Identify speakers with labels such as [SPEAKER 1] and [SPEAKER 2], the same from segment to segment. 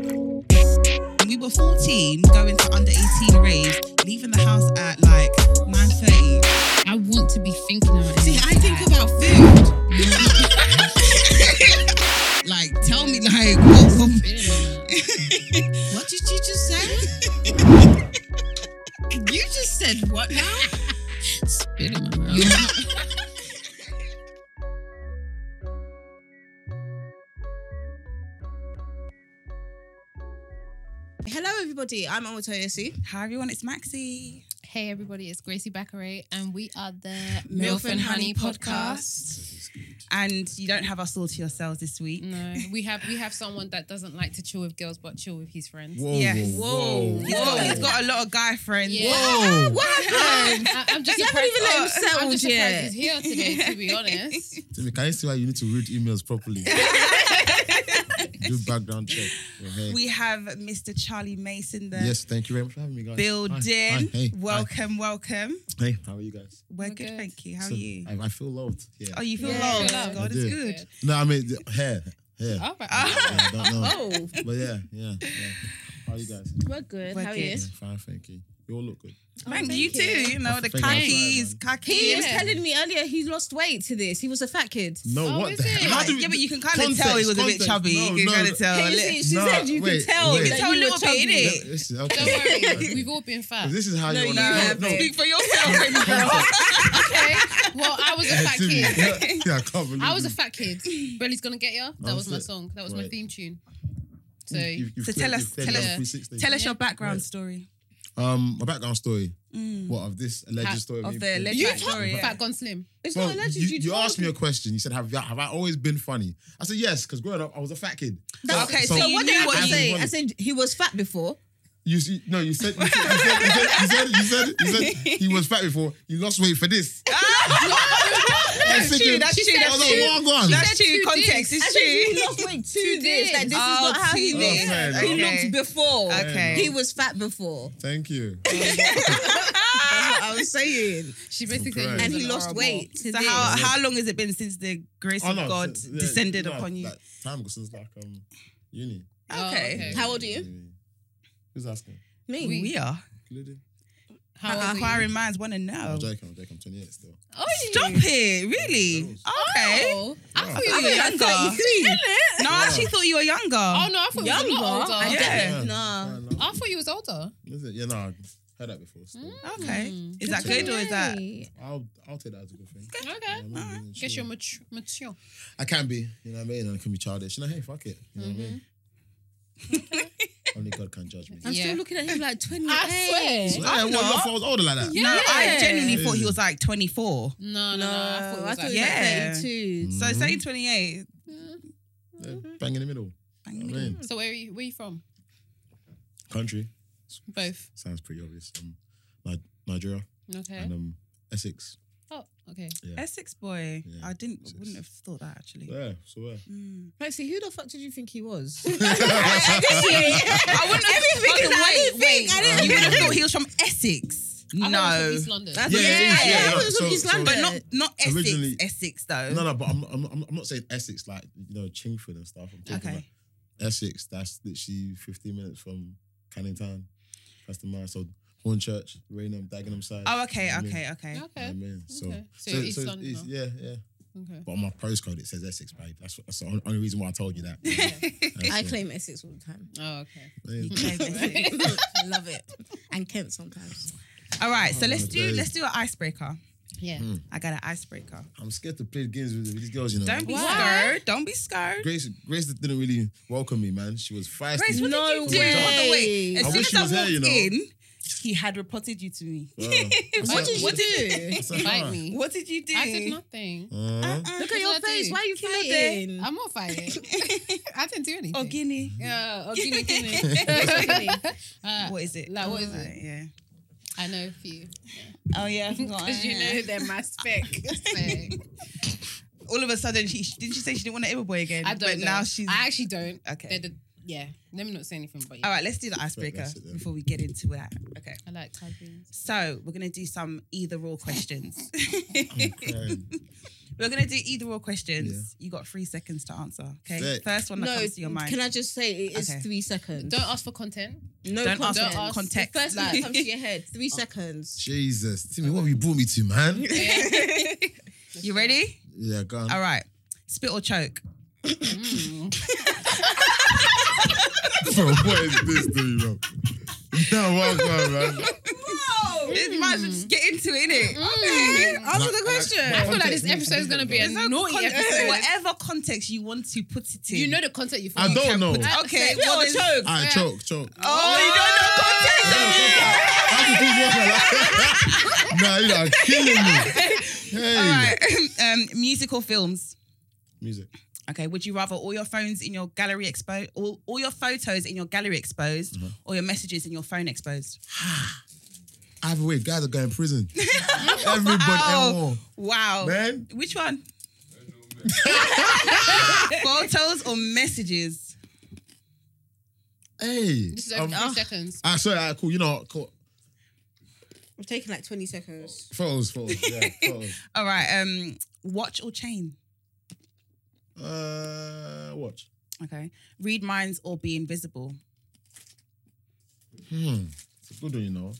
[SPEAKER 1] When we were 14, going to under 18 raves, leaving the house at like 9.30.
[SPEAKER 2] I want to be thinking about
[SPEAKER 1] See,
[SPEAKER 2] it.
[SPEAKER 1] I think about food. like, tell me, like, what, what,
[SPEAKER 3] What did you just say? you just said what now?
[SPEAKER 2] Spit in my mouth.
[SPEAKER 3] Hello, everybody. I'm Omotoyosu.
[SPEAKER 1] Hi, everyone, it's Maxi.
[SPEAKER 2] hey everybody, it's Gracie Baccaray, and we are the
[SPEAKER 3] Milf and Honey
[SPEAKER 1] And you don't have us all to yourselves this week.
[SPEAKER 2] No, we have we have someone that doesn't like to chill with girls but chill with his friends.
[SPEAKER 4] Whoa,
[SPEAKER 1] Yes.
[SPEAKER 4] whoa,
[SPEAKER 1] He's got, he's got a lot of guy friends.
[SPEAKER 2] Yeah.
[SPEAKER 4] whoa.
[SPEAKER 3] What happened?
[SPEAKER 2] I, I'm just
[SPEAKER 3] You haven't
[SPEAKER 2] surprised-
[SPEAKER 3] even let him
[SPEAKER 2] I'm just
[SPEAKER 3] settled
[SPEAKER 2] surprised
[SPEAKER 3] yet.
[SPEAKER 2] He's here today, to be honest.
[SPEAKER 4] Timmy, can you see why you need to read emails properly? Do background check. Your hair.
[SPEAKER 1] We have Mr. Charlie Mason, the
[SPEAKER 4] yes, thank you very much for having me, guys.
[SPEAKER 1] building.
[SPEAKER 4] Hi, hi, hey,
[SPEAKER 1] welcome, welcome.
[SPEAKER 4] hi. Hey, how are you guys?
[SPEAKER 1] We're,
[SPEAKER 2] We're
[SPEAKER 1] good,
[SPEAKER 2] good.
[SPEAKER 1] thank you. How
[SPEAKER 4] So,
[SPEAKER 1] are you?
[SPEAKER 4] I, I feel loved. Yeah.
[SPEAKER 1] Oh, you feel
[SPEAKER 2] Yeah.
[SPEAKER 1] loved.
[SPEAKER 2] Feel loved.
[SPEAKER 1] God,
[SPEAKER 4] I
[SPEAKER 1] it's
[SPEAKER 4] do.
[SPEAKER 1] good.
[SPEAKER 4] No, I mean the hair, hair.
[SPEAKER 2] All right.
[SPEAKER 4] Yeah, I don't know.
[SPEAKER 3] Oh,
[SPEAKER 4] But yeah, yeah, yeah. How are you guys?
[SPEAKER 3] we're good.
[SPEAKER 1] We're
[SPEAKER 3] How are
[SPEAKER 1] good.
[SPEAKER 3] you?
[SPEAKER 4] Yeah, fine, thank you. You all look good.
[SPEAKER 1] Man,
[SPEAKER 3] thank
[SPEAKER 1] you
[SPEAKER 3] you.
[SPEAKER 1] too. You know the
[SPEAKER 4] That's the thing, I tried,
[SPEAKER 1] khakis,
[SPEAKER 4] man.
[SPEAKER 3] He
[SPEAKER 1] khakis.
[SPEAKER 3] was
[SPEAKER 2] Yeah.
[SPEAKER 3] telling me earlier he lost weight to this. He was a fat kid.
[SPEAKER 4] No,
[SPEAKER 2] Oh,
[SPEAKER 4] what
[SPEAKER 2] is
[SPEAKER 4] the
[SPEAKER 2] it?
[SPEAKER 4] heck?
[SPEAKER 1] Yeah.
[SPEAKER 4] How do we-
[SPEAKER 1] yeah, but you can kind of
[SPEAKER 4] Context,
[SPEAKER 1] tell he was a bit
[SPEAKER 4] context.
[SPEAKER 1] chubby.
[SPEAKER 4] No,
[SPEAKER 1] you can
[SPEAKER 4] no,
[SPEAKER 1] kind
[SPEAKER 4] no.
[SPEAKER 1] of tell.
[SPEAKER 3] Can you
[SPEAKER 1] Look,
[SPEAKER 3] see? She
[SPEAKER 4] No,
[SPEAKER 3] said you
[SPEAKER 4] wait,
[SPEAKER 3] could tell.
[SPEAKER 4] wait.
[SPEAKER 3] that
[SPEAKER 1] Tell a
[SPEAKER 3] you
[SPEAKER 1] little
[SPEAKER 3] were
[SPEAKER 1] bit,
[SPEAKER 3] chubby.
[SPEAKER 1] innit?
[SPEAKER 4] No, this is-
[SPEAKER 2] Don't
[SPEAKER 4] okay.
[SPEAKER 2] worry, we've all been fat.
[SPEAKER 4] This is how
[SPEAKER 3] No,
[SPEAKER 4] you
[SPEAKER 3] you
[SPEAKER 4] wanna-
[SPEAKER 3] have
[SPEAKER 4] no,
[SPEAKER 3] it.
[SPEAKER 1] Speak for yourself, baby girl.
[SPEAKER 2] Okay. Well, I was a
[SPEAKER 4] Yeah,
[SPEAKER 2] fat
[SPEAKER 4] Timmy,
[SPEAKER 2] kid.
[SPEAKER 4] yeah, yeah, I can't believe
[SPEAKER 2] I was a
[SPEAKER 4] you-
[SPEAKER 2] fat kid. Belly's gonna get ya. That
[SPEAKER 4] Oh,
[SPEAKER 2] was
[SPEAKER 4] is
[SPEAKER 2] my
[SPEAKER 4] it?
[SPEAKER 2] song. That was my
[SPEAKER 4] Right.
[SPEAKER 2] theme tune. So
[SPEAKER 4] you- you've
[SPEAKER 1] So
[SPEAKER 4] cleared-
[SPEAKER 1] tell us-
[SPEAKER 4] you've cleared
[SPEAKER 1] tell
[SPEAKER 4] level
[SPEAKER 2] us-
[SPEAKER 4] 360.
[SPEAKER 1] Tell us your background
[SPEAKER 4] Right.
[SPEAKER 1] story.
[SPEAKER 4] Um, my background story.
[SPEAKER 1] Mm.
[SPEAKER 4] What of this alleged
[SPEAKER 2] Ha-
[SPEAKER 4] story?
[SPEAKER 1] of
[SPEAKER 4] me
[SPEAKER 1] the
[SPEAKER 4] being-
[SPEAKER 1] alleged
[SPEAKER 2] You
[SPEAKER 1] Fat
[SPEAKER 2] told
[SPEAKER 1] story,
[SPEAKER 2] me
[SPEAKER 1] yeah.
[SPEAKER 2] Fat Gone Slim.
[SPEAKER 3] It's
[SPEAKER 4] Well,
[SPEAKER 3] not alleged.
[SPEAKER 4] you, you
[SPEAKER 3] told
[SPEAKER 4] asked me a question. You said, "Have you, have I always been funny?" I said, "Yes," because growing up, I was a fat kid.
[SPEAKER 3] That's-
[SPEAKER 1] Okay,
[SPEAKER 3] so,
[SPEAKER 1] so you
[SPEAKER 3] what
[SPEAKER 1] knew
[SPEAKER 3] did
[SPEAKER 1] what
[SPEAKER 3] I
[SPEAKER 4] you
[SPEAKER 3] say?
[SPEAKER 4] wanted.
[SPEAKER 3] I said he was fat before.
[SPEAKER 4] You see, no, you said you said you said, you said, you said, you said, you said he was fat before. He lost weight for this. That's
[SPEAKER 1] true, Ah! that's true, that's
[SPEAKER 4] oh,
[SPEAKER 1] true.
[SPEAKER 4] No, long gone.
[SPEAKER 1] That's
[SPEAKER 2] said
[SPEAKER 1] true.
[SPEAKER 2] two
[SPEAKER 1] Context
[SPEAKER 3] I
[SPEAKER 1] is
[SPEAKER 3] said he
[SPEAKER 1] true.
[SPEAKER 3] lost weight
[SPEAKER 2] Two
[SPEAKER 3] two days. Like
[SPEAKER 2] days.
[SPEAKER 3] this
[SPEAKER 1] Oh,
[SPEAKER 3] is not how he
[SPEAKER 1] two
[SPEAKER 3] looked.
[SPEAKER 1] days.
[SPEAKER 4] Oh, fair
[SPEAKER 3] He
[SPEAKER 4] enough.
[SPEAKER 3] looked before.
[SPEAKER 1] Okay.
[SPEAKER 3] He was fat before.
[SPEAKER 4] Thank you.
[SPEAKER 3] That's what I was saying.
[SPEAKER 2] She basically said
[SPEAKER 4] correct.
[SPEAKER 2] was
[SPEAKER 3] And he
[SPEAKER 2] an
[SPEAKER 3] lost
[SPEAKER 2] horrible-
[SPEAKER 3] weight. To
[SPEAKER 1] So
[SPEAKER 3] this.
[SPEAKER 1] how how long has it been since the grace
[SPEAKER 4] Oh,
[SPEAKER 1] of
[SPEAKER 4] no,
[SPEAKER 1] God
[SPEAKER 4] since- yeah,
[SPEAKER 1] descended
[SPEAKER 4] no,
[SPEAKER 1] upon you?
[SPEAKER 4] Like, time ago since like um uni.
[SPEAKER 2] Oh,
[SPEAKER 1] Okay.
[SPEAKER 3] How old are you?
[SPEAKER 4] Uni. Who's asking?
[SPEAKER 3] Me.
[SPEAKER 2] We-
[SPEAKER 1] We are.
[SPEAKER 4] Including?
[SPEAKER 2] How old were you?
[SPEAKER 1] Inquiring minds want to
[SPEAKER 4] I'm
[SPEAKER 1] know.
[SPEAKER 4] joking. I'm joking. I'm 28 still.
[SPEAKER 2] Oh,
[SPEAKER 1] Stop it. Really? Okay.
[SPEAKER 2] Oh, I
[SPEAKER 4] Yeah.
[SPEAKER 2] thought you
[SPEAKER 1] I thought you
[SPEAKER 2] were
[SPEAKER 1] were
[SPEAKER 2] younger.
[SPEAKER 1] younger. No, I actually thought you were younger.
[SPEAKER 2] Oh no, I thought you were a lot
[SPEAKER 3] Younger?
[SPEAKER 2] older.
[SPEAKER 3] I
[SPEAKER 2] I,
[SPEAKER 1] Yeah.
[SPEAKER 3] don't
[SPEAKER 4] Fair
[SPEAKER 3] know.
[SPEAKER 4] enough.
[SPEAKER 2] thought you was older.
[SPEAKER 4] Is it? Yeah, no, I've heard that before. still.
[SPEAKER 1] Okay.
[SPEAKER 2] Mm.
[SPEAKER 1] Is that good or is that?
[SPEAKER 4] I'll I'll take that as a good thing.
[SPEAKER 2] Okay.
[SPEAKER 4] Yeah, I'm not really
[SPEAKER 2] Guess
[SPEAKER 4] sure.
[SPEAKER 2] you're mature. mature.
[SPEAKER 4] I can be, you know what I mean? And I can be childish. You know, hey, fuck it. You know what I mean? Only God can judge me.
[SPEAKER 3] I'm
[SPEAKER 2] Yeah.
[SPEAKER 3] still looking at him like 28.
[SPEAKER 2] I swear.
[SPEAKER 4] Yeah,
[SPEAKER 1] I'm
[SPEAKER 4] well,
[SPEAKER 1] not.
[SPEAKER 4] if I was older like that.
[SPEAKER 2] Yeah.
[SPEAKER 1] No, I genuinely
[SPEAKER 4] Yeah.
[SPEAKER 1] thought he was like 24.
[SPEAKER 2] No, no, no.
[SPEAKER 3] No,
[SPEAKER 2] I thought it was like,
[SPEAKER 3] he was
[SPEAKER 1] Yeah.
[SPEAKER 2] yeah.
[SPEAKER 3] like 32.
[SPEAKER 4] Mm.
[SPEAKER 1] So say 28.
[SPEAKER 4] Yeah, Bang in the middle.
[SPEAKER 1] Bang
[SPEAKER 4] You
[SPEAKER 1] in the
[SPEAKER 4] know what I mean?
[SPEAKER 2] So where are you? Where you from?
[SPEAKER 4] Country.
[SPEAKER 2] Both.
[SPEAKER 4] Sounds pretty obvious. Um, Ni- Nigeria
[SPEAKER 2] Okay.
[SPEAKER 4] and um, Essex.
[SPEAKER 2] Oh, okay.
[SPEAKER 1] Essex boy.
[SPEAKER 4] Yeah.
[SPEAKER 1] I didn't
[SPEAKER 4] Essex.
[SPEAKER 1] wouldn't have thought that actually.
[SPEAKER 4] Yeah, so where?
[SPEAKER 1] Mm.
[SPEAKER 3] Maxie, who the fuck did you think he was?
[SPEAKER 1] I wouldn't have
[SPEAKER 3] Everything is like, I
[SPEAKER 1] wait,
[SPEAKER 3] didn't think, I
[SPEAKER 1] wait.
[SPEAKER 3] didn't
[SPEAKER 1] You would have thought he was from Essex.
[SPEAKER 2] I thought it was from
[SPEAKER 1] No.
[SPEAKER 2] East London.
[SPEAKER 1] That's
[SPEAKER 4] Yeah,
[SPEAKER 1] yeah,
[SPEAKER 4] yeah,
[SPEAKER 1] yeah,
[SPEAKER 4] yeah, yeah.
[SPEAKER 3] I was from
[SPEAKER 4] So-
[SPEAKER 3] East
[SPEAKER 4] so-
[SPEAKER 3] London.
[SPEAKER 1] But not not Essex.
[SPEAKER 4] Originally-
[SPEAKER 1] Essex though.
[SPEAKER 4] No, no, but I'm, I'm, I'm, I'm not saying Essex like, you know, Chingford and stuff. I'm talking
[SPEAKER 1] Okay.
[SPEAKER 4] about Essex. That's literally 15 minutes from Canning Town. That's the mile. So Hornchurch, Raynham, Dagenham side.
[SPEAKER 1] Oh, okay,
[SPEAKER 4] You know what I mean?
[SPEAKER 1] okay, okay.
[SPEAKER 4] You know what I
[SPEAKER 2] Okay.
[SPEAKER 4] mean? So,
[SPEAKER 2] Okay. So East
[SPEAKER 4] it's
[SPEAKER 2] London,
[SPEAKER 4] East-
[SPEAKER 2] huh?
[SPEAKER 4] yeah, yeah.
[SPEAKER 2] Okay.
[SPEAKER 4] But on my postcode, it says Essex, babe. That's, that's the only- only reason why I told you that. That's
[SPEAKER 3] I
[SPEAKER 4] it.
[SPEAKER 3] claim Essex all the time.
[SPEAKER 2] Oh, okay.
[SPEAKER 4] Yeah.
[SPEAKER 3] Love it. And Kent sometimes.
[SPEAKER 1] All right, so let's
[SPEAKER 4] Oh, my
[SPEAKER 1] do
[SPEAKER 4] days.
[SPEAKER 1] let's do an icebreaker.
[SPEAKER 2] Yeah.
[SPEAKER 4] Hmm.
[SPEAKER 1] I got an icebreaker.
[SPEAKER 4] I'm scared to play games with these girls, you know.
[SPEAKER 1] Don't be
[SPEAKER 2] Why?
[SPEAKER 1] scared. Don't be scared.
[SPEAKER 4] Grace, Grace didn't really welcome me, man. She was feisty.
[SPEAKER 1] Grace, what
[SPEAKER 3] No
[SPEAKER 1] did you do? By the way,
[SPEAKER 3] way.
[SPEAKER 1] as
[SPEAKER 4] I
[SPEAKER 1] soon
[SPEAKER 4] wish
[SPEAKER 1] as
[SPEAKER 4] she
[SPEAKER 1] I
[SPEAKER 4] was
[SPEAKER 1] walked
[SPEAKER 4] here, you know.
[SPEAKER 1] in, he had reported you to me.
[SPEAKER 4] Wow.
[SPEAKER 3] What did you do?
[SPEAKER 4] I said,
[SPEAKER 2] Bite
[SPEAKER 4] "Huh."
[SPEAKER 2] me.
[SPEAKER 1] What did you do?
[SPEAKER 2] I did nothing.
[SPEAKER 4] Huh?
[SPEAKER 1] Uh-uh.
[SPEAKER 3] Look at your
[SPEAKER 2] What did I
[SPEAKER 3] face.
[SPEAKER 2] do?
[SPEAKER 3] Why are you
[SPEAKER 1] Killed
[SPEAKER 3] fighting?
[SPEAKER 2] I'm not fighting. I didn't do anything.
[SPEAKER 1] Oh, Guinea.
[SPEAKER 2] Yeah. Oh, gimme, gimme.
[SPEAKER 3] Exactly.
[SPEAKER 2] Uh,
[SPEAKER 1] What is it?
[SPEAKER 2] Like, what is it?
[SPEAKER 1] Alright, Yeah.
[SPEAKER 2] I know a few.
[SPEAKER 1] Oh yeah, I forgot.
[SPEAKER 2] Because you know they're my spec.
[SPEAKER 1] All of a sudden, she she- didn't she say she didn't want an Ever boy again?
[SPEAKER 2] I don't
[SPEAKER 1] But
[SPEAKER 2] know.
[SPEAKER 1] now she's.
[SPEAKER 2] I actually don't.
[SPEAKER 1] Okay.
[SPEAKER 2] They're the, yeah. Let me not say anything about you.
[SPEAKER 1] All right, let's do the icebreaker
[SPEAKER 4] that's it then.
[SPEAKER 1] before we get into that. Okay.
[SPEAKER 2] I like typing.
[SPEAKER 1] So we're gonna do some either or questions.
[SPEAKER 4] I'm crying.
[SPEAKER 1] We're gonna do either or questions. You got three seconds to answer. Okay.
[SPEAKER 4] Sick.
[SPEAKER 1] First one that
[SPEAKER 3] No,
[SPEAKER 1] comes to your mind.
[SPEAKER 3] can I just say it is
[SPEAKER 1] Okay.
[SPEAKER 3] three seconds?
[SPEAKER 2] Don't ask for content.
[SPEAKER 3] no
[SPEAKER 1] don't ask
[SPEAKER 3] context.
[SPEAKER 2] for context.
[SPEAKER 3] The first thing
[SPEAKER 1] Like- Oh.
[SPEAKER 3] that comes to your head, three seconds.
[SPEAKER 4] Jesus, Timmy, what have you brought me to, man?
[SPEAKER 1] you ready?
[SPEAKER 4] Yeah, go on.
[SPEAKER 1] All right. Spit or choke.
[SPEAKER 2] Mm.
[SPEAKER 4] Bro, what is this doing, bro? No, well done, man.
[SPEAKER 1] This might as well just get into it, innit?
[SPEAKER 2] Mm.
[SPEAKER 1] Okay. Answer the
[SPEAKER 4] Like,
[SPEAKER 1] question.
[SPEAKER 2] I feel like
[SPEAKER 4] Context
[SPEAKER 2] this
[SPEAKER 4] makes
[SPEAKER 2] episode is gonna be a
[SPEAKER 1] There's
[SPEAKER 4] difference,
[SPEAKER 1] no
[SPEAKER 2] naughty
[SPEAKER 1] context.
[SPEAKER 2] episode.
[SPEAKER 1] Whatever context you want to put it in.
[SPEAKER 2] You know the content you.
[SPEAKER 4] I
[SPEAKER 2] fucking
[SPEAKER 4] don't
[SPEAKER 2] can
[SPEAKER 4] know.
[SPEAKER 2] put out.
[SPEAKER 1] Okay,
[SPEAKER 2] Say,
[SPEAKER 1] well,
[SPEAKER 2] or
[SPEAKER 1] there's-
[SPEAKER 2] choke.
[SPEAKER 4] All right, choke, choke.
[SPEAKER 1] Oh, you don't know context.
[SPEAKER 4] How do you keep walking like that? Nah, you are killing me. Hey.
[SPEAKER 1] All right. um, musical films.
[SPEAKER 4] Music.
[SPEAKER 1] Okay, would you rather all your phones in your gallery exposed, all, all your photos in your gallery exposed,
[SPEAKER 4] Mm-hmm.
[SPEAKER 1] or your messages in your phone exposed?
[SPEAKER 4] Either way, guys are going to prison. Everybody and more.
[SPEAKER 1] Wow.
[SPEAKER 4] Man.
[SPEAKER 1] Which one? Photos or messages?
[SPEAKER 4] Hey.
[SPEAKER 2] This is
[SPEAKER 4] Um,
[SPEAKER 2] over three seconds.
[SPEAKER 4] ah, sorry, ah, cool. You know, what, cool.
[SPEAKER 3] I'm taking like 20 seconds.
[SPEAKER 4] Photos, photos, yeah, photos.
[SPEAKER 1] All right. Um, watch or chain?
[SPEAKER 4] Uh, watch.
[SPEAKER 1] Okay. Read minds or be invisible?
[SPEAKER 4] Hmm. It's a good one, you know.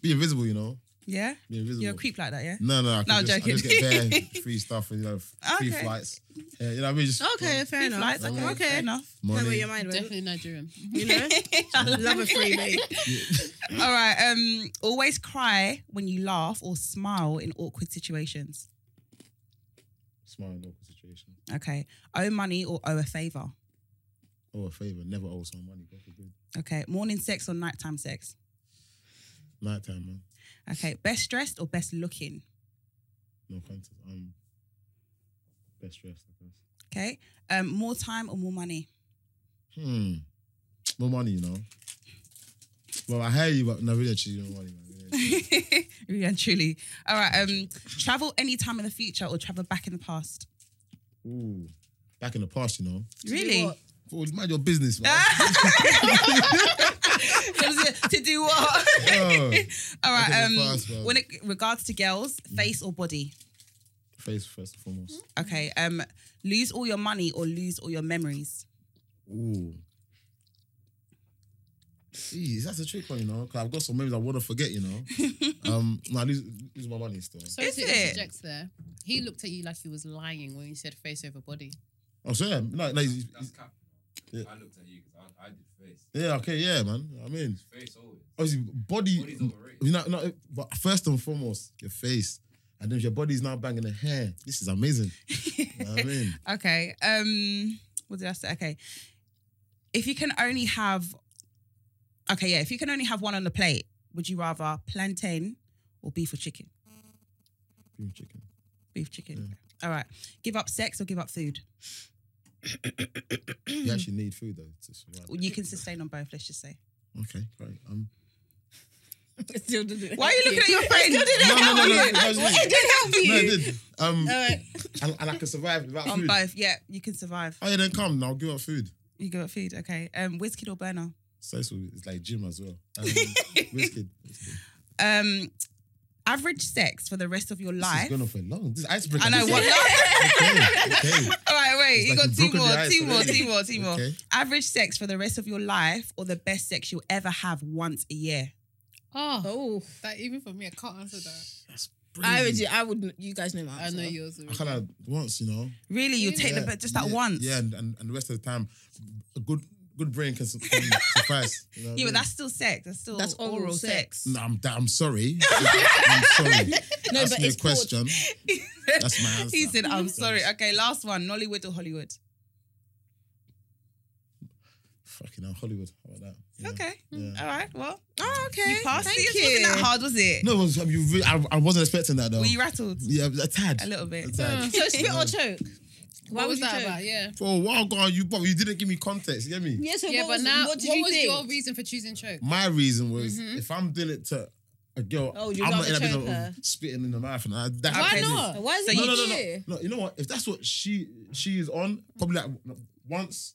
[SPEAKER 4] Be invisible, you know.
[SPEAKER 1] Yeah.
[SPEAKER 4] Be invisible.
[SPEAKER 1] You're a creep like that, yeah.
[SPEAKER 4] No, no, I can
[SPEAKER 1] No, I'm
[SPEAKER 4] just, I just
[SPEAKER 1] joking.
[SPEAKER 4] get there, free stuff, and you know, free
[SPEAKER 1] Okay.
[SPEAKER 4] flights. Yeah, you know what I mean? Just
[SPEAKER 3] Okay, fair
[SPEAKER 1] Free
[SPEAKER 3] enough.
[SPEAKER 1] flights, okay,
[SPEAKER 3] okay,
[SPEAKER 1] fair enough.
[SPEAKER 3] Know where
[SPEAKER 4] money.
[SPEAKER 3] your mind went.
[SPEAKER 2] Definitely Nigerian.
[SPEAKER 3] You know, love a free mate.
[SPEAKER 1] All right. Um, always cry when you laugh or smile in awkward situations.
[SPEAKER 4] Smile in awkward situation.
[SPEAKER 1] Okay. Owe money or owe a favor.
[SPEAKER 4] Oh, a favor. Never owe someone money. God forbid.
[SPEAKER 1] Okay. Morning sex or nighttime sex.
[SPEAKER 4] Nighttime, man.
[SPEAKER 1] Okay. Best dressed or best looking.
[SPEAKER 4] No contest. I'm best dressed, I guess.
[SPEAKER 1] Okay. Um, more time or more money.
[SPEAKER 4] Hmm. More money, you know. Well, I hear you, but no, really, actually, no money, man. Really, actually.
[SPEAKER 1] Really and truly. All right. Um, travel anytime in the future or travel back in the past.
[SPEAKER 4] Ooh. Back in the past, you know.
[SPEAKER 1] Really?
[SPEAKER 3] what?
[SPEAKER 4] Oh, mind your business, man.
[SPEAKER 1] to do what?
[SPEAKER 4] Oh.
[SPEAKER 1] All
[SPEAKER 4] Back in
[SPEAKER 1] right.
[SPEAKER 4] the
[SPEAKER 1] Um,
[SPEAKER 4] past, man.
[SPEAKER 1] when it regards to girls, face or body.
[SPEAKER 4] Face first and foremost.
[SPEAKER 1] Okay. Um, lose all your money or lose all your memories.
[SPEAKER 4] Ooh. Jeez, that's a trick one, you know. Cause I've got some memories I want to forget, you know. um, no, I lose, lose my money still.
[SPEAKER 2] Sorry
[SPEAKER 1] Is
[SPEAKER 2] to
[SPEAKER 1] it?
[SPEAKER 2] interject there. He looked at you like he was lying when you said face over body.
[SPEAKER 4] Oh, so yeah, no, no, he's-
[SPEAKER 5] That's
[SPEAKER 4] he's-
[SPEAKER 5] cap.
[SPEAKER 4] Yeah.
[SPEAKER 5] I looked at you because I, I did face.
[SPEAKER 4] yeah, okay, yeah, man. I mean,
[SPEAKER 5] Face always.
[SPEAKER 4] obviously, body,
[SPEAKER 5] Body's overrated.
[SPEAKER 4] you know, no, but first and foremost, your face, and then if your body's now banging the hair. This is amazing. You know what I mean,
[SPEAKER 1] Okay. Um, what did I say? Okay. If you can only have, okay, yeah. If you can only have one on the plate, would you rather plantain or beef or chicken?
[SPEAKER 4] Green chicken.
[SPEAKER 1] Beef chicken.
[SPEAKER 3] Mm.
[SPEAKER 1] All right. Give up sex or give up food.
[SPEAKER 4] You actually need food though to survive.
[SPEAKER 1] You can sustain on both. Let's just say.
[SPEAKER 4] Okay, great. Um,
[SPEAKER 3] Still didn't help
[SPEAKER 1] Why are you looking at your friend?
[SPEAKER 4] no, no, no, no, no, no, no,
[SPEAKER 3] It did help you.
[SPEAKER 4] no, it did. Um,
[SPEAKER 3] All right.
[SPEAKER 4] and, and I can survive without
[SPEAKER 1] On
[SPEAKER 4] food.
[SPEAKER 1] both. Yeah, you can survive.
[SPEAKER 4] Oh yeah, then come. Now give up food.
[SPEAKER 1] You give up food. Okay. Um, whiz kid or burner.
[SPEAKER 4] So it's, it's like gym as well. Um, whiskey.
[SPEAKER 1] Um, average sex for the rest of your
[SPEAKER 4] This is
[SPEAKER 1] life.
[SPEAKER 4] going on for long. This icebreaker.
[SPEAKER 1] I know
[SPEAKER 4] is-
[SPEAKER 1] what.
[SPEAKER 4] Okay, okay.
[SPEAKER 1] All right, wait.
[SPEAKER 4] It's
[SPEAKER 1] you
[SPEAKER 4] like
[SPEAKER 1] got
[SPEAKER 4] you've
[SPEAKER 1] two
[SPEAKER 4] broken
[SPEAKER 1] more,
[SPEAKER 4] your eyes
[SPEAKER 1] two more,
[SPEAKER 4] already.
[SPEAKER 1] two more, two more.
[SPEAKER 4] Okay.
[SPEAKER 1] Average sex for the rest of your life, or the best sex you'll ever have once a year.
[SPEAKER 2] Oh,
[SPEAKER 3] Oh,
[SPEAKER 2] that even for me, I can't answer that.
[SPEAKER 4] That's
[SPEAKER 3] I would.
[SPEAKER 4] brilliant.
[SPEAKER 3] I would. You guys know my answer.
[SPEAKER 2] I know yours.
[SPEAKER 4] I
[SPEAKER 2] already.
[SPEAKER 4] kind of once, you know.
[SPEAKER 1] Really, you take the
[SPEAKER 4] Yeah,
[SPEAKER 1] the just that
[SPEAKER 4] yeah,
[SPEAKER 1] once.
[SPEAKER 4] Yeah, and, and, and the rest of the time, a good good brain can, su- can suffice. You know what I
[SPEAKER 1] Yeah,
[SPEAKER 4] mean?
[SPEAKER 1] but that's still sex. That's still
[SPEAKER 3] That's
[SPEAKER 1] oral,
[SPEAKER 3] oral
[SPEAKER 1] sex.
[SPEAKER 4] No, I'm, I'm sorry. I'm sorry.
[SPEAKER 3] No,
[SPEAKER 4] Ask
[SPEAKER 3] but
[SPEAKER 4] me a
[SPEAKER 3] it's called-
[SPEAKER 4] question. Mm. That's my answer.
[SPEAKER 1] He said, "I'm sorry." Okay, last one: Nollywood or Hollywood?
[SPEAKER 4] Fucking hell, Hollywood. How about that? You know?
[SPEAKER 1] Okay,
[SPEAKER 4] Yeah.
[SPEAKER 1] all right. Well,
[SPEAKER 3] Oh, okay.
[SPEAKER 1] you passed.
[SPEAKER 3] Thank
[SPEAKER 1] it.
[SPEAKER 3] you.
[SPEAKER 1] It wasn't that hard, was it?
[SPEAKER 4] No, it was, I, mean, you really, I, I wasn't expecting that though.
[SPEAKER 1] Were you rattled
[SPEAKER 4] yeah, a tad.
[SPEAKER 1] a little bit?
[SPEAKER 4] A tad.
[SPEAKER 3] So spit or choke? Why
[SPEAKER 2] what
[SPEAKER 3] would
[SPEAKER 2] was
[SPEAKER 3] you
[SPEAKER 2] that
[SPEAKER 3] choke?
[SPEAKER 2] about? Yeah.
[SPEAKER 4] For a while gone, you but you didn't give me context. You get me?
[SPEAKER 3] Yeah, so
[SPEAKER 2] yeah,
[SPEAKER 3] what
[SPEAKER 2] but
[SPEAKER 3] was,
[SPEAKER 2] now,
[SPEAKER 3] what
[SPEAKER 2] what,
[SPEAKER 3] did you
[SPEAKER 2] was
[SPEAKER 3] think?
[SPEAKER 2] your reason for choosing choke?
[SPEAKER 4] My reason was
[SPEAKER 2] Mhm.
[SPEAKER 4] if I'm doing it to a girl,
[SPEAKER 3] Oh,
[SPEAKER 4] I'm
[SPEAKER 3] you'd
[SPEAKER 4] not
[SPEAKER 3] rather
[SPEAKER 4] in a
[SPEAKER 3] choke
[SPEAKER 4] business
[SPEAKER 3] her.
[SPEAKER 4] of spitting in the mouth. And I, that
[SPEAKER 2] Why
[SPEAKER 1] Okay,
[SPEAKER 4] happens.
[SPEAKER 2] not?
[SPEAKER 3] Why is
[SPEAKER 1] So
[SPEAKER 3] it
[SPEAKER 1] you-
[SPEAKER 4] No, no, no,
[SPEAKER 3] you?
[SPEAKER 4] no, no. You know what? If that's what she she is on, probably like once.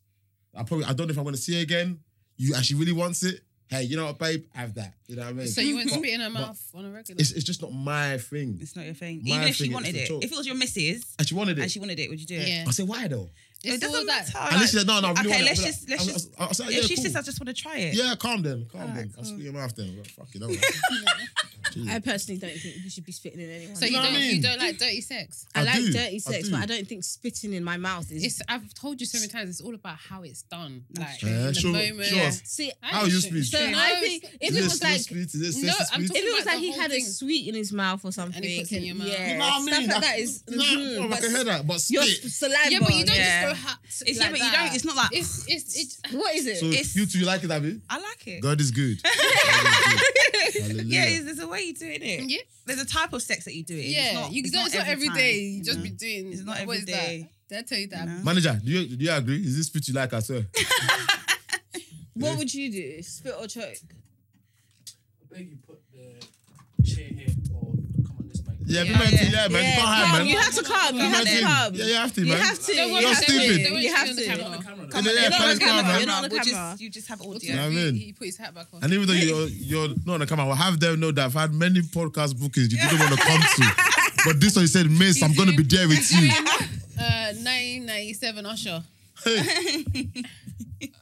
[SPEAKER 4] I probably I don't know if I'm gonna see her again. You and she really wants it. hey, you know what, babe, have that. You know what I mean?
[SPEAKER 2] So you wouldn't
[SPEAKER 4] But-
[SPEAKER 2] spit in her
[SPEAKER 4] but
[SPEAKER 2] mouth on a regular.
[SPEAKER 4] It's, it's just not my thing.
[SPEAKER 1] It's not your thing.
[SPEAKER 4] My
[SPEAKER 1] Even if she
[SPEAKER 4] thing is
[SPEAKER 1] wanted
[SPEAKER 4] to
[SPEAKER 1] it.
[SPEAKER 4] talk.
[SPEAKER 1] If it was your missus
[SPEAKER 4] And she wanted it.
[SPEAKER 1] and she wanted it, would you do it?
[SPEAKER 2] yeah.
[SPEAKER 4] I said, why though?
[SPEAKER 2] It's
[SPEAKER 1] It doesn't
[SPEAKER 2] all that.
[SPEAKER 1] matter.
[SPEAKER 4] And then she said, no, no, I
[SPEAKER 1] okay,
[SPEAKER 4] really want
[SPEAKER 1] let's
[SPEAKER 4] it.
[SPEAKER 1] just- let's
[SPEAKER 4] I was-
[SPEAKER 1] just-
[SPEAKER 4] I was like,
[SPEAKER 1] if
[SPEAKER 4] yeah,
[SPEAKER 1] she
[SPEAKER 4] cool.
[SPEAKER 1] says, I just want to try it.
[SPEAKER 4] Yeah, calm down, calm
[SPEAKER 1] Alright,
[SPEAKER 4] down. I'll
[SPEAKER 1] cool.
[SPEAKER 4] spit in your mouth then. Like, Fuck it, all right. Jeez.
[SPEAKER 3] I personally don't think you should be spitting in anyone.
[SPEAKER 2] So you
[SPEAKER 4] know what
[SPEAKER 2] don't
[SPEAKER 4] I mean?
[SPEAKER 2] you don't like dirty sex.
[SPEAKER 4] I
[SPEAKER 3] I like
[SPEAKER 4] do, I
[SPEAKER 3] dirty sex,
[SPEAKER 4] do.
[SPEAKER 3] but I don't think spitting in my mouth is.
[SPEAKER 2] It's I've told you so many times. It's all about how it's done.
[SPEAKER 1] That's
[SPEAKER 2] Like
[SPEAKER 1] true.
[SPEAKER 4] Yeah,
[SPEAKER 2] in the
[SPEAKER 4] sure,
[SPEAKER 2] moment.
[SPEAKER 4] sure.
[SPEAKER 2] Yeah.
[SPEAKER 3] See,
[SPEAKER 2] I
[SPEAKER 4] How you
[SPEAKER 2] just-
[SPEAKER 4] speak?
[SPEAKER 3] so
[SPEAKER 2] No,
[SPEAKER 3] I
[SPEAKER 2] it's-
[SPEAKER 3] think if
[SPEAKER 4] Is
[SPEAKER 3] it
[SPEAKER 4] it
[SPEAKER 3] was
[SPEAKER 4] still
[SPEAKER 3] like
[SPEAKER 4] sweet? Is it
[SPEAKER 2] No,
[SPEAKER 4] sexy
[SPEAKER 2] I'm
[SPEAKER 4] sweet?
[SPEAKER 2] talking
[SPEAKER 3] if it was
[SPEAKER 2] about
[SPEAKER 3] like
[SPEAKER 2] the
[SPEAKER 3] he
[SPEAKER 2] whole
[SPEAKER 3] had
[SPEAKER 2] thing.
[SPEAKER 3] a sweet in his mouth or something,
[SPEAKER 2] And he puts it in your mouth.
[SPEAKER 3] yeah,
[SPEAKER 4] You know what I mean?
[SPEAKER 3] stuff like that is
[SPEAKER 4] Nah,
[SPEAKER 3] mhm,
[SPEAKER 4] oh, I
[SPEAKER 3] but
[SPEAKER 4] can hear that, but
[SPEAKER 3] Your
[SPEAKER 4] spit.
[SPEAKER 3] saliva.
[SPEAKER 2] Yeah, but you don't
[SPEAKER 1] Yeah.
[SPEAKER 2] just go hot.
[SPEAKER 1] It's,
[SPEAKER 2] like
[SPEAKER 1] yeah, but
[SPEAKER 2] that.
[SPEAKER 1] you don't. It's not like
[SPEAKER 2] It's it's it.
[SPEAKER 3] What is it?
[SPEAKER 4] So
[SPEAKER 1] it's-
[SPEAKER 4] you two, you like it, Abby?
[SPEAKER 1] I like it.
[SPEAKER 4] God is good. God is good. Hallelujah.
[SPEAKER 1] Yeah, it's- there's a way you do it. innit?
[SPEAKER 2] Yeah,
[SPEAKER 1] There's a type of sex that you do it. in.
[SPEAKER 2] yeah.
[SPEAKER 1] it's not,
[SPEAKER 2] you
[SPEAKER 1] it's
[SPEAKER 2] don't.
[SPEAKER 1] not
[SPEAKER 2] It's not every
[SPEAKER 1] time,
[SPEAKER 2] day. You just
[SPEAKER 1] know?
[SPEAKER 2] be doing.
[SPEAKER 1] It's not
[SPEAKER 2] what
[SPEAKER 1] every
[SPEAKER 2] is
[SPEAKER 1] day.
[SPEAKER 2] That? Did I tell you that?
[SPEAKER 1] You know?
[SPEAKER 4] Manager, do you do you agree? Is this spit you like as well?
[SPEAKER 3] What would you do? Spit or choke?
[SPEAKER 6] I think you put the chair here or come on this mic.
[SPEAKER 4] Yeah, be
[SPEAKER 1] Yeah,
[SPEAKER 4] meant to,
[SPEAKER 1] yeah.
[SPEAKER 4] yeah, man. You can't
[SPEAKER 3] calm.
[SPEAKER 4] hide, man.
[SPEAKER 3] You have to calm.
[SPEAKER 4] Be
[SPEAKER 3] You have
[SPEAKER 4] meant
[SPEAKER 3] to
[SPEAKER 4] to.
[SPEAKER 3] calm.
[SPEAKER 4] Yeah, you have to,
[SPEAKER 3] You
[SPEAKER 4] man.
[SPEAKER 3] have to.
[SPEAKER 2] Don't worry,
[SPEAKER 3] You
[SPEAKER 4] You're
[SPEAKER 2] don't
[SPEAKER 3] have
[SPEAKER 2] worry,
[SPEAKER 3] to.
[SPEAKER 4] stupid.
[SPEAKER 2] don't worry,
[SPEAKER 3] You
[SPEAKER 2] she's
[SPEAKER 3] have
[SPEAKER 2] on the
[SPEAKER 3] to.
[SPEAKER 6] You're not on
[SPEAKER 2] camera.
[SPEAKER 6] the camera. though.
[SPEAKER 4] And then,
[SPEAKER 1] You're
[SPEAKER 4] yeah,
[SPEAKER 1] not on
[SPEAKER 4] play
[SPEAKER 1] the
[SPEAKER 4] calm,
[SPEAKER 1] camera,
[SPEAKER 4] man.
[SPEAKER 1] you're not on the
[SPEAKER 2] We'll just-
[SPEAKER 1] camera.
[SPEAKER 2] You just have audio.
[SPEAKER 4] You know what I mean?
[SPEAKER 2] He, he put his hat back on.
[SPEAKER 4] And even though you're, you're not on the camera, I have them know that I've had many podcast bookings you didn't want to come to. But this one you said, Miss, I'm going to be there with you.
[SPEAKER 2] Uh, 1997 Usher.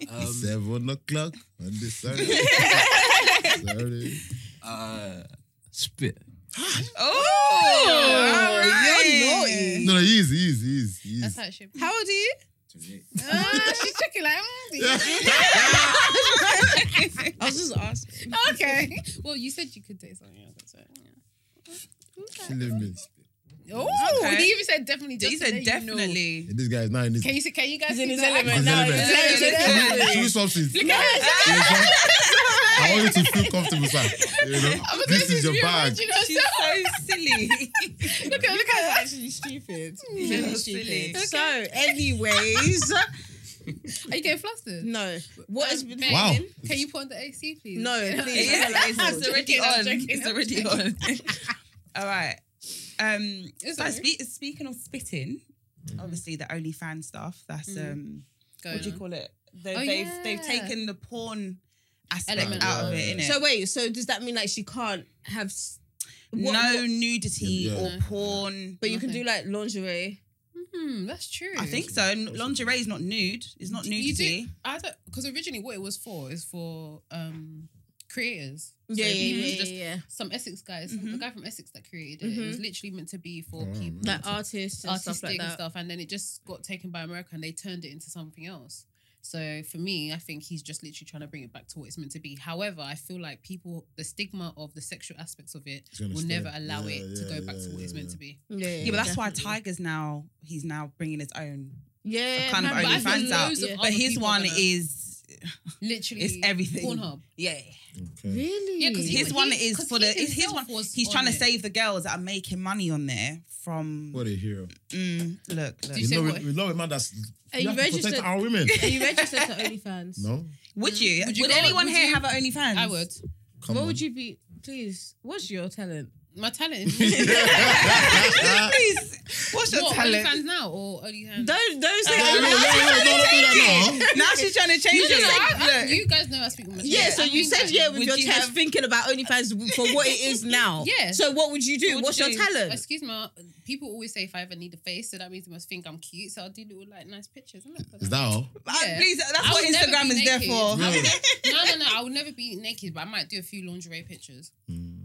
[SPEAKER 6] Um,
[SPEAKER 4] Seven o'clock on this Saturday. Saturday.
[SPEAKER 6] uh, spit.
[SPEAKER 1] Oh,
[SPEAKER 3] you're
[SPEAKER 1] all right.
[SPEAKER 3] naughty.
[SPEAKER 4] No, no, easy, easy, easy, easy.
[SPEAKER 2] That's how it should be.
[SPEAKER 3] How old are you?
[SPEAKER 2] Ah, she's checking like, mm,
[SPEAKER 3] I was just asking.
[SPEAKER 2] okay. Well, you said you could date someone else. That's right.
[SPEAKER 4] Killing me.
[SPEAKER 2] Yeah. Oh,
[SPEAKER 1] Okay.
[SPEAKER 2] he even said definitely. Just
[SPEAKER 1] He
[SPEAKER 2] so
[SPEAKER 1] said
[SPEAKER 2] that you know.
[SPEAKER 1] definitely.
[SPEAKER 4] This guy is not in his,
[SPEAKER 2] Can you see? Can you guys
[SPEAKER 3] He's in
[SPEAKER 2] see
[SPEAKER 3] his
[SPEAKER 2] that?
[SPEAKER 3] element
[SPEAKER 4] his
[SPEAKER 3] now.
[SPEAKER 4] element.
[SPEAKER 3] He's in his
[SPEAKER 2] Yeah, yeah,
[SPEAKER 3] element.
[SPEAKER 4] Should we swap seats?
[SPEAKER 2] Look at
[SPEAKER 1] Ah.
[SPEAKER 2] her.
[SPEAKER 4] I want you to feel comfortable, sir. You know,
[SPEAKER 2] Oh, but
[SPEAKER 4] this is your
[SPEAKER 2] real
[SPEAKER 4] bag.
[SPEAKER 2] original
[SPEAKER 1] She's
[SPEAKER 2] stuff.
[SPEAKER 1] so silly.
[SPEAKER 2] Look at look at that.
[SPEAKER 3] Actually stupid.
[SPEAKER 1] Yeah.
[SPEAKER 3] Very stupid. So, anyways,
[SPEAKER 2] Are you getting flustered?
[SPEAKER 3] no. What is
[SPEAKER 2] Um,
[SPEAKER 3] been
[SPEAKER 4] Wow.
[SPEAKER 3] happening?
[SPEAKER 2] Can you put on the AC, please?
[SPEAKER 3] No, please.
[SPEAKER 1] it's already
[SPEAKER 2] I'm
[SPEAKER 1] on.
[SPEAKER 2] joking,
[SPEAKER 1] It's
[SPEAKER 2] I'm
[SPEAKER 1] already
[SPEAKER 2] joking.
[SPEAKER 1] on. All right. Um,
[SPEAKER 2] It's
[SPEAKER 1] so
[SPEAKER 2] alright.
[SPEAKER 1] spe- speaking of spitting, obviously the OnlyFans stuff. That's
[SPEAKER 2] Mm.
[SPEAKER 1] um,
[SPEAKER 2] Go
[SPEAKER 1] what do you
[SPEAKER 2] on.
[SPEAKER 1] call it? They,
[SPEAKER 2] Oh,
[SPEAKER 1] they've they've
[SPEAKER 2] yeah.
[SPEAKER 1] taken the porn aspect
[SPEAKER 2] Element
[SPEAKER 1] out of it,
[SPEAKER 4] of it.
[SPEAKER 1] innit?
[SPEAKER 3] So wait, so does that mean like she can't have s- what-
[SPEAKER 1] no
[SPEAKER 3] what-
[SPEAKER 1] nudity
[SPEAKER 4] Yeah.
[SPEAKER 1] or
[SPEAKER 2] No.
[SPEAKER 1] porn.
[SPEAKER 3] but you can
[SPEAKER 2] Nothing.
[SPEAKER 3] do like lingerie.
[SPEAKER 2] Hmm, that's true.
[SPEAKER 1] I think so. N- Lingerie is not nude. It's not
[SPEAKER 2] You do-
[SPEAKER 1] nudity.
[SPEAKER 2] I don't because originally what it was for is for um creators. So
[SPEAKER 3] Yeah, yeah,
[SPEAKER 2] it was
[SPEAKER 3] yeah,
[SPEAKER 2] just
[SPEAKER 3] yeah, yeah.
[SPEAKER 2] Some Essex guys, some-
[SPEAKER 1] Mhm.
[SPEAKER 2] the guy from Essex that created it. It
[SPEAKER 1] Mm-hmm.
[SPEAKER 2] was literally meant to be for
[SPEAKER 4] Oh,
[SPEAKER 2] people,
[SPEAKER 4] man.
[SPEAKER 3] Like artists and
[SPEAKER 2] artistic
[SPEAKER 3] stuff like
[SPEAKER 2] and
[SPEAKER 3] that.
[SPEAKER 2] stuff, and then it just got taken by America and they turned it into something else. So for me, I think he's just literally trying to bring it back to what it's meant to be. However, I feel like people, the stigma of the sexual aspects of it
[SPEAKER 4] It's gonna
[SPEAKER 2] will
[SPEAKER 4] stay.
[SPEAKER 2] never allow
[SPEAKER 4] Yeah,
[SPEAKER 2] it to
[SPEAKER 4] yeah,
[SPEAKER 2] go back
[SPEAKER 4] yeah,
[SPEAKER 2] to what
[SPEAKER 4] yeah,
[SPEAKER 2] it's meant
[SPEAKER 4] yeah.
[SPEAKER 2] to be.
[SPEAKER 3] Yeah,
[SPEAKER 1] Yeah, but that's why
[SPEAKER 3] definitely.
[SPEAKER 1] Tiger's now he's now bringing his own.
[SPEAKER 3] Yeah,
[SPEAKER 1] kind of
[SPEAKER 2] But I
[SPEAKER 1] OnlyFans
[SPEAKER 2] feel
[SPEAKER 1] fans out.
[SPEAKER 2] loads of
[SPEAKER 3] Yeah.
[SPEAKER 2] other
[SPEAKER 1] But his
[SPEAKER 2] people
[SPEAKER 1] one
[SPEAKER 2] gonna-
[SPEAKER 1] is
[SPEAKER 2] literally
[SPEAKER 1] it's everything.
[SPEAKER 2] Pornhub.
[SPEAKER 1] Yeah,
[SPEAKER 4] Okay.
[SPEAKER 3] Really?
[SPEAKER 2] Yeah, 'cause he-
[SPEAKER 1] his one
[SPEAKER 2] he-
[SPEAKER 1] is
[SPEAKER 2] 'cause
[SPEAKER 1] for
[SPEAKER 2] he
[SPEAKER 1] the his, his
[SPEAKER 2] himself
[SPEAKER 1] one.
[SPEAKER 2] was
[SPEAKER 1] He's
[SPEAKER 2] on
[SPEAKER 1] trying to
[SPEAKER 2] it.
[SPEAKER 1] save the girls that are making money on there from.
[SPEAKER 4] What a hero.
[SPEAKER 1] Mm, look, look.
[SPEAKER 2] you
[SPEAKER 4] We
[SPEAKER 2] say
[SPEAKER 4] love,
[SPEAKER 2] what?
[SPEAKER 4] it, we love a man that's.
[SPEAKER 3] Are
[SPEAKER 4] we
[SPEAKER 3] you
[SPEAKER 4] have to protect
[SPEAKER 3] registered?
[SPEAKER 4] our women.
[SPEAKER 3] Are you registered to OnlyFans?
[SPEAKER 4] No?
[SPEAKER 1] Would you? Would,
[SPEAKER 2] Would you go-
[SPEAKER 1] anyone
[SPEAKER 2] would
[SPEAKER 1] here
[SPEAKER 2] you-
[SPEAKER 1] have an OnlyFans?
[SPEAKER 2] I would.
[SPEAKER 4] Come
[SPEAKER 3] what
[SPEAKER 4] on.
[SPEAKER 3] would you be? Please, what's your talent?
[SPEAKER 2] My talent. is
[SPEAKER 1] Please, what's your
[SPEAKER 2] what,
[SPEAKER 1] talent?
[SPEAKER 2] OnlyFans now or OnlyFans?
[SPEAKER 3] Don't don't say.
[SPEAKER 4] No, no, no, no, no, don't do that now.
[SPEAKER 1] now she's trying to
[SPEAKER 2] No,
[SPEAKER 1] change
[SPEAKER 2] no, no,
[SPEAKER 1] it.
[SPEAKER 2] I- I-
[SPEAKER 1] Look.
[SPEAKER 2] you guys know I speak with
[SPEAKER 3] Yeah, so
[SPEAKER 2] I
[SPEAKER 3] you
[SPEAKER 2] mean,
[SPEAKER 3] said
[SPEAKER 2] like,
[SPEAKER 3] yeah with
[SPEAKER 1] would
[SPEAKER 3] your
[SPEAKER 1] you
[SPEAKER 3] chest
[SPEAKER 1] have-
[SPEAKER 3] thinking about OnlyFans for what it is now.
[SPEAKER 2] Yeah.
[SPEAKER 3] So what would you do?
[SPEAKER 2] what
[SPEAKER 3] What's
[SPEAKER 2] do
[SPEAKER 3] your
[SPEAKER 2] you do?
[SPEAKER 3] talent?
[SPEAKER 2] Excuse me. People always say if I ever need a face, so that means they must think I'm cute. So I'll do little like nice pictures. Isn't it?
[SPEAKER 4] Is that all?
[SPEAKER 1] I-
[SPEAKER 2] Yeah.
[SPEAKER 1] Please, that's
[SPEAKER 2] I
[SPEAKER 1] what
[SPEAKER 2] would never
[SPEAKER 1] Instagram
[SPEAKER 2] be
[SPEAKER 1] is there
[SPEAKER 2] naked.
[SPEAKER 1] for.
[SPEAKER 4] No.
[SPEAKER 2] no, no, no. I will never be naked, but I might do a few lingerie pictures.
[SPEAKER 4] Mm.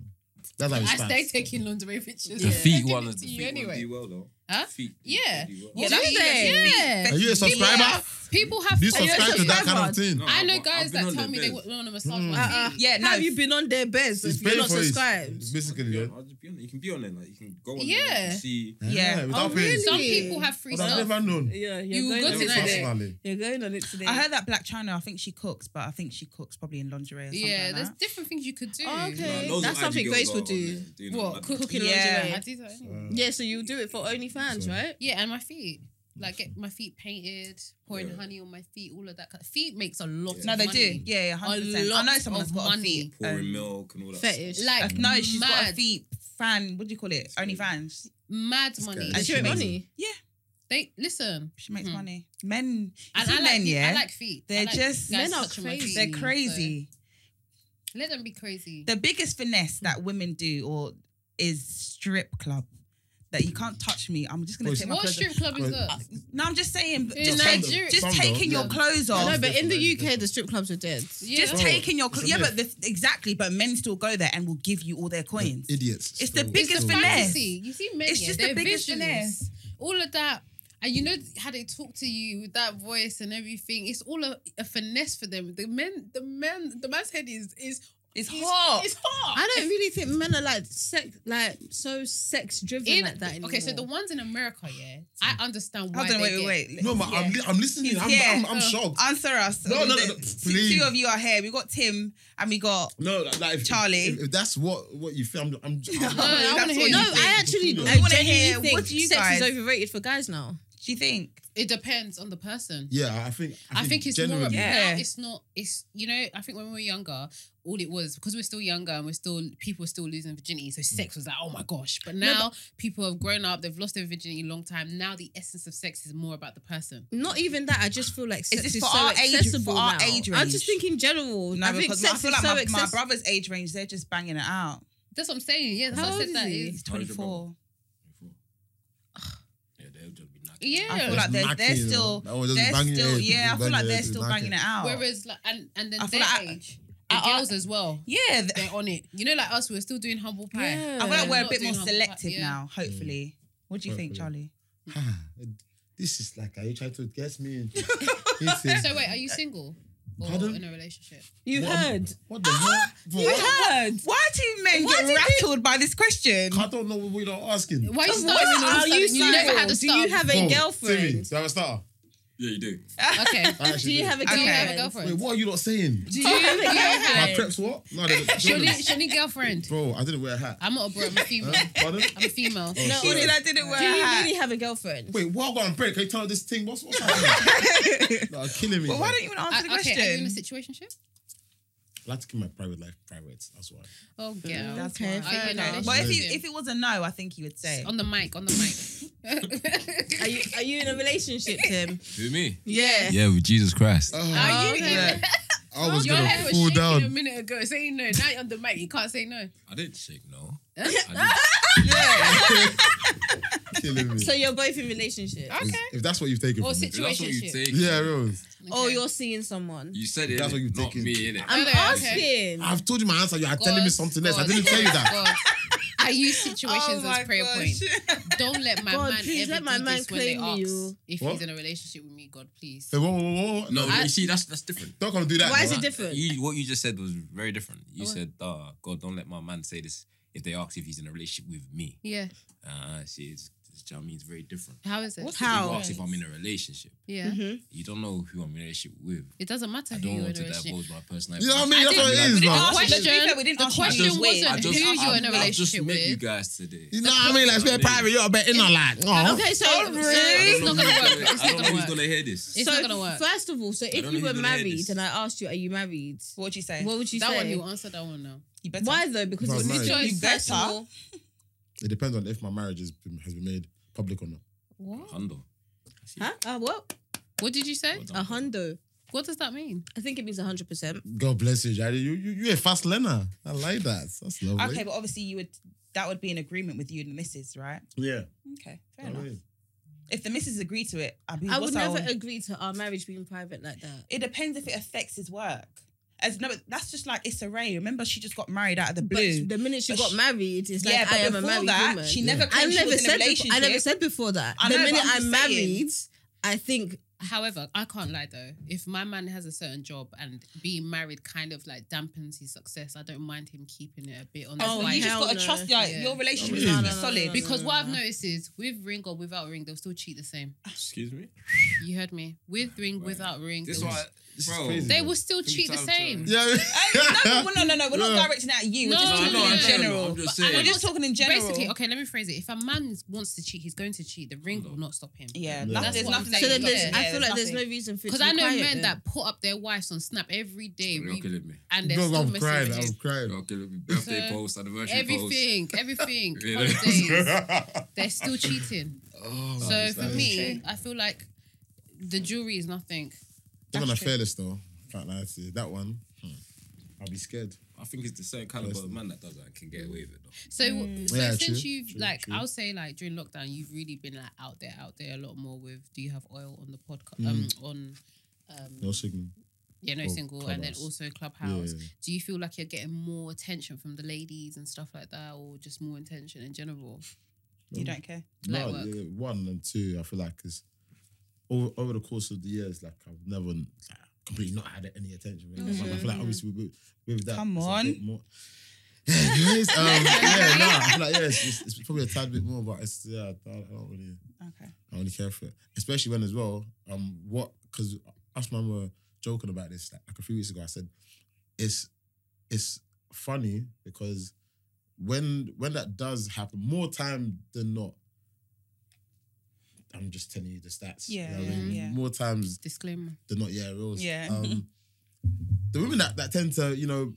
[SPEAKER 4] That's how it
[SPEAKER 2] I
[SPEAKER 4] starts.
[SPEAKER 2] stay taking lingerie pictures.
[SPEAKER 6] The feet
[SPEAKER 2] I give
[SPEAKER 6] one.
[SPEAKER 2] it
[SPEAKER 6] The
[SPEAKER 2] to you
[SPEAKER 6] feet one
[SPEAKER 2] anyway.
[SPEAKER 6] do well though.
[SPEAKER 2] Huh?
[SPEAKER 6] Feet.
[SPEAKER 2] Yeah.
[SPEAKER 6] do well.
[SPEAKER 1] Yeah,
[SPEAKER 3] Do
[SPEAKER 1] that's
[SPEAKER 3] they?
[SPEAKER 2] Yeah.
[SPEAKER 4] Are you a subscriber?
[SPEAKER 2] People have.
[SPEAKER 4] Do you
[SPEAKER 3] Are you a
[SPEAKER 4] subscribe to that kind of thing?
[SPEAKER 6] No,
[SPEAKER 2] I know
[SPEAKER 6] I've- I've
[SPEAKER 2] guys
[SPEAKER 6] been
[SPEAKER 2] that
[SPEAKER 6] on
[SPEAKER 2] tell
[SPEAKER 6] their
[SPEAKER 2] me they
[SPEAKER 6] beds.
[SPEAKER 2] want to massage
[SPEAKER 4] Mm.
[SPEAKER 2] my feet.
[SPEAKER 3] Uh-uh.
[SPEAKER 1] Yeah, no.
[SPEAKER 3] Have you been on their beds
[SPEAKER 4] It's
[SPEAKER 3] if you're
[SPEAKER 4] paid
[SPEAKER 3] not
[SPEAKER 4] for it.
[SPEAKER 3] subscribed?
[SPEAKER 4] It's basically, yeah.
[SPEAKER 6] I'll just be on it. You can be on it. Like you can go on
[SPEAKER 2] Yeah.
[SPEAKER 6] there and see.
[SPEAKER 1] Yeah.
[SPEAKER 4] Ah, Without
[SPEAKER 3] Oh,
[SPEAKER 4] paying.
[SPEAKER 3] really?
[SPEAKER 2] Some people have free
[SPEAKER 4] But I've
[SPEAKER 2] stuff.
[SPEAKER 4] never known.
[SPEAKER 3] Yeah, you're
[SPEAKER 2] You
[SPEAKER 3] going
[SPEAKER 2] go
[SPEAKER 3] on
[SPEAKER 2] to
[SPEAKER 3] it
[SPEAKER 2] that day.
[SPEAKER 3] today.
[SPEAKER 4] Personally.
[SPEAKER 3] You're going on it today.
[SPEAKER 1] I heard that Black China. I think she cooks, but I think she cooks probably in lingerie. Or something
[SPEAKER 2] Yeah,
[SPEAKER 1] like
[SPEAKER 2] there's
[SPEAKER 1] that.
[SPEAKER 2] different things you could do.
[SPEAKER 3] Okay.
[SPEAKER 6] No, loads
[SPEAKER 3] That's
[SPEAKER 6] of
[SPEAKER 3] something
[SPEAKER 6] IG girls
[SPEAKER 3] Grace
[SPEAKER 6] are
[SPEAKER 3] would
[SPEAKER 6] on
[SPEAKER 3] do.
[SPEAKER 6] there doing all
[SPEAKER 2] What
[SPEAKER 6] that.
[SPEAKER 2] cooking
[SPEAKER 1] Yeah.
[SPEAKER 2] lingerie? I do that anyway.
[SPEAKER 3] Yeah, so you do it for OnlyFans,
[SPEAKER 4] So-
[SPEAKER 3] right?
[SPEAKER 2] Yeah, and my feet. Like get my feet painted, pouring
[SPEAKER 6] Yeah.
[SPEAKER 2] honey on my feet, all of that. Kind feet makes a lot.
[SPEAKER 6] Yeah.
[SPEAKER 2] Of
[SPEAKER 1] No, they
[SPEAKER 2] money.
[SPEAKER 1] do. Yeah, yeah, hundred percent. I
[SPEAKER 2] lot
[SPEAKER 1] know someone
[SPEAKER 2] of
[SPEAKER 1] that's got a
[SPEAKER 2] money.
[SPEAKER 1] feet.
[SPEAKER 6] Pouring
[SPEAKER 1] um,
[SPEAKER 6] milk and all that.
[SPEAKER 3] Fetish.
[SPEAKER 1] uh,
[SPEAKER 2] Like
[SPEAKER 1] no, she's got a
[SPEAKER 2] mad-
[SPEAKER 1] feet fan. What do you call it?
[SPEAKER 6] Scary.
[SPEAKER 1] Only fans.
[SPEAKER 2] Mad
[SPEAKER 4] Scary.
[SPEAKER 2] money.
[SPEAKER 4] And
[SPEAKER 3] Is
[SPEAKER 4] she
[SPEAKER 3] she
[SPEAKER 4] makes-
[SPEAKER 3] money?
[SPEAKER 2] They listen.
[SPEAKER 1] She makes
[SPEAKER 2] Mhm.
[SPEAKER 1] money. Men, you
[SPEAKER 2] And
[SPEAKER 1] see
[SPEAKER 2] I like.
[SPEAKER 1] men, yeah,
[SPEAKER 2] I like feet. I
[SPEAKER 1] they're
[SPEAKER 2] like
[SPEAKER 1] just-
[SPEAKER 2] guys
[SPEAKER 3] Men are
[SPEAKER 2] touching my
[SPEAKER 3] crazy.
[SPEAKER 2] feet,
[SPEAKER 1] they're
[SPEAKER 2] so-
[SPEAKER 1] crazy.
[SPEAKER 2] Let them be crazy.
[SPEAKER 1] The biggest finesse that women do or is strip club. That you can't touch me. I'm just gonna
[SPEAKER 4] Bro,
[SPEAKER 1] take my
[SPEAKER 2] what
[SPEAKER 1] clothes.
[SPEAKER 2] strip club is
[SPEAKER 4] Well,
[SPEAKER 2] that?
[SPEAKER 1] No, I'm just saying.
[SPEAKER 2] In
[SPEAKER 1] Just,
[SPEAKER 2] Nigeria-
[SPEAKER 1] take,
[SPEAKER 2] Nigeria-
[SPEAKER 1] just
[SPEAKER 4] Some
[SPEAKER 1] taking
[SPEAKER 4] though,
[SPEAKER 1] your clothes
[SPEAKER 4] Oh,
[SPEAKER 1] off.
[SPEAKER 3] No, but in the
[SPEAKER 4] Different.
[SPEAKER 3] UK, the strip clubs are dead.
[SPEAKER 2] Yeah.
[SPEAKER 1] Just
[SPEAKER 4] Bro,
[SPEAKER 1] taking your clothes.
[SPEAKER 4] it's a
[SPEAKER 1] Yeah, but the, exactly. But men still go there and will give you all their coins.
[SPEAKER 4] Idiots.
[SPEAKER 1] It's the
[SPEAKER 4] Still-
[SPEAKER 1] biggest
[SPEAKER 2] it's
[SPEAKER 4] still-
[SPEAKER 2] the
[SPEAKER 1] finesse.
[SPEAKER 2] fantasy. You see, men,
[SPEAKER 1] It's
[SPEAKER 2] yeah,
[SPEAKER 1] just the
[SPEAKER 2] they're
[SPEAKER 1] biggest
[SPEAKER 2] visionless. All of that. And you know how they talk to you with that voice and everything. It's all a, a finesse for them. The men, the man, the man's head is is
[SPEAKER 1] It's
[SPEAKER 2] is-
[SPEAKER 1] hot.
[SPEAKER 2] It's hot.
[SPEAKER 3] I don't really think men are like sex, like so sex driven
[SPEAKER 2] In-
[SPEAKER 3] like that anymore.
[SPEAKER 2] okay, so the ones in America, yeah, I understand why.
[SPEAKER 1] Hold on,
[SPEAKER 2] they
[SPEAKER 1] wait,
[SPEAKER 2] get-
[SPEAKER 1] wait, wait.
[SPEAKER 4] No, but I'm, li- I'm listening. I'm,
[SPEAKER 1] Yeah.
[SPEAKER 4] I'm, I'm,
[SPEAKER 2] Oh.
[SPEAKER 4] shocked.
[SPEAKER 1] Answer us.
[SPEAKER 4] No, no, no, no,
[SPEAKER 1] Two-
[SPEAKER 4] please.
[SPEAKER 1] Two of you are here. We got Tim and we got.
[SPEAKER 4] No, like- like if,
[SPEAKER 1] Charlie.
[SPEAKER 4] If, if that's what what you feel, I'm.
[SPEAKER 2] No,
[SPEAKER 4] I'm,
[SPEAKER 2] I
[SPEAKER 4] I'm
[SPEAKER 1] That's
[SPEAKER 2] want to
[SPEAKER 1] what
[SPEAKER 2] hear.
[SPEAKER 1] you
[SPEAKER 3] no,
[SPEAKER 1] think.
[SPEAKER 3] I
[SPEAKER 4] I
[SPEAKER 3] actually I
[SPEAKER 1] wanna
[SPEAKER 3] genuinely
[SPEAKER 1] hear,
[SPEAKER 3] think
[SPEAKER 1] what do you
[SPEAKER 3] sex
[SPEAKER 1] guys-
[SPEAKER 3] is overrated for guys now.
[SPEAKER 1] Do you think?
[SPEAKER 2] It depends on the person.
[SPEAKER 4] yeah, I think.
[SPEAKER 2] I think, it's more
[SPEAKER 4] generally-
[SPEAKER 2] about
[SPEAKER 1] Yeah.
[SPEAKER 2] it's not it's you know I think when we were younger all it was because we're still younger and we're still people are still losing virginity
[SPEAKER 1] Mm.
[SPEAKER 2] so sex was like oh my gosh but now people have grown up they've lost their virginity a long time now the essence of sex is more about the person
[SPEAKER 3] Not even that. I just feel like sex
[SPEAKER 1] this
[SPEAKER 3] is,
[SPEAKER 1] for
[SPEAKER 3] so
[SPEAKER 1] our age-
[SPEAKER 3] accessible
[SPEAKER 1] for our
[SPEAKER 3] now.
[SPEAKER 1] age
[SPEAKER 3] I'm
[SPEAKER 1] range?
[SPEAKER 3] just thinking general.
[SPEAKER 1] No,
[SPEAKER 3] I think
[SPEAKER 1] because
[SPEAKER 3] sex
[SPEAKER 1] I feel
[SPEAKER 3] is
[SPEAKER 1] like
[SPEAKER 3] so
[SPEAKER 1] my, my
[SPEAKER 3] accessible.
[SPEAKER 1] brother's age range, they're just banging it out.
[SPEAKER 2] that's what I'm saying yeah that's
[SPEAKER 3] How
[SPEAKER 2] what I
[SPEAKER 3] old
[SPEAKER 2] said that
[SPEAKER 3] is he?
[SPEAKER 2] is
[SPEAKER 1] He's 24.
[SPEAKER 6] Yeah, they'll just be knackered.
[SPEAKER 2] yeah
[SPEAKER 1] I feel like
[SPEAKER 4] Just
[SPEAKER 1] they're, they're
[SPEAKER 4] knacking, you
[SPEAKER 1] still,
[SPEAKER 4] know. That was just
[SPEAKER 1] they're
[SPEAKER 4] banging it,
[SPEAKER 1] still,
[SPEAKER 4] just
[SPEAKER 1] yeah, I feel
[SPEAKER 4] banging
[SPEAKER 1] like
[SPEAKER 4] it,
[SPEAKER 1] they're
[SPEAKER 4] just
[SPEAKER 1] still
[SPEAKER 4] knacking
[SPEAKER 1] banging
[SPEAKER 4] it.
[SPEAKER 1] it out.
[SPEAKER 2] whereas like and and then
[SPEAKER 1] Oh. I feel
[SPEAKER 2] their
[SPEAKER 1] like I-
[SPEAKER 2] age the
[SPEAKER 1] I- I-
[SPEAKER 2] girls as well
[SPEAKER 1] yeah, th-
[SPEAKER 2] they're on it you know like us we're still doing humble pie
[SPEAKER 3] Yeah.
[SPEAKER 1] I feel like we're a
[SPEAKER 2] Um, Not
[SPEAKER 1] bit
[SPEAKER 2] doing
[SPEAKER 1] more
[SPEAKER 2] humble pie,
[SPEAKER 1] selective
[SPEAKER 2] yeah.
[SPEAKER 1] now, hopefully. What do you think, Charlie?
[SPEAKER 4] Hopefully. Ah, this is like, are you trying to get me into? into
[SPEAKER 2] so wait are you single or
[SPEAKER 4] Pardon?
[SPEAKER 2] in a relationship
[SPEAKER 3] You
[SPEAKER 4] What-
[SPEAKER 3] heard.
[SPEAKER 4] What the hell? Bro,
[SPEAKER 3] You
[SPEAKER 4] I-
[SPEAKER 3] heard.
[SPEAKER 1] Why do men
[SPEAKER 3] Why
[SPEAKER 1] get
[SPEAKER 3] do
[SPEAKER 1] rattled by this question?
[SPEAKER 4] I don't know what you're asking.
[SPEAKER 2] why are you
[SPEAKER 3] What
[SPEAKER 2] starting all of a
[SPEAKER 3] are you
[SPEAKER 2] sudden? you never had a
[SPEAKER 3] single? Do you
[SPEAKER 2] start
[SPEAKER 3] have a
[SPEAKER 4] Bro, Timmy,
[SPEAKER 3] girlfriend?
[SPEAKER 4] do I have a starter?
[SPEAKER 5] Yeah, you do.
[SPEAKER 2] okay
[SPEAKER 4] I actually
[SPEAKER 3] Do you have a
[SPEAKER 1] Okay.
[SPEAKER 2] Do you have a
[SPEAKER 3] girlfriend?
[SPEAKER 2] girlfriend?
[SPEAKER 4] Wait, what are you not saying?
[SPEAKER 2] Do you have a
[SPEAKER 4] My
[SPEAKER 2] girlfriend?
[SPEAKER 4] preps what? No, they don't.
[SPEAKER 2] Shoni, Shoni girlfriend.
[SPEAKER 4] Bro, I didn't wear a hat.
[SPEAKER 2] I'm not a bro, I'm a female.
[SPEAKER 4] Huh? Pardon?
[SPEAKER 2] I'm a female.
[SPEAKER 4] Oh,
[SPEAKER 1] She
[SPEAKER 4] shit.
[SPEAKER 1] said I didn't wear
[SPEAKER 3] Do
[SPEAKER 1] a
[SPEAKER 3] you
[SPEAKER 1] hat.
[SPEAKER 3] really have a girlfriend?
[SPEAKER 4] Wait, while I go on break, can you tell this thing? What's what's happening? You're killing me.
[SPEAKER 1] But
[SPEAKER 4] man.
[SPEAKER 1] why don't you even answer
[SPEAKER 2] I,
[SPEAKER 1] the
[SPEAKER 2] okay, are you in a
[SPEAKER 1] question?
[SPEAKER 2] situation ship?
[SPEAKER 4] I like to keep my private life private. That's why.
[SPEAKER 2] Oh, girl.
[SPEAKER 1] That's
[SPEAKER 3] Okay,
[SPEAKER 1] why.
[SPEAKER 2] fair
[SPEAKER 1] Okay.
[SPEAKER 2] enough.
[SPEAKER 1] But if, he, if it was a no, I think he would say.
[SPEAKER 2] On the mic, on the mic.
[SPEAKER 3] Are you are you in a relationship, Tim?
[SPEAKER 5] Who me?
[SPEAKER 3] yeah.
[SPEAKER 5] Yeah, with Jesus Christ.
[SPEAKER 2] Are you?
[SPEAKER 1] yeah.
[SPEAKER 4] Oh, I was
[SPEAKER 2] Your
[SPEAKER 4] gonna
[SPEAKER 2] head was
[SPEAKER 4] fall
[SPEAKER 2] shaking a
[SPEAKER 4] down.
[SPEAKER 2] minute ago saying no. Now you're on the mic, you can't say no.
[SPEAKER 5] I didn't shake no.
[SPEAKER 4] Killing me.
[SPEAKER 3] So you're both in relationship.
[SPEAKER 2] Okay.
[SPEAKER 4] If that's what you've taken
[SPEAKER 2] Or
[SPEAKER 4] from me.
[SPEAKER 2] situation.
[SPEAKER 5] That's what you
[SPEAKER 2] shit.
[SPEAKER 5] take.
[SPEAKER 4] Yeah, Rose.
[SPEAKER 3] Or Oh, you're seeing someone.
[SPEAKER 5] You said it.
[SPEAKER 4] That's
[SPEAKER 5] That's
[SPEAKER 4] what you
[SPEAKER 5] Not
[SPEAKER 4] taking.
[SPEAKER 5] me, innit?
[SPEAKER 3] I'm
[SPEAKER 2] Okay, okay.
[SPEAKER 3] asking.
[SPEAKER 4] I've told you my answer. You are telling me something else. I didn't tell you that.
[SPEAKER 2] Are you situations as prayer point? Don't let my
[SPEAKER 3] God,
[SPEAKER 2] man
[SPEAKER 3] please
[SPEAKER 2] ever
[SPEAKER 3] let my
[SPEAKER 2] do
[SPEAKER 3] man
[SPEAKER 2] this when they
[SPEAKER 3] claim me,
[SPEAKER 2] ask
[SPEAKER 3] you.
[SPEAKER 2] if
[SPEAKER 4] What?
[SPEAKER 2] he's in a relationship with me. God, please.
[SPEAKER 4] Hey, whoa, whoa, whoa, whoa.
[SPEAKER 5] No,
[SPEAKER 3] I-
[SPEAKER 5] you see, that's that's different.
[SPEAKER 4] Don't come do that.
[SPEAKER 3] Why is
[SPEAKER 4] man.
[SPEAKER 3] it different?
[SPEAKER 5] You, what you just said was very different. You
[SPEAKER 2] What?
[SPEAKER 5] said, uh, God, don't let my man say this if they ask if he's in a relationship with me.
[SPEAKER 2] Yeah.
[SPEAKER 5] Uh, see, it's, it's, do you know what I mean? It's very different.
[SPEAKER 2] How is it?
[SPEAKER 3] What's
[SPEAKER 5] If
[SPEAKER 3] How?
[SPEAKER 5] You ask if I'm in a relationship.
[SPEAKER 2] Yeah.
[SPEAKER 3] Mhm.
[SPEAKER 5] You don't know who I'm in a relationship with.
[SPEAKER 2] It doesn't matter
[SPEAKER 5] I
[SPEAKER 2] who
[SPEAKER 5] don't
[SPEAKER 2] you're
[SPEAKER 5] want
[SPEAKER 2] in a
[SPEAKER 5] to
[SPEAKER 2] relationship.
[SPEAKER 5] divulge my personal
[SPEAKER 4] You know what I
[SPEAKER 5] information.
[SPEAKER 4] mean? That's what it is,
[SPEAKER 1] didn't
[SPEAKER 4] man.
[SPEAKER 1] ask
[SPEAKER 4] That's
[SPEAKER 1] you-
[SPEAKER 4] what it
[SPEAKER 1] to be fair, we didn't
[SPEAKER 2] the
[SPEAKER 1] ask you
[SPEAKER 2] question
[SPEAKER 1] who you
[SPEAKER 2] wasn't
[SPEAKER 1] were.
[SPEAKER 5] I just,
[SPEAKER 2] who you're
[SPEAKER 5] I,
[SPEAKER 2] in a
[SPEAKER 5] I just
[SPEAKER 2] relationship
[SPEAKER 5] met you
[SPEAKER 2] with.
[SPEAKER 5] guys today.
[SPEAKER 4] is. You know what I mean? Like, we're private. You're a bit in like, oh.
[SPEAKER 3] Okay, so
[SPEAKER 2] Don't
[SPEAKER 3] so-
[SPEAKER 2] really? It's not gonna
[SPEAKER 5] who's
[SPEAKER 2] work. It's
[SPEAKER 5] I
[SPEAKER 2] not
[SPEAKER 5] don't know
[SPEAKER 2] gonna
[SPEAKER 5] who's
[SPEAKER 2] work.
[SPEAKER 5] gonna hear this.
[SPEAKER 2] It's
[SPEAKER 3] so
[SPEAKER 2] not gonna work.
[SPEAKER 3] First of all, so
[SPEAKER 5] I
[SPEAKER 3] if
[SPEAKER 5] don't
[SPEAKER 3] you
[SPEAKER 5] know
[SPEAKER 3] were
[SPEAKER 5] who's gonna hear
[SPEAKER 3] married
[SPEAKER 5] this.
[SPEAKER 3] and I asked you, are you married?
[SPEAKER 1] What would you say?
[SPEAKER 3] What would you
[SPEAKER 2] That
[SPEAKER 3] say?
[SPEAKER 2] one you answer that one now.
[SPEAKER 1] you better.
[SPEAKER 3] Why though? Because
[SPEAKER 4] If I was
[SPEAKER 3] it's his
[SPEAKER 4] married.
[SPEAKER 3] choice.
[SPEAKER 1] You
[SPEAKER 3] First of
[SPEAKER 1] better.
[SPEAKER 3] all,
[SPEAKER 4] It depends on if my marriage has been, has been made public or not.
[SPEAKER 2] What?
[SPEAKER 5] Hundo.
[SPEAKER 3] huh? Uh, what?
[SPEAKER 2] What did you say?
[SPEAKER 5] Well done.
[SPEAKER 3] A hundo.
[SPEAKER 2] What does that mean?
[SPEAKER 3] I think it means hundred percent.
[SPEAKER 4] God bless you, Jari. You, you, you a fast learner. I like that. That's lovely.
[SPEAKER 1] Okay, but obviously you would. That would be an agreement with you and the missus, right?
[SPEAKER 4] Yeah.
[SPEAKER 1] Okay, fair
[SPEAKER 4] I
[SPEAKER 1] enough.
[SPEAKER 4] mean,
[SPEAKER 1] If the missus agree to it, I'd be.
[SPEAKER 3] I would never
[SPEAKER 1] Agree.
[SPEAKER 3] agree to our marriage being private like that.
[SPEAKER 1] It depends if it affects his work. As no, but that's just like Issa Rae. Remember, she just got married out of the blue.
[SPEAKER 3] But the minute she
[SPEAKER 1] But
[SPEAKER 3] got
[SPEAKER 1] she-
[SPEAKER 3] married, it's like
[SPEAKER 1] yeah, but
[SPEAKER 3] I am a
[SPEAKER 1] before
[SPEAKER 3] married
[SPEAKER 1] that,
[SPEAKER 3] woman.
[SPEAKER 1] she
[SPEAKER 4] Yeah.
[SPEAKER 1] never.
[SPEAKER 3] I
[SPEAKER 1] Claimed she
[SPEAKER 3] never
[SPEAKER 1] was in
[SPEAKER 3] said.
[SPEAKER 1] a
[SPEAKER 3] Before,
[SPEAKER 1] relationship.
[SPEAKER 3] I never said before that.
[SPEAKER 1] I
[SPEAKER 3] the
[SPEAKER 1] know, but
[SPEAKER 3] minute
[SPEAKER 1] I'm just
[SPEAKER 3] I'm, married, I think
[SPEAKER 2] However, I can't lie though. If my man has a certain job and being married kind of like dampens his success, I don't mind him keeping it a bit on the
[SPEAKER 3] Oh,
[SPEAKER 1] So
[SPEAKER 2] side.
[SPEAKER 1] you just
[SPEAKER 3] hell
[SPEAKER 1] gotta
[SPEAKER 3] no.
[SPEAKER 1] trust your
[SPEAKER 2] Yeah.
[SPEAKER 1] your relationship is
[SPEAKER 4] No,
[SPEAKER 1] gonna be
[SPEAKER 4] no,
[SPEAKER 3] no,
[SPEAKER 1] solid.
[SPEAKER 3] no, no.
[SPEAKER 2] Because what I've noticed is with ring or without ring, they'll still cheat the same.
[SPEAKER 5] Excuse me.
[SPEAKER 2] You heard me. With ring, without ring,
[SPEAKER 5] This
[SPEAKER 2] they
[SPEAKER 5] is
[SPEAKER 2] will-
[SPEAKER 5] why.
[SPEAKER 4] is
[SPEAKER 5] This bro,
[SPEAKER 4] crazy.
[SPEAKER 2] they will still cheat the
[SPEAKER 5] Sometimes,
[SPEAKER 2] same.
[SPEAKER 5] uh,
[SPEAKER 4] yeah.
[SPEAKER 1] No, no, no, no, we're
[SPEAKER 4] Yeah.
[SPEAKER 1] not directing at you. We're
[SPEAKER 2] No,
[SPEAKER 1] just
[SPEAKER 2] no,
[SPEAKER 1] talking
[SPEAKER 2] no,
[SPEAKER 1] in
[SPEAKER 2] no,
[SPEAKER 1] general.
[SPEAKER 5] I'm just
[SPEAKER 2] But I
[SPEAKER 5] saying.
[SPEAKER 1] We're just talking in general.
[SPEAKER 2] Basically, okay, let me phrase it. If a man wants to cheat, he's going to cheat. The ring will not stop him.
[SPEAKER 1] Yeah,
[SPEAKER 4] Yeah.
[SPEAKER 1] no,
[SPEAKER 4] That's
[SPEAKER 1] there's
[SPEAKER 2] what I'm
[SPEAKER 1] nothing. that
[SPEAKER 2] saying.
[SPEAKER 3] so. Then
[SPEAKER 1] you
[SPEAKER 3] there's,
[SPEAKER 1] can
[SPEAKER 2] Yeah,
[SPEAKER 3] I
[SPEAKER 1] do.
[SPEAKER 3] feel like there's no
[SPEAKER 1] nothing.
[SPEAKER 3] reason for it to
[SPEAKER 2] Because
[SPEAKER 3] be
[SPEAKER 2] I know
[SPEAKER 3] quiet
[SPEAKER 2] men
[SPEAKER 3] then.
[SPEAKER 2] that put up their wives on Snap every day
[SPEAKER 5] You're
[SPEAKER 2] re-
[SPEAKER 5] killing me.
[SPEAKER 2] and they're
[SPEAKER 4] Bro,
[SPEAKER 2] still
[SPEAKER 4] I'm crying.
[SPEAKER 2] messages.
[SPEAKER 4] I'm crying.
[SPEAKER 5] You're killing me. Birthday
[SPEAKER 2] So,
[SPEAKER 5] post, anniversary post.
[SPEAKER 2] Everything, everything,
[SPEAKER 5] Yeah.
[SPEAKER 2] holidays, they're still cheating.
[SPEAKER 4] Oh,
[SPEAKER 2] so for
[SPEAKER 4] that
[SPEAKER 2] me, I feel like the jewelry is nothing.
[SPEAKER 4] That one I
[SPEAKER 2] That's true.
[SPEAKER 4] fearless though. Can't lie to you. That one. hmm. I'll be scared.
[SPEAKER 5] I think it's the same caliber of man that does that and can get away with it. Though.
[SPEAKER 2] So,
[SPEAKER 3] Hmm.
[SPEAKER 2] so
[SPEAKER 4] Yeah,
[SPEAKER 2] since
[SPEAKER 4] true,
[SPEAKER 2] you've
[SPEAKER 4] true,
[SPEAKER 2] like,
[SPEAKER 4] true.
[SPEAKER 2] I would say like during lockdown, you've really been like out there, out there a lot more. With do you have oil on the podcast? Um, on um,
[SPEAKER 4] Hmm. No signal.
[SPEAKER 2] yeah, no
[SPEAKER 4] Or
[SPEAKER 2] single, and then
[SPEAKER 4] Clubhouse.
[SPEAKER 2] also
[SPEAKER 4] Yeah, yeah,
[SPEAKER 2] clubhouse.
[SPEAKER 4] yeah.
[SPEAKER 2] Do you feel like you're getting more attention from the ladies and stuff like that, or just more attention in general?
[SPEAKER 1] You don't care.
[SPEAKER 2] Like
[SPEAKER 4] No,
[SPEAKER 2] work.
[SPEAKER 4] yeah, one and two, I feel like is over, over the course of the years, like I've never like, completely not had any attention. Really.
[SPEAKER 2] Mm.
[SPEAKER 4] I feel like obviously with, with that,
[SPEAKER 1] Come
[SPEAKER 4] it's a
[SPEAKER 1] on.
[SPEAKER 4] bit more- yeah, it is. Um, yeah, no, I feel like yeah, it's, it's, it's probably a tad bit more, but it's yeah, I don't, I don't really,
[SPEAKER 1] Okay.
[SPEAKER 4] I don't really care for it, especially when as well, um, what because us man were joking about this like, like a few weeks ago. I said it's it's funny because when when that does happen, more time than not, I'm just telling you the stats. you know
[SPEAKER 1] Yeah,
[SPEAKER 4] what I mean?
[SPEAKER 1] yeah.
[SPEAKER 4] More times
[SPEAKER 2] Disclaimer:
[SPEAKER 4] than not, yeah, reals.
[SPEAKER 1] Yeah.
[SPEAKER 4] Um, the women that, that tend to, you know,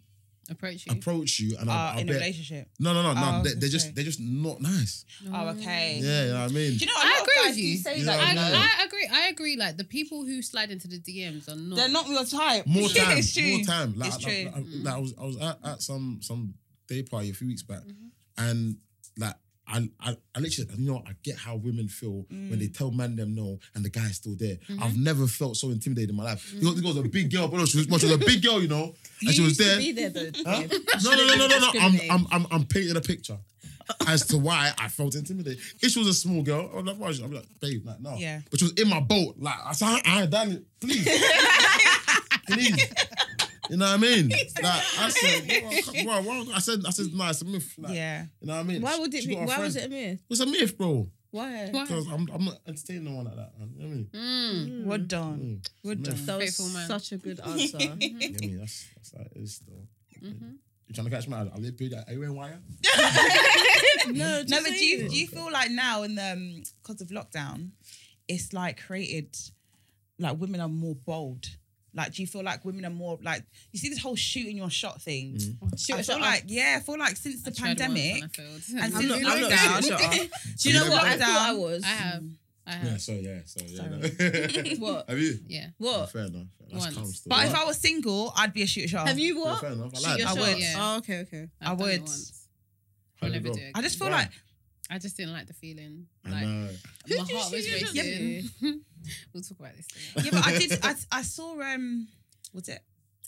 [SPEAKER 2] approach you.
[SPEAKER 4] approach you and
[SPEAKER 1] Are
[SPEAKER 4] I, I
[SPEAKER 1] in a
[SPEAKER 4] bet,
[SPEAKER 1] relationship.
[SPEAKER 4] no, no, no,
[SPEAKER 1] Oh, I
[SPEAKER 4] no,
[SPEAKER 1] was
[SPEAKER 4] they,
[SPEAKER 1] gonna
[SPEAKER 4] they're
[SPEAKER 1] say.
[SPEAKER 4] just they're just not nice.
[SPEAKER 1] Oh, okay.
[SPEAKER 4] Yeah, you know what I mean?
[SPEAKER 1] Do you know? What, a
[SPEAKER 2] I
[SPEAKER 1] lot of
[SPEAKER 2] agree with
[SPEAKER 1] guys do
[SPEAKER 2] you.
[SPEAKER 1] say
[SPEAKER 4] Yeah,
[SPEAKER 1] that,
[SPEAKER 2] I,
[SPEAKER 1] you know?
[SPEAKER 4] No.
[SPEAKER 2] I agree. I agree. Like the people who slide into the DMs are not.
[SPEAKER 1] They're not your type.
[SPEAKER 4] More
[SPEAKER 1] Yeah,
[SPEAKER 4] time,
[SPEAKER 1] it's true.
[SPEAKER 4] more time. Like,
[SPEAKER 1] It's
[SPEAKER 4] like,
[SPEAKER 1] true.
[SPEAKER 4] like, like, I was I was at, at some some day party a few weeks back,
[SPEAKER 1] Mm-hmm.
[SPEAKER 4] and like. I, I, I literally, you know, I get how women feel when
[SPEAKER 1] Mm.
[SPEAKER 4] they tell man them no and the guy's still there.
[SPEAKER 1] Mm-hmm.
[SPEAKER 4] I've never felt so intimidated in my life. This girl- This girl's a big girl, but she was, but she was a big girl, you know, and she was there.
[SPEAKER 3] Be there though.
[SPEAKER 4] Huh?
[SPEAKER 3] babe.
[SPEAKER 4] No, no, no, no, no, no. I'm,
[SPEAKER 3] Discriminate.
[SPEAKER 4] I'm, I'm, I'm painting a picture as to why I felt intimidated. If she was a small girl, I'm like, why is she- I'm like, babe, like, no.
[SPEAKER 1] Yeah.
[SPEAKER 4] But she was in my boat. Like, I said, I, I ain't done it. Please. Please. You know what I mean? Like, I said, why, why, why? I said, I said, no, it's a myth. Like,
[SPEAKER 1] Yeah.
[SPEAKER 4] You know what I mean?
[SPEAKER 3] Why would it
[SPEAKER 4] She
[SPEAKER 3] be?
[SPEAKER 4] got a
[SPEAKER 3] Why
[SPEAKER 4] friend.
[SPEAKER 3] was it a myth?
[SPEAKER 4] It's a myth, bro.
[SPEAKER 3] Why?
[SPEAKER 2] Why?
[SPEAKER 4] Because I'm, I'm not entertaining no one like that, man. You know what I mean?
[SPEAKER 2] Mm.
[SPEAKER 1] Well done. Well done.
[SPEAKER 3] That was
[SPEAKER 2] Faithful man.
[SPEAKER 3] such a good answer.
[SPEAKER 4] You know what I mean? That's, that's how it is, though.
[SPEAKER 2] mm-hmm.
[SPEAKER 4] You trying to catch me out? Are they big? Are you wearing wire?
[SPEAKER 3] no,
[SPEAKER 1] No,
[SPEAKER 3] just
[SPEAKER 1] but do
[SPEAKER 3] saying.
[SPEAKER 1] you, do you feel like now in the because of lockdown, it's like created like women are more bold. Like, do you feel like women are more like you see this whole shooting your shot thing?
[SPEAKER 2] Mm.
[SPEAKER 1] I feel like yeah, I feel like since the
[SPEAKER 2] Tried once
[SPEAKER 1] pandemic
[SPEAKER 2] and I failed.
[SPEAKER 1] and
[SPEAKER 3] I'm
[SPEAKER 1] since
[SPEAKER 3] not- I'm not-
[SPEAKER 1] lockdown,
[SPEAKER 3] Do you know what I
[SPEAKER 1] Lockdown.
[SPEAKER 3] thought I was?
[SPEAKER 2] I have. I have.
[SPEAKER 4] Yeah, so yeah, so yeah. no.
[SPEAKER 3] What?
[SPEAKER 4] Have you?
[SPEAKER 2] Yeah.
[SPEAKER 4] Oh,
[SPEAKER 3] What?
[SPEAKER 4] fair enough. That's
[SPEAKER 2] Once.
[SPEAKER 4] calm still.
[SPEAKER 1] but if
[SPEAKER 4] Right.
[SPEAKER 1] I was single, I'd be a shooter shot.
[SPEAKER 3] Have you what?
[SPEAKER 4] fair enough. I
[SPEAKER 3] Shoot
[SPEAKER 4] like that.
[SPEAKER 3] your shot.
[SPEAKER 1] I would.
[SPEAKER 2] Yeah.
[SPEAKER 3] Oh, okay, okay.
[SPEAKER 2] I've
[SPEAKER 1] I
[SPEAKER 2] done it
[SPEAKER 1] would.
[SPEAKER 2] once.
[SPEAKER 4] How
[SPEAKER 2] I'll
[SPEAKER 4] did it
[SPEAKER 2] never
[SPEAKER 4] go?
[SPEAKER 2] do it.
[SPEAKER 1] I just feel
[SPEAKER 4] Why?
[SPEAKER 1] like
[SPEAKER 2] I just didn't like the feeling.
[SPEAKER 4] I
[SPEAKER 2] Like uh,
[SPEAKER 4] know.
[SPEAKER 2] my
[SPEAKER 3] you
[SPEAKER 2] heart was
[SPEAKER 3] shoot your shot
[SPEAKER 2] racing. we'll talk about this. Later.
[SPEAKER 1] yeah, but I did. I, I saw. Um, was it?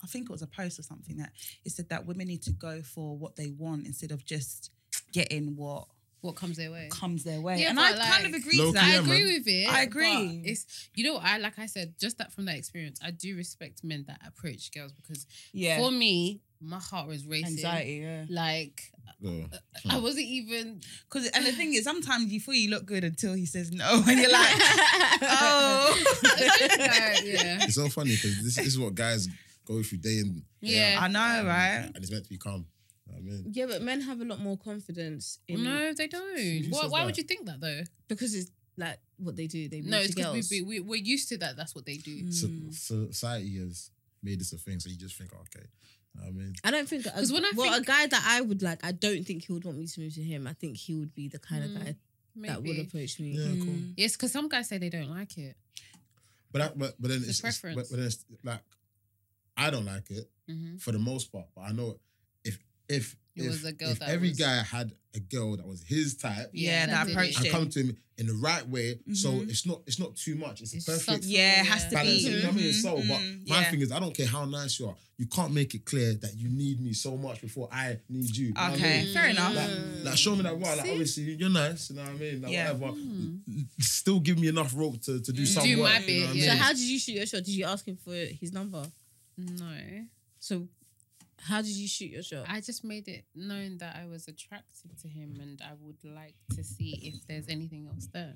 [SPEAKER 1] I think it was a post or something that it said that women need to go for what they want instead of just getting what
[SPEAKER 2] What comes their way?
[SPEAKER 1] comes their way.
[SPEAKER 2] Yeah,
[SPEAKER 1] and
[SPEAKER 2] but
[SPEAKER 1] I
[SPEAKER 2] like-
[SPEAKER 1] kind of agree to
[SPEAKER 4] Low key,
[SPEAKER 1] that.
[SPEAKER 2] I
[SPEAKER 4] yeah,
[SPEAKER 2] agree
[SPEAKER 4] man.
[SPEAKER 2] with it.
[SPEAKER 1] I
[SPEAKER 2] but
[SPEAKER 1] agree.
[SPEAKER 2] It's you know what I like. I said just that from that experience. I do respect men that approach girls because
[SPEAKER 1] Yeah.
[SPEAKER 2] for me, my heart was racing.
[SPEAKER 1] Anxiety, yeah.
[SPEAKER 2] Like
[SPEAKER 4] No.
[SPEAKER 2] uh, I wasn't even.
[SPEAKER 1] Because and the thing is, sometimes you feel you look good until he says no, and you're like, oh,
[SPEAKER 2] Like, yeah.
[SPEAKER 4] It's so funny because this, this is what guys go through day in. day
[SPEAKER 2] Yeah.
[SPEAKER 4] out.
[SPEAKER 1] I know, right?
[SPEAKER 4] And it's meant to be calm. You know what I mean,
[SPEAKER 3] Yeah, but men have a lot more confidence in
[SPEAKER 2] No, they don't.
[SPEAKER 4] Who
[SPEAKER 2] Why,
[SPEAKER 4] says
[SPEAKER 2] why
[SPEAKER 4] that?
[SPEAKER 2] would you think that though?
[SPEAKER 3] because it's like what they do. They
[SPEAKER 2] No,
[SPEAKER 3] no,
[SPEAKER 2] it's because
[SPEAKER 3] girls.
[SPEAKER 2] we, we, we're used to that. That's what they do.
[SPEAKER 4] so,
[SPEAKER 1] Mm.
[SPEAKER 4] society has made this a thing, so you just think, "Oh, okay. You know what I mean,
[SPEAKER 3] I don't think because
[SPEAKER 2] when I
[SPEAKER 3] well,
[SPEAKER 2] think-
[SPEAKER 3] a guy that I would like, I don't think he would want me to move to him. I think he would be the kind
[SPEAKER 2] Mm,
[SPEAKER 3] of guy
[SPEAKER 2] Maybe.
[SPEAKER 3] that would approach me.
[SPEAKER 4] yeah, cool.
[SPEAKER 1] Mm.
[SPEAKER 2] Yes, because some guys say they don't like it.
[SPEAKER 4] But I, but but then
[SPEAKER 2] It's a
[SPEAKER 4] it's, it's- but,
[SPEAKER 2] preference.
[SPEAKER 4] but then it's like I don't like it
[SPEAKER 2] Mm-hmm.
[SPEAKER 4] for the most part. But I know if if
[SPEAKER 2] It
[SPEAKER 4] if,
[SPEAKER 2] was a girl
[SPEAKER 4] if
[SPEAKER 2] that
[SPEAKER 4] every
[SPEAKER 2] was-
[SPEAKER 4] guy had a girl that was his type,
[SPEAKER 1] Yeah,
[SPEAKER 2] Yeah,
[SPEAKER 1] that
[SPEAKER 2] that
[SPEAKER 1] approach.
[SPEAKER 2] did
[SPEAKER 4] and
[SPEAKER 1] it.
[SPEAKER 4] come to him in the right way, so
[SPEAKER 1] Mhm.
[SPEAKER 4] it's not it's not too much. It's,
[SPEAKER 2] Mm-hmm. It's
[SPEAKER 4] perfect.
[SPEAKER 2] subtle,
[SPEAKER 1] Yeah, it has to
[SPEAKER 4] balance.
[SPEAKER 1] be.
[SPEAKER 4] You know what I mean? It's
[SPEAKER 2] Mm-hmm.
[SPEAKER 4] subtle, but
[SPEAKER 1] Mhm,
[SPEAKER 4] my
[SPEAKER 1] yeah.
[SPEAKER 4] thing is, I don't care how nice you are. You can't make it clear that you need me so much before I need you. you know what I
[SPEAKER 1] Okay,
[SPEAKER 4] mean?
[SPEAKER 1] fair enough.
[SPEAKER 4] Like, like, show me that right. Like, obviously, you're nice. You know what I mean? Like,
[SPEAKER 1] Yeah.
[SPEAKER 4] whatever.
[SPEAKER 2] Hmm.
[SPEAKER 4] Still give me enough rope to, to do some
[SPEAKER 2] Mm. Do
[SPEAKER 4] work.
[SPEAKER 2] my
[SPEAKER 4] you know
[SPEAKER 2] bit,
[SPEAKER 4] what I
[SPEAKER 2] yeah.
[SPEAKER 3] So
[SPEAKER 4] mean?
[SPEAKER 3] how did you shoot your shot? Did you ask him for his number?
[SPEAKER 4] Mm.
[SPEAKER 2] No.
[SPEAKER 3] So how did you shoot your shot?
[SPEAKER 2] I just made it known that I was attracted to him and I would like to see if there's anything else there.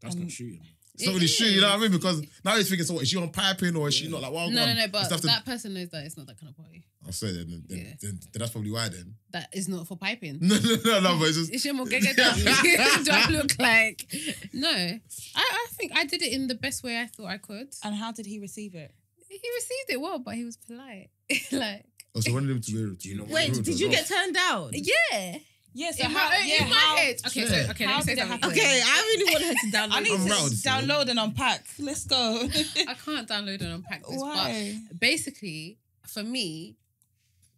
[SPEAKER 5] That's
[SPEAKER 2] Um,
[SPEAKER 5] not shooting.
[SPEAKER 4] It's not
[SPEAKER 2] It
[SPEAKER 4] really shit. You know what I mean?
[SPEAKER 2] is.
[SPEAKER 4] Because now he's thinking, so what, is she on piping or is she not like? Well,
[SPEAKER 2] No, no,
[SPEAKER 4] gone?
[SPEAKER 2] no, but
[SPEAKER 4] It's after-
[SPEAKER 2] that person knows that it's not that kind of party.
[SPEAKER 4] I'll say then, then, then,
[SPEAKER 2] Yeah.
[SPEAKER 4] then- then that's probably why. Then
[SPEAKER 2] That is not for piping.
[SPEAKER 4] no, no, no, no. But it's just
[SPEAKER 2] Is she more gaga than me? Do I look like? No, I, I think I did it in the best way I thought I could.
[SPEAKER 1] And how did he receive it?
[SPEAKER 2] He received it well, but he was polite. like,
[SPEAKER 4] Oh, so one of them to wear.
[SPEAKER 5] Do you know what
[SPEAKER 3] Wait,
[SPEAKER 5] rude
[SPEAKER 3] did you get turned down?
[SPEAKER 2] yeah,
[SPEAKER 1] Yeah, so
[SPEAKER 2] in
[SPEAKER 1] how,
[SPEAKER 2] my,
[SPEAKER 1] yeah,
[SPEAKER 2] in my
[SPEAKER 1] how-
[SPEAKER 2] head. Okay, so
[SPEAKER 4] Yeah.
[SPEAKER 2] okay,
[SPEAKER 1] How
[SPEAKER 2] let me say
[SPEAKER 1] did it
[SPEAKER 2] something.
[SPEAKER 1] happen?
[SPEAKER 3] Okay, I really want her to download.
[SPEAKER 1] I need
[SPEAKER 4] I'm
[SPEAKER 1] to
[SPEAKER 4] rattled, you know.
[SPEAKER 1] download and unpack. Let's go.
[SPEAKER 2] I can't download and unpack this,
[SPEAKER 1] Why?
[SPEAKER 2] but basically, for me,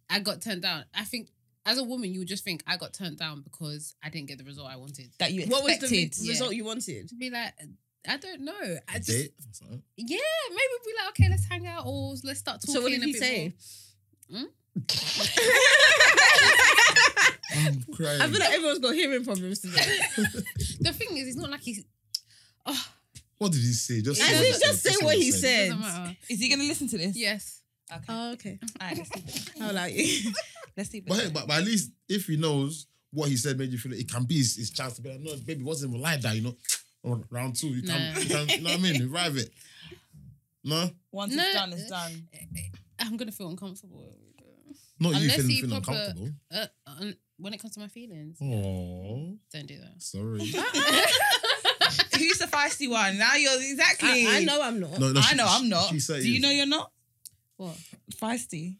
[SPEAKER 2] I got turned down. I think as a woman, you would just think I got turned down because I didn't get the result I wanted.
[SPEAKER 1] that you
[SPEAKER 3] What was the re-
[SPEAKER 1] expected.
[SPEAKER 2] Yeah.
[SPEAKER 3] result you wanted?
[SPEAKER 2] To be like, I don't know. I
[SPEAKER 4] A
[SPEAKER 2] just
[SPEAKER 4] date? That's all right.
[SPEAKER 2] yeah, maybe be like, okay, let's hang out or let's start talking.
[SPEAKER 3] So what did
[SPEAKER 2] a
[SPEAKER 3] he
[SPEAKER 2] bit
[SPEAKER 3] say?
[SPEAKER 2] more.
[SPEAKER 4] I'm crying.
[SPEAKER 3] I feel like everyone's got hearing problems today.
[SPEAKER 2] The thing is, it's not like he's. Oh,
[SPEAKER 4] what did he say? Just,
[SPEAKER 2] I said,
[SPEAKER 3] just say what he said.
[SPEAKER 2] it doesn't matter.
[SPEAKER 1] Is he going to listen to this?
[SPEAKER 2] Yes.
[SPEAKER 1] Okay.
[SPEAKER 3] oh, okay.
[SPEAKER 1] All right, let's leave it.
[SPEAKER 3] How like you?
[SPEAKER 1] Let's leave it.
[SPEAKER 4] But, hey, but, but at least if he knows what he said made you feel it, it can be his, his chance to be like, no, baby, wasn't even like that, you know. Or round two, you can,
[SPEAKER 2] Nah.
[SPEAKER 4] you, can you know what I mean? Revive it. No?
[SPEAKER 1] Once
[SPEAKER 2] No.
[SPEAKER 1] it's done, it's done.
[SPEAKER 2] I'm gonna feel uncomfortable.
[SPEAKER 4] Not
[SPEAKER 2] Unless
[SPEAKER 4] you
[SPEAKER 2] he
[SPEAKER 4] feeling, feeling
[SPEAKER 2] proper-
[SPEAKER 4] uncomfortable.
[SPEAKER 2] Uh, un- when it comes to my feelings,
[SPEAKER 4] Oh,
[SPEAKER 2] don't do that.
[SPEAKER 4] sorry.
[SPEAKER 1] Who's the feisty one? Now you're exactly.
[SPEAKER 3] I, I know I'm not.
[SPEAKER 4] No, no,
[SPEAKER 1] I
[SPEAKER 4] she-
[SPEAKER 1] know I'm not.
[SPEAKER 4] she said
[SPEAKER 1] Do you
[SPEAKER 4] yes.
[SPEAKER 1] know you're not
[SPEAKER 2] What?
[SPEAKER 1] feisty?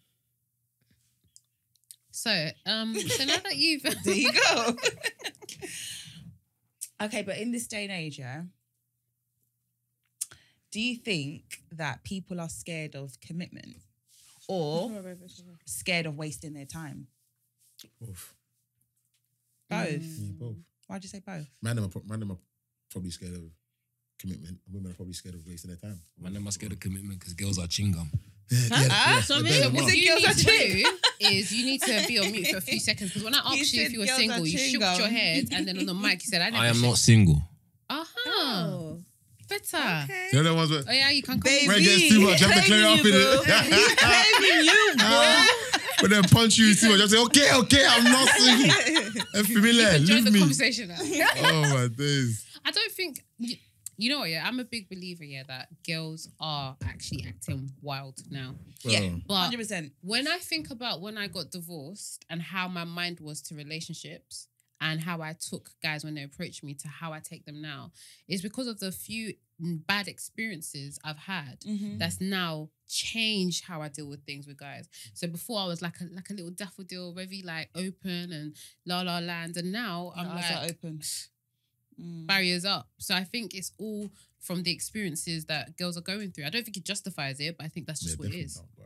[SPEAKER 2] So, um, so now that you've
[SPEAKER 1] There you go. okay, but in this day and age, yeah, do you think that people are scared of commitment or scared of wasting their time?
[SPEAKER 4] Both.
[SPEAKER 1] Both.
[SPEAKER 3] Mm.
[SPEAKER 4] Yeah, both.
[SPEAKER 1] Why'd you say both?
[SPEAKER 4] Man, I'm, man, I'm probably scared of commitment. and Women are probably scared of wasting their time.
[SPEAKER 5] Man, I must get a commitment because girls are chewing gum.
[SPEAKER 3] Huh? Ah,
[SPEAKER 4] yeah,
[SPEAKER 3] So
[SPEAKER 4] yeah,
[SPEAKER 3] me?
[SPEAKER 4] yeah,
[SPEAKER 3] Was
[SPEAKER 4] yeah.
[SPEAKER 2] what
[SPEAKER 1] it
[SPEAKER 2] you
[SPEAKER 1] girls
[SPEAKER 2] need
[SPEAKER 1] are
[SPEAKER 2] to do is you need to be on mute for a few seconds because when I
[SPEAKER 1] He
[SPEAKER 2] asked you if
[SPEAKER 1] said
[SPEAKER 2] you were
[SPEAKER 1] girls are
[SPEAKER 2] single, you
[SPEAKER 1] chewing
[SPEAKER 2] shook your
[SPEAKER 1] gum.
[SPEAKER 2] head, and then on the mic you said, "I, never
[SPEAKER 5] I am
[SPEAKER 2] shook-
[SPEAKER 5] not single.
[SPEAKER 2] Uh huh.
[SPEAKER 3] Oh.
[SPEAKER 2] Better.
[SPEAKER 4] You know that one's where
[SPEAKER 2] Oh yeah, you can call
[SPEAKER 1] Baby.
[SPEAKER 2] me.
[SPEAKER 4] when it gets too much, you have to clear up in it.
[SPEAKER 1] Baby, you
[SPEAKER 4] Ah, when they punch you too much, you say, okay, okay, I'm not single. I'm familiar,
[SPEAKER 2] Join
[SPEAKER 4] leave
[SPEAKER 2] the
[SPEAKER 4] me.
[SPEAKER 2] conversation. now.
[SPEAKER 4] Oh my days.
[SPEAKER 2] I don't think you, you know. what, Yeah, I'm a big believer. Yeah, that girls are actually acting wild now.
[SPEAKER 1] Yeah.
[SPEAKER 4] Bro.
[SPEAKER 2] But
[SPEAKER 1] 100%.
[SPEAKER 2] when I think about when I got divorced and how my mind was to relationships and how I took guys when they approached me to how I take them now, is because of the few bad experiences I've had
[SPEAKER 1] Mhm.
[SPEAKER 2] that's now changed how I deal with things with guys. So before I was like a like a little daffodil, very like open and la la land, and now I'm
[SPEAKER 1] Your eyes
[SPEAKER 2] like
[SPEAKER 1] are open. Mm.
[SPEAKER 2] barriers up. So I think it's all from the experiences that girls are going through. I don't think it justifies it, but I think that's
[SPEAKER 4] Yeah,
[SPEAKER 2] just what it
[SPEAKER 4] definitely
[SPEAKER 2] is.
[SPEAKER 4] not, bro.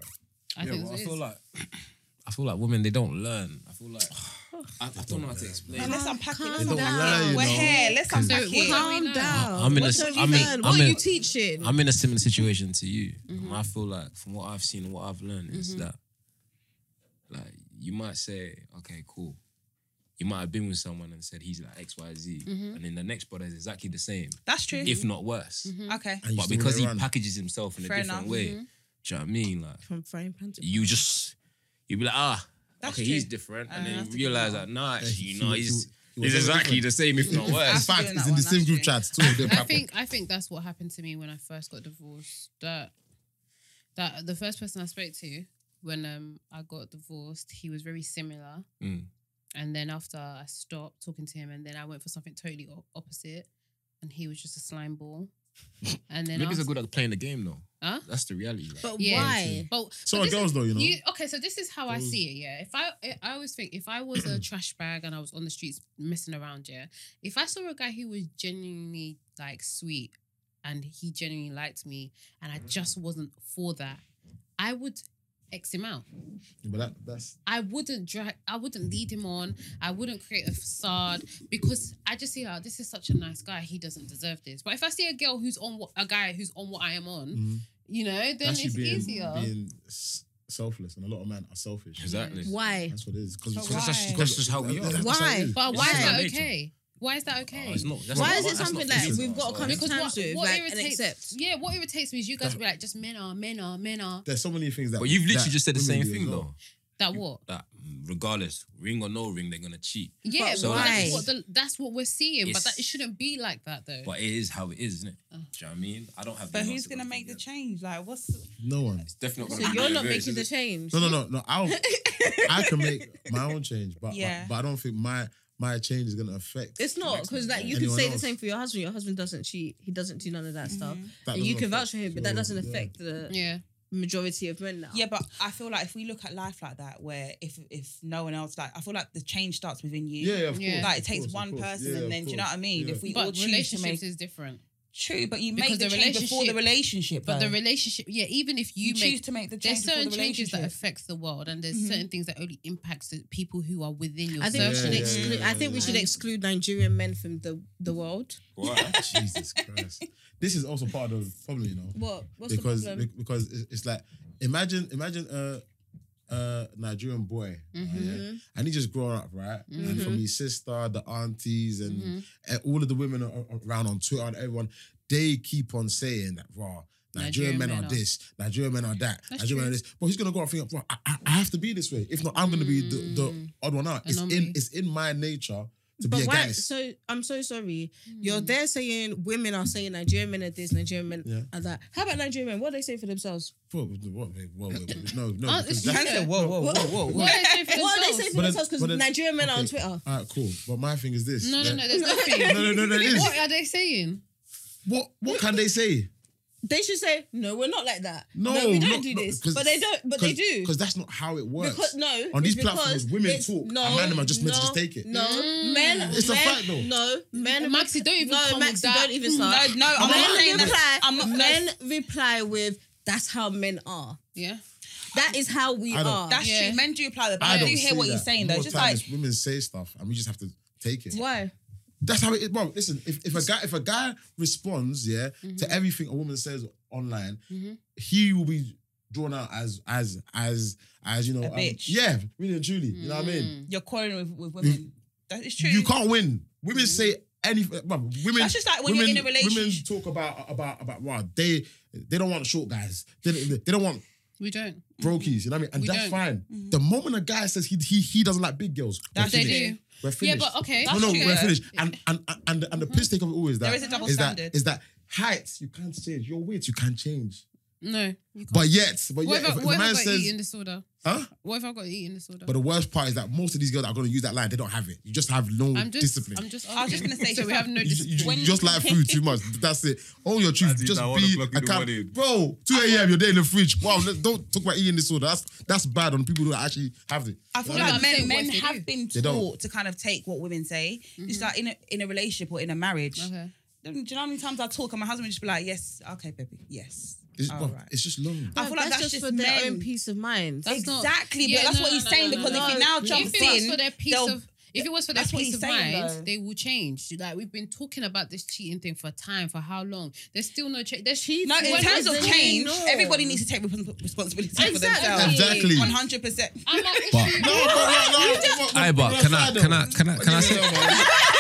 [SPEAKER 2] I
[SPEAKER 5] yeah,
[SPEAKER 2] think
[SPEAKER 5] but I
[SPEAKER 2] that's what
[SPEAKER 5] feel
[SPEAKER 2] it is.
[SPEAKER 5] like I feel like women they don't learn. I feel like I, I don't know how to explain.
[SPEAKER 1] Now
[SPEAKER 5] it.
[SPEAKER 1] let's unpack it. Let's
[SPEAKER 3] Calm
[SPEAKER 1] unpack
[SPEAKER 4] down. They don't lie,
[SPEAKER 1] it. We're
[SPEAKER 4] you know.
[SPEAKER 1] here. Let's
[SPEAKER 5] Cause-
[SPEAKER 1] unpack
[SPEAKER 2] So
[SPEAKER 1] it.
[SPEAKER 2] what-
[SPEAKER 3] Calm
[SPEAKER 2] I'm
[SPEAKER 3] down.
[SPEAKER 5] in a
[SPEAKER 3] What
[SPEAKER 5] s-
[SPEAKER 3] have you
[SPEAKER 5] I'm in-
[SPEAKER 3] learned?
[SPEAKER 5] I'm
[SPEAKER 3] What are
[SPEAKER 5] in-
[SPEAKER 3] you teaching?
[SPEAKER 5] I'm in a similar situation to you.
[SPEAKER 1] Mm-hmm.
[SPEAKER 5] And I feel like from what I've seen and what I've learned is that like you might say, okay, cool. You might have been with someone and said he's like X, Y, Z,
[SPEAKER 1] Mm-hmm.
[SPEAKER 5] and then the next brother is exactly the same,
[SPEAKER 1] That's true.
[SPEAKER 5] if not worse.
[SPEAKER 1] Okay.
[SPEAKER 4] And you
[SPEAKER 5] But
[SPEAKER 4] still
[SPEAKER 5] because
[SPEAKER 4] went
[SPEAKER 5] he
[SPEAKER 4] around.
[SPEAKER 5] packages himself in a
[SPEAKER 1] Mm-hmm. Fair
[SPEAKER 5] different
[SPEAKER 1] enough. Mm-hmm.
[SPEAKER 5] way, do you know what I mean? Like
[SPEAKER 3] From frying pan to
[SPEAKER 5] you just you be like, ah,
[SPEAKER 1] That's
[SPEAKER 5] okay,
[SPEAKER 1] true.
[SPEAKER 5] he's different, and
[SPEAKER 1] Uh,
[SPEAKER 5] then
[SPEAKER 1] that's
[SPEAKER 5] you
[SPEAKER 1] the
[SPEAKER 5] realize
[SPEAKER 1] thing.
[SPEAKER 5] that nah,
[SPEAKER 4] Yeah,
[SPEAKER 5] actually,
[SPEAKER 4] he
[SPEAKER 5] no,
[SPEAKER 4] was-
[SPEAKER 5] he's
[SPEAKER 4] he was
[SPEAKER 5] he's exactly
[SPEAKER 4] different.
[SPEAKER 5] the same, if not
[SPEAKER 4] In
[SPEAKER 5] worse.
[SPEAKER 4] fact,
[SPEAKER 1] doing
[SPEAKER 4] it's
[SPEAKER 1] that
[SPEAKER 4] in
[SPEAKER 1] one,
[SPEAKER 4] the same group
[SPEAKER 1] actually.
[SPEAKER 4] chat. Two of them
[SPEAKER 2] I
[SPEAKER 4] purple.
[SPEAKER 2] think I think that's what happened to me when I first got divorced. That that the first person I spoke to when um I got divorced, he was very similar.
[SPEAKER 5] Mm.
[SPEAKER 2] And then after I stopped talking to him, and then I went for something totally o- opposite, and he was just a slime ball. And then
[SPEAKER 5] Maybe it's
[SPEAKER 2] after,
[SPEAKER 5] a good at playing the game though.
[SPEAKER 2] Huh?
[SPEAKER 5] That's the reality. like.
[SPEAKER 3] But
[SPEAKER 2] Yeah.
[SPEAKER 3] why?
[SPEAKER 2] But- but
[SPEAKER 4] So are
[SPEAKER 2] this is-
[SPEAKER 4] girls though, you know. Mm.
[SPEAKER 2] You, okay, so this is how I
[SPEAKER 4] Those-
[SPEAKER 2] see it. Yeah, if I, I- I always think if I was a trash bag and I was on the streets messing around, yeah, if I saw a guy who was genuinely like sweet and he genuinely liked me, and I just wasn't for that, I would x him out.
[SPEAKER 4] But that, that's
[SPEAKER 2] I wouldn't drag. I wouldn't lead him on. I wouldn't create a facade because I just see, oh, this is such a nice guy. He doesn't deserve this. But if I see a girl who's on what a guy who's on what I am on,
[SPEAKER 4] Mhm.
[SPEAKER 2] you know, Mm-hmm. then
[SPEAKER 4] that's you
[SPEAKER 2] it's
[SPEAKER 4] being,
[SPEAKER 2] easier.
[SPEAKER 4] being s- selfless, and a lot of men are selfish.
[SPEAKER 5] Exactly.
[SPEAKER 3] Why?
[SPEAKER 4] That's what it is. Because
[SPEAKER 1] But
[SPEAKER 5] That's just, that's just how we are.
[SPEAKER 4] That's
[SPEAKER 3] Why?
[SPEAKER 4] how it is.
[SPEAKER 2] But why
[SPEAKER 5] It's
[SPEAKER 2] is
[SPEAKER 5] just
[SPEAKER 2] that
[SPEAKER 5] nature.
[SPEAKER 2] okay? Why is that okay?
[SPEAKER 5] Oh, it's not, that's
[SPEAKER 3] Why
[SPEAKER 5] not-
[SPEAKER 3] is it
[SPEAKER 5] that's not
[SPEAKER 3] something like
[SPEAKER 5] physical.
[SPEAKER 3] we've got to come to
[SPEAKER 5] Sorry.
[SPEAKER 3] terms with, like, and accept?
[SPEAKER 2] Yeah, what irritates me is you guys be like, just men are, men are, men are.
[SPEAKER 4] There's so many things that.
[SPEAKER 5] But you've literally
[SPEAKER 4] that
[SPEAKER 5] just said the
[SPEAKER 4] women
[SPEAKER 5] same
[SPEAKER 4] do as
[SPEAKER 5] thing
[SPEAKER 4] well.
[SPEAKER 5] though.
[SPEAKER 2] That what?
[SPEAKER 5] That mm, regardless, ring or no ring, they're gonna cheat.
[SPEAKER 2] Yeah,
[SPEAKER 5] So
[SPEAKER 2] but
[SPEAKER 5] why?
[SPEAKER 2] that's what the, that's what we're seeing.
[SPEAKER 5] It's-
[SPEAKER 2] but that it shouldn't be like that though.
[SPEAKER 5] But it is how it is, isn't it?
[SPEAKER 3] Uh.
[SPEAKER 5] Do you know what I mean? I don't have.
[SPEAKER 1] But
[SPEAKER 5] the
[SPEAKER 1] who's
[SPEAKER 5] answer,
[SPEAKER 1] gonna
[SPEAKER 5] but
[SPEAKER 1] make the
[SPEAKER 5] yeah.
[SPEAKER 1] change? Like, what's
[SPEAKER 4] No one.
[SPEAKER 5] It's definitely
[SPEAKER 3] So
[SPEAKER 5] not.
[SPEAKER 3] you're not making the change.
[SPEAKER 4] No, no, no, no. I'll, I can make my own change, but,
[SPEAKER 1] Yeah.
[SPEAKER 4] but but I don't think my my change is gonna affect.
[SPEAKER 3] It's not
[SPEAKER 5] Makes
[SPEAKER 3] because
[SPEAKER 5] sense.
[SPEAKER 3] like you could
[SPEAKER 4] Anyone
[SPEAKER 3] say the
[SPEAKER 4] else?
[SPEAKER 3] same for your husband. Your husband doesn't cheat. He doesn't do none of that stuff.
[SPEAKER 4] that
[SPEAKER 3] and you
[SPEAKER 4] doesn't
[SPEAKER 3] can
[SPEAKER 4] affect-
[SPEAKER 3] vouch for him, but that
[SPEAKER 4] so,
[SPEAKER 3] doesn't
[SPEAKER 4] yeah.
[SPEAKER 3] affect the
[SPEAKER 2] yeah,
[SPEAKER 3] majority of men now.
[SPEAKER 1] yeah? But I feel like if we look at life like that, where if if no one else, like, I feel like the change starts within you.
[SPEAKER 4] Yeah, yeah, of
[SPEAKER 2] Yeah.
[SPEAKER 4] course.
[SPEAKER 1] Like it
[SPEAKER 4] of
[SPEAKER 1] takes
[SPEAKER 4] course, of
[SPEAKER 1] one
[SPEAKER 4] course.
[SPEAKER 1] person,
[SPEAKER 4] Yeah,
[SPEAKER 1] and
[SPEAKER 4] of
[SPEAKER 1] then do you know
[SPEAKER 4] course.
[SPEAKER 1] what I mean?
[SPEAKER 4] Yeah.
[SPEAKER 1] If we all
[SPEAKER 2] but
[SPEAKER 1] choose to
[SPEAKER 2] relationships
[SPEAKER 1] make
[SPEAKER 2] is different.
[SPEAKER 1] True, but you make
[SPEAKER 2] Because
[SPEAKER 1] the,
[SPEAKER 2] the
[SPEAKER 1] change before the relationship.
[SPEAKER 2] But the
[SPEAKER 1] though.
[SPEAKER 2] relationship, yeah, even if you,
[SPEAKER 1] you,
[SPEAKER 2] make
[SPEAKER 1] choose to make the change
[SPEAKER 2] there's
[SPEAKER 1] before
[SPEAKER 2] certain
[SPEAKER 1] the
[SPEAKER 2] changes
[SPEAKER 1] relationship.
[SPEAKER 2] that affects the world, and there's
[SPEAKER 1] Mhm.
[SPEAKER 2] certain things that only impacts the people who are within your
[SPEAKER 3] I think we
[SPEAKER 4] Yeah,
[SPEAKER 3] should
[SPEAKER 4] yeah,
[SPEAKER 3] exclude.
[SPEAKER 4] yeah,
[SPEAKER 3] I think we
[SPEAKER 4] yeah.
[SPEAKER 3] should exclude Nigerian men from the the world.
[SPEAKER 5] Why?
[SPEAKER 4] Jesus Christ. This is also part of the problem, you know.
[SPEAKER 3] What? What's
[SPEAKER 4] because
[SPEAKER 3] the problem?
[SPEAKER 4] be- because it's- it's like imagine imagine a, a Nigerian boy, right, yeah?
[SPEAKER 3] Mhm.
[SPEAKER 4] and he just grown up right, and
[SPEAKER 2] Mm-hmm.
[SPEAKER 4] from his sister, the aunties, and, and all of the women a- a- around on Twitter and everyone, they keep on saying that raw. Nigerian,
[SPEAKER 2] Nigerian
[SPEAKER 4] men,
[SPEAKER 2] men
[SPEAKER 4] are
[SPEAKER 2] are-
[SPEAKER 4] this, Nigerian men are that,
[SPEAKER 2] That's
[SPEAKER 4] Nigerian men are
[SPEAKER 2] true.
[SPEAKER 4] this. But he's gonna go out thinking, "Bruh, I, I, I have to be this way. If not, I'm gonna be the, the
[SPEAKER 2] Mm.
[SPEAKER 4] odd one out. It's in
[SPEAKER 2] Anomaly.
[SPEAKER 4] it's in my nature to
[SPEAKER 3] But
[SPEAKER 4] be a
[SPEAKER 3] why?
[SPEAKER 4] guy.
[SPEAKER 3] So I'm so sorry. You're there saying women are saying Nigerian men are this, Nigerian men
[SPEAKER 4] Hmm. Yeah.
[SPEAKER 3] are that. How about Nigerian men? What do they say for themselves?
[SPEAKER 4] Bro, what, whoa, whoa, whoa, no, no,
[SPEAKER 2] Oh,
[SPEAKER 4] because
[SPEAKER 2] it's
[SPEAKER 4] that-
[SPEAKER 2] true.
[SPEAKER 1] Said, whoa, whoa, whoa, whoa, whoa.
[SPEAKER 2] What are they doing for
[SPEAKER 3] What do they
[SPEAKER 2] themselves?
[SPEAKER 3] say for
[SPEAKER 4] But then-
[SPEAKER 3] themselves?
[SPEAKER 4] but then-
[SPEAKER 3] Because Nigerian men are on
[SPEAKER 4] okay.
[SPEAKER 3] Twitter.
[SPEAKER 4] All right, cool. But my thing is this.
[SPEAKER 2] No, no,
[SPEAKER 4] that-
[SPEAKER 2] no. There's nothing.
[SPEAKER 4] No, no, no, no, it is.
[SPEAKER 2] What are they saying?
[SPEAKER 4] What what can they say?
[SPEAKER 3] They should say no. We're not like that.
[SPEAKER 4] No,
[SPEAKER 3] we don't
[SPEAKER 4] not-
[SPEAKER 3] do
[SPEAKER 4] no,
[SPEAKER 3] this.
[SPEAKER 4] 'cause-
[SPEAKER 3] but they don't. But they do.
[SPEAKER 4] Because that's not how it works.
[SPEAKER 3] Because no,
[SPEAKER 4] On these
[SPEAKER 3] it's because
[SPEAKER 4] platforms, women
[SPEAKER 3] it's-
[SPEAKER 4] talk, and men are just meant to just take it.
[SPEAKER 3] No,
[SPEAKER 1] Hmm.
[SPEAKER 2] Mm.
[SPEAKER 3] men.
[SPEAKER 4] It's a
[SPEAKER 3] men-
[SPEAKER 4] fact, though.
[SPEAKER 3] No, men.
[SPEAKER 2] Maxi, don't even
[SPEAKER 3] no,
[SPEAKER 2] come
[SPEAKER 3] Maxi,
[SPEAKER 2] with that.
[SPEAKER 3] don't even start.
[SPEAKER 1] No, no, I'm not
[SPEAKER 3] men
[SPEAKER 1] saying
[SPEAKER 3] reply.
[SPEAKER 1] that. I'm not.
[SPEAKER 3] men
[SPEAKER 1] no,
[SPEAKER 3] reply with, "That's how men are.
[SPEAKER 2] Yeah.
[SPEAKER 3] That is how we
[SPEAKER 4] I don't-
[SPEAKER 3] are."
[SPEAKER 1] that's
[SPEAKER 2] Yeah.
[SPEAKER 1] true. Men do apply that, but
[SPEAKER 4] Oh, I
[SPEAKER 1] I, do
[SPEAKER 4] don't
[SPEAKER 1] hear
[SPEAKER 4] see
[SPEAKER 1] what
[SPEAKER 4] that.
[SPEAKER 1] you're saying though.
[SPEAKER 4] More
[SPEAKER 1] Just like
[SPEAKER 4] times women say stuff, and we just have to take it.
[SPEAKER 3] why.
[SPEAKER 4] That's how it is. Bro, listen, if, if a guy if a guy responds, yeah,
[SPEAKER 3] Mm-hmm.
[SPEAKER 4] to everything a woman says online, he will be drawn out as as as as you know,
[SPEAKER 1] A
[SPEAKER 4] um,
[SPEAKER 1] bitch.
[SPEAKER 4] yeah, really and truly. You know what I
[SPEAKER 3] Mm.
[SPEAKER 4] mean?
[SPEAKER 1] you're quarreling with, with women. That is true.
[SPEAKER 4] You can't win. Women say anything. Bro, women.
[SPEAKER 1] That's just like when you're in a relationship.
[SPEAKER 4] Women talk about about about wow. They they don't want short guys. They, they don't want
[SPEAKER 2] We don't.
[SPEAKER 4] brokies. You know what I mean? And
[SPEAKER 2] We
[SPEAKER 4] that's
[SPEAKER 2] don't.
[SPEAKER 4] fine. The moment a guy says he he he doesn't like big girls, we're
[SPEAKER 1] Mm-hmm. That's
[SPEAKER 2] They
[SPEAKER 4] finished.
[SPEAKER 2] do.
[SPEAKER 4] We're
[SPEAKER 2] Yeah,
[SPEAKER 4] finished.
[SPEAKER 2] but okay.
[SPEAKER 1] That's
[SPEAKER 4] no, no,
[SPEAKER 1] true. Mm-hmm.
[SPEAKER 4] we're finished. And and and and the, and the piss take of it all is that
[SPEAKER 1] There is a double
[SPEAKER 4] is that
[SPEAKER 1] standard.
[SPEAKER 4] is that heights you can't change, your weight you can't change.
[SPEAKER 2] No. You can't.
[SPEAKER 4] But yet, but
[SPEAKER 2] What
[SPEAKER 4] yet,
[SPEAKER 2] if, I-
[SPEAKER 4] if, if
[SPEAKER 2] what
[SPEAKER 4] a
[SPEAKER 2] if
[SPEAKER 4] man
[SPEAKER 2] I've got
[SPEAKER 4] says,
[SPEAKER 2] eating disorder?
[SPEAKER 4] huh?
[SPEAKER 2] What if I've got eating disorder?
[SPEAKER 4] But the worst part is that most of these girls that are going to use that line, they don't have it. You just have no
[SPEAKER 2] I'm just,
[SPEAKER 4] discipline.
[SPEAKER 2] I'm just.
[SPEAKER 1] I was just
[SPEAKER 2] asking.
[SPEAKER 1] gonna say,
[SPEAKER 2] So we have no
[SPEAKER 4] You, you-
[SPEAKER 2] discipline.
[SPEAKER 4] you just like food too much. That's it. All your truth.
[SPEAKER 5] That's it,
[SPEAKER 4] Just
[SPEAKER 5] now, one
[SPEAKER 4] be
[SPEAKER 5] o'clock in the morning.
[SPEAKER 4] account- Bro, 2 a.m. You're there in the fridge. Wow, let, don't talk about eating disorder. That's that's bad on people who actually have it.
[SPEAKER 1] I feel
[SPEAKER 2] Yeah,
[SPEAKER 1] like
[SPEAKER 2] but
[SPEAKER 1] men,
[SPEAKER 2] I'm saying
[SPEAKER 1] men
[SPEAKER 2] what they
[SPEAKER 1] have
[SPEAKER 2] do.
[SPEAKER 1] been
[SPEAKER 4] They don't. Mm-hmm.
[SPEAKER 1] taught to kind of take what women say. It's like in a, in a relationship or in a marriage.
[SPEAKER 2] Okay.
[SPEAKER 1] Do you know how many times I talk and my husband would just be like, yes, okay, baby, yes.
[SPEAKER 4] It's,
[SPEAKER 1] all
[SPEAKER 4] bro,
[SPEAKER 1] right."
[SPEAKER 4] it's just long.
[SPEAKER 1] I feel like that's, just,
[SPEAKER 3] for their
[SPEAKER 1] men.
[SPEAKER 3] own peace of mind.
[SPEAKER 2] That's not-
[SPEAKER 1] exactly,
[SPEAKER 2] Yeah,
[SPEAKER 1] but that's
[SPEAKER 2] no,
[SPEAKER 1] what
[SPEAKER 2] no,
[SPEAKER 1] he's
[SPEAKER 2] no,
[SPEAKER 1] saying
[SPEAKER 2] no, no,
[SPEAKER 1] because if
[SPEAKER 3] no.
[SPEAKER 1] he now
[SPEAKER 3] If
[SPEAKER 1] jumps
[SPEAKER 2] if it was
[SPEAKER 1] in,
[SPEAKER 2] for their peace
[SPEAKER 1] they'll-
[SPEAKER 2] of if it was for their
[SPEAKER 1] That's what
[SPEAKER 2] peace
[SPEAKER 1] he's
[SPEAKER 2] of
[SPEAKER 1] saying,
[SPEAKER 2] mind,
[SPEAKER 1] though.
[SPEAKER 2] they will change. Like we've been talking about this cheating thing for a time, for how long? There's still no change. There's cheating.
[SPEAKER 1] no, in
[SPEAKER 3] Well,
[SPEAKER 1] terms of
[SPEAKER 3] doesn't he
[SPEAKER 1] change,
[SPEAKER 3] know?
[SPEAKER 1] everybody needs to take respons- responsibility for themselves.
[SPEAKER 4] Exactly.
[SPEAKER 1] One hundred percent.
[SPEAKER 2] I'm not
[SPEAKER 5] But-
[SPEAKER 2] issuing-
[SPEAKER 4] No, but no, no,
[SPEAKER 5] Aye, but can I can I can I can I say?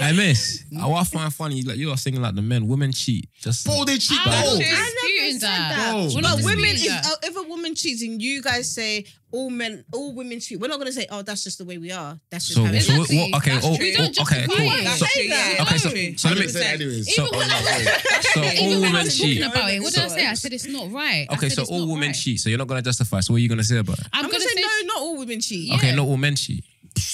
[SPEAKER 5] Hey, miss, I want to find funny. Like you are singing like the men, women cheat. Just
[SPEAKER 4] Bro, they cheat.
[SPEAKER 2] I'm
[SPEAKER 4] Bro,
[SPEAKER 2] not
[SPEAKER 3] I
[SPEAKER 2] disputing
[SPEAKER 3] never said that.
[SPEAKER 2] that.
[SPEAKER 4] Bro.
[SPEAKER 2] We're not
[SPEAKER 3] But women,
[SPEAKER 2] disputing
[SPEAKER 3] if,
[SPEAKER 2] that.
[SPEAKER 3] uh, if a woman cheats and you guys say all men, all women cheat, we're not gonna say, oh, that's just the way we are. That's just
[SPEAKER 5] so,
[SPEAKER 3] how it is.
[SPEAKER 5] so what,
[SPEAKER 2] Exactly.
[SPEAKER 5] what- okay,
[SPEAKER 2] That's
[SPEAKER 5] oh,
[SPEAKER 2] true. We don't
[SPEAKER 5] oh, okay,
[SPEAKER 2] justify
[SPEAKER 5] cool.
[SPEAKER 2] it.
[SPEAKER 5] So,
[SPEAKER 1] That's true, yeah,
[SPEAKER 5] okay,
[SPEAKER 1] that's
[SPEAKER 5] so,
[SPEAKER 1] true.
[SPEAKER 5] so let me.
[SPEAKER 4] say
[SPEAKER 5] So
[SPEAKER 4] that anyways.
[SPEAKER 2] Even when I
[SPEAKER 5] all
[SPEAKER 2] even when I
[SPEAKER 5] women
[SPEAKER 2] was
[SPEAKER 5] cheat.
[SPEAKER 2] talking about it, what did I
[SPEAKER 3] So-
[SPEAKER 2] say? I said it's not right. I
[SPEAKER 5] Okay,
[SPEAKER 2] said
[SPEAKER 5] so
[SPEAKER 2] it's
[SPEAKER 5] all
[SPEAKER 2] not
[SPEAKER 5] women
[SPEAKER 2] right.
[SPEAKER 5] cheat. So you're not gonna justify. So what are you gonna say about it?
[SPEAKER 2] I'm,
[SPEAKER 3] I'm gonna say no, not all women cheat.
[SPEAKER 2] Yeah.
[SPEAKER 5] Okay, not all men cheat.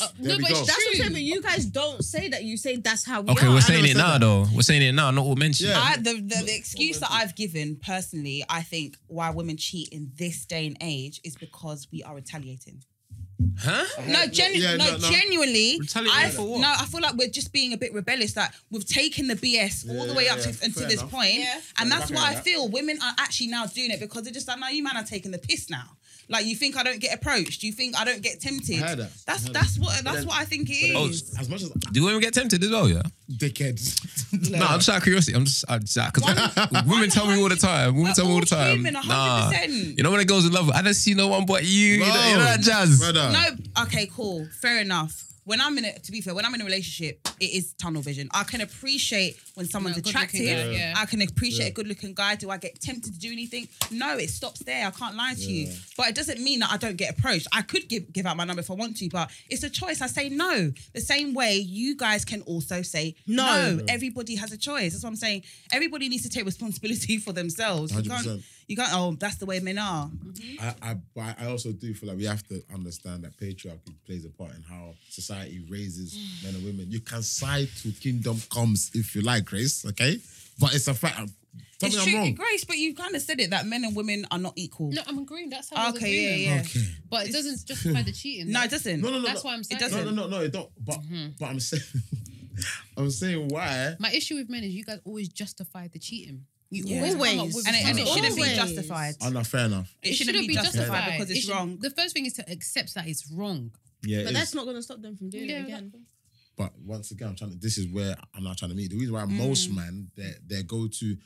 [SPEAKER 2] Uh,
[SPEAKER 4] There
[SPEAKER 2] no,
[SPEAKER 4] we
[SPEAKER 2] but
[SPEAKER 4] go.
[SPEAKER 2] it's
[SPEAKER 3] That's what I'm saying, but
[SPEAKER 2] true.
[SPEAKER 3] you guys don't say that. You say that's how we
[SPEAKER 5] Okay,
[SPEAKER 3] are.
[SPEAKER 5] we're
[SPEAKER 4] I
[SPEAKER 5] saying
[SPEAKER 4] never
[SPEAKER 5] it
[SPEAKER 4] said
[SPEAKER 5] now
[SPEAKER 4] that.
[SPEAKER 5] though. We're saying it now. Not all men cheat.
[SPEAKER 4] Yeah.
[SPEAKER 1] I, the, the, the excuse that I've given personally, I think why women cheat in this day and age is because we are retaliating.
[SPEAKER 5] Huh?
[SPEAKER 1] No, genu-
[SPEAKER 4] yeah,
[SPEAKER 1] no,
[SPEAKER 4] no, no.
[SPEAKER 1] genuinely.
[SPEAKER 5] Retaliating
[SPEAKER 1] I,
[SPEAKER 5] for what?
[SPEAKER 1] No, I feel like we're just being a bit rebellious. Like we've taken the BS all the
[SPEAKER 4] Yeah,
[SPEAKER 1] way
[SPEAKER 4] yeah,
[SPEAKER 1] up
[SPEAKER 4] yeah.
[SPEAKER 1] to, until
[SPEAKER 4] Fair
[SPEAKER 1] this
[SPEAKER 4] enough.
[SPEAKER 1] point,
[SPEAKER 3] Yeah.
[SPEAKER 1] and
[SPEAKER 4] Yeah,
[SPEAKER 1] that's
[SPEAKER 4] I
[SPEAKER 1] why I
[SPEAKER 4] hear that.
[SPEAKER 1] feel women are actually now doing it because they're just like, no, you man are taking the piss now. Like you think I don't get approached? You think I don't get tempted?
[SPEAKER 4] I heard that. I
[SPEAKER 1] That's
[SPEAKER 4] heard
[SPEAKER 1] that's what that's
[SPEAKER 4] then-
[SPEAKER 1] what I think it
[SPEAKER 5] Oh,
[SPEAKER 1] is.
[SPEAKER 4] As much as
[SPEAKER 5] Do women get tempted as well? Yeah.
[SPEAKER 4] dickheads.
[SPEAKER 5] No, I'm just out of curiosity. I'm just because women tell me all the time. Women tell me all the
[SPEAKER 1] all
[SPEAKER 5] time.
[SPEAKER 1] women,
[SPEAKER 5] Nah,
[SPEAKER 1] 100%.
[SPEAKER 5] you know when a girl's in love, I don't see no one but you. You know, you know that jazz.
[SPEAKER 4] Brother.
[SPEAKER 1] No, okay, cool, fair enough. When I'm in a, to be fair, when I'm in a relationship, it is tunnel vision. I can appreciate when someone's
[SPEAKER 2] Yeah,
[SPEAKER 1] attractive.
[SPEAKER 2] good-looking guy, yeah.
[SPEAKER 1] I can appreciate
[SPEAKER 4] Yeah.
[SPEAKER 1] a good-looking guy. Do I get tempted to do anything? No, it stops there. I can't lie to you, but it doesn't mean that I don't get approached. I could give give out my number if I want to, but it's a choice. I say no. The same way you guys can also say no. Everybody has a choice. That's what I'm saying. Everybody needs to take responsibility for themselves. You can't.
[SPEAKER 4] 100%.
[SPEAKER 1] You can't. Oh, that's the way men are.
[SPEAKER 4] I, I, but I also do feel like we have to understand that patriarchy plays a part in how society raises men and women. You can side to kingdom comes if you like, Grace, okay? But it's a fact. Tell me
[SPEAKER 1] it's
[SPEAKER 4] I'm
[SPEAKER 1] true,
[SPEAKER 4] wrong.
[SPEAKER 1] Grace, but you kind of said it that men and women are not equal.
[SPEAKER 2] No, I'm agreeing. That's how.
[SPEAKER 1] Okay, yeah,
[SPEAKER 2] Okay, yeah,
[SPEAKER 1] yeah.
[SPEAKER 4] Okay.
[SPEAKER 2] But it doesn't justify the cheating.
[SPEAKER 1] No,
[SPEAKER 2] though.
[SPEAKER 1] it doesn't.
[SPEAKER 4] No, no, no.
[SPEAKER 2] That's
[SPEAKER 4] no.
[SPEAKER 2] why I'm saying.
[SPEAKER 1] doesn't.
[SPEAKER 4] No, no, no, no, it don't. But, but I'm saying. I'm saying why.
[SPEAKER 2] Mm-hmm. My issue with men is you guys always justify the cheating. You
[SPEAKER 1] Yeah.
[SPEAKER 2] always, come up
[SPEAKER 3] Always.
[SPEAKER 2] with
[SPEAKER 1] and it, and it
[SPEAKER 2] something.
[SPEAKER 1] shouldn't be
[SPEAKER 3] Always.
[SPEAKER 1] justified.
[SPEAKER 4] Oh no, fair enough.
[SPEAKER 1] It shouldn't be justified because
[SPEAKER 2] It
[SPEAKER 1] it's
[SPEAKER 2] should-
[SPEAKER 1] wrong.
[SPEAKER 2] The first thing is to accept that it's wrong.
[SPEAKER 4] Yeah,
[SPEAKER 3] But
[SPEAKER 4] it is.
[SPEAKER 3] that's not going to stop them from doing
[SPEAKER 2] Yeah,
[SPEAKER 3] it again.
[SPEAKER 4] But once again, I'm trying to. This is where I'm not trying to meet. The reason why
[SPEAKER 1] Mm.
[SPEAKER 4] most men their their go to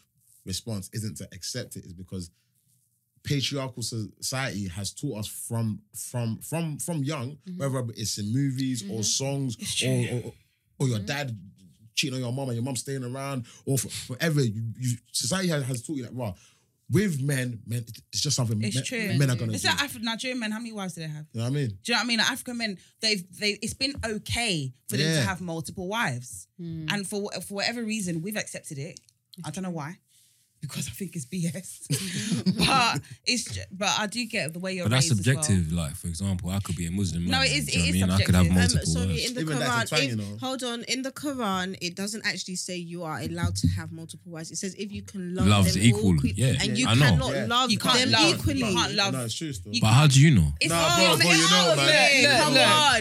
[SPEAKER 4] response isn't to accept it is because patriarchal society has taught us from from from from young,
[SPEAKER 1] Mm-hmm.
[SPEAKER 4] whether it's in movies or songs or, or or
[SPEAKER 1] Mm-hmm.
[SPEAKER 4] your dad cheating on your mom and your mom staying around or for, forever. You, you, society has, has taught you that. Well, with men, men, it's just something
[SPEAKER 1] It's
[SPEAKER 4] men,
[SPEAKER 1] true.
[SPEAKER 4] men are gonna
[SPEAKER 1] It's
[SPEAKER 4] do.
[SPEAKER 1] like Afri- Nigerian men. How many wives do they have?
[SPEAKER 4] you know what I mean?
[SPEAKER 1] Do you know what I mean? Like African men, they've they it's been okay for them to
[SPEAKER 4] Yeah.
[SPEAKER 1] have multiple wives, and for wh- for whatever reason, we've accepted it. I don't know why, because I think it's BS. but it's ju- but I do get the way you're.
[SPEAKER 5] But that's
[SPEAKER 1] raised as well.
[SPEAKER 5] subjective. Like, for example, I could be a Muslim.
[SPEAKER 1] No,
[SPEAKER 5] man,
[SPEAKER 1] it is-
[SPEAKER 5] do you know
[SPEAKER 1] it is
[SPEAKER 5] what I mean? I could have
[SPEAKER 1] subjective.
[SPEAKER 3] Um,
[SPEAKER 5] multiple.
[SPEAKER 3] sorry,
[SPEAKER 5] wives.
[SPEAKER 3] in the
[SPEAKER 4] Even that's
[SPEAKER 3] Quran,
[SPEAKER 4] Italian,
[SPEAKER 3] if-
[SPEAKER 4] you know.
[SPEAKER 3] hold on. In the Quran, it doesn't actually say you are allowed to have multiple wives. It says if you can love
[SPEAKER 5] Love's
[SPEAKER 3] them
[SPEAKER 5] equal,
[SPEAKER 3] all, que-
[SPEAKER 5] yeah.
[SPEAKER 3] and you
[SPEAKER 5] I know.
[SPEAKER 3] cannot
[SPEAKER 4] Yeah.
[SPEAKER 3] love
[SPEAKER 1] You can't
[SPEAKER 3] them
[SPEAKER 1] love-
[SPEAKER 3] equally.
[SPEAKER 1] you can't love-
[SPEAKER 4] No, it's true still.
[SPEAKER 5] but how do you know?
[SPEAKER 1] It's
[SPEAKER 4] Nah, bro,
[SPEAKER 1] not-
[SPEAKER 4] bro, you know,
[SPEAKER 1] it's-
[SPEAKER 4] man.
[SPEAKER 1] look,
[SPEAKER 3] Come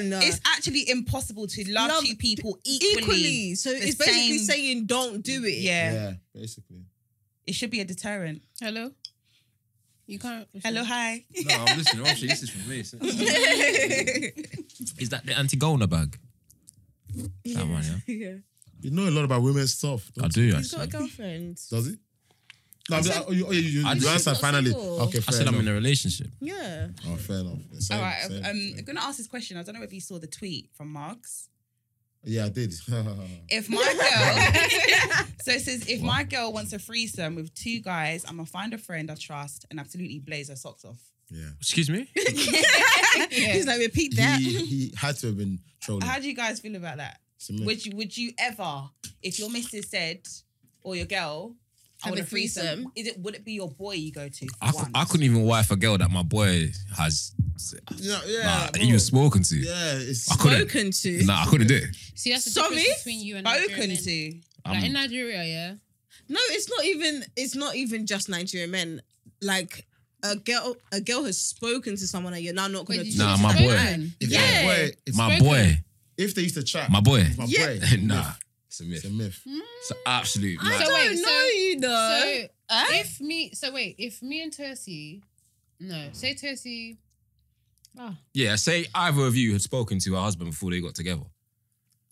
[SPEAKER 1] look,
[SPEAKER 3] on.
[SPEAKER 1] It's actually impossible to love,
[SPEAKER 3] Love
[SPEAKER 1] two people equally.
[SPEAKER 3] equally. So
[SPEAKER 1] The
[SPEAKER 3] it's basically
[SPEAKER 1] same-
[SPEAKER 3] saying don't do it.
[SPEAKER 1] Yeah.
[SPEAKER 4] yeah, basically.
[SPEAKER 1] it should be a deterrent.
[SPEAKER 2] Hello? You can't.
[SPEAKER 1] Hello, hi.
[SPEAKER 5] No, I'm listening. Actually, this is from me. is that the anti-Golna bag? That one, yeah.
[SPEAKER 3] Yeah.
[SPEAKER 4] You know a lot about women's stuff.
[SPEAKER 5] I
[SPEAKER 4] don't
[SPEAKER 5] do
[SPEAKER 3] He's got a
[SPEAKER 5] actually.
[SPEAKER 3] girlfriend.
[SPEAKER 4] Does he? No, I oh, you, oh, you, you,
[SPEAKER 5] I
[SPEAKER 4] you
[SPEAKER 5] just-
[SPEAKER 4] answered
[SPEAKER 3] Not
[SPEAKER 4] finally.
[SPEAKER 3] single.
[SPEAKER 4] Okay,
[SPEAKER 5] I
[SPEAKER 4] fair
[SPEAKER 5] said I'm
[SPEAKER 4] enough.
[SPEAKER 5] in a relationship.
[SPEAKER 3] Yeah.
[SPEAKER 4] Oh, fair enough. Same,
[SPEAKER 1] All right,
[SPEAKER 4] same,
[SPEAKER 1] um, I'm
[SPEAKER 4] same.
[SPEAKER 1] gonna ask this question. I don't know if you saw the tweet from Marks.
[SPEAKER 4] Yeah, I did.
[SPEAKER 1] If my girl, so it says, if my girl wants a threesome with two guys, I'm gonna find a friend I trust and absolutely blaze her socks off.
[SPEAKER 4] yeah.
[SPEAKER 5] Excuse me?
[SPEAKER 3] He's like, repeat that.
[SPEAKER 4] He, he had to have been trolling.
[SPEAKER 1] How do you guys feel about that?
[SPEAKER 4] It's a myth.
[SPEAKER 1] Would you would you ever, if your missus said or your girl, I
[SPEAKER 3] Have
[SPEAKER 1] want
[SPEAKER 3] a
[SPEAKER 1] a threesome,
[SPEAKER 3] threesome.
[SPEAKER 1] is it would it be your boy you go to?
[SPEAKER 5] I, cou-
[SPEAKER 1] once?
[SPEAKER 5] I couldn't even wife a girl that my boy has.
[SPEAKER 4] yeah, yeah,
[SPEAKER 5] Nah,
[SPEAKER 4] bro.
[SPEAKER 5] even spoken to.
[SPEAKER 4] yeah, it's
[SPEAKER 5] I couldn't.
[SPEAKER 3] Spoken to.
[SPEAKER 5] Nah, I couldn't do it.
[SPEAKER 2] See, that's the
[SPEAKER 3] Sorry?
[SPEAKER 2] difference between you and Nigerian
[SPEAKER 1] spoken
[SPEAKER 2] men.
[SPEAKER 1] to.
[SPEAKER 2] Like in
[SPEAKER 5] I'm-
[SPEAKER 2] Nigeria, yeah.
[SPEAKER 3] No, it's not even. It's not even just Nigerian men. Like a girl, a girl has spoken to someone, and you're now not going
[SPEAKER 2] Wait,
[SPEAKER 3] to.
[SPEAKER 2] did
[SPEAKER 5] Nah,
[SPEAKER 2] you
[SPEAKER 5] my
[SPEAKER 2] say
[SPEAKER 5] boy.
[SPEAKER 2] spoken?
[SPEAKER 4] if
[SPEAKER 3] Yeah.
[SPEAKER 4] my boy, if,
[SPEAKER 5] my
[SPEAKER 2] spoken.
[SPEAKER 5] boy.
[SPEAKER 4] if they used to chat,
[SPEAKER 5] My boy.
[SPEAKER 4] my
[SPEAKER 3] Yeah.
[SPEAKER 4] boy, it's a
[SPEAKER 5] nah.
[SPEAKER 4] myth.
[SPEAKER 5] It's a
[SPEAKER 4] it's a
[SPEAKER 5] myth.
[SPEAKER 4] myth.
[SPEAKER 5] It's an absolute
[SPEAKER 3] I
[SPEAKER 5] lie.
[SPEAKER 2] So
[SPEAKER 3] don't
[SPEAKER 2] wait,
[SPEAKER 3] know
[SPEAKER 2] so-
[SPEAKER 3] you know.
[SPEAKER 2] So
[SPEAKER 3] Huh?
[SPEAKER 2] if me, so wait, if me and Tercy, no, say Tercy, ah,
[SPEAKER 5] Yeah, say either of you had spoken to her husband before they got together.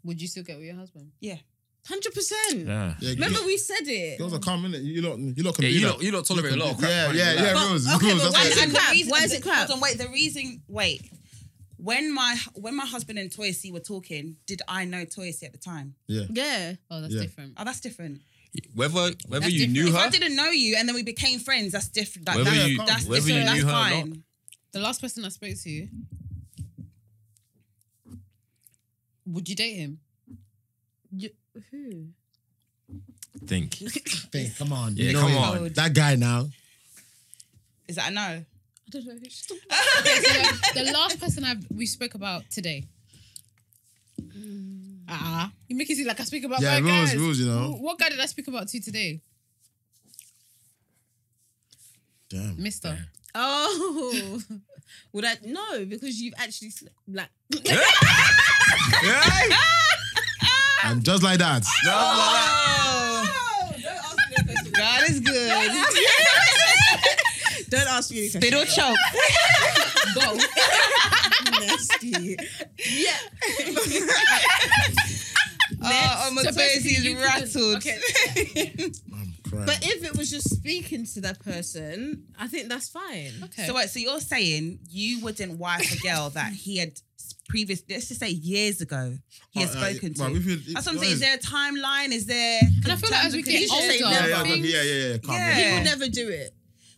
[SPEAKER 2] would you still get with your husband?
[SPEAKER 3] Hundred percent.
[SPEAKER 5] Yeah.
[SPEAKER 4] Yeah,
[SPEAKER 3] Remember
[SPEAKER 4] girls-
[SPEAKER 3] we said it.
[SPEAKER 4] girls are coming. You lot, you lot can
[SPEAKER 5] Yeah,
[SPEAKER 4] do
[SPEAKER 5] you
[SPEAKER 4] that.
[SPEAKER 5] don't, you don't tolerate a lot of crap.
[SPEAKER 4] Yeah,
[SPEAKER 5] man,
[SPEAKER 4] yeah,
[SPEAKER 5] like-
[SPEAKER 4] yeah,
[SPEAKER 3] But-
[SPEAKER 4] rules,
[SPEAKER 3] okay,
[SPEAKER 4] rules.
[SPEAKER 3] but
[SPEAKER 4] That's
[SPEAKER 3] why
[SPEAKER 1] and,
[SPEAKER 4] what it
[SPEAKER 3] is
[SPEAKER 4] is.
[SPEAKER 1] and the
[SPEAKER 3] crap?
[SPEAKER 1] reason,
[SPEAKER 3] Why is
[SPEAKER 1] the-
[SPEAKER 3] it crap?
[SPEAKER 1] Hold on, wait. The reason, wait. When my when my husband and Toysi were talking, did I know Toysi at the time?
[SPEAKER 3] Yeah.
[SPEAKER 2] Oh, that's
[SPEAKER 4] Yeah.
[SPEAKER 2] different.
[SPEAKER 1] Oh, that's different.
[SPEAKER 5] Whether whether
[SPEAKER 2] That's
[SPEAKER 5] you knew
[SPEAKER 1] If I
[SPEAKER 5] her,
[SPEAKER 1] didn't know you and then we became friends, that's different. That,
[SPEAKER 5] Whether
[SPEAKER 1] that's
[SPEAKER 5] you-
[SPEAKER 1] that's
[SPEAKER 5] whether
[SPEAKER 1] different. that's
[SPEAKER 5] you knew her or
[SPEAKER 1] fine.
[SPEAKER 5] not.
[SPEAKER 2] The last person I spoke to, would you date him?
[SPEAKER 3] You- who?
[SPEAKER 5] think.
[SPEAKER 4] Think, Come on,
[SPEAKER 5] Yeah,
[SPEAKER 4] you know
[SPEAKER 5] come
[SPEAKER 4] him.
[SPEAKER 5] on.
[SPEAKER 4] That guy now.
[SPEAKER 1] Is that a no?
[SPEAKER 3] I don't know. She's talking
[SPEAKER 2] So the last person I we spoke about today. Ah, uh-uh. you make it seem like I speak about
[SPEAKER 4] Yeah,
[SPEAKER 2] my
[SPEAKER 4] rules,
[SPEAKER 2] guys.
[SPEAKER 4] rules. You
[SPEAKER 2] Who-
[SPEAKER 4] know.
[SPEAKER 2] What guy did I speak about to today,
[SPEAKER 4] Damn.
[SPEAKER 2] Mister?
[SPEAKER 3] Oh, would I? No, because you've actually sl- like.
[SPEAKER 4] And just like that.
[SPEAKER 1] Oh, don't ask me this question. God is good.
[SPEAKER 3] Don't ask me. Anything.
[SPEAKER 1] Spittle choke.
[SPEAKER 2] Go.
[SPEAKER 3] Nasty. yeah.
[SPEAKER 1] Oh, oh, my
[SPEAKER 2] So
[SPEAKER 1] Toysi
[SPEAKER 2] basically you
[SPEAKER 1] is
[SPEAKER 2] couldn't-
[SPEAKER 1] rattled.
[SPEAKER 2] okay.
[SPEAKER 4] I'm crying.
[SPEAKER 3] But if it was just speaking to that person, I think that's fine.
[SPEAKER 2] Okay.
[SPEAKER 1] So wait, so you're saying you wouldn't wife a girl that he had previous, let's just say years ago, he had
[SPEAKER 4] Oh,
[SPEAKER 5] uh,
[SPEAKER 4] yeah,
[SPEAKER 1] spoken
[SPEAKER 4] well,
[SPEAKER 1] to.
[SPEAKER 4] if you-
[SPEAKER 1] That's what I'm saying. Is
[SPEAKER 4] honest-
[SPEAKER 1] there a timeline? Is there?
[SPEAKER 2] And I feel like as we get
[SPEAKER 3] He's just
[SPEAKER 2] older,
[SPEAKER 3] saying
[SPEAKER 4] Yeah,
[SPEAKER 3] no,
[SPEAKER 4] yeah,
[SPEAKER 2] things-
[SPEAKER 4] yeah, yeah, yeah. Calm
[SPEAKER 1] Yeah.
[SPEAKER 4] down.
[SPEAKER 3] He will never do it.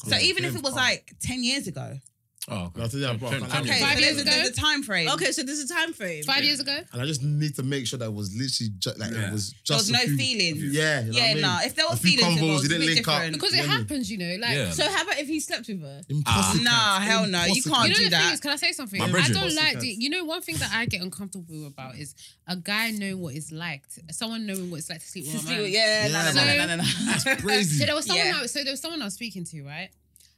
[SPEAKER 1] So even if
[SPEAKER 4] Damn,
[SPEAKER 1] it was
[SPEAKER 4] calm.
[SPEAKER 1] like ten years ago,
[SPEAKER 5] Oh,
[SPEAKER 4] No, I
[SPEAKER 5] okay.
[SPEAKER 4] said, yeah, bro, I
[SPEAKER 5] Ten-
[SPEAKER 4] can't-
[SPEAKER 5] ten
[SPEAKER 1] okay,
[SPEAKER 2] Five
[SPEAKER 4] I
[SPEAKER 1] so
[SPEAKER 4] can't-
[SPEAKER 1] there's,
[SPEAKER 2] years
[SPEAKER 1] a,
[SPEAKER 2] ago?
[SPEAKER 1] there's a time frame.
[SPEAKER 3] Okay, so there's a time frame.
[SPEAKER 2] five years ago.
[SPEAKER 4] And I just need to make sure that it was literally just like
[SPEAKER 5] Yeah.
[SPEAKER 4] it was
[SPEAKER 1] there
[SPEAKER 4] just
[SPEAKER 1] was
[SPEAKER 4] a
[SPEAKER 1] no
[SPEAKER 4] few-
[SPEAKER 1] feelings.
[SPEAKER 4] Yeah, you know what I
[SPEAKER 1] yeah,
[SPEAKER 4] mean?
[SPEAKER 1] nah. If there
[SPEAKER 4] A
[SPEAKER 1] was
[SPEAKER 4] few
[SPEAKER 1] feelings
[SPEAKER 4] combos,
[SPEAKER 1] involved,
[SPEAKER 4] you
[SPEAKER 1] it's a
[SPEAKER 4] didn't
[SPEAKER 1] bit
[SPEAKER 4] link up.
[SPEAKER 1] different.
[SPEAKER 2] Because it
[SPEAKER 4] Yeah.
[SPEAKER 2] happens, you know. Like,
[SPEAKER 5] Yeah.
[SPEAKER 3] So how about if he slept with her?
[SPEAKER 4] Impossible.
[SPEAKER 1] Nah, hell no. You
[SPEAKER 4] Impossible.
[SPEAKER 1] can't
[SPEAKER 2] you know
[SPEAKER 1] do
[SPEAKER 2] the thing
[SPEAKER 1] that.
[SPEAKER 2] is, can I say something?
[SPEAKER 5] My
[SPEAKER 2] I
[SPEAKER 5] bridge.
[SPEAKER 2] don't like the.
[SPEAKER 4] Pussycats.
[SPEAKER 2] You know, one thing that I get uncomfortable about is a guy knowing what it's like. To, someone knowing what it's like to sleep with a man.
[SPEAKER 1] Yeah,
[SPEAKER 4] nah, nah,
[SPEAKER 2] nah, nah,
[SPEAKER 1] nah,
[SPEAKER 2] So
[SPEAKER 4] Crazy.
[SPEAKER 2] there was someone.
[SPEAKER 1] Yeah.
[SPEAKER 2] I, so there was someone I was speaking to, right?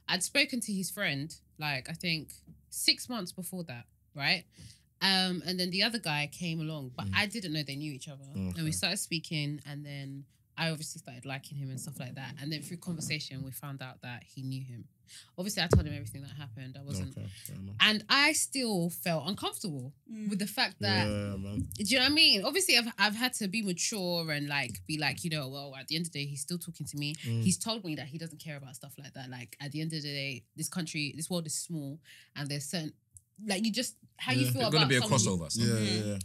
[SPEAKER 2] I'd spoken to his friend, like I think six months before that, right? Um, and then the other guy came along, but I didn't know they knew each other. And we
[SPEAKER 4] Mm. Okay.
[SPEAKER 2] started speaking, and then I obviously started liking him and stuff like that. And then through conversation, we found out that he knew him. Obviously, I told him everything that happened. I wasn't,
[SPEAKER 4] Okay, fair enough.
[SPEAKER 2] and I still felt uncomfortable
[SPEAKER 1] Mm.
[SPEAKER 2] with the fact that
[SPEAKER 4] yeah, man.
[SPEAKER 2] do you know what I mean? Obviously, I've I've had to be mature and like be like, you know, well, at the end of the day, he's still talking to me.
[SPEAKER 5] Mm.
[SPEAKER 2] He's told me that he doesn't care about stuff like that. Like at the end of the day, this country, this world is small, and there's certain like you just how you feel
[SPEAKER 4] Yeah.
[SPEAKER 5] There's
[SPEAKER 2] about
[SPEAKER 5] gonna be a
[SPEAKER 2] someone you-
[SPEAKER 5] crossover.
[SPEAKER 4] Yeah,
[SPEAKER 5] somewhere.
[SPEAKER 4] yeah, yeah.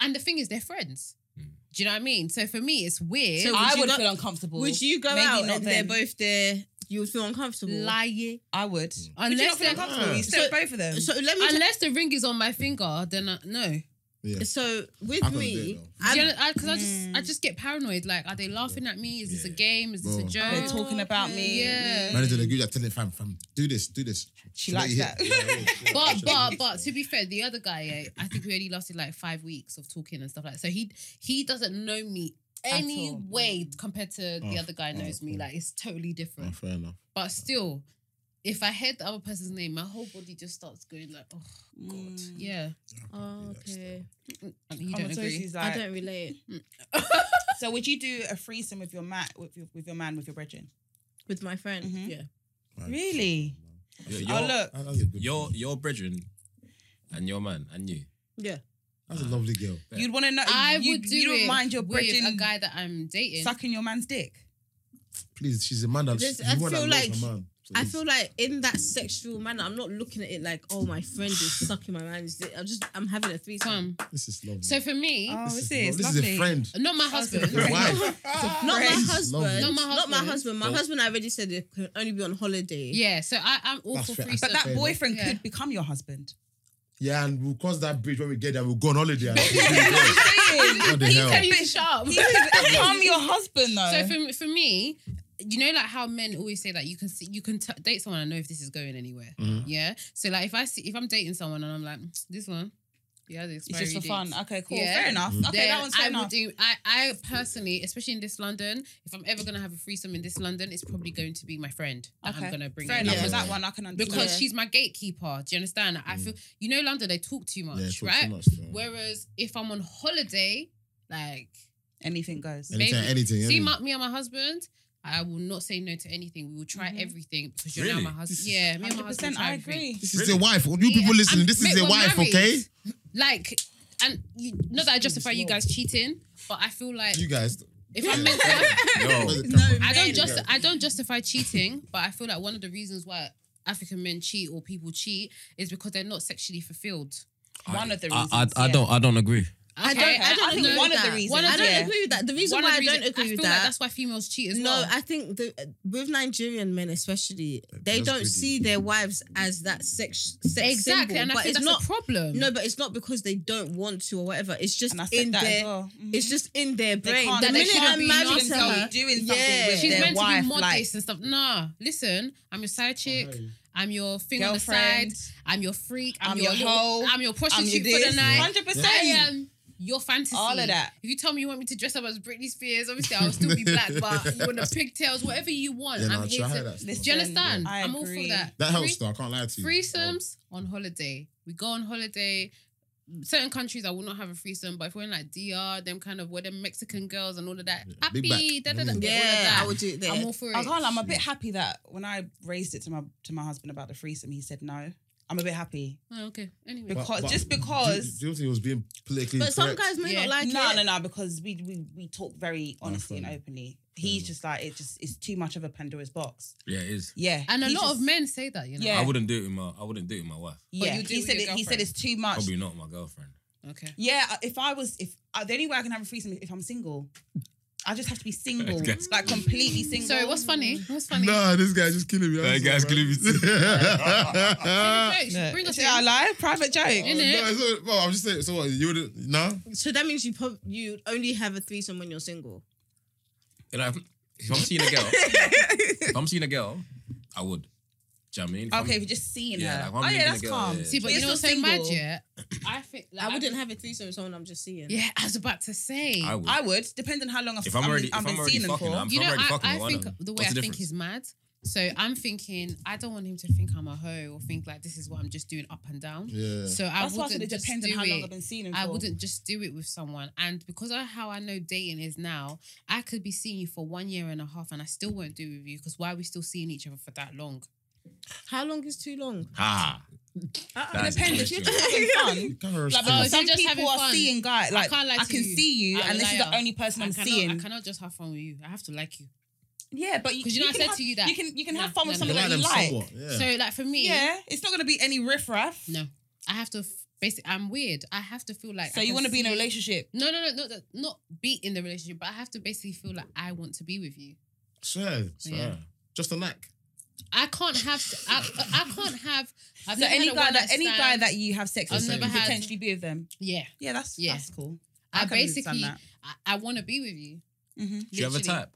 [SPEAKER 2] And the thing is, they're friends.
[SPEAKER 5] Mm.
[SPEAKER 2] Do you know what I mean? So for me, it's weird.
[SPEAKER 3] So
[SPEAKER 1] I
[SPEAKER 3] you
[SPEAKER 1] would
[SPEAKER 3] not-
[SPEAKER 1] feel uncomfortable.
[SPEAKER 3] Would you go
[SPEAKER 1] Maybe
[SPEAKER 3] out
[SPEAKER 1] not
[SPEAKER 3] and
[SPEAKER 1] then.
[SPEAKER 3] they're both there? You would feel uncomfortable.
[SPEAKER 2] lying
[SPEAKER 1] I would. Would you
[SPEAKER 2] unless
[SPEAKER 1] not feel
[SPEAKER 2] they're-
[SPEAKER 1] uncomfortable? You
[SPEAKER 3] So-
[SPEAKER 1] said both of them.
[SPEAKER 3] So let me.
[SPEAKER 2] unless the ring is on my finger. Then I, no,
[SPEAKER 4] yeah.
[SPEAKER 3] t- so with
[SPEAKER 4] I couldn't do it,
[SPEAKER 3] me,
[SPEAKER 4] though.
[SPEAKER 2] because
[SPEAKER 3] I,
[SPEAKER 2] I, 'cause I just
[SPEAKER 1] Mm.
[SPEAKER 2] I just get paranoid. Like, are they laughing at me? Is this a
[SPEAKER 4] Yeah.
[SPEAKER 2] game? Is this a
[SPEAKER 4] Bro.
[SPEAKER 2] joke?
[SPEAKER 1] They're talking about me.
[SPEAKER 2] Yeah.
[SPEAKER 4] Manager the group, I'm telling fam, fam, do this, do this.
[SPEAKER 1] She
[SPEAKER 4] Should I
[SPEAKER 1] likes
[SPEAKER 4] hit-
[SPEAKER 1] that.
[SPEAKER 4] Yeah, yeah, yeah.
[SPEAKER 2] but
[SPEAKER 4] Should I
[SPEAKER 2] but
[SPEAKER 4] hit-
[SPEAKER 2] but to be fair, the other guy, eh, I think we only lasted like five weeks of talking and stuff like. That. So he he doesn't know me
[SPEAKER 1] At
[SPEAKER 2] any
[SPEAKER 1] all.
[SPEAKER 2] way compared to the
[SPEAKER 4] Oh,
[SPEAKER 2] other guy knows me.
[SPEAKER 4] cool.
[SPEAKER 2] Like it's totally
[SPEAKER 4] Oh,
[SPEAKER 2] different.
[SPEAKER 4] fair enough.
[SPEAKER 2] But still, if I heard the other person's name, my whole body just starts going like, oh god,
[SPEAKER 1] Mm.
[SPEAKER 2] yeah.
[SPEAKER 3] oh, okay,
[SPEAKER 2] And you
[SPEAKER 1] Oh,
[SPEAKER 2] don't
[SPEAKER 1] so
[SPEAKER 2] agree.
[SPEAKER 1] she's like-
[SPEAKER 3] I don't relate
[SPEAKER 1] So would you do a threesome with your man, with your, with your man, with your brethren?
[SPEAKER 3] with my friend.
[SPEAKER 1] Mhm.
[SPEAKER 3] Yeah,
[SPEAKER 4] Right.
[SPEAKER 1] Really?
[SPEAKER 5] Your,
[SPEAKER 1] oh
[SPEAKER 5] your,
[SPEAKER 1] look,
[SPEAKER 4] That- That's a good
[SPEAKER 5] your,
[SPEAKER 4] girl.
[SPEAKER 5] your brethren and your man and you.
[SPEAKER 3] yeah.
[SPEAKER 4] That's a lovely girl.
[SPEAKER 1] you'd want to know.
[SPEAKER 2] I
[SPEAKER 1] you,
[SPEAKER 2] would do
[SPEAKER 1] You
[SPEAKER 2] it
[SPEAKER 1] don't mind your
[SPEAKER 2] with
[SPEAKER 1] brethren
[SPEAKER 2] a guy that I'm dating.
[SPEAKER 1] sucking your man's dick?
[SPEAKER 4] Please, she's a man that
[SPEAKER 3] Just-
[SPEAKER 4] you
[SPEAKER 3] I
[SPEAKER 4] want that
[SPEAKER 3] feel
[SPEAKER 4] loves
[SPEAKER 3] like-
[SPEAKER 4] her man.
[SPEAKER 3] I
[SPEAKER 4] Please.
[SPEAKER 3] feel like in that sexual manner, I'm not looking at it like, oh, my friend is sucking my man's dick. I'm just, I'm having a threesome.
[SPEAKER 2] Come.
[SPEAKER 4] this is lovely.
[SPEAKER 2] So for me,
[SPEAKER 1] Oh, this,
[SPEAKER 4] this is,
[SPEAKER 1] is,
[SPEAKER 4] lovely. this
[SPEAKER 1] lovely.
[SPEAKER 4] is a friend.
[SPEAKER 2] not my
[SPEAKER 1] That's a
[SPEAKER 2] husband.
[SPEAKER 4] Your
[SPEAKER 1] friend.
[SPEAKER 4] wife.
[SPEAKER 3] Not my,
[SPEAKER 4] Friends.
[SPEAKER 3] husband,
[SPEAKER 4] Lovely.
[SPEAKER 3] not my husband. Not my husband. My
[SPEAKER 4] Well-
[SPEAKER 3] husband, I already said it can only be on holiday.
[SPEAKER 2] Yeah, so I, I'm all
[SPEAKER 4] That's
[SPEAKER 2] for
[SPEAKER 4] fair.
[SPEAKER 2] free.
[SPEAKER 1] But that
[SPEAKER 4] Fair
[SPEAKER 1] boyfriend
[SPEAKER 2] enough. Yeah.
[SPEAKER 1] could become your husband.
[SPEAKER 4] Yeah, and we'll cross that bridge when we get there. We'll go on holiday. And
[SPEAKER 1] He's
[SPEAKER 4] what the hell?
[SPEAKER 2] you to shut up.
[SPEAKER 1] become your husband though.
[SPEAKER 2] So for me- for me, you know, like how men always say that you can see, you can t- date someone and know if this is going anywhere.
[SPEAKER 4] Mm-hmm.
[SPEAKER 2] Yeah. So like if I see if I'm dating someone and I'm like "Mm, this one, yeah, the
[SPEAKER 1] it's
[SPEAKER 2] expiry
[SPEAKER 1] just for
[SPEAKER 2] date."
[SPEAKER 1] fun. Okay, cool.
[SPEAKER 2] Yeah.
[SPEAKER 1] Fair enough. Okay,
[SPEAKER 2] Then
[SPEAKER 1] that one's fair
[SPEAKER 2] I would
[SPEAKER 1] enough.
[SPEAKER 2] do. I, I personally, especially in this London, if I'm ever gonna have a threesome in this London, it's probably going to be my friend that
[SPEAKER 1] okay.
[SPEAKER 2] I'm gonna bring.
[SPEAKER 1] fair
[SPEAKER 2] in.
[SPEAKER 1] enough.
[SPEAKER 3] Yeah.
[SPEAKER 1] With that one, I can understand.
[SPEAKER 2] Because
[SPEAKER 3] Yeah.
[SPEAKER 2] she's my gatekeeper. Do you understand? I feel you know London. They talk too much,
[SPEAKER 4] Mm. Yeah, talk too
[SPEAKER 2] right?
[SPEAKER 4] much, though.
[SPEAKER 2] Whereas if I'm on holiday, like
[SPEAKER 1] anything goes.
[SPEAKER 4] Anything,
[SPEAKER 2] Baby,
[SPEAKER 4] anything.
[SPEAKER 2] See,
[SPEAKER 4] anything.
[SPEAKER 2] my, me and my husband, I will not say no to anything. We will try
[SPEAKER 3] Mm-hmm.
[SPEAKER 2] everything because you're
[SPEAKER 5] Really?
[SPEAKER 2] now my husband. Yeah, me and my husband.
[SPEAKER 1] 100%,
[SPEAKER 2] Try
[SPEAKER 1] I
[SPEAKER 2] everything.
[SPEAKER 1] agree.
[SPEAKER 4] this is your wife. All You people
[SPEAKER 2] Yeah,
[SPEAKER 4] listening,
[SPEAKER 2] and
[SPEAKER 4] this
[SPEAKER 2] mate,
[SPEAKER 4] is your
[SPEAKER 2] we're
[SPEAKER 4] wife,
[SPEAKER 2] married.
[SPEAKER 4] okay?
[SPEAKER 2] Like, and you, not that I justify you guys cheating, but I feel like
[SPEAKER 4] You guys.
[SPEAKER 2] if I'm meant
[SPEAKER 5] Yo,
[SPEAKER 2] I don't
[SPEAKER 3] men.
[SPEAKER 2] just I don't justify cheating, but I feel like one of the reasons why African men cheat or people cheat is because they're not sexually fulfilled.
[SPEAKER 1] One of the
[SPEAKER 5] I,
[SPEAKER 1] reasons.
[SPEAKER 5] I, I
[SPEAKER 1] yeah.
[SPEAKER 5] don't I don't agree.
[SPEAKER 2] Okay?
[SPEAKER 3] I don't. I don't
[SPEAKER 1] think
[SPEAKER 3] agree
[SPEAKER 1] one
[SPEAKER 3] with
[SPEAKER 1] of the
[SPEAKER 3] that.
[SPEAKER 1] reasons,
[SPEAKER 3] I don't
[SPEAKER 1] yeah.
[SPEAKER 3] agree with that. The reason
[SPEAKER 2] One of the
[SPEAKER 3] why I don't
[SPEAKER 2] reasons-
[SPEAKER 3] agree with
[SPEAKER 2] feel like
[SPEAKER 3] that.
[SPEAKER 2] that's why females cheat as
[SPEAKER 3] no,
[SPEAKER 2] well.
[SPEAKER 3] I think the with Nigerian men especially, they
[SPEAKER 4] That's
[SPEAKER 3] don't
[SPEAKER 4] greedy.
[SPEAKER 3] see their wives as that sex sex
[SPEAKER 2] exactly,
[SPEAKER 3] symbol,
[SPEAKER 2] and I
[SPEAKER 3] but
[SPEAKER 2] think
[SPEAKER 3] it's
[SPEAKER 2] that's
[SPEAKER 3] not.
[SPEAKER 2] a problem.
[SPEAKER 3] No, but it's not because they don't want to or whatever. It's just
[SPEAKER 1] And I
[SPEAKER 3] in
[SPEAKER 1] said that
[SPEAKER 3] their.
[SPEAKER 1] as well. Mhm.
[SPEAKER 3] It's just in their brain.
[SPEAKER 1] can't-
[SPEAKER 3] The
[SPEAKER 1] they
[SPEAKER 3] minute
[SPEAKER 1] can't
[SPEAKER 3] I'm
[SPEAKER 2] be
[SPEAKER 3] married
[SPEAKER 2] young
[SPEAKER 3] to
[SPEAKER 2] girl
[SPEAKER 3] her,
[SPEAKER 1] doing something
[SPEAKER 3] yeah,
[SPEAKER 1] with
[SPEAKER 2] She's
[SPEAKER 1] their
[SPEAKER 2] meant to
[SPEAKER 1] wife,
[SPEAKER 2] be modest
[SPEAKER 1] like-
[SPEAKER 2] and stuff. Nah, listen, I'm your side chick.
[SPEAKER 4] Oh,
[SPEAKER 2] I'm your thing on
[SPEAKER 1] Girlfriend.
[SPEAKER 2] the side. I'm your freak. I'm,
[SPEAKER 1] I'm
[SPEAKER 2] your,
[SPEAKER 1] your
[SPEAKER 2] little-
[SPEAKER 1] hoe.
[SPEAKER 2] I'm your
[SPEAKER 1] I'm
[SPEAKER 2] prostitute
[SPEAKER 1] your
[SPEAKER 2] for the
[SPEAKER 1] this.
[SPEAKER 2] night.
[SPEAKER 1] 100%.
[SPEAKER 2] I am your fantasy.
[SPEAKER 1] All of that.
[SPEAKER 2] If you tell me you want me to dress up as Britney Spears, obviously I'll still be black, but you want the pigtails, whatever you want.
[SPEAKER 4] Yeah, no,
[SPEAKER 2] I'm
[SPEAKER 4] I
[SPEAKER 2] here
[SPEAKER 4] try
[SPEAKER 2] to.
[SPEAKER 4] that.
[SPEAKER 1] Listen,
[SPEAKER 2] Do you understand?
[SPEAKER 1] I
[SPEAKER 2] I'm all for
[SPEAKER 1] agree.
[SPEAKER 2] that.
[SPEAKER 4] That helps,
[SPEAKER 2] Three-
[SPEAKER 4] though. I can't lie to you.
[SPEAKER 2] Threesomes on holiday. We go on holiday. Certain countries I will not have a threesome, but if we're in like DR, them kind of where them Mexican girls and all of that,
[SPEAKER 4] big
[SPEAKER 2] happy, da,
[SPEAKER 4] back.
[SPEAKER 2] da, da,
[SPEAKER 4] Mm.
[SPEAKER 2] yeah, all of
[SPEAKER 3] yeah,
[SPEAKER 2] that.
[SPEAKER 3] I would do it there.
[SPEAKER 2] I'm all for it.
[SPEAKER 1] I can't. lie, I'm a bit happy that when I raised it to my to my husband about the threesome, he said no. I'm a bit happy
[SPEAKER 2] Oh, okay. Anyway,
[SPEAKER 1] because just because.
[SPEAKER 4] Do, do you think it was being politically
[SPEAKER 3] but some
[SPEAKER 4] correct?
[SPEAKER 3] guys may
[SPEAKER 2] Yeah.
[SPEAKER 3] not like
[SPEAKER 1] no,
[SPEAKER 3] it.
[SPEAKER 1] no, no, because we, we we talk very honestly and
[SPEAKER 4] fine.
[SPEAKER 1] openly. He's
[SPEAKER 5] Mm.
[SPEAKER 1] just like it just it's too much of a Pandora's box.
[SPEAKER 5] Yeah, it is.
[SPEAKER 1] Yeah,
[SPEAKER 2] and a
[SPEAKER 1] he
[SPEAKER 2] lot
[SPEAKER 1] just-
[SPEAKER 2] of men say that, you know.
[SPEAKER 1] Yeah.
[SPEAKER 5] I wouldn't do it with my I wouldn't do it with my wife.
[SPEAKER 1] Yeah,
[SPEAKER 2] you do
[SPEAKER 1] he
[SPEAKER 2] with
[SPEAKER 1] said it,
[SPEAKER 2] your
[SPEAKER 1] he said
[SPEAKER 2] girlfriend.
[SPEAKER 1] it's too much.
[SPEAKER 5] Probably not my girlfriend.
[SPEAKER 2] Okay.
[SPEAKER 1] Yeah, if I was, if uh, the only way I can have a threesome is if I'm single. I just have to be single,
[SPEAKER 5] Okay.
[SPEAKER 1] like completely single.
[SPEAKER 2] Sorry, what's funny? What's funny?
[SPEAKER 4] Nah, this guy's just killing me.
[SPEAKER 5] That guy's killing me too.
[SPEAKER 4] me.
[SPEAKER 2] Hey,
[SPEAKER 1] No.
[SPEAKER 2] Bring us
[SPEAKER 1] Is it our
[SPEAKER 2] in.
[SPEAKER 1] live private joke?
[SPEAKER 2] Isn't it?
[SPEAKER 4] No, it's not- well, I'm just saying. So what? You would no?
[SPEAKER 3] So that means you prob- you only have a threesome when you're single.
[SPEAKER 5] You know, if, if I'm seeing a girl, if I'm seeing a girl, I would. Do you know what I mean? If I'm-
[SPEAKER 1] Okay, if you're just seeing
[SPEAKER 5] Yeah,
[SPEAKER 1] her.
[SPEAKER 5] like, why am I
[SPEAKER 1] oh yeah,
[SPEAKER 5] gonna
[SPEAKER 1] that's
[SPEAKER 5] go-
[SPEAKER 1] calm.
[SPEAKER 5] yeah.
[SPEAKER 2] See, but
[SPEAKER 1] But
[SPEAKER 2] you
[SPEAKER 1] it's
[SPEAKER 2] know what's
[SPEAKER 1] still
[SPEAKER 2] so mad,
[SPEAKER 1] single.
[SPEAKER 2] yeah? I think like,
[SPEAKER 3] I wouldn't
[SPEAKER 2] think-
[SPEAKER 3] have a threesome with someone I'm just seeing.
[SPEAKER 2] Yeah, I was about to say.
[SPEAKER 5] I would.
[SPEAKER 1] I would, depending on how long I've,
[SPEAKER 5] if I'm
[SPEAKER 1] I've
[SPEAKER 5] already,
[SPEAKER 1] been, I've
[SPEAKER 5] if I'm
[SPEAKER 1] been
[SPEAKER 5] already
[SPEAKER 1] seeing them
[SPEAKER 5] fucking,
[SPEAKER 1] for.
[SPEAKER 5] I'm, if
[SPEAKER 2] you know,
[SPEAKER 5] I'm already
[SPEAKER 2] I,
[SPEAKER 5] fucking,
[SPEAKER 2] I
[SPEAKER 5] why
[SPEAKER 2] think
[SPEAKER 5] not?
[SPEAKER 2] the way
[SPEAKER 5] What's
[SPEAKER 2] I
[SPEAKER 5] the
[SPEAKER 2] think
[SPEAKER 5] difference?
[SPEAKER 2] is mad So I'm thinking, I don't want him to think I'm a hoe or think like this is what I'm just doing up and down.
[SPEAKER 4] Yeah.
[SPEAKER 2] So I
[SPEAKER 1] That's why I
[SPEAKER 2] wouldn't
[SPEAKER 1] said it
[SPEAKER 2] just
[SPEAKER 1] depends on
[SPEAKER 2] do
[SPEAKER 1] how long
[SPEAKER 2] it.
[SPEAKER 1] I've been seeing him
[SPEAKER 2] I
[SPEAKER 1] for.
[SPEAKER 2] wouldn't just do it with someone. And because of how I know dating is now, I could be seeing you for one year and a half and I still won't do it with you because why are we still seeing each other for that long?
[SPEAKER 3] How long is too long?
[SPEAKER 5] Ha. That's
[SPEAKER 1] Depends if you're just having fun.
[SPEAKER 4] Gareth's
[SPEAKER 1] Like,
[SPEAKER 4] cool.
[SPEAKER 1] because
[SPEAKER 2] if you're
[SPEAKER 1] some
[SPEAKER 2] just having
[SPEAKER 1] people are
[SPEAKER 2] fun,
[SPEAKER 1] seeing guys. Like I,
[SPEAKER 2] can't lie to
[SPEAKER 1] can
[SPEAKER 2] you.
[SPEAKER 1] see you,
[SPEAKER 2] I'm a
[SPEAKER 1] and this is the
[SPEAKER 2] liar.
[SPEAKER 1] only person
[SPEAKER 2] I
[SPEAKER 1] I'm
[SPEAKER 2] cannot, I
[SPEAKER 1] seeing.
[SPEAKER 2] cannot just have fun with you. I have to like you.
[SPEAKER 1] Yeah, but you,
[SPEAKER 2] 'Cause you know I
[SPEAKER 1] can
[SPEAKER 2] said
[SPEAKER 1] have,
[SPEAKER 2] to you that-
[SPEAKER 1] you can you can
[SPEAKER 2] No,
[SPEAKER 1] have fun with
[SPEAKER 2] no, no.
[SPEAKER 1] someone that you
[SPEAKER 4] Like them
[SPEAKER 1] like.
[SPEAKER 4] somewhat, Yeah.
[SPEAKER 2] So like for me,
[SPEAKER 1] Yeah, it's not going to be any riffraff.
[SPEAKER 2] no, I have to f- basically I'm weird. I have to feel like
[SPEAKER 1] So
[SPEAKER 2] I
[SPEAKER 1] you
[SPEAKER 2] can
[SPEAKER 1] want to be in a
[SPEAKER 2] see-
[SPEAKER 1] relationship?
[SPEAKER 2] No, no, no, not that, not be in the relationship, but I have to basically feel like I want to be with you.
[SPEAKER 4] Swear, swear.
[SPEAKER 2] Yeah.
[SPEAKER 4] Just a knack.
[SPEAKER 2] I can't have. I, I can't have. I've
[SPEAKER 1] So
[SPEAKER 2] never
[SPEAKER 1] any
[SPEAKER 2] had a
[SPEAKER 1] guy
[SPEAKER 2] one
[SPEAKER 1] that
[SPEAKER 2] night
[SPEAKER 1] any
[SPEAKER 2] stand.
[SPEAKER 1] guy that you have sex
[SPEAKER 2] I've
[SPEAKER 1] with, you
[SPEAKER 2] never
[SPEAKER 1] could
[SPEAKER 2] had-
[SPEAKER 1] potentially be with them.
[SPEAKER 2] Yeah.
[SPEAKER 1] Yeah, that's
[SPEAKER 2] Yeah.
[SPEAKER 1] that's cool.
[SPEAKER 2] I,
[SPEAKER 1] can understand
[SPEAKER 2] basically.
[SPEAKER 1] that.
[SPEAKER 2] I, I want to be with you.
[SPEAKER 1] Mm-hmm.
[SPEAKER 5] Do you have a
[SPEAKER 2] Literally.
[SPEAKER 5] type?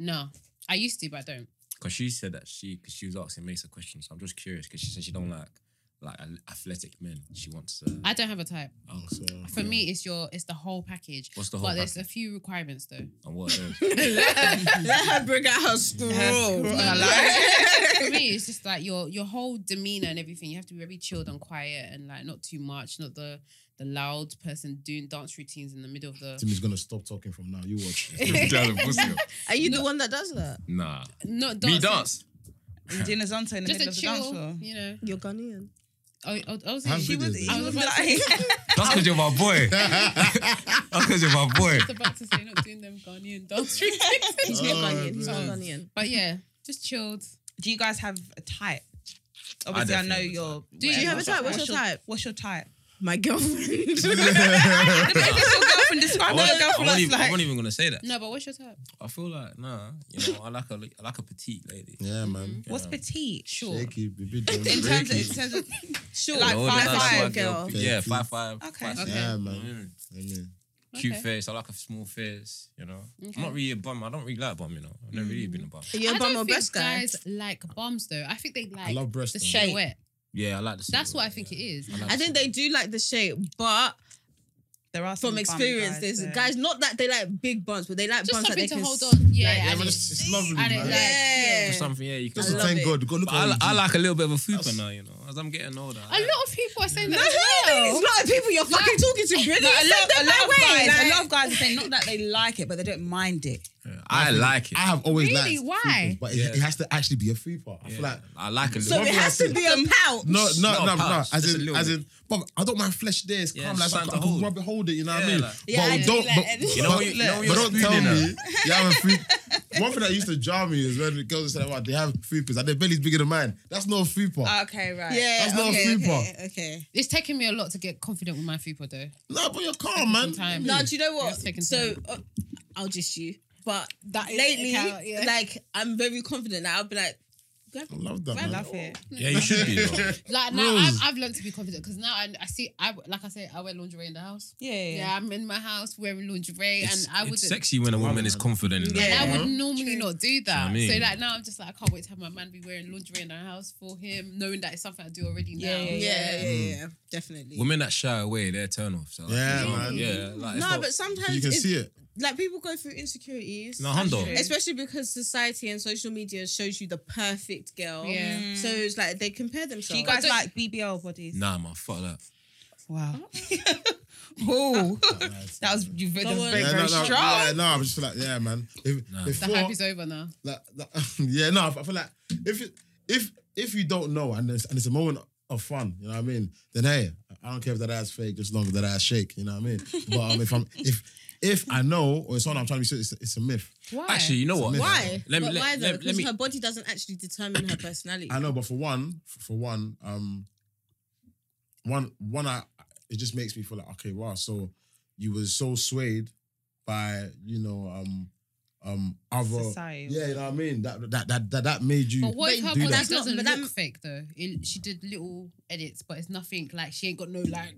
[SPEAKER 2] No, I used to, but I don't.
[SPEAKER 5] Because she said that she, because she was asking Mace a question, so I'm just curious because she said she don't like like a- athletic men. She wants. Uh,
[SPEAKER 2] I don't have a type.
[SPEAKER 5] oh,
[SPEAKER 4] So,
[SPEAKER 2] For me, it's your. It's the whole package.
[SPEAKER 5] what's the
[SPEAKER 2] but
[SPEAKER 5] whole?
[SPEAKER 2] there's
[SPEAKER 5] package?
[SPEAKER 2] a few requirements though.
[SPEAKER 5] and what are those?
[SPEAKER 3] Let her bring out her scroll.
[SPEAKER 2] For me, it's just like your your whole demeanor and everything. You have to be very chilled and quiet and like not too much, not the the loud person doing dance routines in the middle of the.
[SPEAKER 4] Timmy's gonna stop talking from now. You watch.
[SPEAKER 3] Are you the one that does that?
[SPEAKER 5] nah.
[SPEAKER 2] Not
[SPEAKER 5] Me
[SPEAKER 2] dance.
[SPEAKER 5] dance.
[SPEAKER 1] And Doing a zonto in the middle of
[SPEAKER 2] Just a
[SPEAKER 1] the dance
[SPEAKER 2] chill,
[SPEAKER 1] floor.
[SPEAKER 2] you know.
[SPEAKER 3] You're Ghanaian.
[SPEAKER 2] I, I, I was
[SPEAKER 4] How
[SPEAKER 1] She
[SPEAKER 4] big
[SPEAKER 1] was, he
[SPEAKER 4] is
[SPEAKER 1] was
[SPEAKER 4] it?
[SPEAKER 2] I was
[SPEAKER 1] like,
[SPEAKER 5] That's because you're my boy. That's because you're my boy.
[SPEAKER 2] just about to say not doing them Ghanaian dance routines.
[SPEAKER 3] He's not
[SPEAKER 4] Oh,
[SPEAKER 3] Ghanaian. He's
[SPEAKER 4] man.
[SPEAKER 3] not Ghanaian.
[SPEAKER 2] but yeah, just chilled.
[SPEAKER 1] do you guys have a type? Obviously, I,
[SPEAKER 5] definitely
[SPEAKER 1] know
[SPEAKER 5] have a
[SPEAKER 1] your.
[SPEAKER 2] Do you
[SPEAKER 1] whatever.
[SPEAKER 2] have a type?
[SPEAKER 3] What's your type?
[SPEAKER 1] What's your type?
[SPEAKER 3] My girlfriend.
[SPEAKER 1] If it's your girlfriend,
[SPEAKER 5] I
[SPEAKER 1] describe
[SPEAKER 5] wasn't,
[SPEAKER 1] what your
[SPEAKER 5] I
[SPEAKER 1] girlfriend
[SPEAKER 5] wasn't
[SPEAKER 1] looks
[SPEAKER 5] even, I
[SPEAKER 1] like.
[SPEAKER 5] wasn't even gonna say that.
[SPEAKER 2] No, but what's your type?
[SPEAKER 5] I feel like nah, you know, I like a I like a petite lady.
[SPEAKER 4] yeah, man.
[SPEAKER 1] What's petite?
[SPEAKER 2] Sure.
[SPEAKER 4] Shaky, baby. don't
[SPEAKER 1] In terms of, in
[SPEAKER 4] break it.
[SPEAKER 1] terms of
[SPEAKER 2] Sure.
[SPEAKER 1] Like
[SPEAKER 5] You know, all the
[SPEAKER 1] five
[SPEAKER 5] nice
[SPEAKER 1] five
[SPEAKER 5] white
[SPEAKER 3] girl.
[SPEAKER 5] Yeah,
[SPEAKER 4] Okay.
[SPEAKER 5] five five.
[SPEAKER 1] Okay.
[SPEAKER 5] five, six.
[SPEAKER 4] Yeah,
[SPEAKER 5] Mm.
[SPEAKER 4] man. I mean,
[SPEAKER 5] Cute
[SPEAKER 2] Okay.
[SPEAKER 5] face. I like a small face. You know,
[SPEAKER 2] Okay.
[SPEAKER 5] I'm not really a bum. I don't really like bum. You know, I've never really been a bum.
[SPEAKER 3] You're
[SPEAKER 2] I
[SPEAKER 3] about my
[SPEAKER 2] don't think
[SPEAKER 3] best guy.
[SPEAKER 2] guys like bums though. I think they like
[SPEAKER 4] I love breasts.
[SPEAKER 2] the
[SPEAKER 4] though.
[SPEAKER 1] shape.
[SPEAKER 2] silhouette.
[SPEAKER 5] Yeah, I like the.
[SPEAKER 2] That's
[SPEAKER 5] silhouette,
[SPEAKER 2] what I think
[SPEAKER 5] yeah.
[SPEAKER 2] it is.
[SPEAKER 5] like
[SPEAKER 3] I think they do like the shape, but
[SPEAKER 1] there are some
[SPEAKER 3] from
[SPEAKER 1] bum
[SPEAKER 3] experience,
[SPEAKER 1] guys
[SPEAKER 3] there's
[SPEAKER 1] there.
[SPEAKER 3] guys not that they like big buns, but they like
[SPEAKER 2] Just
[SPEAKER 3] buns that
[SPEAKER 2] something
[SPEAKER 3] they
[SPEAKER 2] to
[SPEAKER 3] can
[SPEAKER 2] hold
[SPEAKER 3] s-
[SPEAKER 2] on. Yeah, I
[SPEAKER 3] like,
[SPEAKER 4] Yeah,
[SPEAKER 2] don't-
[SPEAKER 4] man, it's, it's lovely,
[SPEAKER 2] I don't
[SPEAKER 4] man.
[SPEAKER 2] like-
[SPEAKER 3] Yeah.
[SPEAKER 5] Just something. Yeah, you can.
[SPEAKER 3] I
[SPEAKER 4] Just
[SPEAKER 3] love
[SPEAKER 4] thank
[SPEAKER 3] it.
[SPEAKER 4] God. God, look
[SPEAKER 5] But I, li-
[SPEAKER 4] at
[SPEAKER 5] I
[SPEAKER 4] you.
[SPEAKER 5] like a little bit of a fupa
[SPEAKER 4] That's-
[SPEAKER 5] now. You know, as I'm getting older.
[SPEAKER 2] A lot of people are saying that.
[SPEAKER 3] There's a lot of people you're fucking talking to. Really,
[SPEAKER 1] Like, a, lot, a, lot of guys,
[SPEAKER 3] way.
[SPEAKER 1] a lot of guys are saying not that they like it, but they don't mind it.
[SPEAKER 5] I like it.
[SPEAKER 4] I have always
[SPEAKER 2] Really?
[SPEAKER 4] liked
[SPEAKER 2] Why?
[SPEAKER 4] fupas, but it,
[SPEAKER 5] Yeah.
[SPEAKER 4] it has to actually be a free part. I
[SPEAKER 5] Yeah,
[SPEAKER 4] feel like
[SPEAKER 5] I like a
[SPEAKER 3] so it
[SPEAKER 5] little.
[SPEAKER 3] has to be a
[SPEAKER 1] um,
[SPEAKER 3] pouch.
[SPEAKER 4] no, no,
[SPEAKER 5] Not a
[SPEAKER 4] no, no.
[SPEAKER 5] pouch,
[SPEAKER 4] As
[SPEAKER 5] just a
[SPEAKER 4] in,
[SPEAKER 5] little
[SPEAKER 4] as
[SPEAKER 5] bit.
[SPEAKER 4] in, but I don't mind flesh there. It's
[SPEAKER 5] Yeah,
[SPEAKER 4] calm.
[SPEAKER 5] it's
[SPEAKER 4] like I
[SPEAKER 5] something
[SPEAKER 4] can
[SPEAKER 5] to hold.
[SPEAKER 4] rub it, hold it. You know what I
[SPEAKER 5] Yeah,
[SPEAKER 4] mean?
[SPEAKER 5] like-
[SPEAKER 3] Yeah, I
[SPEAKER 4] but
[SPEAKER 3] do
[SPEAKER 4] don't,
[SPEAKER 3] like-
[SPEAKER 4] but,
[SPEAKER 5] You know when you- you know
[SPEAKER 4] but,
[SPEAKER 5] when you're
[SPEAKER 4] don't tell
[SPEAKER 5] spooning
[SPEAKER 4] me you have a free. One thing that used to jar me is when the girls said, "What they have fupas and their belly's bigger than mine." That's not a fupa.
[SPEAKER 1] Okay, right.
[SPEAKER 3] Yeah,
[SPEAKER 4] That's not a
[SPEAKER 3] okay,
[SPEAKER 4] free
[SPEAKER 3] okay, okay.
[SPEAKER 2] It's taking me a lot to get confident with my people though.
[SPEAKER 4] no, but you're calm, man.
[SPEAKER 2] time.
[SPEAKER 3] No, do you know
[SPEAKER 2] It's
[SPEAKER 3] what?
[SPEAKER 2] taking
[SPEAKER 3] So
[SPEAKER 2] time.
[SPEAKER 3] uh, I'll just you, but
[SPEAKER 2] That
[SPEAKER 3] lately, like I'm very confident. Like, I'll be like,
[SPEAKER 4] I love that.
[SPEAKER 1] I
[SPEAKER 4] Man.
[SPEAKER 1] love it.
[SPEAKER 5] Yeah, you should be. though.
[SPEAKER 2] Like now,
[SPEAKER 4] Rose.
[SPEAKER 2] I've, I've learned to be confident because now I, I see. I like I say, I wear lingerie in the house.
[SPEAKER 1] Yeah,
[SPEAKER 2] Yeah,
[SPEAKER 1] yeah.
[SPEAKER 2] I'm in my house wearing lingerie,
[SPEAKER 5] It's,
[SPEAKER 2] and I would.
[SPEAKER 5] it's sexy when a woman is confident. In
[SPEAKER 2] And
[SPEAKER 5] that.
[SPEAKER 2] I
[SPEAKER 4] Yeah.
[SPEAKER 2] would normally not do that.
[SPEAKER 5] I mean-
[SPEAKER 2] So like now, I'm just like, I can't wait to have my man be wearing lingerie in our house for him, knowing that it's something I do already now.
[SPEAKER 1] Yeah, yeah,
[SPEAKER 3] yeah, definitely.
[SPEAKER 5] Women that shy away, they're turn off. So like,
[SPEAKER 4] Yeah,
[SPEAKER 5] you know,
[SPEAKER 4] man.
[SPEAKER 5] Yeah, like, it's
[SPEAKER 3] no,
[SPEAKER 5] not-
[SPEAKER 3] but sometimes
[SPEAKER 4] You can
[SPEAKER 3] it's,
[SPEAKER 4] see it.
[SPEAKER 3] like people go through insecurities.
[SPEAKER 5] no, hundo.
[SPEAKER 1] Actually,
[SPEAKER 3] Especially because society and social media shows you the perfect girl.
[SPEAKER 2] Yeah.
[SPEAKER 3] So it's like they compare
[SPEAKER 1] Do
[SPEAKER 3] themselves.
[SPEAKER 1] you guys
[SPEAKER 2] don't-
[SPEAKER 1] like BBL bodies?
[SPEAKER 5] Nah, man, fuck that.
[SPEAKER 1] Wow. oh, that was you very, that was
[SPEAKER 3] on.
[SPEAKER 1] very,
[SPEAKER 4] yeah,
[SPEAKER 1] very
[SPEAKER 4] no, no,
[SPEAKER 1] strong.
[SPEAKER 4] Yeah, no, I'm just like, yeah, man. If,
[SPEAKER 5] Nah.
[SPEAKER 2] The
[SPEAKER 4] Before,
[SPEAKER 2] hype is over now.
[SPEAKER 4] like, like, yeah, no, I feel like if you- if if you don't know and it's, and it's a moment of fun, you know what I mean. Then hey, I don't care if that ass fake, as long as that ass shake, you know what I mean. But um, if I'm if if I know or it's on, I'm trying to be sure it's, it's a myth.
[SPEAKER 2] Why?
[SPEAKER 5] Actually, you know what?
[SPEAKER 4] Submit.
[SPEAKER 3] Why?
[SPEAKER 5] Let me-
[SPEAKER 3] but
[SPEAKER 5] let-
[SPEAKER 3] why though?
[SPEAKER 5] let- let
[SPEAKER 3] Because
[SPEAKER 5] me-
[SPEAKER 3] her body doesn't actually determine her personality.
[SPEAKER 4] I know, but for one, for one, um, one one, I it just makes me feel like okay, wow. So you were so swayed by you know um um other
[SPEAKER 1] Society.
[SPEAKER 4] yeah, you know what I mean. That that that that, that made you.
[SPEAKER 2] But what if
[SPEAKER 3] But
[SPEAKER 2] her
[SPEAKER 4] do
[SPEAKER 2] body
[SPEAKER 4] that.
[SPEAKER 2] doesn't
[SPEAKER 3] That's
[SPEAKER 2] look
[SPEAKER 3] not- but that-
[SPEAKER 2] fake though? It, she did little edits, but it's nothing like she ain't got no like.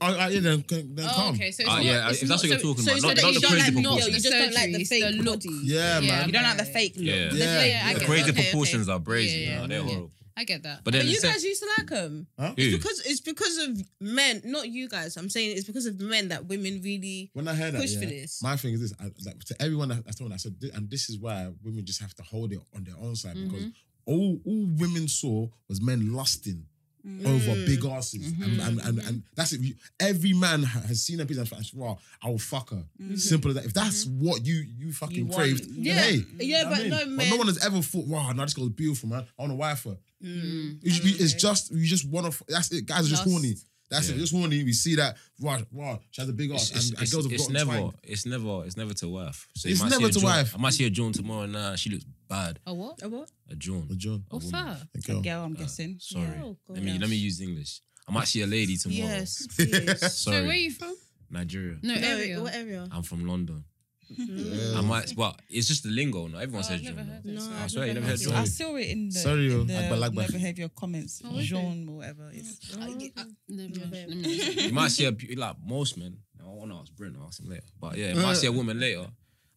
[SPEAKER 4] Oh, oh, yeah, then, then
[SPEAKER 2] Oh,
[SPEAKER 4] calm.
[SPEAKER 2] okay. So it's
[SPEAKER 5] Ah,
[SPEAKER 2] not,
[SPEAKER 5] yeah,
[SPEAKER 2] it's
[SPEAKER 5] if that's
[SPEAKER 2] not-
[SPEAKER 5] what you're talking
[SPEAKER 2] so
[SPEAKER 5] about,
[SPEAKER 2] it's
[SPEAKER 5] not-
[SPEAKER 2] that
[SPEAKER 5] not
[SPEAKER 2] you
[SPEAKER 5] the
[SPEAKER 2] don't like
[SPEAKER 5] crazy
[SPEAKER 2] no,
[SPEAKER 5] proportions.
[SPEAKER 2] You
[SPEAKER 3] You just don't like the
[SPEAKER 2] it's the
[SPEAKER 3] fake
[SPEAKER 2] look.
[SPEAKER 3] body.
[SPEAKER 4] Yeah,
[SPEAKER 2] Yeah,
[SPEAKER 4] man.
[SPEAKER 1] You don't like the fake look.
[SPEAKER 5] Yeah.
[SPEAKER 4] Yeah,
[SPEAKER 2] Yeah, I
[SPEAKER 4] yeah.
[SPEAKER 2] get
[SPEAKER 5] Crazy
[SPEAKER 2] okay, okay.
[SPEAKER 5] proportions are crazy.
[SPEAKER 2] Yeah,
[SPEAKER 5] you know, they're
[SPEAKER 2] yeah.
[SPEAKER 5] horrible.
[SPEAKER 2] I get that.
[SPEAKER 5] But
[SPEAKER 3] But
[SPEAKER 5] then
[SPEAKER 3] you
[SPEAKER 5] the
[SPEAKER 3] guys used to like him.
[SPEAKER 4] Huh?
[SPEAKER 5] Who?
[SPEAKER 3] It's because it's because of men, not you guys. I'm saying it's because of men that women really.
[SPEAKER 4] When I heard that,
[SPEAKER 3] Push for
[SPEAKER 4] yeah,
[SPEAKER 3] this.
[SPEAKER 4] my thing is this: I, like to everyone I, I told, I said, "Thi- and this is why women just have to hold it on their own side because
[SPEAKER 3] Mm-hmm.
[SPEAKER 4] all all women saw was men lusting
[SPEAKER 3] Mm.
[SPEAKER 4] over big asses, and,
[SPEAKER 3] Mm-hmm.
[SPEAKER 4] and, and and that's it. You- Every man ha- has seen a piece and thought, "Wow, I will fuck her."
[SPEAKER 3] Mm-hmm.
[SPEAKER 4] Simple as that. If that's what you you fucking
[SPEAKER 1] want-
[SPEAKER 4] craved, then
[SPEAKER 3] Yeah,
[SPEAKER 4] hey,
[SPEAKER 3] yeah,
[SPEAKER 4] know
[SPEAKER 3] but
[SPEAKER 4] what I mean?
[SPEAKER 3] no
[SPEAKER 4] But
[SPEAKER 3] men.
[SPEAKER 4] no one has ever thought, "Wow, no, this girl's beautiful, man. I want to wife her."
[SPEAKER 3] Mm.
[SPEAKER 4] It's, it's just you just want to. That's it. Guys are just
[SPEAKER 2] Lust.
[SPEAKER 4] horny. That's it.
[SPEAKER 5] Yeah.
[SPEAKER 4] Just horny. We see that. Wow, wow. She has a big ass.
[SPEAKER 5] It's, it's,
[SPEAKER 4] and, and
[SPEAKER 5] it's,
[SPEAKER 4] girls have
[SPEAKER 5] it's
[SPEAKER 4] gotten
[SPEAKER 5] never,
[SPEAKER 4] twanged.
[SPEAKER 5] it's never, it's never to wife. So you
[SPEAKER 4] It's
[SPEAKER 5] might see
[SPEAKER 4] never
[SPEAKER 5] a
[SPEAKER 4] to
[SPEAKER 5] John-
[SPEAKER 4] wife.
[SPEAKER 5] I might see a John tomorrow. Nah, she looks bad.
[SPEAKER 2] A what?
[SPEAKER 3] A what?
[SPEAKER 5] A John.
[SPEAKER 4] But John,
[SPEAKER 5] A
[SPEAKER 2] What's
[SPEAKER 5] woman.
[SPEAKER 2] that?
[SPEAKER 4] a girl.
[SPEAKER 1] Girl, I'm guessing.
[SPEAKER 5] Sorry.
[SPEAKER 3] Oh, God.
[SPEAKER 5] let me let me use English. I might see a lady tomorrow.
[SPEAKER 3] Yes, please.
[SPEAKER 2] So where are
[SPEAKER 5] Sorry,
[SPEAKER 2] you from?
[SPEAKER 5] Nigeria.
[SPEAKER 2] No,
[SPEAKER 3] no,
[SPEAKER 2] area.
[SPEAKER 3] what area?
[SPEAKER 5] I'm from London.
[SPEAKER 3] Mm.
[SPEAKER 4] Yeah.
[SPEAKER 5] I might, but it's just the lingo. No, everyone
[SPEAKER 2] Oh,
[SPEAKER 5] says
[SPEAKER 2] I've
[SPEAKER 5] John.
[SPEAKER 2] never
[SPEAKER 5] No.
[SPEAKER 2] heard that.
[SPEAKER 3] No,
[SPEAKER 5] I
[SPEAKER 3] I've
[SPEAKER 5] swear, you
[SPEAKER 3] never
[SPEAKER 5] never heard
[SPEAKER 3] heard
[SPEAKER 5] John.
[SPEAKER 1] I
[SPEAKER 4] Sorry.
[SPEAKER 1] saw it in the,
[SPEAKER 4] Sorry,
[SPEAKER 1] in
[SPEAKER 4] oh,
[SPEAKER 1] the
[SPEAKER 4] Agbalagba.
[SPEAKER 1] no behavior comments,
[SPEAKER 2] Oh, is it?
[SPEAKER 1] Jean or whatever. It's,
[SPEAKER 3] Oh.
[SPEAKER 2] Never mind.
[SPEAKER 3] Never.
[SPEAKER 2] Never mind.
[SPEAKER 5] You might see a beau- like most men. No, I want to ask Brent. I'll ask him later. But yeah, you might see a woman later,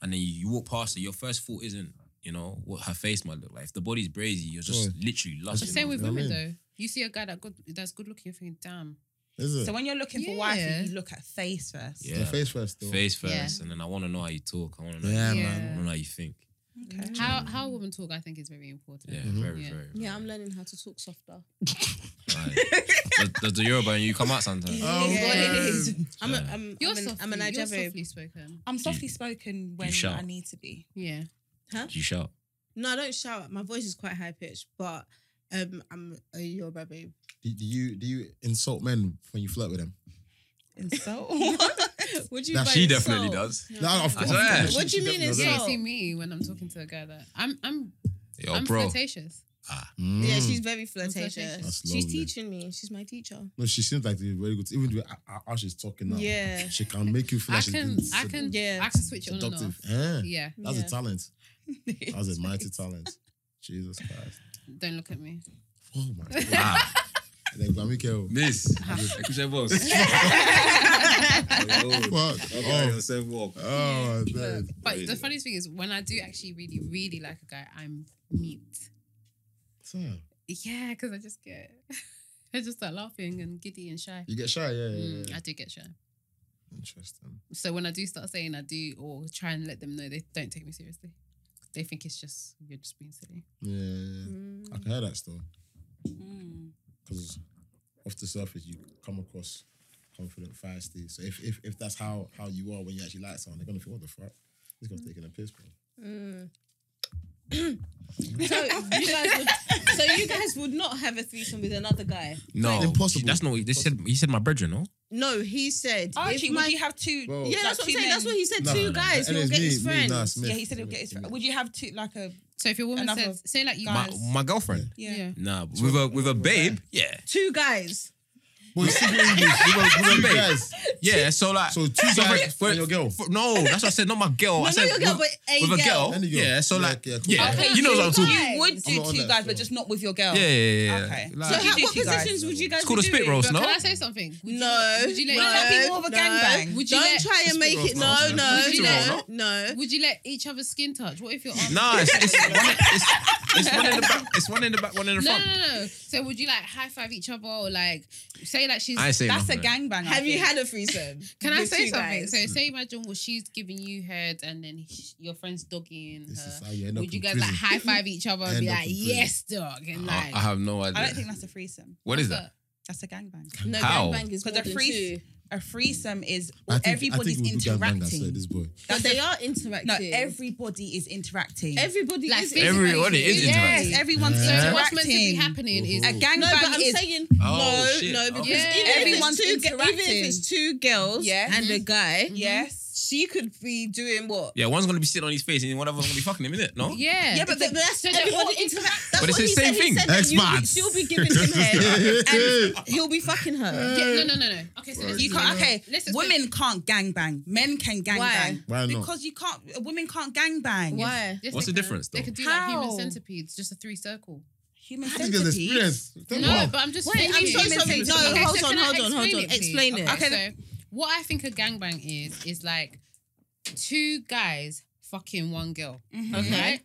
[SPEAKER 5] and then you, you walk past her. Your first thought isn't, you know, what her face might look like. If the body's brazy, you're just literally
[SPEAKER 2] The
[SPEAKER 5] lusting.
[SPEAKER 2] same with
[SPEAKER 4] You know what I
[SPEAKER 2] women
[SPEAKER 4] mean?
[SPEAKER 2] though. You see a guy that good that's good looking, you're thinking, damn.
[SPEAKER 4] Is it?
[SPEAKER 1] so when you're looking for
[SPEAKER 2] Yeah.
[SPEAKER 1] wifey, you look at face first.
[SPEAKER 5] Yeah.
[SPEAKER 4] The face first, though.
[SPEAKER 5] face
[SPEAKER 2] Yeah.
[SPEAKER 5] first, and then I want to know how you talk. I want to know.
[SPEAKER 4] Yeah,
[SPEAKER 2] Yeah.
[SPEAKER 5] I
[SPEAKER 4] man.
[SPEAKER 5] want to know how you think.
[SPEAKER 1] Okay.
[SPEAKER 3] Mm.
[SPEAKER 2] How how a woman talk, I think, is very important.
[SPEAKER 5] Yeah,
[SPEAKER 4] Mhm.
[SPEAKER 5] very,
[SPEAKER 2] Mm-hmm. Yeah.
[SPEAKER 5] very.
[SPEAKER 3] Yeah, I'm learning how to talk softer.
[SPEAKER 5] Right. does, does the Yoruba and you come out sometimes?
[SPEAKER 4] Oh,
[SPEAKER 3] Yeah.
[SPEAKER 1] What it is.
[SPEAKER 3] I'm a, I'm,
[SPEAKER 2] You're
[SPEAKER 3] I'm, an,
[SPEAKER 2] softly,
[SPEAKER 3] I'm an
[SPEAKER 2] you're
[SPEAKER 3] Ajabo.
[SPEAKER 2] softly spoken.
[SPEAKER 1] I'm softly spoken when
[SPEAKER 5] shout.
[SPEAKER 1] I need to be.
[SPEAKER 2] Yeah.
[SPEAKER 5] Do you shout?
[SPEAKER 3] No, I don't shout. My voice is quite high pitched, but um, I'm a Yoruba babe.
[SPEAKER 4] Do, do you do you insult men when you flirt with them?
[SPEAKER 1] Insult.
[SPEAKER 3] Would you?
[SPEAKER 4] Nah,
[SPEAKER 3] by
[SPEAKER 5] she definitely
[SPEAKER 3] yourself?
[SPEAKER 5] does.
[SPEAKER 4] No, of
[SPEAKER 5] I
[SPEAKER 4] course.
[SPEAKER 5] swear.
[SPEAKER 4] She-
[SPEAKER 3] What do you
[SPEAKER 4] she
[SPEAKER 3] mean
[SPEAKER 4] definitely
[SPEAKER 3] it's
[SPEAKER 4] does.
[SPEAKER 2] Yeah,
[SPEAKER 3] Yeah.
[SPEAKER 2] you see me when I'm talking to a guy that I'm I'm
[SPEAKER 5] Yo,
[SPEAKER 2] I'm
[SPEAKER 5] bro.
[SPEAKER 2] flirtatious.
[SPEAKER 4] Mm.
[SPEAKER 3] Yeah, she's very flirtatious.
[SPEAKER 2] flirtatious.
[SPEAKER 4] That's
[SPEAKER 3] She's
[SPEAKER 4] lovely.
[SPEAKER 3] teaching me. She's my teacher.
[SPEAKER 4] No, she seems like she's very good. Even the way how- how she's talking now.
[SPEAKER 3] Yeah.
[SPEAKER 4] She can make you feel
[SPEAKER 2] I
[SPEAKER 4] like she's
[SPEAKER 2] can
[SPEAKER 4] been
[SPEAKER 2] I can
[SPEAKER 3] Yeah.
[SPEAKER 2] I can switch it on and
[SPEAKER 4] seductive.
[SPEAKER 2] off.
[SPEAKER 4] Yeah.
[SPEAKER 2] Yeah.
[SPEAKER 4] That's
[SPEAKER 3] Yeah.
[SPEAKER 4] a talent. That's a mighty talent. Jesus Christ.
[SPEAKER 2] Don't look at me.
[SPEAKER 4] Oh my god.
[SPEAKER 5] Wow.
[SPEAKER 4] Like, Bamike,
[SPEAKER 5] Miss, escucha vos.
[SPEAKER 4] Fuck. Oh, oh,
[SPEAKER 2] But,
[SPEAKER 4] man.
[SPEAKER 2] but the funniest thing is when I do actually really, really like a guy, I'm mute.
[SPEAKER 4] So,
[SPEAKER 2] Yeah, because I just get I just start laughing and giddy and shy.
[SPEAKER 4] You get shy, yeah, yeah,
[SPEAKER 2] Mm,
[SPEAKER 4] yeah.
[SPEAKER 2] I do get shy.
[SPEAKER 4] Interesting.
[SPEAKER 2] So when I do start saying I do or try and let them know they don't take me seriously. They think it's just you're just being silly.
[SPEAKER 4] Yeah, yeah. yeah.
[SPEAKER 3] Mm.
[SPEAKER 4] I can hear that still.
[SPEAKER 2] Mm.
[SPEAKER 4] Because off the surface, you come across confident, feisty. So if, if if that's how how you are when you actually like someone, they're gonna feel what the fuck. This guy's taking a piss, bro.
[SPEAKER 3] Mm. so you guys would, so you guys would not have a threesome with another guy.
[SPEAKER 5] No,
[SPEAKER 4] Impossible.
[SPEAKER 5] That's not. what he- They said he said my brethren. No,
[SPEAKER 3] No, he said.
[SPEAKER 1] Archie,
[SPEAKER 3] if my-
[SPEAKER 1] would you have two?
[SPEAKER 4] Bro.
[SPEAKER 3] yeah, that's
[SPEAKER 1] like
[SPEAKER 3] what I'm
[SPEAKER 1] two
[SPEAKER 3] saying. That's
[SPEAKER 1] men?
[SPEAKER 3] what he said.
[SPEAKER 4] No,
[SPEAKER 3] two
[SPEAKER 4] no, no.
[SPEAKER 3] guys.
[SPEAKER 4] And
[SPEAKER 3] He'll
[SPEAKER 4] it's
[SPEAKER 3] get
[SPEAKER 4] me-
[SPEAKER 3] his
[SPEAKER 4] me,
[SPEAKER 3] friend.
[SPEAKER 4] nah, Smith.
[SPEAKER 1] Yeah, he said he'll get his. Would you have two like a
[SPEAKER 2] So if your woman
[SPEAKER 1] Another
[SPEAKER 2] says say like you
[SPEAKER 5] my,
[SPEAKER 1] Guys.
[SPEAKER 5] my girlfriend.
[SPEAKER 1] yeah?
[SPEAKER 5] Nah, with a with a babe. Yeah,
[SPEAKER 3] Two guys.
[SPEAKER 4] Boy, you speak English. You got- you got
[SPEAKER 5] Two
[SPEAKER 4] big
[SPEAKER 5] guys. yeah. So like,
[SPEAKER 4] So two
[SPEAKER 5] for-
[SPEAKER 4] guys
[SPEAKER 5] for-
[SPEAKER 4] and your girl.
[SPEAKER 5] for- no, that's what I said. Not my girl. I
[SPEAKER 3] No, no,
[SPEAKER 5] said
[SPEAKER 3] your girl,
[SPEAKER 5] with,
[SPEAKER 3] but a
[SPEAKER 5] with a girl.
[SPEAKER 4] Any girl.
[SPEAKER 5] Yeah. So
[SPEAKER 4] Yeah,
[SPEAKER 5] like,
[SPEAKER 4] yeah,
[SPEAKER 5] yeah,
[SPEAKER 4] cool. Okay,
[SPEAKER 5] you know what I'm
[SPEAKER 3] two
[SPEAKER 5] talking.
[SPEAKER 3] guys.
[SPEAKER 1] You would
[SPEAKER 4] I'm
[SPEAKER 1] do
[SPEAKER 4] not on
[SPEAKER 1] two
[SPEAKER 4] that,
[SPEAKER 1] guys, but
[SPEAKER 4] so-
[SPEAKER 1] just not with your girl.
[SPEAKER 5] Yeah, yeah, yeah.
[SPEAKER 1] Okay.
[SPEAKER 5] Like,
[SPEAKER 3] So
[SPEAKER 1] Would you
[SPEAKER 3] how,
[SPEAKER 1] do
[SPEAKER 3] what
[SPEAKER 1] two guys?
[SPEAKER 3] positions would you guys?
[SPEAKER 5] it's called
[SPEAKER 3] be
[SPEAKER 5] a spit
[SPEAKER 3] doing?
[SPEAKER 5] roast.
[SPEAKER 2] But
[SPEAKER 5] No,
[SPEAKER 2] can I say something? Would you-
[SPEAKER 3] No.
[SPEAKER 2] would you
[SPEAKER 3] no,
[SPEAKER 2] let
[SPEAKER 1] Wouldn't that be more of a
[SPEAKER 3] no.
[SPEAKER 1] gangbang?
[SPEAKER 2] Would you
[SPEAKER 3] Don't
[SPEAKER 2] let,
[SPEAKER 3] try and make
[SPEAKER 4] roast,
[SPEAKER 3] it.
[SPEAKER 4] no,
[SPEAKER 3] No,
[SPEAKER 4] no,
[SPEAKER 3] no,
[SPEAKER 5] it's
[SPEAKER 3] no,
[SPEAKER 5] wrong,
[SPEAKER 3] no.
[SPEAKER 2] Would you let each other's skin touch? What if you're arm-
[SPEAKER 5] Nah, it's, it's, one, it's, it's one in the back. It's one in the back. One in the
[SPEAKER 2] No,
[SPEAKER 5] front.
[SPEAKER 2] no, no, no. So would you like high five each other or like say like she's?
[SPEAKER 5] I ain't saying
[SPEAKER 1] That's a
[SPEAKER 5] nothing.
[SPEAKER 1] gangbang.
[SPEAKER 3] Have you had a threesome?
[SPEAKER 2] Can I
[SPEAKER 3] with
[SPEAKER 2] say
[SPEAKER 3] two
[SPEAKER 2] something?
[SPEAKER 3] guys?
[SPEAKER 2] So
[SPEAKER 5] Hmm.
[SPEAKER 2] say imagine what she's giving you head, and then sh- your friends dogging
[SPEAKER 4] This is
[SPEAKER 2] her.
[SPEAKER 4] how you end up
[SPEAKER 2] Uh-huh. Would you
[SPEAKER 4] in
[SPEAKER 2] guys
[SPEAKER 4] prison.
[SPEAKER 2] like high five each other and
[SPEAKER 4] End
[SPEAKER 2] be
[SPEAKER 4] up
[SPEAKER 2] like,
[SPEAKER 4] in prison.
[SPEAKER 2] "Yes, dog," and
[SPEAKER 5] I,
[SPEAKER 2] like,
[SPEAKER 5] I have no idea.
[SPEAKER 1] I don't think that's a threesome.
[SPEAKER 5] what is
[SPEAKER 2] What's
[SPEAKER 5] uh-huh, that?
[SPEAKER 1] That's a gangbang.
[SPEAKER 3] No,
[SPEAKER 5] How?
[SPEAKER 3] gangbang is
[SPEAKER 1] Because
[SPEAKER 3] more
[SPEAKER 1] a
[SPEAKER 3] than
[SPEAKER 1] threes-
[SPEAKER 3] two.
[SPEAKER 1] A threesome is
[SPEAKER 4] I think- I think
[SPEAKER 1] everybody's
[SPEAKER 4] we'll do gangbang, I swear,
[SPEAKER 1] interacting.
[SPEAKER 4] This boy.
[SPEAKER 3] But
[SPEAKER 1] That's
[SPEAKER 3] they
[SPEAKER 1] a-
[SPEAKER 3] are interacting.
[SPEAKER 1] No, everybody is interacting.
[SPEAKER 3] everybody
[SPEAKER 2] like
[SPEAKER 3] is
[SPEAKER 2] physically,
[SPEAKER 5] Everybody is Uh-huh.
[SPEAKER 2] physically.
[SPEAKER 5] interacting.
[SPEAKER 1] Yes, everyone's
[SPEAKER 4] Yeah.
[SPEAKER 2] So
[SPEAKER 1] interacting.
[SPEAKER 2] what's meant to be happening is
[SPEAKER 1] A
[SPEAKER 4] Ooh.
[SPEAKER 1] gangbang
[SPEAKER 3] No, but I'm
[SPEAKER 1] is
[SPEAKER 3] saying
[SPEAKER 5] Oh,
[SPEAKER 3] no,
[SPEAKER 5] shit.
[SPEAKER 3] no, because
[SPEAKER 5] Okay.
[SPEAKER 3] even,
[SPEAKER 1] Everyone's
[SPEAKER 3] if it's two, even
[SPEAKER 1] interacting.
[SPEAKER 3] if it's two girls
[SPEAKER 1] Yeah. Mm-hmm.
[SPEAKER 3] and a guy,
[SPEAKER 1] yes.
[SPEAKER 3] she could be doing what?
[SPEAKER 5] Yeah, one's gonna be sitting on his face, and one other's gonna be fucking him, innit? No.
[SPEAKER 2] Yeah,
[SPEAKER 1] Yeah, but
[SPEAKER 3] But that's
[SPEAKER 2] So they're all
[SPEAKER 3] everybody interact. That's
[SPEAKER 5] But it's
[SPEAKER 3] what
[SPEAKER 5] the
[SPEAKER 3] he
[SPEAKER 5] same
[SPEAKER 3] said.
[SPEAKER 5] thing.
[SPEAKER 3] He said that you be,
[SPEAKER 4] Expats.
[SPEAKER 3] she'll be giving him head and he'll be fucking her.
[SPEAKER 2] Yeah, no, no, no, no. Okay, so let's
[SPEAKER 1] Mm. You can't. Okay,
[SPEAKER 2] Let's explain-
[SPEAKER 1] women can't gangbang. Men can gangbang.
[SPEAKER 3] Why?
[SPEAKER 4] Why not?
[SPEAKER 1] Because you can't. Women can't gangbang.
[SPEAKER 3] Why?
[SPEAKER 2] Yes,
[SPEAKER 5] What's
[SPEAKER 2] they
[SPEAKER 5] the
[SPEAKER 2] can.
[SPEAKER 5] difference,
[SPEAKER 2] They
[SPEAKER 5] though?
[SPEAKER 2] could do like human
[SPEAKER 1] How?
[SPEAKER 2] centipedes, just a three circle.
[SPEAKER 1] Human
[SPEAKER 4] This guy's
[SPEAKER 1] centipede.
[SPEAKER 4] experience. Tell
[SPEAKER 2] No,
[SPEAKER 4] me more.
[SPEAKER 2] but I'm just.
[SPEAKER 3] Wait, I'm
[SPEAKER 2] saying-
[SPEAKER 3] so
[SPEAKER 1] Human
[SPEAKER 3] sorry. No,
[SPEAKER 1] centipede.
[SPEAKER 3] hold
[SPEAKER 2] so
[SPEAKER 3] on,
[SPEAKER 2] can I
[SPEAKER 3] hold on, hold
[SPEAKER 2] explain
[SPEAKER 3] on.
[SPEAKER 2] it, please?
[SPEAKER 3] Explain it.
[SPEAKER 2] Okay,
[SPEAKER 1] Okay,
[SPEAKER 2] so what I think a gangbang is is like two guys fucking one girl.
[SPEAKER 1] Mhm.
[SPEAKER 2] Okay,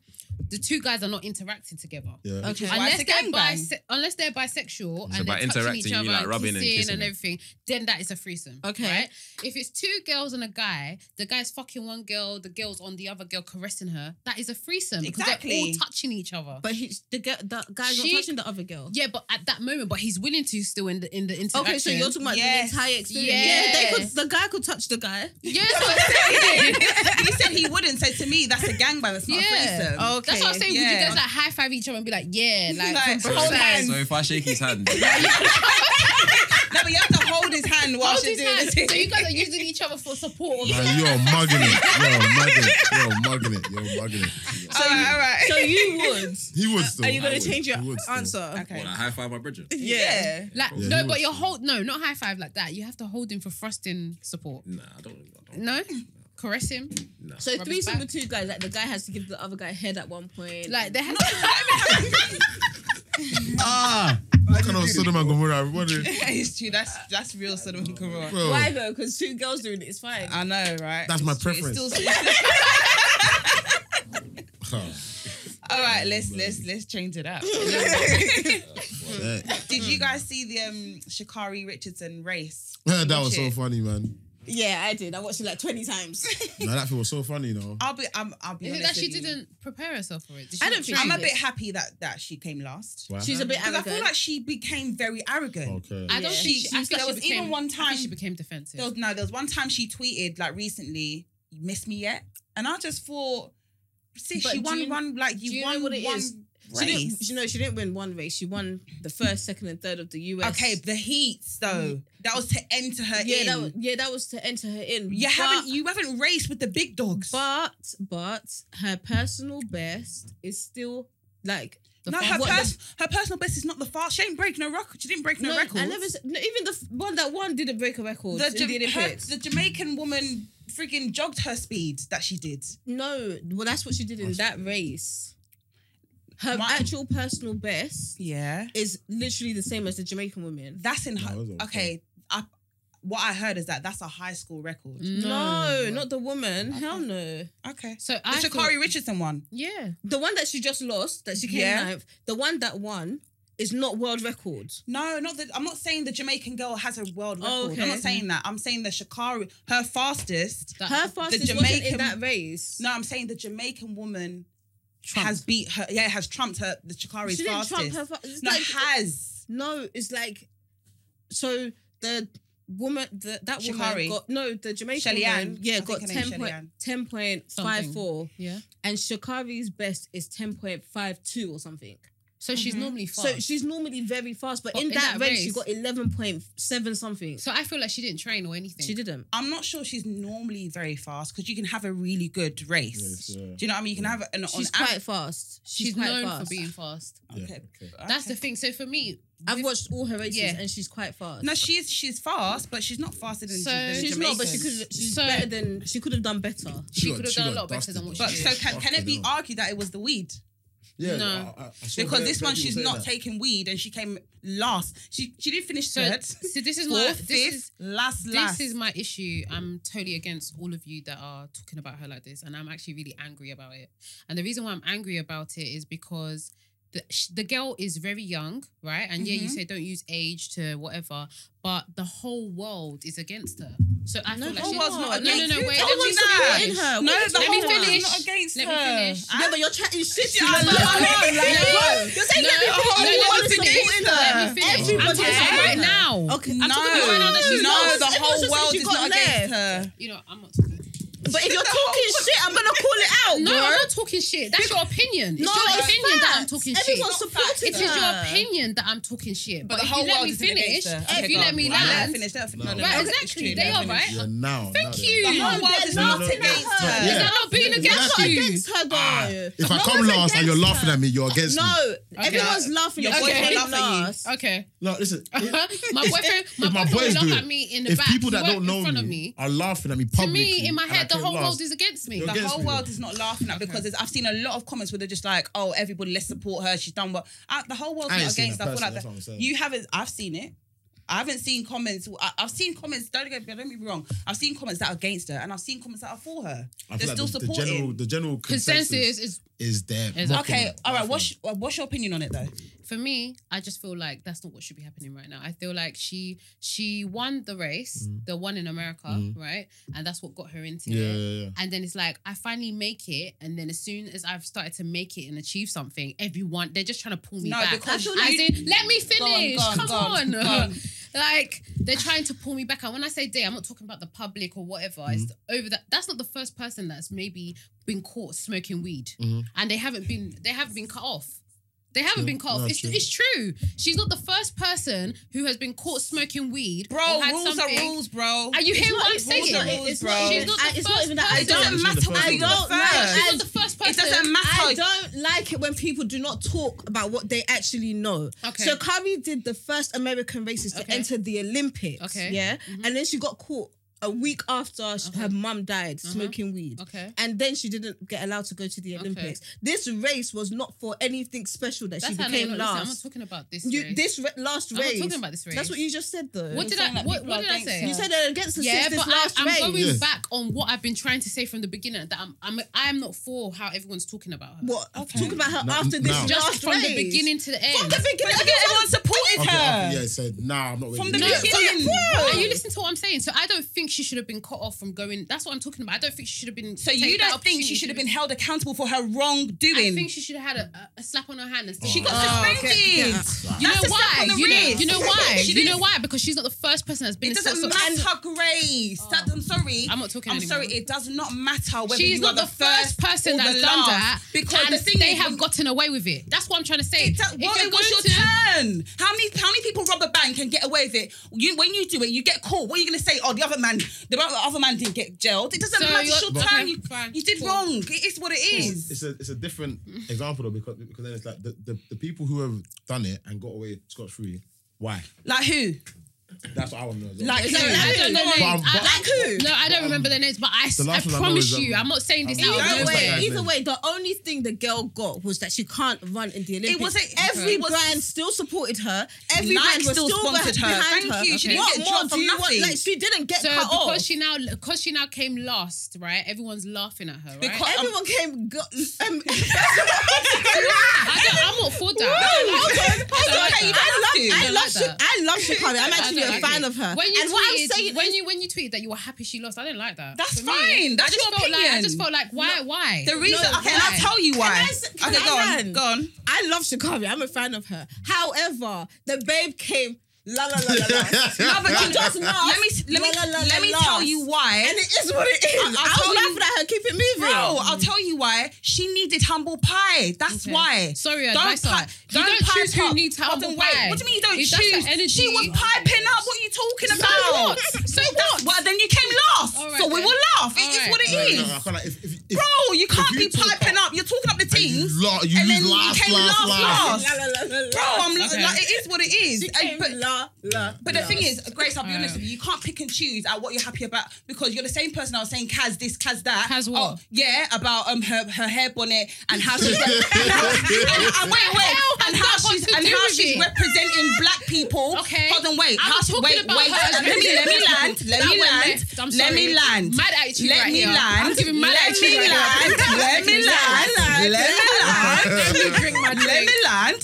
[SPEAKER 2] the two guys are not interacting together.
[SPEAKER 4] Yeah.
[SPEAKER 3] Okay.
[SPEAKER 1] Why
[SPEAKER 2] Unless
[SPEAKER 1] it's a
[SPEAKER 2] they're,
[SPEAKER 1] gangbang.
[SPEAKER 2] bise- unless they're bisexual
[SPEAKER 5] It's
[SPEAKER 2] and
[SPEAKER 5] about
[SPEAKER 2] they're touching
[SPEAKER 5] interacting,
[SPEAKER 2] each
[SPEAKER 5] you
[SPEAKER 2] other
[SPEAKER 5] like
[SPEAKER 2] and
[SPEAKER 5] rubbing and
[SPEAKER 2] kissing and,
[SPEAKER 5] kissing them.
[SPEAKER 2] everything, then that is a threesome.
[SPEAKER 3] Okay.
[SPEAKER 2] Right? If it's two girls and a guy, the guy's fucking one girl, the girl's on the other girl caressing her, that is a threesome. Because
[SPEAKER 1] Exactly.
[SPEAKER 2] they're all touching each other.
[SPEAKER 3] But he, the, girl, the guy's
[SPEAKER 2] She-
[SPEAKER 3] not touching the other girl.
[SPEAKER 2] yeah, but at that moment, but he's willing to still in the in the interaction.
[SPEAKER 3] Okay, so you're talking about
[SPEAKER 1] Yes.
[SPEAKER 3] the entire experience.
[SPEAKER 2] Yeah.
[SPEAKER 3] Yeah, they could, the guy could touch the guy.
[SPEAKER 2] Yeah, that's what I'm saying.
[SPEAKER 1] he said he wouldn't. So to me, that's a gangbang. It's not
[SPEAKER 2] Yeah.
[SPEAKER 1] a threesome.
[SPEAKER 3] Oh,
[SPEAKER 2] That's what I'm saying. Would you
[SPEAKER 1] Yeah.
[SPEAKER 2] guys like high five each other and be like, yeah, like,
[SPEAKER 1] Like,
[SPEAKER 2] from
[SPEAKER 1] hold
[SPEAKER 2] both sides?
[SPEAKER 1] hands.
[SPEAKER 5] So if I shake his hand,
[SPEAKER 1] No, but you have to hold his hand while
[SPEAKER 2] Hold
[SPEAKER 1] she's
[SPEAKER 2] his
[SPEAKER 1] doing
[SPEAKER 2] hand.
[SPEAKER 1] this.
[SPEAKER 2] So you guys are using each other for support.
[SPEAKER 4] Man, you're mugging it. You're mugging it. You're mugging it. You're mugging it.
[SPEAKER 1] all right, all right.
[SPEAKER 3] So you would.
[SPEAKER 4] He would still.
[SPEAKER 3] Are you
[SPEAKER 5] I
[SPEAKER 3] gonna
[SPEAKER 5] would.
[SPEAKER 3] change your
[SPEAKER 4] He would still.
[SPEAKER 3] answer?
[SPEAKER 1] Okay.
[SPEAKER 5] when I high five my bridge.
[SPEAKER 3] Yeah.
[SPEAKER 2] Like
[SPEAKER 4] Yeah,
[SPEAKER 2] no,
[SPEAKER 4] you
[SPEAKER 2] but
[SPEAKER 4] would.
[SPEAKER 2] your hold no, not high five like that. You have to hold him for thrusting support.
[SPEAKER 5] Nah, I don't. I don't
[SPEAKER 2] No, caress him.
[SPEAKER 5] nah.
[SPEAKER 3] So
[SPEAKER 2] Rub his
[SPEAKER 3] threesome
[SPEAKER 2] back.
[SPEAKER 3] with two guys, like the guy has to give the other guy head at one point.
[SPEAKER 2] Like they have.
[SPEAKER 4] Ah, what kind of Sodom and Gomorrah? What is-
[SPEAKER 1] it's true. That's that's real Sodom and Gomorrah.
[SPEAKER 4] Bro,
[SPEAKER 3] why though? Because two girls doing it is fine.
[SPEAKER 1] I know, right?
[SPEAKER 4] That's my
[SPEAKER 1] It's true. It's
[SPEAKER 4] preference.
[SPEAKER 1] still-
[SPEAKER 4] huh,
[SPEAKER 1] all right, let's let's let's change it up.
[SPEAKER 4] that,
[SPEAKER 1] Did you guys see the um, Shikari Richardson race?
[SPEAKER 4] Man, that was
[SPEAKER 1] Watch
[SPEAKER 4] so
[SPEAKER 1] it.
[SPEAKER 4] funny, man.
[SPEAKER 3] yeah, I did. I watched it like twenty times.
[SPEAKER 4] Nah, that thing was so funny, you know.
[SPEAKER 1] I'll be I'm, I'll be
[SPEAKER 2] Is it
[SPEAKER 1] honest
[SPEAKER 2] that she
[SPEAKER 1] with you.
[SPEAKER 2] didn't prepare herself for it? Did she
[SPEAKER 3] I don't
[SPEAKER 2] not
[SPEAKER 3] think
[SPEAKER 2] train
[SPEAKER 1] I'm a
[SPEAKER 2] this?
[SPEAKER 1] bit happy that that she came last.
[SPEAKER 4] Wow.
[SPEAKER 3] She's a bit
[SPEAKER 1] Because I
[SPEAKER 3] arrogant.
[SPEAKER 1] feel like she became very arrogant.
[SPEAKER 4] okay.
[SPEAKER 2] I don't
[SPEAKER 3] Yeah.
[SPEAKER 2] think
[SPEAKER 1] She-
[SPEAKER 2] I
[SPEAKER 1] she-
[SPEAKER 2] feel
[SPEAKER 1] there
[SPEAKER 2] like
[SPEAKER 1] was
[SPEAKER 2] she became-
[SPEAKER 1] even one
[SPEAKER 2] I think
[SPEAKER 1] time-
[SPEAKER 2] she became defensive.
[SPEAKER 1] There was, no, there was one time she tweeted like recently, "You "Miss me yet?" And I just thought, sis,
[SPEAKER 3] But
[SPEAKER 1] she
[SPEAKER 3] do
[SPEAKER 1] won
[SPEAKER 3] you-
[SPEAKER 1] one like you,
[SPEAKER 3] do you know
[SPEAKER 1] won
[SPEAKER 3] what it
[SPEAKER 1] one
[SPEAKER 3] is? she
[SPEAKER 1] race.
[SPEAKER 3] didn't. You know, she didn't win one race. She won the first, second, and third of the US.
[SPEAKER 1] Okay, the heat though. That was to enter her
[SPEAKER 3] Yeah,
[SPEAKER 1] in.
[SPEAKER 3] that was, yeah, that was to enter her in.
[SPEAKER 1] you
[SPEAKER 3] but,
[SPEAKER 1] haven't you haven't raced with the big dogs.
[SPEAKER 3] But but her personal best is still like the
[SPEAKER 1] no,
[SPEAKER 3] fa-
[SPEAKER 1] her,
[SPEAKER 3] what the-
[SPEAKER 1] pers- her personal best is not the fast. She ain't break no record. She didn't break no,
[SPEAKER 3] no,
[SPEAKER 1] record.
[SPEAKER 3] I never. s- No, even the f- one that won didn't break a record
[SPEAKER 1] the,
[SPEAKER 3] in
[SPEAKER 1] Ja-
[SPEAKER 3] the
[SPEAKER 1] her-
[SPEAKER 3] Olympics.
[SPEAKER 1] the Jamaican woman freaking jogged her speed that she did.
[SPEAKER 3] No, well, that's what she did in that race. Her
[SPEAKER 1] My-
[SPEAKER 3] actual personal best
[SPEAKER 1] Yeah.
[SPEAKER 3] is literally the same as the Jamaican women.
[SPEAKER 1] That's in her.
[SPEAKER 4] No, that's
[SPEAKER 1] okay. I, what I heard is that that's a high school record.
[SPEAKER 3] No, not the woman. Hell no.
[SPEAKER 1] Okay.
[SPEAKER 2] So
[SPEAKER 1] The
[SPEAKER 2] I thought-
[SPEAKER 1] Shakari Richardson one.
[SPEAKER 2] Yeah,
[SPEAKER 3] The one that she just lost, that she came
[SPEAKER 1] Yeah.
[SPEAKER 3] ninth, the one that won is not world record.
[SPEAKER 1] No, not that. I'm not saying the Jamaican girl has a world record.
[SPEAKER 3] Oh,
[SPEAKER 1] I'm
[SPEAKER 3] okay.
[SPEAKER 1] not saying that. I'm saying the Shakari, her fastest.
[SPEAKER 2] that,
[SPEAKER 3] Her fastest wasn't
[SPEAKER 1] Jamaican-
[SPEAKER 3] in that race.
[SPEAKER 1] No, I'm saying the Jamaican woman has beat her. Yeah, has trumped her. The Shikari's
[SPEAKER 3] she didn't
[SPEAKER 1] fastest.
[SPEAKER 3] trump her. Fa- it's
[SPEAKER 1] no,
[SPEAKER 3] like-
[SPEAKER 1] has.
[SPEAKER 3] no, it's like, so the woman, the, that
[SPEAKER 1] Shikari.
[SPEAKER 3] woman got, no, the Jamaican
[SPEAKER 1] Shelly Ann.
[SPEAKER 3] woman, yeah,
[SPEAKER 1] I
[SPEAKER 3] got
[SPEAKER 1] think her name's
[SPEAKER 3] 10
[SPEAKER 1] Shelly
[SPEAKER 3] point,
[SPEAKER 1] Ann.
[SPEAKER 3] 10.54.
[SPEAKER 2] yeah.
[SPEAKER 3] And Shakari's best is 10.52 or something.
[SPEAKER 2] So she's normally fast.
[SPEAKER 3] Mm-hmm. So she's normally very fast, but,
[SPEAKER 2] But
[SPEAKER 3] in,
[SPEAKER 2] in
[SPEAKER 3] that,
[SPEAKER 2] that
[SPEAKER 3] race, she
[SPEAKER 2] race-
[SPEAKER 3] got eleven point seven something.
[SPEAKER 2] So I feel like she didn't train or anything.
[SPEAKER 3] She didn't.
[SPEAKER 1] I'm not sure she's normally very fast because you can have a really good race.
[SPEAKER 4] Yes, yeah.
[SPEAKER 1] Do you know what I mean? You can have an
[SPEAKER 3] She's
[SPEAKER 1] on
[SPEAKER 3] quite fast. She's,
[SPEAKER 2] She's,
[SPEAKER 3] quite
[SPEAKER 2] known
[SPEAKER 3] fast.
[SPEAKER 2] for being fast.
[SPEAKER 4] Yeah,
[SPEAKER 1] okay.
[SPEAKER 2] That's
[SPEAKER 1] Okay.
[SPEAKER 2] the thing. So for me,
[SPEAKER 3] I've
[SPEAKER 2] with-
[SPEAKER 3] watched all her races,
[SPEAKER 2] Yeah.
[SPEAKER 3] and she's quite fast.
[SPEAKER 1] No, she's she's fast, but she's not faster than
[SPEAKER 2] So-
[SPEAKER 1] than
[SPEAKER 3] she's not, but she
[SPEAKER 1] Jamaicans.
[SPEAKER 3] could. She's
[SPEAKER 2] So-
[SPEAKER 3] better than she could have done better.
[SPEAKER 2] she
[SPEAKER 4] got-
[SPEAKER 2] could have
[SPEAKER 4] she
[SPEAKER 2] done a
[SPEAKER 4] got
[SPEAKER 2] lot better
[SPEAKER 4] dusted,
[SPEAKER 2] than what
[SPEAKER 4] though.
[SPEAKER 1] But
[SPEAKER 2] she did.
[SPEAKER 1] so can, can it be
[SPEAKER 4] Fucking hell.
[SPEAKER 1] argued that it was the weed?
[SPEAKER 4] Yeah,
[SPEAKER 2] No.
[SPEAKER 4] I- I- I saw
[SPEAKER 1] Because
[SPEAKER 4] Pe-
[SPEAKER 1] this one
[SPEAKER 4] Pedro
[SPEAKER 1] she's
[SPEAKER 4] say
[SPEAKER 1] not
[SPEAKER 4] that.
[SPEAKER 1] taking weed and she came last. She she did finish
[SPEAKER 2] So,
[SPEAKER 1] third.
[SPEAKER 2] so this is my
[SPEAKER 1] Fourth,
[SPEAKER 2] this
[SPEAKER 1] fifth,
[SPEAKER 2] is
[SPEAKER 1] last, last.
[SPEAKER 2] this is my issue. I'm totally against all of you that are talking about her like this, and I'm actually really angry about it. And the reason why I'm angry about it is because the sh- the girl is very young, right? And
[SPEAKER 3] Mm-hmm.
[SPEAKER 2] yeah, you
[SPEAKER 1] Mhm.
[SPEAKER 2] say don't use age to whatever, but the whole world is against her. So I
[SPEAKER 3] No,
[SPEAKER 2] feel
[SPEAKER 3] the
[SPEAKER 2] like
[SPEAKER 3] whole
[SPEAKER 2] she-
[SPEAKER 3] world's
[SPEAKER 2] no,
[SPEAKER 1] not
[SPEAKER 2] no, no, no,
[SPEAKER 1] against
[SPEAKER 2] wait,
[SPEAKER 1] you.
[SPEAKER 2] let me
[SPEAKER 1] Everyone's not
[SPEAKER 2] finish.
[SPEAKER 3] in her.
[SPEAKER 1] no, the
[SPEAKER 2] Let
[SPEAKER 3] What
[SPEAKER 1] whole
[SPEAKER 2] me
[SPEAKER 1] world's
[SPEAKER 2] finish.
[SPEAKER 1] not against
[SPEAKER 2] Let me
[SPEAKER 1] her.
[SPEAKER 2] finish.
[SPEAKER 1] I-
[SPEAKER 3] Yeah, but you're chatting shit.
[SPEAKER 1] Yeah,
[SPEAKER 3] to
[SPEAKER 1] I know,
[SPEAKER 3] her.
[SPEAKER 1] I know, like, bro,
[SPEAKER 3] No. You're
[SPEAKER 2] No,
[SPEAKER 3] saying that the
[SPEAKER 2] no,
[SPEAKER 3] whole
[SPEAKER 2] let me
[SPEAKER 3] world is
[SPEAKER 2] finish.
[SPEAKER 3] supporting
[SPEAKER 1] Let
[SPEAKER 3] her.
[SPEAKER 1] me
[SPEAKER 2] finish.
[SPEAKER 3] Everybody's
[SPEAKER 2] I'm talking
[SPEAKER 3] supporting
[SPEAKER 2] right
[SPEAKER 3] her.
[SPEAKER 2] now.
[SPEAKER 3] Okay,
[SPEAKER 1] no,
[SPEAKER 3] I'm talking right now that she's
[SPEAKER 1] no,
[SPEAKER 3] lost.
[SPEAKER 1] the
[SPEAKER 3] Everyone's
[SPEAKER 1] whole
[SPEAKER 3] just saying
[SPEAKER 1] world
[SPEAKER 3] she
[SPEAKER 1] is
[SPEAKER 3] got
[SPEAKER 1] not
[SPEAKER 3] left.
[SPEAKER 1] against her.
[SPEAKER 2] You know, I'm not talking.
[SPEAKER 3] But if you're
[SPEAKER 1] The whole
[SPEAKER 3] talking shit, I'm gonna call it out.
[SPEAKER 2] No,
[SPEAKER 3] bro.
[SPEAKER 2] I'm not talking shit. That's your opinion. It's
[SPEAKER 3] No,
[SPEAKER 2] your
[SPEAKER 3] it's
[SPEAKER 2] opinion that I'm
[SPEAKER 3] facts.
[SPEAKER 2] talking
[SPEAKER 3] Everyone's
[SPEAKER 2] shit.
[SPEAKER 3] supporting
[SPEAKER 2] It is your
[SPEAKER 3] her.
[SPEAKER 2] opinion that I'm talking shit. But,
[SPEAKER 1] But the
[SPEAKER 2] if
[SPEAKER 1] whole
[SPEAKER 2] you let
[SPEAKER 1] world
[SPEAKER 2] me
[SPEAKER 1] isn't
[SPEAKER 2] finish,
[SPEAKER 1] against her. Okay,
[SPEAKER 2] if you
[SPEAKER 1] go
[SPEAKER 2] let
[SPEAKER 1] on.
[SPEAKER 2] me
[SPEAKER 1] Let her
[SPEAKER 2] land,
[SPEAKER 1] finish. Let her finish.
[SPEAKER 4] No.
[SPEAKER 1] No, no,
[SPEAKER 2] Right,
[SPEAKER 1] no, it's
[SPEAKER 2] exactly.
[SPEAKER 1] true.
[SPEAKER 2] They
[SPEAKER 1] Let her
[SPEAKER 2] are
[SPEAKER 1] finish.
[SPEAKER 2] right.
[SPEAKER 4] Yeah, now.
[SPEAKER 2] Thank
[SPEAKER 4] now
[SPEAKER 1] The
[SPEAKER 2] you. No,
[SPEAKER 1] whole world
[SPEAKER 3] they're
[SPEAKER 1] is
[SPEAKER 4] not
[SPEAKER 1] not
[SPEAKER 4] against
[SPEAKER 1] against
[SPEAKER 3] her.
[SPEAKER 1] her.
[SPEAKER 2] is
[SPEAKER 4] Yeah.
[SPEAKER 2] that not being against
[SPEAKER 4] Exactly.
[SPEAKER 2] you?
[SPEAKER 3] against her though.
[SPEAKER 4] Ah, if I
[SPEAKER 3] No
[SPEAKER 4] come
[SPEAKER 3] one's
[SPEAKER 4] last and
[SPEAKER 3] against
[SPEAKER 4] you're laughing
[SPEAKER 3] her.
[SPEAKER 4] at me, you're against me.
[SPEAKER 3] No, everyone's laughing.
[SPEAKER 1] Your
[SPEAKER 3] at
[SPEAKER 2] boyfriend
[SPEAKER 3] everyone
[SPEAKER 1] laugh at you.
[SPEAKER 3] laughs.
[SPEAKER 2] Okay.
[SPEAKER 4] No, listen.
[SPEAKER 2] my
[SPEAKER 3] Uh-huh.
[SPEAKER 4] If,
[SPEAKER 2] boyfriend, my
[SPEAKER 4] if my
[SPEAKER 2] boyfriend
[SPEAKER 4] boys
[SPEAKER 2] will
[SPEAKER 4] do
[SPEAKER 2] laugh
[SPEAKER 4] it,
[SPEAKER 2] at me in the
[SPEAKER 4] if
[SPEAKER 2] back.
[SPEAKER 4] people
[SPEAKER 2] he
[SPEAKER 4] that
[SPEAKER 2] won't
[SPEAKER 4] don't
[SPEAKER 2] in
[SPEAKER 4] know
[SPEAKER 2] front
[SPEAKER 4] me,
[SPEAKER 2] of me.
[SPEAKER 4] are laughing at me
[SPEAKER 2] To
[SPEAKER 4] publicly,
[SPEAKER 2] me, in my
[SPEAKER 4] and I
[SPEAKER 2] head, the
[SPEAKER 4] came
[SPEAKER 2] whole
[SPEAKER 4] last.
[SPEAKER 2] world is against me.
[SPEAKER 4] You're
[SPEAKER 1] the
[SPEAKER 4] against
[SPEAKER 1] whole
[SPEAKER 4] me.
[SPEAKER 1] world is not laughing at because it's, I've seen a lot of comments where they're just like, "Oh, everybody, let's support her. She's done well." I, the whole world's
[SPEAKER 4] I ain't
[SPEAKER 1] not
[SPEAKER 4] seen
[SPEAKER 1] against.
[SPEAKER 4] that
[SPEAKER 1] I feel
[SPEAKER 4] person,
[SPEAKER 1] like
[SPEAKER 4] that's what I'm
[SPEAKER 1] that.
[SPEAKER 4] saying.
[SPEAKER 1] You haven't. I've seen it. I haven't seen comments. I, I've seen comments. Don't get don't get me wrong. I've seen comments that are against her, and I've seen comments that are for her.
[SPEAKER 4] I
[SPEAKER 1] They're
[SPEAKER 4] feel like
[SPEAKER 1] still
[SPEAKER 4] the, the
[SPEAKER 1] supporting.
[SPEAKER 4] general the general consensus,
[SPEAKER 2] Consensus is
[SPEAKER 4] is there.
[SPEAKER 2] Is-
[SPEAKER 1] okay, all right. What's uh, what's your opinion on it though?
[SPEAKER 2] for me, I just feel like that's not what should be happening right now. I feel like she she won the race, the one in America,
[SPEAKER 4] Mhm.
[SPEAKER 2] right? And that's what got her into
[SPEAKER 4] Yeah,
[SPEAKER 2] it.
[SPEAKER 4] yeah, yeah.
[SPEAKER 2] And then it's like I finally make it, and then as soon as I've started to make it and achieve something, everyone they're just trying to pull me
[SPEAKER 1] No,
[SPEAKER 2] back.
[SPEAKER 1] because
[SPEAKER 2] As
[SPEAKER 1] you-
[SPEAKER 2] in, let me
[SPEAKER 1] Go on,
[SPEAKER 2] finish.
[SPEAKER 1] go on,
[SPEAKER 2] Come
[SPEAKER 1] go
[SPEAKER 2] on.
[SPEAKER 1] go on.
[SPEAKER 2] Like they're trying to pull me back. And when I say they, I'm not talking about the public or whatever. It's
[SPEAKER 1] Mm-hmm.
[SPEAKER 2] over that. That's not the first person that's maybe been caught smoking weed,
[SPEAKER 1] Mm-hmm.
[SPEAKER 4] Mhm.
[SPEAKER 2] and they haven't been they haven't been cut off. They haven't
[SPEAKER 4] True.
[SPEAKER 2] been cut off.
[SPEAKER 4] No,
[SPEAKER 2] it's,
[SPEAKER 4] true.
[SPEAKER 2] it's true. She's not the first person who has been caught smoking weed.
[SPEAKER 1] Bro,
[SPEAKER 2] or had
[SPEAKER 1] rules
[SPEAKER 2] something.
[SPEAKER 1] are rules, bro.
[SPEAKER 2] Are you hearing
[SPEAKER 3] not-
[SPEAKER 2] what I'm
[SPEAKER 3] it's not-
[SPEAKER 2] saying?
[SPEAKER 1] Rules are rules,
[SPEAKER 3] It's
[SPEAKER 1] bro.
[SPEAKER 3] not
[SPEAKER 2] She's
[SPEAKER 3] even
[SPEAKER 2] not
[SPEAKER 3] I-
[SPEAKER 2] the
[SPEAKER 3] it's
[SPEAKER 2] first
[SPEAKER 3] not even that. I
[SPEAKER 2] person.
[SPEAKER 1] it doesn't
[SPEAKER 4] She's the
[SPEAKER 1] matter.
[SPEAKER 4] first
[SPEAKER 1] whether
[SPEAKER 4] one.
[SPEAKER 1] you're the
[SPEAKER 3] I don't
[SPEAKER 1] first.
[SPEAKER 2] She's
[SPEAKER 3] know.
[SPEAKER 2] not the first person.
[SPEAKER 1] It doesn't
[SPEAKER 3] I
[SPEAKER 1] matter.
[SPEAKER 3] don't like it when people do not talk about what they actually know.
[SPEAKER 2] Okay.
[SPEAKER 3] So Carrie did the first American racist to
[SPEAKER 2] Okay.
[SPEAKER 3] enter the Olympics.
[SPEAKER 2] Okay.
[SPEAKER 3] Yeah. And then she got caught a week after sh- her mum died smoking weed.
[SPEAKER 2] Okay.
[SPEAKER 3] And then she didn't get allowed to go to the
[SPEAKER 2] Okay.
[SPEAKER 3] Olympics. This race was not for anything special that
[SPEAKER 2] That's
[SPEAKER 3] she
[SPEAKER 2] how they
[SPEAKER 3] became
[SPEAKER 2] look. Listen, I'm not
[SPEAKER 3] last.
[SPEAKER 2] talking about this.
[SPEAKER 3] You,
[SPEAKER 2] race.
[SPEAKER 3] this ra- last
[SPEAKER 2] I'm not
[SPEAKER 3] race.
[SPEAKER 2] talking about this race.
[SPEAKER 3] That's what you just said though.
[SPEAKER 2] what did
[SPEAKER 1] saying
[SPEAKER 2] I?
[SPEAKER 1] that
[SPEAKER 2] What,
[SPEAKER 1] people
[SPEAKER 2] what
[SPEAKER 1] are
[SPEAKER 2] did I
[SPEAKER 1] against
[SPEAKER 2] say?
[SPEAKER 1] her.
[SPEAKER 3] you said that against the
[SPEAKER 2] yeah,
[SPEAKER 3] this
[SPEAKER 2] but I,
[SPEAKER 3] last
[SPEAKER 2] I'm
[SPEAKER 3] race.
[SPEAKER 2] going
[SPEAKER 4] Yes.
[SPEAKER 2] back on what I've been trying to say from the beginning. That I'm, I'm, I'm not for how everyone's talking about her.
[SPEAKER 3] What?
[SPEAKER 1] Okay.
[SPEAKER 3] Talking about her
[SPEAKER 4] No,
[SPEAKER 3] after this
[SPEAKER 4] no.
[SPEAKER 2] Just
[SPEAKER 3] last
[SPEAKER 2] from
[SPEAKER 3] race.
[SPEAKER 2] the beginning to the end.
[SPEAKER 3] From the beginning.
[SPEAKER 1] But look at everyone supported
[SPEAKER 4] Okay,
[SPEAKER 1] her.
[SPEAKER 4] after, yeah, it said nah, I'm not ready.
[SPEAKER 1] From the
[SPEAKER 4] yet.
[SPEAKER 2] No, so-
[SPEAKER 1] beginning.
[SPEAKER 2] Are you listening to what I'm saying? So I don't think she should have been cut off from going. That's what I'm talking about. I don't think she should have been.
[SPEAKER 1] So you don't think she should have been held accountable for her wrongdoing?
[SPEAKER 2] I think she should have had a, a- a slap on her hand and
[SPEAKER 1] she got
[SPEAKER 2] Oh,
[SPEAKER 1] suspended.
[SPEAKER 2] You know
[SPEAKER 1] That's a slap
[SPEAKER 2] why?
[SPEAKER 1] on the
[SPEAKER 2] You know,
[SPEAKER 1] wrist.
[SPEAKER 2] you know why?
[SPEAKER 1] She
[SPEAKER 2] you
[SPEAKER 1] didn't-
[SPEAKER 2] know why? Because she's not the first person that's been.
[SPEAKER 1] It
[SPEAKER 2] in such-
[SPEAKER 1] doesn't
[SPEAKER 2] such-
[SPEAKER 1] matter, Grace. That- I'm sorry.
[SPEAKER 2] Oh. I'm not talking
[SPEAKER 1] I'm
[SPEAKER 2] anymore.
[SPEAKER 1] sorry. It does not matter whether
[SPEAKER 2] She's
[SPEAKER 1] you are
[SPEAKER 2] not the first person
[SPEAKER 1] or
[SPEAKER 2] that's
[SPEAKER 1] the
[SPEAKER 2] done
[SPEAKER 1] last.
[SPEAKER 2] that.
[SPEAKER 1] Because
[SPEAKER 2] and
[SPEAKER 1] the thing
[SPEAKER 2] they
[SPEAKER 1] is,
[SPEAKER 2] have
[SPEAKER 1] when-
[SPEAKER 2] gotten away with it. That's what I'm trying to say.
[SPEAKER 1] It does,
[SPEAKER 2] If
[SPEAKER 1] well,
[SPEAKER 2] you're
[SPEAKER 1] it was
[SPEAKER 2] going
[SPEAKER 1] your
[SPEAKER 2] to-
[SPEAKER 1] turn. How many how many people rob a bank and get away with it? You when you do it, you get caught. What are you gonna say? Oh, the other man, the other man didn't get jailed. It doesn't
[SPEAKER 2] So
[SPEAKER 1] matter. It's
[SPEAKER 2] you're-
[SPEAKER 1] your
[SPEAKER 2] okay,
[SPEAKER 1] turn. You,
[SPEAKER 2] fine.
[SPEAKER 1] you did
[SPEAKER 2] Cool.
[SPEAKER 1] wrong. It is what it is.
[SPEAKER 4] it's a it's a different example though because because then it's like the, the, the people who have done it and got away scot free. Why?
[SPEAKER 1] Like who?
[SPEAKER 4] That's what I want to know. as well.
[SPEAKER 1] Like,
[SPEAKER 2] Exactly. I don't know.
[SPEAKER 1] who?
[SPEAKER 2] names.
[SPEAKER 4] But I'm-
[SPEAKER 2] I-
[SPEAKER 4] but-
[SPEAKER 2] I-
[SPEAKER 3] Like who?
[SPEAKER 2] No, I don't remember their names, but I,
[SPEAKER 4] The
[SPEAKER 2] I
[SPEAKER 4] last one I know
[SPEAKER 2] promise
[SPEAKER 4] is, um,
[SPEAKER 2] you, I'm not saying this
[SPEAKER 4] I'm-
[SPEAKER 2] out
[SPEAKER 4] I
[SPEAKER 2] of
[SPEAKER 3] Either
[SPEAKER 4] don't
[SPEAKER 3] way,
[SPEAKER 4] know.
[SPEAKER 2] nowhere.
[SPEAKER 3] either way, the only thing the girl got was that she can't run in the Olympics.
[SPEAKER 1] It wasn't-
[SPEAKER 3] every
[SPEAKER 1] it was-
[SPEAKER 3] brand still supported her. Every
[SPEAKER 1] Nike
[SPEAKER 3] brand was
[SPEAKER 1] still
[SPEAKER 3] still,
[SPEAKER 1] sponsored her.
[SPEAKER 3] behind
[SPEAKER 1] Thank
[SPEAKER 3] her.
[SPEAKER 1] you. She didn't
[SPEAKER 3] What
[SPEAKER 1] get
[SPEAKER 3] more
[SPEAKER 1] dropped
[SPEAKER 3] do
[SPEAKER 1] for
[SPEAKER 3] you want?
[SPEAKER 1] nothing.
[SPEAKER 3] Like she didn't get
[SPEAKER 2] So
[SPEAKER 3] cut
[SPEAKER 2] because
[SPEAKER 3] off.
[SPEAKER 2] she now because she now came last, right? Everyone's laughing at her, right?
[SPEAKER 1] Because-
[SPEAKER 3] Everyone came. Go, um,
[SPEAKER 2] I don't, I'm not for that. I don't like- I don't like
[SPEAKER 1] okay, you don't
[SPEAKER 2] that.
[SPEAKER 3] I
[SPEAKER 1] have
[SPEAKER 2] don't
[SPEAKER 1] to.
[SPEAKER 3] love.
[SPEAKER 2] like
[SPEAKER 3] Sha-
[SPEAKER 2] that.
[SPEAKER 3] I love Shakira. I'm
[SPEAKER 2] I
[SPEAKER 3] actually
[SPEAKER 2] don't
[SPEAKER 3] a
[SPEAKER 2] like
[SPEAKER 3] fan
[SPEAKER 2] it.
[SPEAKER 3] of her.
[SPEAKER 2] When you
[SPEAKER 3] and
[SPEAKER 2] tweeted,
[SPEAKER 3] what I'm saying,
[SPEAKER 2] when
[SPEAKER 3] is-
[SPEAKER 2] you when you tweeted that you were happy she lost, I didn't like that.
[SPEAKER 1] That's
[SPEAKER 2] For me,
[SPEAKER 1] fine. That's
[SPEAKER 2] I just
[SPEAKER 1] your
[SPEAKER 2] felt Like, I
[SPEAKER 1] opinion.
[SPEAKER 2] just felt like why why
[SPEAKER 1] The reason,
[SPEAKER 2] No,
[SPEAKER 1] okay, and I'll
[SPEAKER 2] why?
[SPEAKER 1] tell you why.
[SPEAKER 3] I s- can
[SPEAKER 1] okay,
[SPEAKER 3] I
[SPEAKER 1] go on,
[SPEAKER 3] rant?
[SPEAKER 1] go on.
[SPEAKER 3] I love Shakira. I'm a fan of her. However, the babe came. La la la
[SPEAKER 1] No,
[SPEAKER 3] la. la.
[SPEAKER 1] but you Let
[SPEAKER 3] Just laugh.
[SPEAKER 1] me let me
[SPEAKER 3] La, la, la,
[SPEAKER 1] let me
[SPEAKER 3] la,
[SPEAKER 1] tell
[SPEAKER 3] laugh.
[SPEAKER 1] you why.
[SPEAKER 3] And it is what it is. I,
[SPEAKER 1] I'll tell you-
[SPEAKER 3] was laughing at her. Keep it
[SPEAKER 1] Bro,
[SPEAKER 3] moving.
[SPEAKER 1] I'll tell you why. She needed humble pie. That's
[SPEAKER 2] Okay.
[SPEAKER 1] why.
[SPEAKER 2] Sorry,
[SPEAKER 1] don't
[SPEAKER 2] advisor.
[SPEAKER 1] pi-
[SPEAKER 2] You don't
[SPEAKER 1] pipe
[SPEAKER 2] choose who
[SPEAKER 1] up.
[SPEAKER 2] needs
[SPEAKER 1] Hold
[SPEAKER 2] humble
[SPEAKER 1] on, wait.
[SPEAKER 2] pie.
[SPEAKER 1] What do you mean you don't
[SPEAKER 2] If that's the
[SPEAKER 1] choose?
[SPEAKER 2] energy-
[SPEAKER 1] she was piping up. What are you talking about?
[SPEAKER 2] what? So
[SPEAKER 1] what? Well, then you came last.
[SPEAKER 2] All right
[SPEAKER 1] so we
[SPEAKER 2] then.
[SPEAKER 1] will laugh. It is
[SPEAKER 2] All right.
[SPEAKER 1] what it
[SPEAKER 4] No, no,
[SPEAKER 1] is.
[SPEAKER 4] no, I can't, like, if, if, if,
[SPEAKER 1] Bro, you
[SPEAKER 4] if
[SPEAKER 1] can't be
[SPEAKER 4] talk
[SPEAKER 1] piping up. You're talking up the
[SPEAKER 4] and you
[SPEAKER 1] teams.
[SPEAKER 4] lo- you
[SPEAKER 1] and then
[SPEAKER 4] use
[SPEAKER 1] you
[SPEAKER 4] laugh,
[SPEAKER 1] came
[SPEAKER 4] laugh,
[SPEAKER 1] last,
[SPEAKER 4] laugh.
[SPEAKER 1] last. Bro, I'm like,
[SPEAKER 2] Okay.
[SPEAKER 1] like, it is what it is. And- but-
[SPEAKER 3] la, la,
[SPEAKER 1] But the thing is, Grace, I'll be honest
[SPEAKER 2] Alright.
[SPEAKER 1] with you, you can't pick and choose at what you're happy about because you're the same person I was saying, Kaz this, Kaz that.
[SPEAKER 2] Kaz what?
[SPEAKER 1] Oh, yeah, about um her, her hair bonnet and how she's and, and- wait, wait, and how
[SPEAKER 2] that got
[SPEAKER 1] she's
[SPEAKER 2] to
[SPEAKER 1] and
[SPEAKER 2] do
[SPEAKER 1] how
[SPEAKER 2] with
[SPEAKER 1] she's
[SPEAKER 2] it?
[SPEAKER 1] representing black people.
[SPEAKER 2] Okay.
[SPEAKER 1] Hold on, wait.
[SPEAKER 2] I'm
[SPEAKER 1] how
[SPEAKER 2] not
[SPEAKER 1] she-
[SPEAKER 2] talking
[SPEAKER 1] wait,
[SPEAKER 2] about
[SPEAKER 1] wait,
[SPEAKER 2] her as
[SPEAKER 1] let me let me
[SPEAKER 2] representing black
[SPEAKER 1] land.
[SPEAKER 2] people.
[SPEAKER 1] Let
[SPEAKER 2] That
[SPEAKER 1] me
[SPEAKER 2] went
[SPEAKER 1] land.
[SPEAKER 2] left. I'm
[SPEAKER 1] Let me
[SPEAKER 2] sorry.
[SPEAKER 1] land.
[SPEAKER 2] Mad attitude
[SPEAKER 1] Let
[SPEAKER 2] right
[SPEAKER 1] me
[SPEAKER 2] here.
[SPEAKER 1] land.
[SPEAKER 2] I'm giving mad
[SPEAKER 1] Let
[SPEAKER 2] attitude
[SPEAKER 1] me
[SPEAKER 2] right here.
[SPEAKER 1] land. Let me land. Let me land.
[SPEAKER 2] Let me drink my
[SPEAKER 1] Let
[SPEAKER 2] drink.
[SPEAKER 1] me land.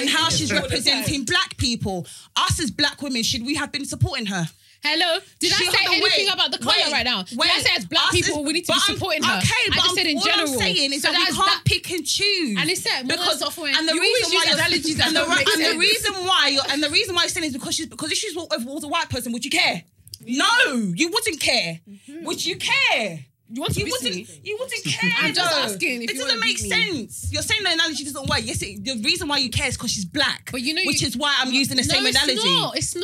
[SPEAKER 1] And how she's representing black people. Us as black women, should we have been supporting her?
[SPEAKER 2] Hello, did
[SPEAKER 1] She-
[SPEAKER 2] I say
[SPEAKER 1] hold on,
[SPEAKER 2] anything
[SPEAKER 1] wait,
[SPEAKER 2] about the color
[SPEAKER 1] wait,
[SPEAKER 2] right now? Did I
[SPEAKER 1] wait.
[SPEAKER 2] say as black
[SPEAKER 1] Us
[SPEAKER 2] people
[SPEAKER 1] as-
[SPEAKER 2] we need to be
[SPEAKER 1] but I'm-
[SPEAKER 2] supporting her?
[SPEAKER 1] Okay,
[SPEAKER 2] I
[SPEAKER 1] but
[SPEAKER 2] just
[SPEAKER 1] I'm-
[SPEAKER 2] said in
[SPEAKER 1] all
[SPEAKER 2] general.
[SPEAKER 1] I'm saying is
[SPEAKER 2] So
[SPEAKER 1] that we
[SPEAKER 2] that's
[SPEAKER 1] can't
[SPEAKER 2] that-
[SPEAKER 1] pick and choose.
[SPEAKER 2] And it's that, modern software,
[SPEAKER 1] and the
[SPEAKER 2] you
[SPEAKER 1] reason
[SPEAKER 2] always
[SPEAKER 1] why
[SPEAKER 2] use analogies that
[SPEAKER 1] and the,
[SPEAKER 2] don't make
[SPEAKER 1] and the
[SPEAKER 2] sense.
[SPEAKER 1] reason why you're, and the reason why you're saying is because she's because if she's wa- if was a white person, would you care? No, you wouldn't care.
[SPEAKER 2] Mm-hmm.
[SPEAKER 1] Would you care?
[SPEAKER 2] You want to
[SPEAKER 1] You
[SPEAKER 2] be
[SPEAKER 1] wouldn't.
[SPEAKER 2] me?
[SPEAKER 1] You wouldn't care.
[SPEAKER 2] I'm just
[SPEAKER 1] though.
[SPEAKER 2] asking if
[SPEAKER 1] it
[SPEAKER 2] you
[SPEAKER 1] doesn't
[SPEAKER 2] wanna
[SPEAKER 1] make
[SPEAKER 2] beat me.
[SPEAKER 1] sense. You're saying the analogy doesn't work. Yes, it, the reason why you care is because she's black.
[SPEAKER 2] But you know,
[SPEAKER 1] which
[SPEAKER 2] you-
[SPEAKER 1] is why I'm using the same
[SPEAKER 2] no,
[SPEAKER 1] analogy.
[SPEAKER 2] It's not. It's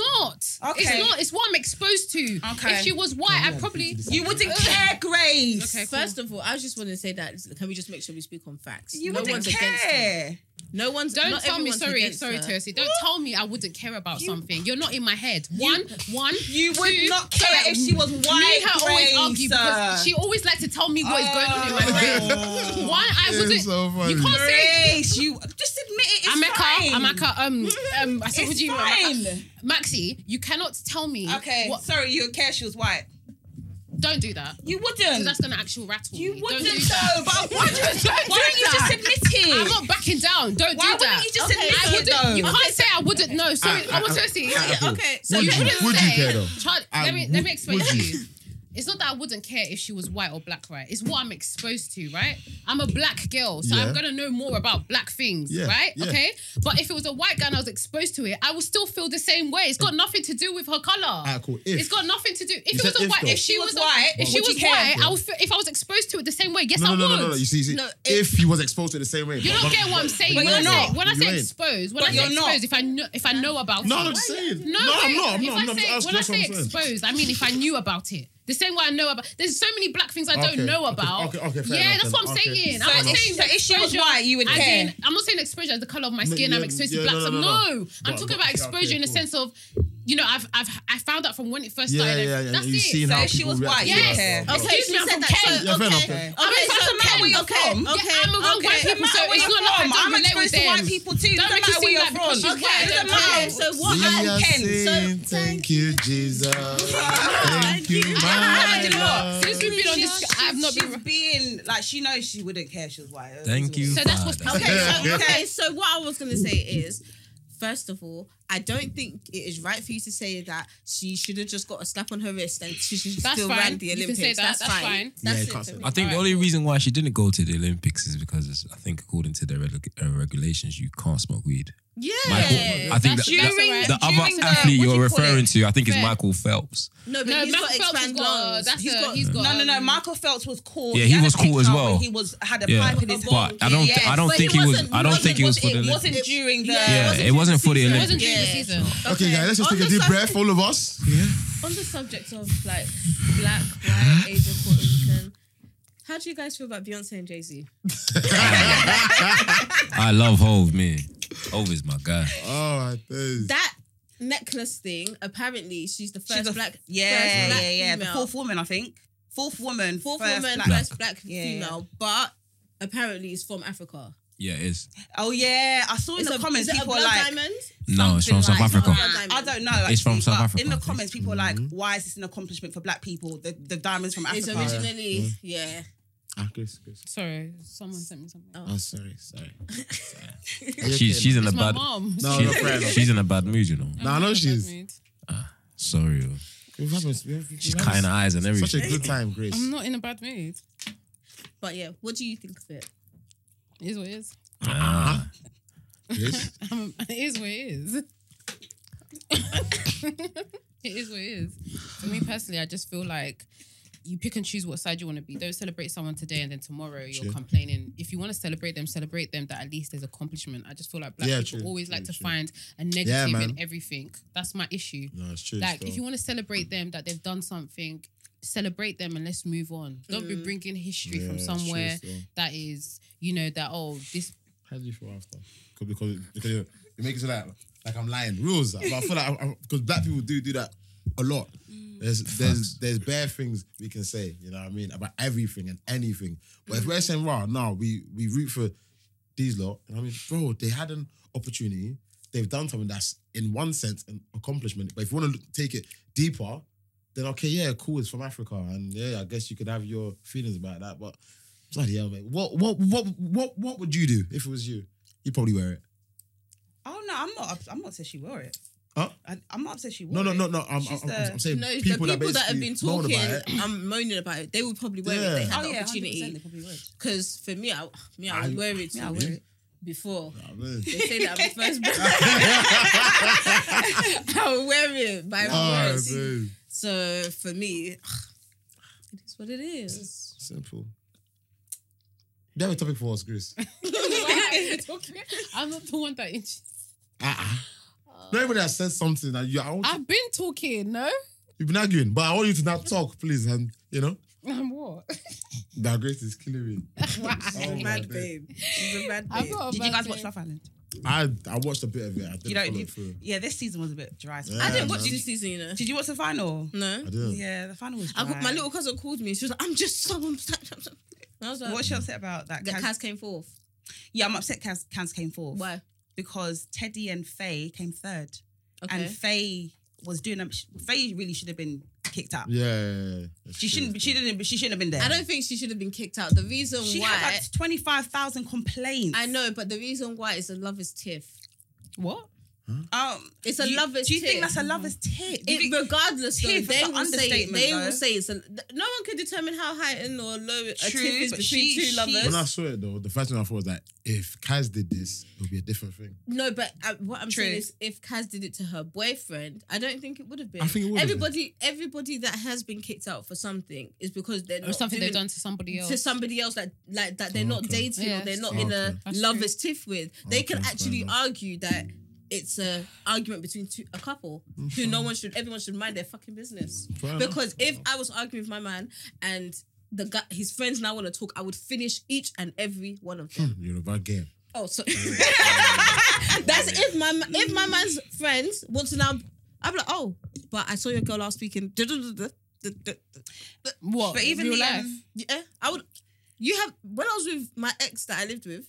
[SPEAKER 2] not.
[SPEAKER 1] Okay.
[SPEAKER 2] It's not. It's what I'm exposed to.
[SPEAKER 1] Okay.
[SPEAKER 2] If she was white, I probably.
[SPEAKER 1] You wouldn't care, Grace.
[SPEAKER 2] Okay.
[SPEAKER 3] First of all, I just want to say that can we just make sure we speak on facts?
[SPEAKER 1] You
[SPEAKER 3] no
[SPEAKER 1] wouldn't
[SPEAKER 3] one's against her.
[SPEAKER 1] care.
[SPEAKER 3] No one's.
[SPEAKER 2] Don't
[SPEAKER 3] not
[SPEAKER 2] tell me,
[SPEAKER 3] everyone's
[SPEAKER 2] sorry,
[SPEAKER 3] against
[SPEAKER 2] sorry,
[SPEAKER 3] her.
[SPEAKER 2] Tercy. Don't tell me I wouldn't care about something. You're not in my head. One, one.
[SPEAKER 1] You would
[SPEAKER 2] two,
[SPEAKER 1] not care
[SPEAKER 2] three.
[SPEAKER 1] if she was
[SPEAKER 2] Me
[SPEAKER 1] white.
[SPEAKER 2] and her always
[SPEAKER 1] grey,
[SPEAKER 2] argue because
[SPEAKER 1] sir.
[SPEAKER 2] she always likes to tell me what is going on in my brain.
[SPEAKER 4] Oh.
[SPEAKER 2] One, I
[SPEAKER 4] It's
[SPEAKER 2] wouldn't.
[SPEAKER 4] so funny.
[SPEAKER 2] You can't say.
[SPEAKER 1] uh, Grace, you just admit it. Oh, It's
[SPEAKER 2] Amaka,
[SPEAKER 1] fine.
[SPEAKER 2] Amaka, um, um, I said,
[SPEAKER 1] It's
[SPEAKER 2] what do you mean,
[SPEAKER 1] fine.
[SPEAKER 2] Amaka? Maxi, you cannot tell me.
[SPEAKER 1] Okay,
[SPEAKER 2] What,
[SPEAKER 1] sorry, you would care she was white.
[SPEAKER 2] don't do that.
[SPEAKER 1] You
[SPEAKER 2] 'Cause
[SPEAKER 1] wouldn't.
[SPEAKER 2] that's gonna actual rattle.
[SPEAKER 1] Um, You
[SPEAKER 2] me.
[SPEAKER 1] wouldn't
[SPEAKER 2] Don't do that.
[SPEAKER 1] though. But why, do you,
[SPEAKER 2] Don't
[SPEAKER 1] why
[SPEAKER 2] do
[SPEAKER 1] don't you
[SPEAKER 2] that.
[SPEAKER 1] just admit it?
[SPEAKER 2] I'm not backing down. Don't
[SPEAKER 1] why
[SPEAKER 2] do that.
[SPEAKER 1] wouldn't you just
[SPEAKER 3] Okay,
[SPEAKER 1] admit
[SPEAKER 2] I
[SPEAKER 1] it
[SPEAKER 2] wouldn't.
[SPEAKER 1] though?
[SPEAKER 2] You can't say I wouldn't. No, sorry.
[SPEAKER 4] I-
[SPEAKER 2] I,
[SPEAKER 4] I-
[SPEAKER 2] want
[SPEAKER 4] I-
[SPEAKER 2] Tercy.
[SPEAKER 4] I- I-
[SPEAKER 3] Okay, so
[SPEAKER 2] So
[SPEAKER 4] ah, Would
[SPEAKER 2] you
[SPEAKER 4] you-
[SPEAKER 2] wouldn't
[SPEAKER 4] would you
[SPEAKER 2] say-
[SPEAKER 4] care though?
[SPEAKER 2] Child,
[SPEAKER 4] I-
[SPEAKER 2] let me
[SPEAKER 4] would-
[SPEAKER 2] let me explain
[SPEAKER 4] would
[SPEAKER 2] to
[SPEAKER 4] you?
[SPEAKER 2] you. It's not that I wouldn't care if she was white or black, right? It's what I'm exposed to, right? I'm a black girl, so I'm
[SPEAKER 4] Yeah.
[SPEAKER 2] gonna know more about black things,
[SPEAKER 4] Yeah,
[SPEAKER 2] right?
[SPEAKER 4] yeah.
[SPEAKER 2] Okay. But if it was a white guy and I was exposed to it, I would still feel the same way. It's got nothing to do with her color.
[SPEAKER 4] Alright, cool. If-
[SPEAKER 2] it's got nothing to do. If
[SPEAKER 4] You
[SPEAKER 2] it was
[SPEAKER 4] said
[SPEAKER 2] a
[SPEAKER 4] if
[SPEAKER 2] white,
[SPEAKER 4] though.
[SPEAKER 2] if she
[SPEAKER 1] She
[SPEAKER 2] was
[SPEAKER 1] was
[SPEAKER 2] a-
[SPEAKER 1] white,
[SPEAKER 2] if she
[SPEAKER 1] would you
[SPEAKER 2] was
[SPEAKER 1] care?
[SPEAKER 2] white, I would. Feel, if I was exposed to it the same way, yes, I
[SPEAKER 4] No,
[SPEAKER 2] would.
[SPEAKER 4] no, no, no, no, no. You see, you see
[SPEAKER 3] No,
[SPEAKER 4] if, he was exposed to the same way.
[SPEAKER 2] You don't
[SPEAKER 4] but-
[SPEAKER 2] get what I'm saying.
[SPEAKER 1] But
[SPEAKER 2] when I
[SPEAKER 1] you're
[SPEAKER 2] say,
[SPEAKER 1] not.
[SPEAKER 2] when I
[SPEAKER 4] You
[SPEAKER 2] say
[SPEAKER 4] ain't.
[SPEAKER 2] exposed, when I
[SPEAKER 1] But
[SPEAKER 2] say
[SPEAKER 1] you're not.
[SPEAKER 2] exposed, if I know if I know about
[SPEAKER 4] No,
[SPEAKER 2] it.
[SPEAKER 4] I'm just saying.
[SPEAKER 2] No,
[SPEAKER 4] no,
[SPEAKER 2] wait,
[SPEAKER 4] I'm not. I'm
[SPEAKER 2] if
[SPEAKER 4] not. I'm
[SPEAKER 2] I
[SPEAKER 4] not
[SPEAKER 2] say, when
[SPEAKER 4] asking
[SPEAKER 2] I
[SPEAKER 4] that's what
[SPEAKER 2] say
[SPEAKER 4] I'm saying.
[SPEAKER 2] exposed, I mean if I knew about it. The same way I know about. There's so many black things I
[SPEAKER 4] Okay,
[SPEAKER 2] don't know
[SPEAKER 4] okay,
[SPEAKER 2] about.
[SPEAKER 4] okay, okay, fair
[SPEAKER 2] yeah,
[SPEAKER 4] enough
[SPEAKER 2] that's
[SPEAKER 4] then.
[SPEAKER 2] what I'm
[SPEAKER 4] Okay,
[SPEAKER 2] saying.
[SPEAKER 1] fair
[SPEAKER 2] I'm not
[SPEAKER 1] enough.
[SPEAKER 2] saying
[SPEAKER 1] So if she was
[SPEAKER 2] exposure-
[SPEAKER 1] white, you would
[SPEAKER 2] as
[SPEAKER 1] care.
[SPEAKER 2] in- I'm not saying exposure as the color of my
[SPEAKER 4] No,
[SPEAKER 2] skin. I'm
[SPEAKER 4] yeah,
[SPEAKER 2] exposed
[SPEAKER 4] yeah,
[SPEAKER 2] to black.
[SPEAKER 4] no,
[SPEAKER 2] stuff.
[SPEAKER 4] no,
[SPEAKER 2] no,
[SPEAKER 4] no, no.
[SPEAKER 2] I'm
[SPEAKER 4] But-
[SPEAKER 2] talking
[SPEAKER 4] but-
[SPEAKER 2] about
[SPEAKER 4] okay,
[SPEAKER 2] exposure in the
[SPEAKER 4] cool.
[SPEAKER 2] sense of, you know, I've I've I found out from when it first
[SPEAKER 4] Yeah,
[SPEAKER 2] started.
[SPEAKER 4] yeah, yeah.
[SPEAKER 2] That's
[SPEAKER 4] You've
[SPEAKER 2] it.
[SPEAKER 4] seen
[SPEAKER 1] So
[SPEAKER 4] how
[SPEAKER 1] if she
[SPEAKER 4] people
[SPEAKER 1] was
[SPEAKER 4] react
[SPEAKER 1] white,
[SPEAKER 4] to
[SPEAKER 1] you
[SPEAKER 4] that.
[SPEAKER 1] care.
[SPEAKER 4] Yeah,
[SPEAKER 3] Okay,
[SPEAKER 2] Excuse
[SPEAKER 3] she
[SPEAKER 2] me, I'm
[SPEAKER 3] said
[SPEAKER 2] from
[SPEAKER 3] that.
[SPEAKER 2] Kent.
[SPEAKER 3] So,
[SPEAKER 4] fair enough,
[SPEAKER 3] okay.
[SPEAKER 4] fair enough.
[SPEAKER 2] I'm
[SPEAKER 3] Okay,
[SPEAKER 2] exposed
[SPEAKER 3] so
[SPEAKER 2] to black
[SPEAKER 3] okay,
[SPEAKER 2] people.
[SPEAKER 3] okay,
[SPEAKER 2] Yeah,
[SPEAKER 3] okay.
[SPEAKER 2] I'm around white
[SPEAKER 3] okay.
[SPEAKER 2] people, so
[SPEAKER 1] where
[SPEAKER 2] it's
[SPEAKER 1] you're
[SPEAKER 2] not like I
[SPEAKER 1] from.
[SPEAKER 2] don't
[SPEAKER 1] I'm
[SPEAKER 2] relate
[SPEAKER 1] exposed
[SPEAKER 2] with
[SPEAKER 1] to
[SPEAKER 2] them.
[SPEAKER 1] white people too. Don't
[SPEAKER 2] Don't make
[SPEAKER 1] matter where
[SPEAKER 2] it seem
[SPEAKER 1] you're
[SPEAKER 2] like because
[SPEAKER 1] from.
[SPEAKER 2] she's white, I
[SPEAKER 1] Doesn't
[SPEAKER 2] don't care.
[SPEAKER 1] matter.
[SPEAKER 3] Okay, so what?
[SPEAKER 4] We are
[SPEAKER 3] I,
[SPEAKER 4] saying thank you, Jesus. Thank you,
[SPEAKER 2] I
[SPEAKER 4] my
[SPEAKER 2] haven't
[SPEAKER 4] love.
[SPEAKER 2] Since we've been on this,
[SPEAKER 1] She's-
[SPEAKER 2] I've not
[SPEAKER 1] she's
[SPEAKER 2] been.
[SPEAKER 1] being like she knows she wouldn't care if she was white.
[SPEAKER 5] Thank you.
[SPEAKER 2] So that's what's
[SPEAKER 5] Father.
[SPEAKER 3] okay, so,
[SPEAKER 4] Yeah.
[SPEAKER 3] okay, so what I was gonna say is, first of all, I don't think it is right for you to say that she should have just got a slap on her wrist and she should
[SPEAKER 2] That's
[SPEAKER 3] still
[SPEAKER 2] fine.
[SPEAKER 3] ran the
[SPEAKER 2] You can
[SPEAKER 3] Olympics.
[SPEAKER 2] say that.
[SPEAKER 3] That's,
[SPEAKER 2] That's fine.
[SPEAKER 3] fine.
[SPEAKER 4] Yeah,
[SPEAKER 3] That's
[SPEAKER 4] you can't
[SPEAKER 3] it.
[SPEAKER 4] say
[SPEAKER 3] to
[SPEAKER 4] that.
[SPEAKER 3] me.
[SPEAKER 5] I think the
[SPEAKER 2] Alright,
[SPEAKER 5] only
[SPEAKER 2] cool.
[SPEAKER 5] reason why she didn't go to the Olympics is because it's, I think according to the reg- uh, regulations, you can't smoke weed.
[SPEAKER 3] Yeah.
[SPEAKER 5] I think
[SPEAKER 2] That's
[SPEAKER 5] that,
[SPEAKER 2] you.
[SPEAKER 5] that-
[SPEAKER 2] alright.
[SPEAKER 5] the other
[SPEAKER 1] during the-
[SPEAKER 5] athlete
[SPEAKER 1] what do
[SPEAKER 5] you're
[SPEAKER 1] you call
[SPEAKER 5] referring
[SPEAKER 1] it?
[SPEAKER 5] to, I think, is
[SPEAKER 2] Fair.
[SPEAKER 5] Michael Phelps.
[SPEAKER 3] No, but
[SPEAKER 2] No,
[SPEAKER 3] he's
[SPEAKER 2] Michael
[SPEAKER 3] got
[SPEAKER 2] Phelps has
[SPEAKER 3] expand
[SPEAKER 2] got.
[SPEAKER 3] lungs.
[SPEAKER 2] That's
[SPEAKER 3] He's
[SPEAKER 2] a-
[SPEAKER 3] got.
[SPEAKER 2] He's got.
[SPEAKER 1] No, no, no.
[SPEAKER 2] um,
[SPEAKER 1] Michael Phelps was caught.
[SPEAKER 5] Yeah,
[SPEAKER 1] He
[SPEAKER 5] he
[SPEAKER 1] had a
[SPEAKER 5] was caught as
[SPEAKER 1] picture
[SPEAKER 5] well.
[SPEAKER 1] where He was had a
[SPEAKER 5] Yeah,
[SPEAKER 1] pipe in his
[SPEAKER 5] but
[SPEAKER 1] mouth.
[SPEAKER 5] I don't,
[SPEAKER 1] Yeah,
[SPEAKER 5] I don't
[SPEAKER 3] but
[SPEAKER 5] think
[SPEAKER 3] he
[SPEAKER 5] he was.
[SPEAKER 3] wasn't-
[SPEAKER 5] I don't think he was for the
[SPEAKER 1] It wasn't
[SPEAKER 5] Olympics.
[SPEAKER 1] during the.
[SPEAKER 3] Yeah,
[SPEAKER 5] Yeah,
[SPEAKER 3] wasn't
[SPEAKER 5] it wasn't for the
[SPEAKER 3] during
[SPEAKER 2] It
[SPEAKER 3] the
[SPEAKER 5] Olympics.
[SPEAKER 2] wasn't during the
[SPEAKER 3] Yeah.
[SPEAKER 2] season.
[SPEAKER 4] Okay, guys, let's just
[SPEAKER 3] On
[SPEAKER 4] take a
[SPEAKER 3] the
[SPEAKER 4] deep
[SPEAKER 3] sub-
[SPEAKER 4] breath, all of us.
[SPEAKER 3] On the subject of like black, white, Asian, Puerto Rican, how do you guys feel about Beyonce and Jay Z?
[SPEAKER 5] I love Hove, man. Hove is my guy.
[SPEAKER 4] Oh, my days.
[SPEAKER 3] That necklace thing, apparently, she's the first
[SPEAKER 1] She's a-
[SPEAKER 3] black.
[SPEAKER 1] Yeah,
[SPEAKER 3] first black
[SPEAKER 1] yeah, yeah. The
[SPEAKER 3] female.
[SPEAKER 1] fourth woman, I think. Fourth woman.
[SPEAKER 3] fourth
[SPEAKER 1] first
[SPEAKER 3] woman,
[SPEAKER 1] black-
[SPEAKER 3] first black
[SPEAKER 1] Yeah, yeah.
[SPEAKER 3] female, but apparently is from Africa.
[SPEAKER 5] Yeah, it is.
[SPEAKER 1] Oh yeah, I saw in
[SPEAKER 3] It's
[SPEAKER 1] the
[SPEAKER 3] a-
[SPEAKER 1] comments
[SPEAKER 3] is it a
[SPEAKER 1] people were
[SPEAKER 3] blood
[SPEAKER 1] like.
[SPEAKER 3] diamond?
[SPEAKER 5] No, it's
[SPEAKER 3] Something
[SPEAKER 5] from South
[SPEAKER 3] like-
[SPEAKER 5] Africa.
[SPEAKER 3] Blood diamond.
[SPEAKER 1] I don't know. Actually,
[SPEAKER 5] It's from South
[SPEAKER 1] but
[SPEAKER 5] Africa,
[SPEAKER 1] In
[SPEAKER 5] I
[SPEAKER 1] the
[SPEAKER 5] think.
[SPEAKER 1] comments, people were like, "Why is this an accomplishment for Black people? The, the diamonds from
[SPEAKER 3] It's
[SPEAKER 1] Africa."
[SPEAKER 3] originally,
[SPEAKER 4] Mm.
[SPEAKER 3] yeah.
[SPEAKER 4] Ah, Grace, Grace.
[SPEAKER 2] Sorry, someone sent me something.
[SPEAKER 4] Oh, sorry, sorry.
[SPEAKER 5] She's she's in a
[SPEAKER 2] It's my
[SPEAKER 5] bad.
[SPEAKER 2] mom.
[SPEAKER 4] No, no, fair
[SPEAKER 5] She's,
[SPEAKER 4] enough.
[SPEAKER 5] she's in a bad mood, you know.
[SPEAKER 4] No, I know she's.
[SPEAKER 5] Sorry, yo.
[SPEAKER 4] We've had, we've, we've
[SPEAKER 5] she's
[SPEAKER 4] had
[SPEAKER 5] cutting her eyes and
[SPEAKER 4] such a
[SPEAKER 5] everything.
[SPEAKER 4] good time, Grace.
[SPEAKER 2] I'm not in a bad mood.
[SPEAKER 3] But yeah, what do you think of it?
[SPEAKER 2] It is what it is.
[SPEAKER 5] Ah,
[SPEAKER 4] Grace.
[SPEAKER 2] Um, it is what it is. it is what it is. For me personally, I just feel like you pick and choose what side you want to be. Don't celebrate someone today and then tomorrow you're
[SPEAKER 4] True.
[SPEAKER 2] complaining. If you want to celebrate them, celebrate them. That at least there's accomplishment. I just feel like black
[SPEAKER 4] Yeah,
[SPEAKER 2] people
[SPEAKER 4] true,
[SPEAKER 2] always like
[SPEAKER 4] true,
[SPEAKER 2] to
[SPEAKER 4] true.
[SPEAKER 2] find a negative
[SPEAKER 4] man.
[SPEAKER 2] in everything. That's my issue.
[SPEAKER 4] No, it's true.
[SPEAKER 2] Like,
[SPEAKER 4] still.
[SPEAKER 2] if you want to celebrate them that they've done something, celebrate them and let's move on. Don't
[SPEAKER 1] Mm.
[SPEAKER 2] be bringing history
[SPEAKER 4] Yeah,
[SPEAKER 2] from
[SPEAKER 4] it's true
[SPEAKER 2] somewhere
[SPEAKER 4] still.
[SPEAKER 2] that is, you know, that oh this
[SPEAKER 4] How do you feel after? Because because, because you you make it so like like I'm lying. Rules, but I feel like because black people do do that a lot. There's there's there's bare things we can say, you know what I mean, about everything and anything. But if we're saying raw, no, we we root for these lot. And I mean, bro, they had an opportunity. They've done something that's in one sense an accomplishment. But if you want to take it deeper, then okay, yeah, cool. It's from Africa, and yeah, I guess you could have your feelings about that. But bloody hell, mate, what what what what what would you do if it was you? You'd probably wear it.
[SPEAKER 1] Oh no, I'm not. ups- I'm not upset she wore it.
[SPEAKER 4] Huh?
[SPEAKER 1] I, I'm not upset she wore
[SPEAKER 4] No, no,
[SPEAKER 1] it.
[SPEAKER 4] no, no. I'm, I'm,
[SPEAKER 1] She's
[SPEAKER 4] I'm,
[SPEAKER 1] the-
[SPEAKER 4] I'm saying
[SPEAKER 3] No,
[SPEAKER 4] people,
[SPEAKER 3] the people that, have
[SPEAKER 4] basically
[SPEAKER 3] been
[SPEAKER 4] moan
[SPEAKER 3] talking,
[SPEAKER 4] about it.
[SPEAKER 3] I'm moaning about it. They would probably wear it
[SPEAKER 4] Yeah.
[SPEAKER 3] if they had
[SPEAKER 1] Oh
[SPEAKER 3] the
[SPEAKER 1] yeah, 100%, they
[SPEAKER 3] opportunity.
[SPEAKER 1] probably would.
[SPEAKER 3] Because for me, I, me, I
[SPEAKER 4] I-
[SPEAKER 3] would wear it
[SPEAKER 1] Yeah, I
[SPEAKER 3] too,
[SPEAKER 1] wear it.
[SPEAKER 3] before.
[SPEAKER 4] I mean,
[SPEAKER 3] They say that I'm the first black. I would wear it, but I would wear
[SPEAKER 4] oh,
[SPEAKER 3] it too.
[SPEAKER 4] dude.
[SPEAKER 3] So for me, it is what it is.
[SPEAKER 4] Simple. Do you have a topic for us, Ah, Grace?
[SPEAKER 2] I'm not the one that inches.
[SPEAKER 4] Uh-uh.
[SPEAKER 1] Uh,
[SPEAKER 4] Nobody has said something that you, I want you-
[SPEAKER 2] I've been talking, no?
[SPEAKER 4] you've been arguing, but I want you to now talk, please, and you know.
[SPEAKER 2] I'm what?
[SPEAKER 4] Now Grace is killing me.
[SPEAKER 3] She's
[SPEAKER 4] Oh
[SPEAKER 3] a
[SPEAKER 4] my
[SPEAKER 3] bad
[SPEAKER 4] days.
[SPEAKER 3] babe. She's a bad
[SPEAKER 2] I've
[SPEAKER 3] babe.
[SPEAKER 2] got a
[SPEAKER 1] Did you
[SPEAKER 2] bad
[SPEAKER 1] guys watch
[SPEAKER 2] day.
[SPEAKER 1] Love Island?
[SPEAKER 4] I I watched a bit of it. I didn't
[SPEAKER 1] You don't-
[SPEAKER 4] follow
[SPEAKER 1] you-
[SPEAKER 4] through.
[SPEAKER 1] Yeah, this season was a bit dry.
[SPEAKER 4] Yeah,
[SPEAKER 3] I didn't watch
[SPEAKER 4] man.
[SPEAKER 3] this season, you know.
[SPEAKER 1] Did you watch the final?
[SPEAKER 3] No.
[SPEAKER 4] I didn't.
[SPEAKER 1] Yeah, the final was. Dry.
[SPEAKER 3] I got, my little cousin called me. She was like, I'm just so upset. I'm so- I was like,
[SPEAKER 1] What's your upset about that?
[SPEAKER 3] the
[SPEAKER 1] Kaz-
[SPEAKER 3] Kaz came fourth.
[SPEAKER 1] yeah, I'm upset. Kaz, Kaz came fourth.
[SPEAKER 3] Why?
[SPEAKER 1] Because Teddy and Faye came third,
[SPEAKER 3] Okay.
[SPEAKER 1] and Faye was doing. A, Faye really should have been kicked out.
[SPEAKER 4] Yeah, yeah, yeah. That's
[SPEAKER 1] She
[SPEAKER 4] true.
[SPEAKER 1] shouldn't. She didn't. She shouldn't have been there.
[SPEAKER 3] I don't think she should have been kicked out. The reason
[SPEAKER 1] She
[SPEAKER 3] why.
[SPEAKER 1] had like twenty five thousand complaints.
[SPEAKER 3] I know, but the reason why is a lover's tiff.
[SPEAKER 1] What? Um,
[SPEAKER 3] It's a
[SPEAKER 1] do you-
[SPEAKER 3] lover's
[SPEAKER 1] Do you
[SPEAKER 3] tip.
[SPEAKER 1] think that's a lover's tip? Do you
[SPEAKER 3] It,
[SPEAKER 1] think-
[SPEAKER 3] regardless, though,
[SPEAKER 1] Tiff,
[SPEAKER 3] they
[SPEAKER 1] that's
[SPEAKER 3] will
[SPEAKER 1] an
[SPEAKER 3] say
[SPEAKER 1] understatement,
[SPEAKER 3] they will
[SPEAKER 1] though.
[SPEAKER 3] say it's a, no one can determine how high and or low a
[SPEAKER 1] True,
[SPEAKER 3] tiff is
[SPEAKER 1] but
[SPEAKER 3] between
[SPEAKER 1] she-
[SPEAKER 3] two
[SPEAKER 1] she-
[SPEAKER 3] lovers.
[SPEAKER 4] When I saw it though, the first thing I thought was that if Kaz did this, it would be a different thing.
[SPEAKER 3] No, but uh, what I'm
[SPEAKER 1] True.
[SPEAKER 3] saying is, if Kaz did it to her boyfriend, I don't think it would have been.
[SPEAKER 4] I think it would have been.
[SPEAKER 3] everybody, everybody that has been kicked out for something is because they're
[SPEAKER 2] Or
[SPEAKER 3] not
[SPEAKER 2] something
[SPEAKER 3] doing
[SPEAKER 2] they've done to somebody else.
[SPEAKER 3] to somebody else that like that they're
[SPEAKER 4] Oh,
[SPEAKER 3] not
[SPEAKER 4] okay.
[SPEAKER 3] dating
[SPEAKER 2] Yeah,
[SPEAKER 3] or they're not
[SPEAKER 4] that's
[SPEAKER 3] in
[SPEAKER 4] true.
[SPEAKER 3] a
[SPEAKER 2] That's
[SPEAKER 3] lover's tiff with. They can
[SPEAKER 4] Okay, fair
[SPEAKER 3] actually
[SPEAKER 4] enough.
[SPEAKER 3] argue that it's a argument between two, a couple who no one should, everyone should mind their fucking business.
[SPEAKER 4] Fair enough.
[SPEAKER 3] Because if I was arguing with my man and the guy, his friends now want to talk, I would finish each and every one of them.
[SPEAKER 4] You're a Hmm, bad game.
[SPEAKER 3] oh, so that's if my ma- if my man's friends want to now, I'm like, oh, but I saw your girl last weekend.
[SPEAKER 2] what?
[SPEAKER 1] But even
[SPEAKER 2] real
[SPEAKER 1] the,
[SPEAKER 2] life.
[SPEAKER 1] um,
[SPEAKER 3] Yeah, I would. You have when I was with my ex that I lived with,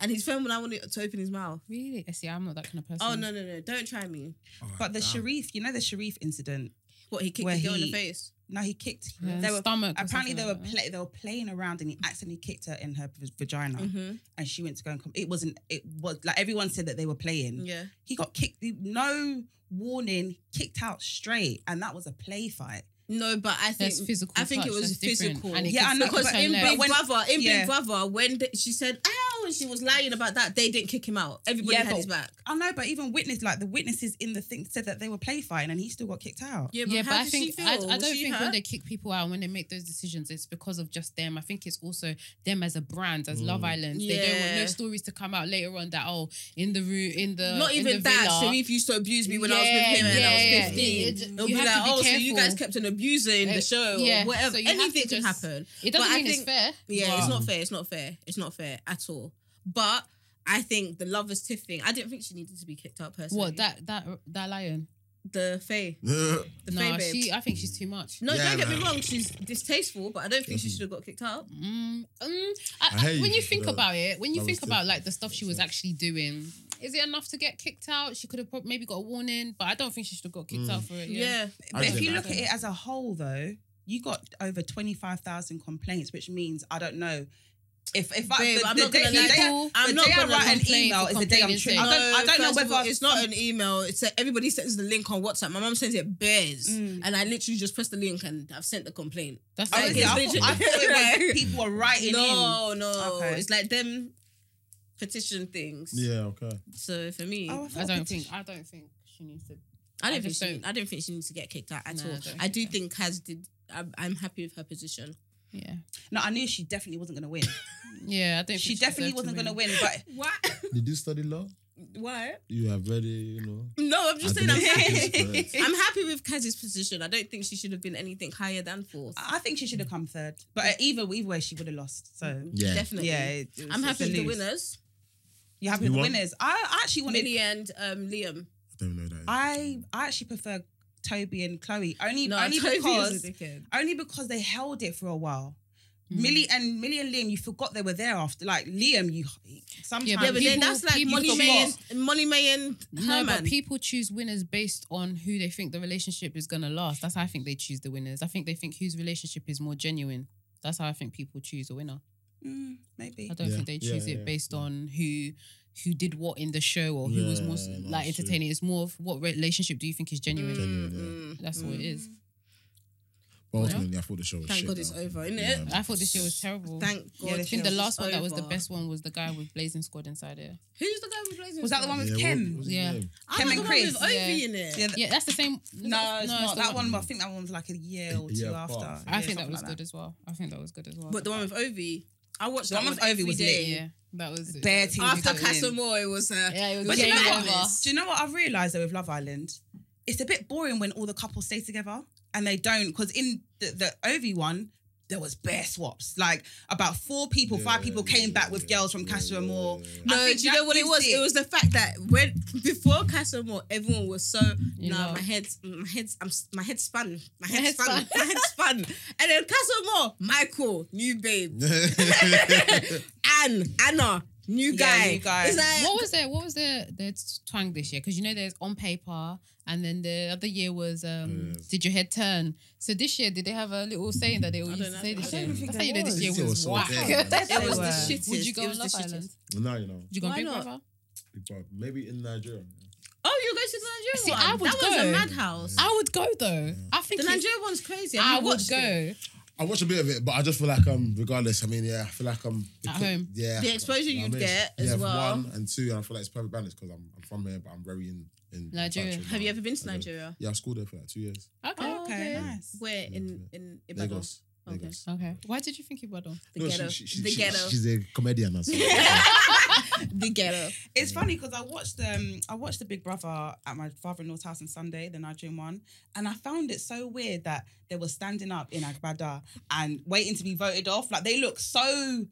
[SPEAKER 3] and his friend when I wanted to open his mouth.
[SPEAKER 2] really? Eh, See, I'm not that kind of person.
[SPEAKER 3] Oh no no no! Don't try me.
[SPEAKER 1] but the Sharif, you know the Sharif incident.
[SPEAKER 3] What he kicked
[SPEAKER 1] Where
[SPEAKER 3] the girl in
[SPEAKER 1] he-
[SPEAKER 3] the face.
[SPEAKER 1] No, he kicked.
[SPEAKER 2] Yeah,
[SPEAKER 1] They were
[SPEAKER 2] stomach. or
[SPEAKER 1] apparently they
[SPEAKER 2] something
[SPEAKER 1] were
[SPEAKER 2] like that.
[SPEAKER 1] play, they were playing around and he accidentally kicked her in her v- vagina,
[SPEAKER 2] Ah.
[SPEAKER 3] Mm-hmm.
[SPEAKER 1] and she went to go and come. It wasn't. It was like everyone said that they were playing.
[SPEAKER 3] Yeah.
[SPEAKER 1] He got kicked. No warning. Kicked out straight, and that was a play fight.
[SPEAKER 3] No, but I think
[SPEAKER 2] That's physical.
[SPEAKER 3] I think
[SPEAKER 2] touch,
[SPEAKER 3] it was
[SPEAKER 2] that's different,
[SPEAKER 3] physical.
[SPEAKER 2] and it
[SPEAKER 1] Yeah,
[SPEAKER 2] could
[SPEAKER 1] I know,
[SPEAKER 2] still
[SPEAKER 3] because
[SPEAKER 1] but-
[SPEAKER 2] turn
[SPEAKER 3] in
[SPEAKER 2] left.
[SPEAKER 3] Big
[SPEAKER 1] but when-
[SPEAKER 3] Brother, in
[SPEAKER 1] yeah.
[SPEAKER 3] Big Brother, when th- she said "ow" and she was lying about that, they didn't kick him out. Everybody
[SPEAKER 1] Yeah,
[SPEAKER 3] had
[SPEAKER 1] but-
[SPEAKER 3] his back.
[SPEAKER 1] I know, but even witness like the witnesses in the thing said that they were play fighting, and he still got kicked out.
[SPEAKER 2] yeah, but
[SPEAKER 3] how
[SPEAKER 2] I
[SPEAKER 3] did
[SPEAKER 2] think
[SPEAKER 3] she feel?
[SPEAKER 2] I, I
[SPEAKER 3] Was
[SPEAKER 2] don't
[SPEAKER 3] she
[SPEAKER 2] think
[SPEAKER 3] hurt?
[SPEAKER 2] when they kick people out when they make those decisions, it's because of just them. I think it's also them as a brand, as Love Island. They don't want no
[SPEAKER 3] Yeah.
[SPEAKER 2] stories to come out later on that oh, in the room, in the
[SPEAKER 3] not
[SPEAKER 2] in
[SPEAKER 3] even
[SPEAKER 2] the
[SPEAKER 3] that.
[SPEAKER 2] villa.
[SPEAKER 3] Sharif used to abuse me when I was with him, and I was fifteen.
[SPEAKER 2] It, it-
[SPEAKER 3] It'll
[SPEAKER 2] you
[SPEAKER 3] be like,
[SPEAKER 2] have to
[SPEAKER 3] oh, so you
[SPEAKER 2] careful.
[SPEAKER 3] guys kept on abusing
[SPEAKER 2] Eh,
[SPEAKER 3] the show
[SPEAKER 2] yeah,
[SPEAKER 3] or whatever.
[SPEAKER 2] so you have to
[SPEAKER 3] Anything can
[SPEAKER 2] just-
[SPEAKER 3] happen.
[SPEAKER 2] It doesn't
[SPEAKER 3] but I
[SPEAKER 2] mean it's
[SPEAKER 3] think-
[SPEAKER 2] fair.
[SPEAKER 3] Yeah,
[SPEAKER 2] but-
[SPEAKER 3] it's not fair. It's not fair. It's not fair at all. But I think the lovers tiff thing. I didn't think she needed to be kicked out personally.
[SPEAKER 2] What that that that lion?
[SPEAKER 3] The Faye.
[SPEAKER 4] Yeah.
[SPEAKER 3] The
[SPEAKER 2] No,
[SPEAKER 3] Faye babe.
[SPEAKER 2] she. uh, I think she's too much.
[SPEAKER 3] no,
[SPEAKER 4] Yeah,
[SPEAKER 3] don't get
[SPEAKER 4] man.
[SPEAKER 3] me wrong. She's distasteful, but I don't think she
[SPEAKER 1] Mm-hmm.
[SPEAKER 3] should have got kicked out.
[SPEAKER 2] Mm, mm,
[SPEAKER 4] I
[SPEAKER 2] I, I,
[SPEAKER 4] hate
[SPEAKER 2] when
[SPEAKER 4] you
[SPEAKER 2] you
[SPEAKER 4] for
[SPEAKER 2] think
[SPEAKER 4] that.
[SPEAKER 2] about it, when you
[SPEAKER 4] That was
[SPEAKER 2] think about
[SPEAKER 4] different.
[SPEAKER 2] like the stuff she was actually doing, is it enough to get kicked out? She could have prob- maybe got a warning, but I don't think she should have got kicked
[SPEAKER 4] Mm.
[SPEAKER 2] out for it. Yeah.
[SPEAKER 3] Yeah.
[SPEAKER 4] I
[SPEAKER 1] But if
[SPEAKER 4] didn't
[SPEAKER 1] you look
[SPEAKER 4] like
[SPEAKER 1] at it as a whole, though, you got over twenty five thousand complaints, which means I don't know if if
[SPEAKER 3] Babe,
[SPEAKER 1] I,
[SPEAKER 3] I'm
[SPEAKER 1] the, the
[SPEAKER 3] not
[SPEAKER 1] day,
[SPEAKER 3] gonna
[SPEAKER 1] the
[SPEAKER 3] lie.
[SPEAKER 1] day,
[SPEAKER 2] People-
[SPEAKER 1] I'm
[SPEAKER 3] I'm not
[SPEAKER 1] not
[SPEAKER 3] gonna
[SPEAKER 1] write an
[SPEAKER 2] complain
[SPEAKER 1] email
[SPEAKER 2] for
[SPEAKER 1] is the day I'm
[SPEAKER 2] complaining's
[SPEAKER 1] triggered. I
[SPEAKER 2] sake.
[SPEAKER 1] don't, I don't
[SPEAKER 3] first
[SPEAKER 1] know
[SPEAKER 3] of all,
[SPEAKER 1] whether
[SPEAKER 3] it's not an email. It's a, everybody sends the link on WhatsApp. My mom sends it bears,
[SPEAKER 1] Mm.
[SPEAKER 3] and I literally just press the link and I've sent the complaint.
[SPEAKER 2] That's
[SPEAKER 1] Oh,
[SPEAKER 2] like
[SPEAKER 1] is it? I, thought, I thought it was people were writing
[SPEAKER 3] no, no,
[SPEAKER 1] Okay.
[SPEAKER 3] it's like them petition things.
[SPEAKER 4] Yeah, okay.
[SPEAKER 3] So for me,
[SPEAKER 1] in. Oh,
[SPEAKER 2] I
[SPEAKER 1] thought
[SPEAKER 2] don't
[SPEAKER 1] people-
[SPEAKER 2] think. I don't think she needs to.
[SPEAKER 3] I
[SPEAKER 2] I
[SPEAKER 3] don't think
[SPEAKER 2] just
[SPEAKER 3] she,
[SPEAKER 2] don't-
[SPEAKER 3] I don't think she needs to get kicked out at
[SPEAKER 2] No, I
[SPEAKER 3] all.
[SPEAKER 2] don't
[SPEAKER 3] I
[SPEAKER 2] think
[SPEAKER 3] do
[SPEAKER 2] so.
[SPEAKER 3] think Kaz did. I'm, I'm happy with her position.
[SPEAKER 2] Yeah.
[SPEAKER 1] No, I knew she definitely wasn't going to win.
[SPEAKER 2] Yeah. I don't. think
[SPEAKER 1] she definitely
[SPEAKER 2] deserved
[SPEAKER 1] wasn't going to
[SPEAKER 2] win.
[SPEAKER 1] win. But
[SPEAKER 3] Why?
[SPEAKER 4] Did you study law?
[SPEAKER 3] Why?
[SPEAKER 4] You have ready, you know.
[SPEAKER 3] No, I'm just
[SPEAKER 4] I
[SPEAKER 3] saying. I'm
[SPEAKER 4] didn't
[SPEAKER 3] happy.
[SPEAKER 4] think it was correct.
[SPEAKER 3] I'm happy with Kaz's position. I don't think she should have been anything higher than fourth.
[SPEAKER 1] I think she should have come third. But either either way, she would have lost. So
[SPEAKER 4] Yeah.
[SPEAKER 3] Definitely.
[SPEAKER 1] yeah, it- it was-
[SPEAKER 3] I'm
[SPEAKER 1] it's
[SPEAKER 3] happy
[SPEAKER 1] a
[SPEAKER 3] with the
[SPEAKER 1] lose.
[SPEAKER 3] winners,
[SPEAKER 1] You're happy
[SPEAKER 4] You
[SPEAKER 1] with the
[SPEAKER 4] want-
[SPEAKER 1] winners. I actually wanted.
[SPEAKER 3] Millie and um, Liam.
[SPEAKER 4] I don't know that.
[SPEAKER 1] I I actually prefer Toby and Chloe only
[SPEAKER 3] No,
[SPEAKER 1] only
[SPEAKER 3] Toby
[SPEAKER 1] because
[SPEAKER 3] is a dickhead.
[SPEAKER 1] only because they held it for a while. Millie and Millie and Liam, you forgot they were there after. Like Liam, you sometimes
[SPEAKER 2] Yeah,
[SPEAKER 3] Yeah, but then
[SPEAKER 2] People-
[SPEAKER 3] that's like
[SPEAKER 2] people
[SPEAKER 3] Molly
[SPEAKER 1] forgot.
[SPEAKER 3] May, and, Molly May and
[SPEAKER 2] No, but
[SPEAKER 3] Herman.
[SPEAKER 2] people choose winners based on who they think the relationship is gonna last. That's how I think they choose the winners. I think they think whose relationship is more genuine. That's how I think people choose a winner.
[SPEAKER 1] Mm, maybe.
[SPEAKER 2] I don't
[SPEAKER 4] Yeah.
[SPEAKER 2] think they
[SPEAKER 4] Yeah,
[SPEAKER 2] choose
[SPEAKER 4] yeah,
[SPEAKER 2] it based on who who did what in the show or who was more s-
[SPEAKER 4] Yeah, no,
[SPEAKER 2] like
[SPEAKER 4] that's true.
[SPEAKER 2] entertaining. It's more of what relationship do you think is
[SPEAKER 3] Mm,
[SPEAKER 1] Mm.
[SPEAKER 2] genuine?
[SPEAKER 4] Genuine,
[SPEAKER 2] That's what it is.
[SPEAKER 4] But ultimately, I thought the show was
[SPEAKER 3] Thank
[SPEAKER 4] shit.
[SPEAKER 3] God it's
[SPEAKER 4] though.
[SPEAKER 3] over, innit?
[SPEAKER 4] Yeah,
[SPEAKER 1] Mm.
[SPEAKER 2] I thought this year was terrible.
[SPEAKER 3] Thank God.
[SPEAKER 1] Yeah,
[SPEAKER 2] I think the
[SPEAKER 3] it's
[SPEAKER 2] last one that was the
[SPEAKER 3] over.
[SPEAKER 2] best one was the guy with Blazing Squad inside it.
[SPEAKER 3] Who's the guy with Blazing?
[SPEAKER 1] Was that the one with
[SPEAKER 4] Yeah, what-
[SPEAKER 1] Ken?
[SPEAKER 4] what was his
[SPEAKER 2] Yeah.
[SPEAKER 4] name?
[SPEAKER 3] I'm
[SPEAKER 1] Kem
[SPEAKER 3] the
[SPEAKER 1] and
[SPEAKER 3] one
[SPEAKER 1] Chris?
[SPEAKER 3] with Ovi
[SPEAKER 2] Yeah.
[SPEAKER 3] in it.
[SPEAKER 1] Yeah, th-
[SPEAKER 2] Yeah, that's the same.
[SPEAKER 1] No, it's not
[SPEAKER 2] the
[SPEAKER 1] that one. I think that one was like a year or two
[SPEAKER 4] Yeah,
[SPEAKER 1] after.
[SPEAKER 4] apart.
[SPEAKER 2] I
[SPEAKER 1] Yeah,
[SPEAKER 2] think that
[SPEAKER 1] something
[SPEAKER 2] was
[SPEAKER 1] like
[SPEAKER 2] good as well. I think that was good as well.
[SPEAKER 3] But the one with Ovi, I watched
[SPEAKER 1] The
[SPEAKER 3] that
[SPEAKER 1] one with
[SPEAKER 3] every
[SPEAKER 1] Ovi was lit,
[SPEAKER 3] day.
[SPEAKER 2] yeah, that was
[SPEAKER 1] Bare team
[SPEAKER 3] After
[SPEAKER 1] was winning.
[SPEAKER 3] Casamore, it was. Uh,
[SPEAKER 2] Yeah, it was
[SPEAKER 3] but
[SPEAKER 1] Do
[SPEAKER 2] game
[SPEAKER 1] you, know
[SPEAKER 2] over.
[SPEAKER 1] what, do you know what I've realised though with Love Island? It's a bit boring when all the couples stay together and they don't because in the, the Ovi one, there was bear swaps. Like about four people, five people came back with girls from Castro Moore. I
[SPEAKER 3] No,
[SPEAKER 1] think
[SPEAKER 3] do you
[SPEAKER 1] that
[SPEAKER 3] know what it
[SPEAKER 1] gives
[SPEAKER 3] was? It. was the fact that when before Castle Moore, everyone was so
[SPEAKER 2] You
[SPEAKER 3] nah,
[SPEAKER 2] know.
[SPEAKER 3] my head, my head's, I'm, s- my head spun, my
[SPEAKER 2] My
[SPEAKER 3] head
[SPEAKER 2] head spun.
[SPEAKER 3] spun, my head spun, and then Castle Moore, Michael, new babe, Anne, Anna, new
[SPEAKER 1] Yeah,
[SPEAKER 3] guy.
[SPEAKER 1] new guy.
[SPEAKER 3] It's like,
[SPEAKER 2] What was their what was their their twang this year? Because you know there's on paper, and then the other year was um, did your head turn? So this year did they have a little saying that they all used to say this
[SPEAKER 1] I
[SPEAKER 2] year?
[SPEAKER 1] don't think
[SPEAKER 2] I
[SPEAKER 1] there
[SPEAKER 2] thought you know this
[SPEAKER 1] was.
[SPEAKER 2] year
[SPEAKER 4] This year was
[SPEAKER 2] was
[SPEAKER 4] so
[SPEAKER 2] whack.
[SPEAKER 4] dead, man.
[SPEAKER 1] It was the
[SPEAKER 3] shittest.
[SPEAKER 2] Would you go
[SPEAKER 3] It
[SPEAKER 2] on
[SPEAKER 3] was the
[SPEAKER 2] Love Island?
[SPEAKER 3] shittest.
[SPEAKER 2] Would
[SPEAKER 4] now you know.
[SPEAKER 2] you go on
[SPEAKER 3] Why
[SPEAKER 2] Big
[SPEAKER 3] not?
[SPEAKER 2] Brother?
[SPEAKER 4] Big Brother. Maybe in Nigeria.
[SPEAKER 3] oh, you go to the
[SPEAKER 2] See,
[SPEAKER 3] Nigeria
[SPEAKER 2] I
[SPEAKER 3] one?
[SPEAKER 2] would
[SPEAKER 3] that was
[SPEAKER 2] go.
[SPEAKER 3] a madhouse.
[SPEAKER 2] I would go though. I think
[SPEAKER 3] The
[SPEAKER 2] it-
[SPEAKER 3] Nigeria one's crazy.
[SPEAKER 2] I
[SPEAKER 3] haven't
[SPEAKER 2] would
[SPEAKER 3] watched
[SPEAKER 2] go.
[SPEAKER 3] it.
[SPEAKER 4] I watched a bit of it, but I just feel like um, regardless. I mean, yeah, I feel like I'm
[SPEAKER 2] At home.
[SPEAKER 4] Yeah,
[SPEAKER 3] The exposure
[SPEAKER 4] You know
[SPEAKER 3] you'd
[SPEAKER 4] what I mean?
[SPEAKER 3] get as
[SPEAKER 4] yeah, for
[SPEAKER 3] well.
[SPEAKER 4] One and two, and I feel like it's perfect balance because I'm, I'm from here, but I'm very in in the
[SPEAKER 2] Nigeria.
[SPEAKER 4] country
[SPEAKER 3] Have
[SPEAKER 4] now.
[SPEAKER 3] you ever been to
[SPEAKER 4] I don't-
[SPEAKER 3] Nigeria?
[SPEAKER 4] Yeah, I schooled there for like two years.
[SPEAKER 2] Okay.
[SPEAKER 3] Oh,
[SPEAKER 1] okay,
[SPEAKER 3] okay.
[SPEAKER 1] nice.
[SPEAKER 3] Where in in Ibadan?
[SPEAKER 4] Lagos.
[SPEAKER 3] Okay.
[SPEAKER 4] Lagos.
[SPEAKER 2] Okay. Why did you think about them?
[SPEAKER 3] The ghetto. the ghetto.
[SPEAKER 4] she's a comedian. As well.
[SPEAKER 3] the ghetto.
[SPEAKER 1] It's funny because I watched um I watched The Big Brother at my father-in-law's house on Sunday, the Nigerian one, and I found it so weird that they were standing up in Agbada and waiting to be voted off. Like they look so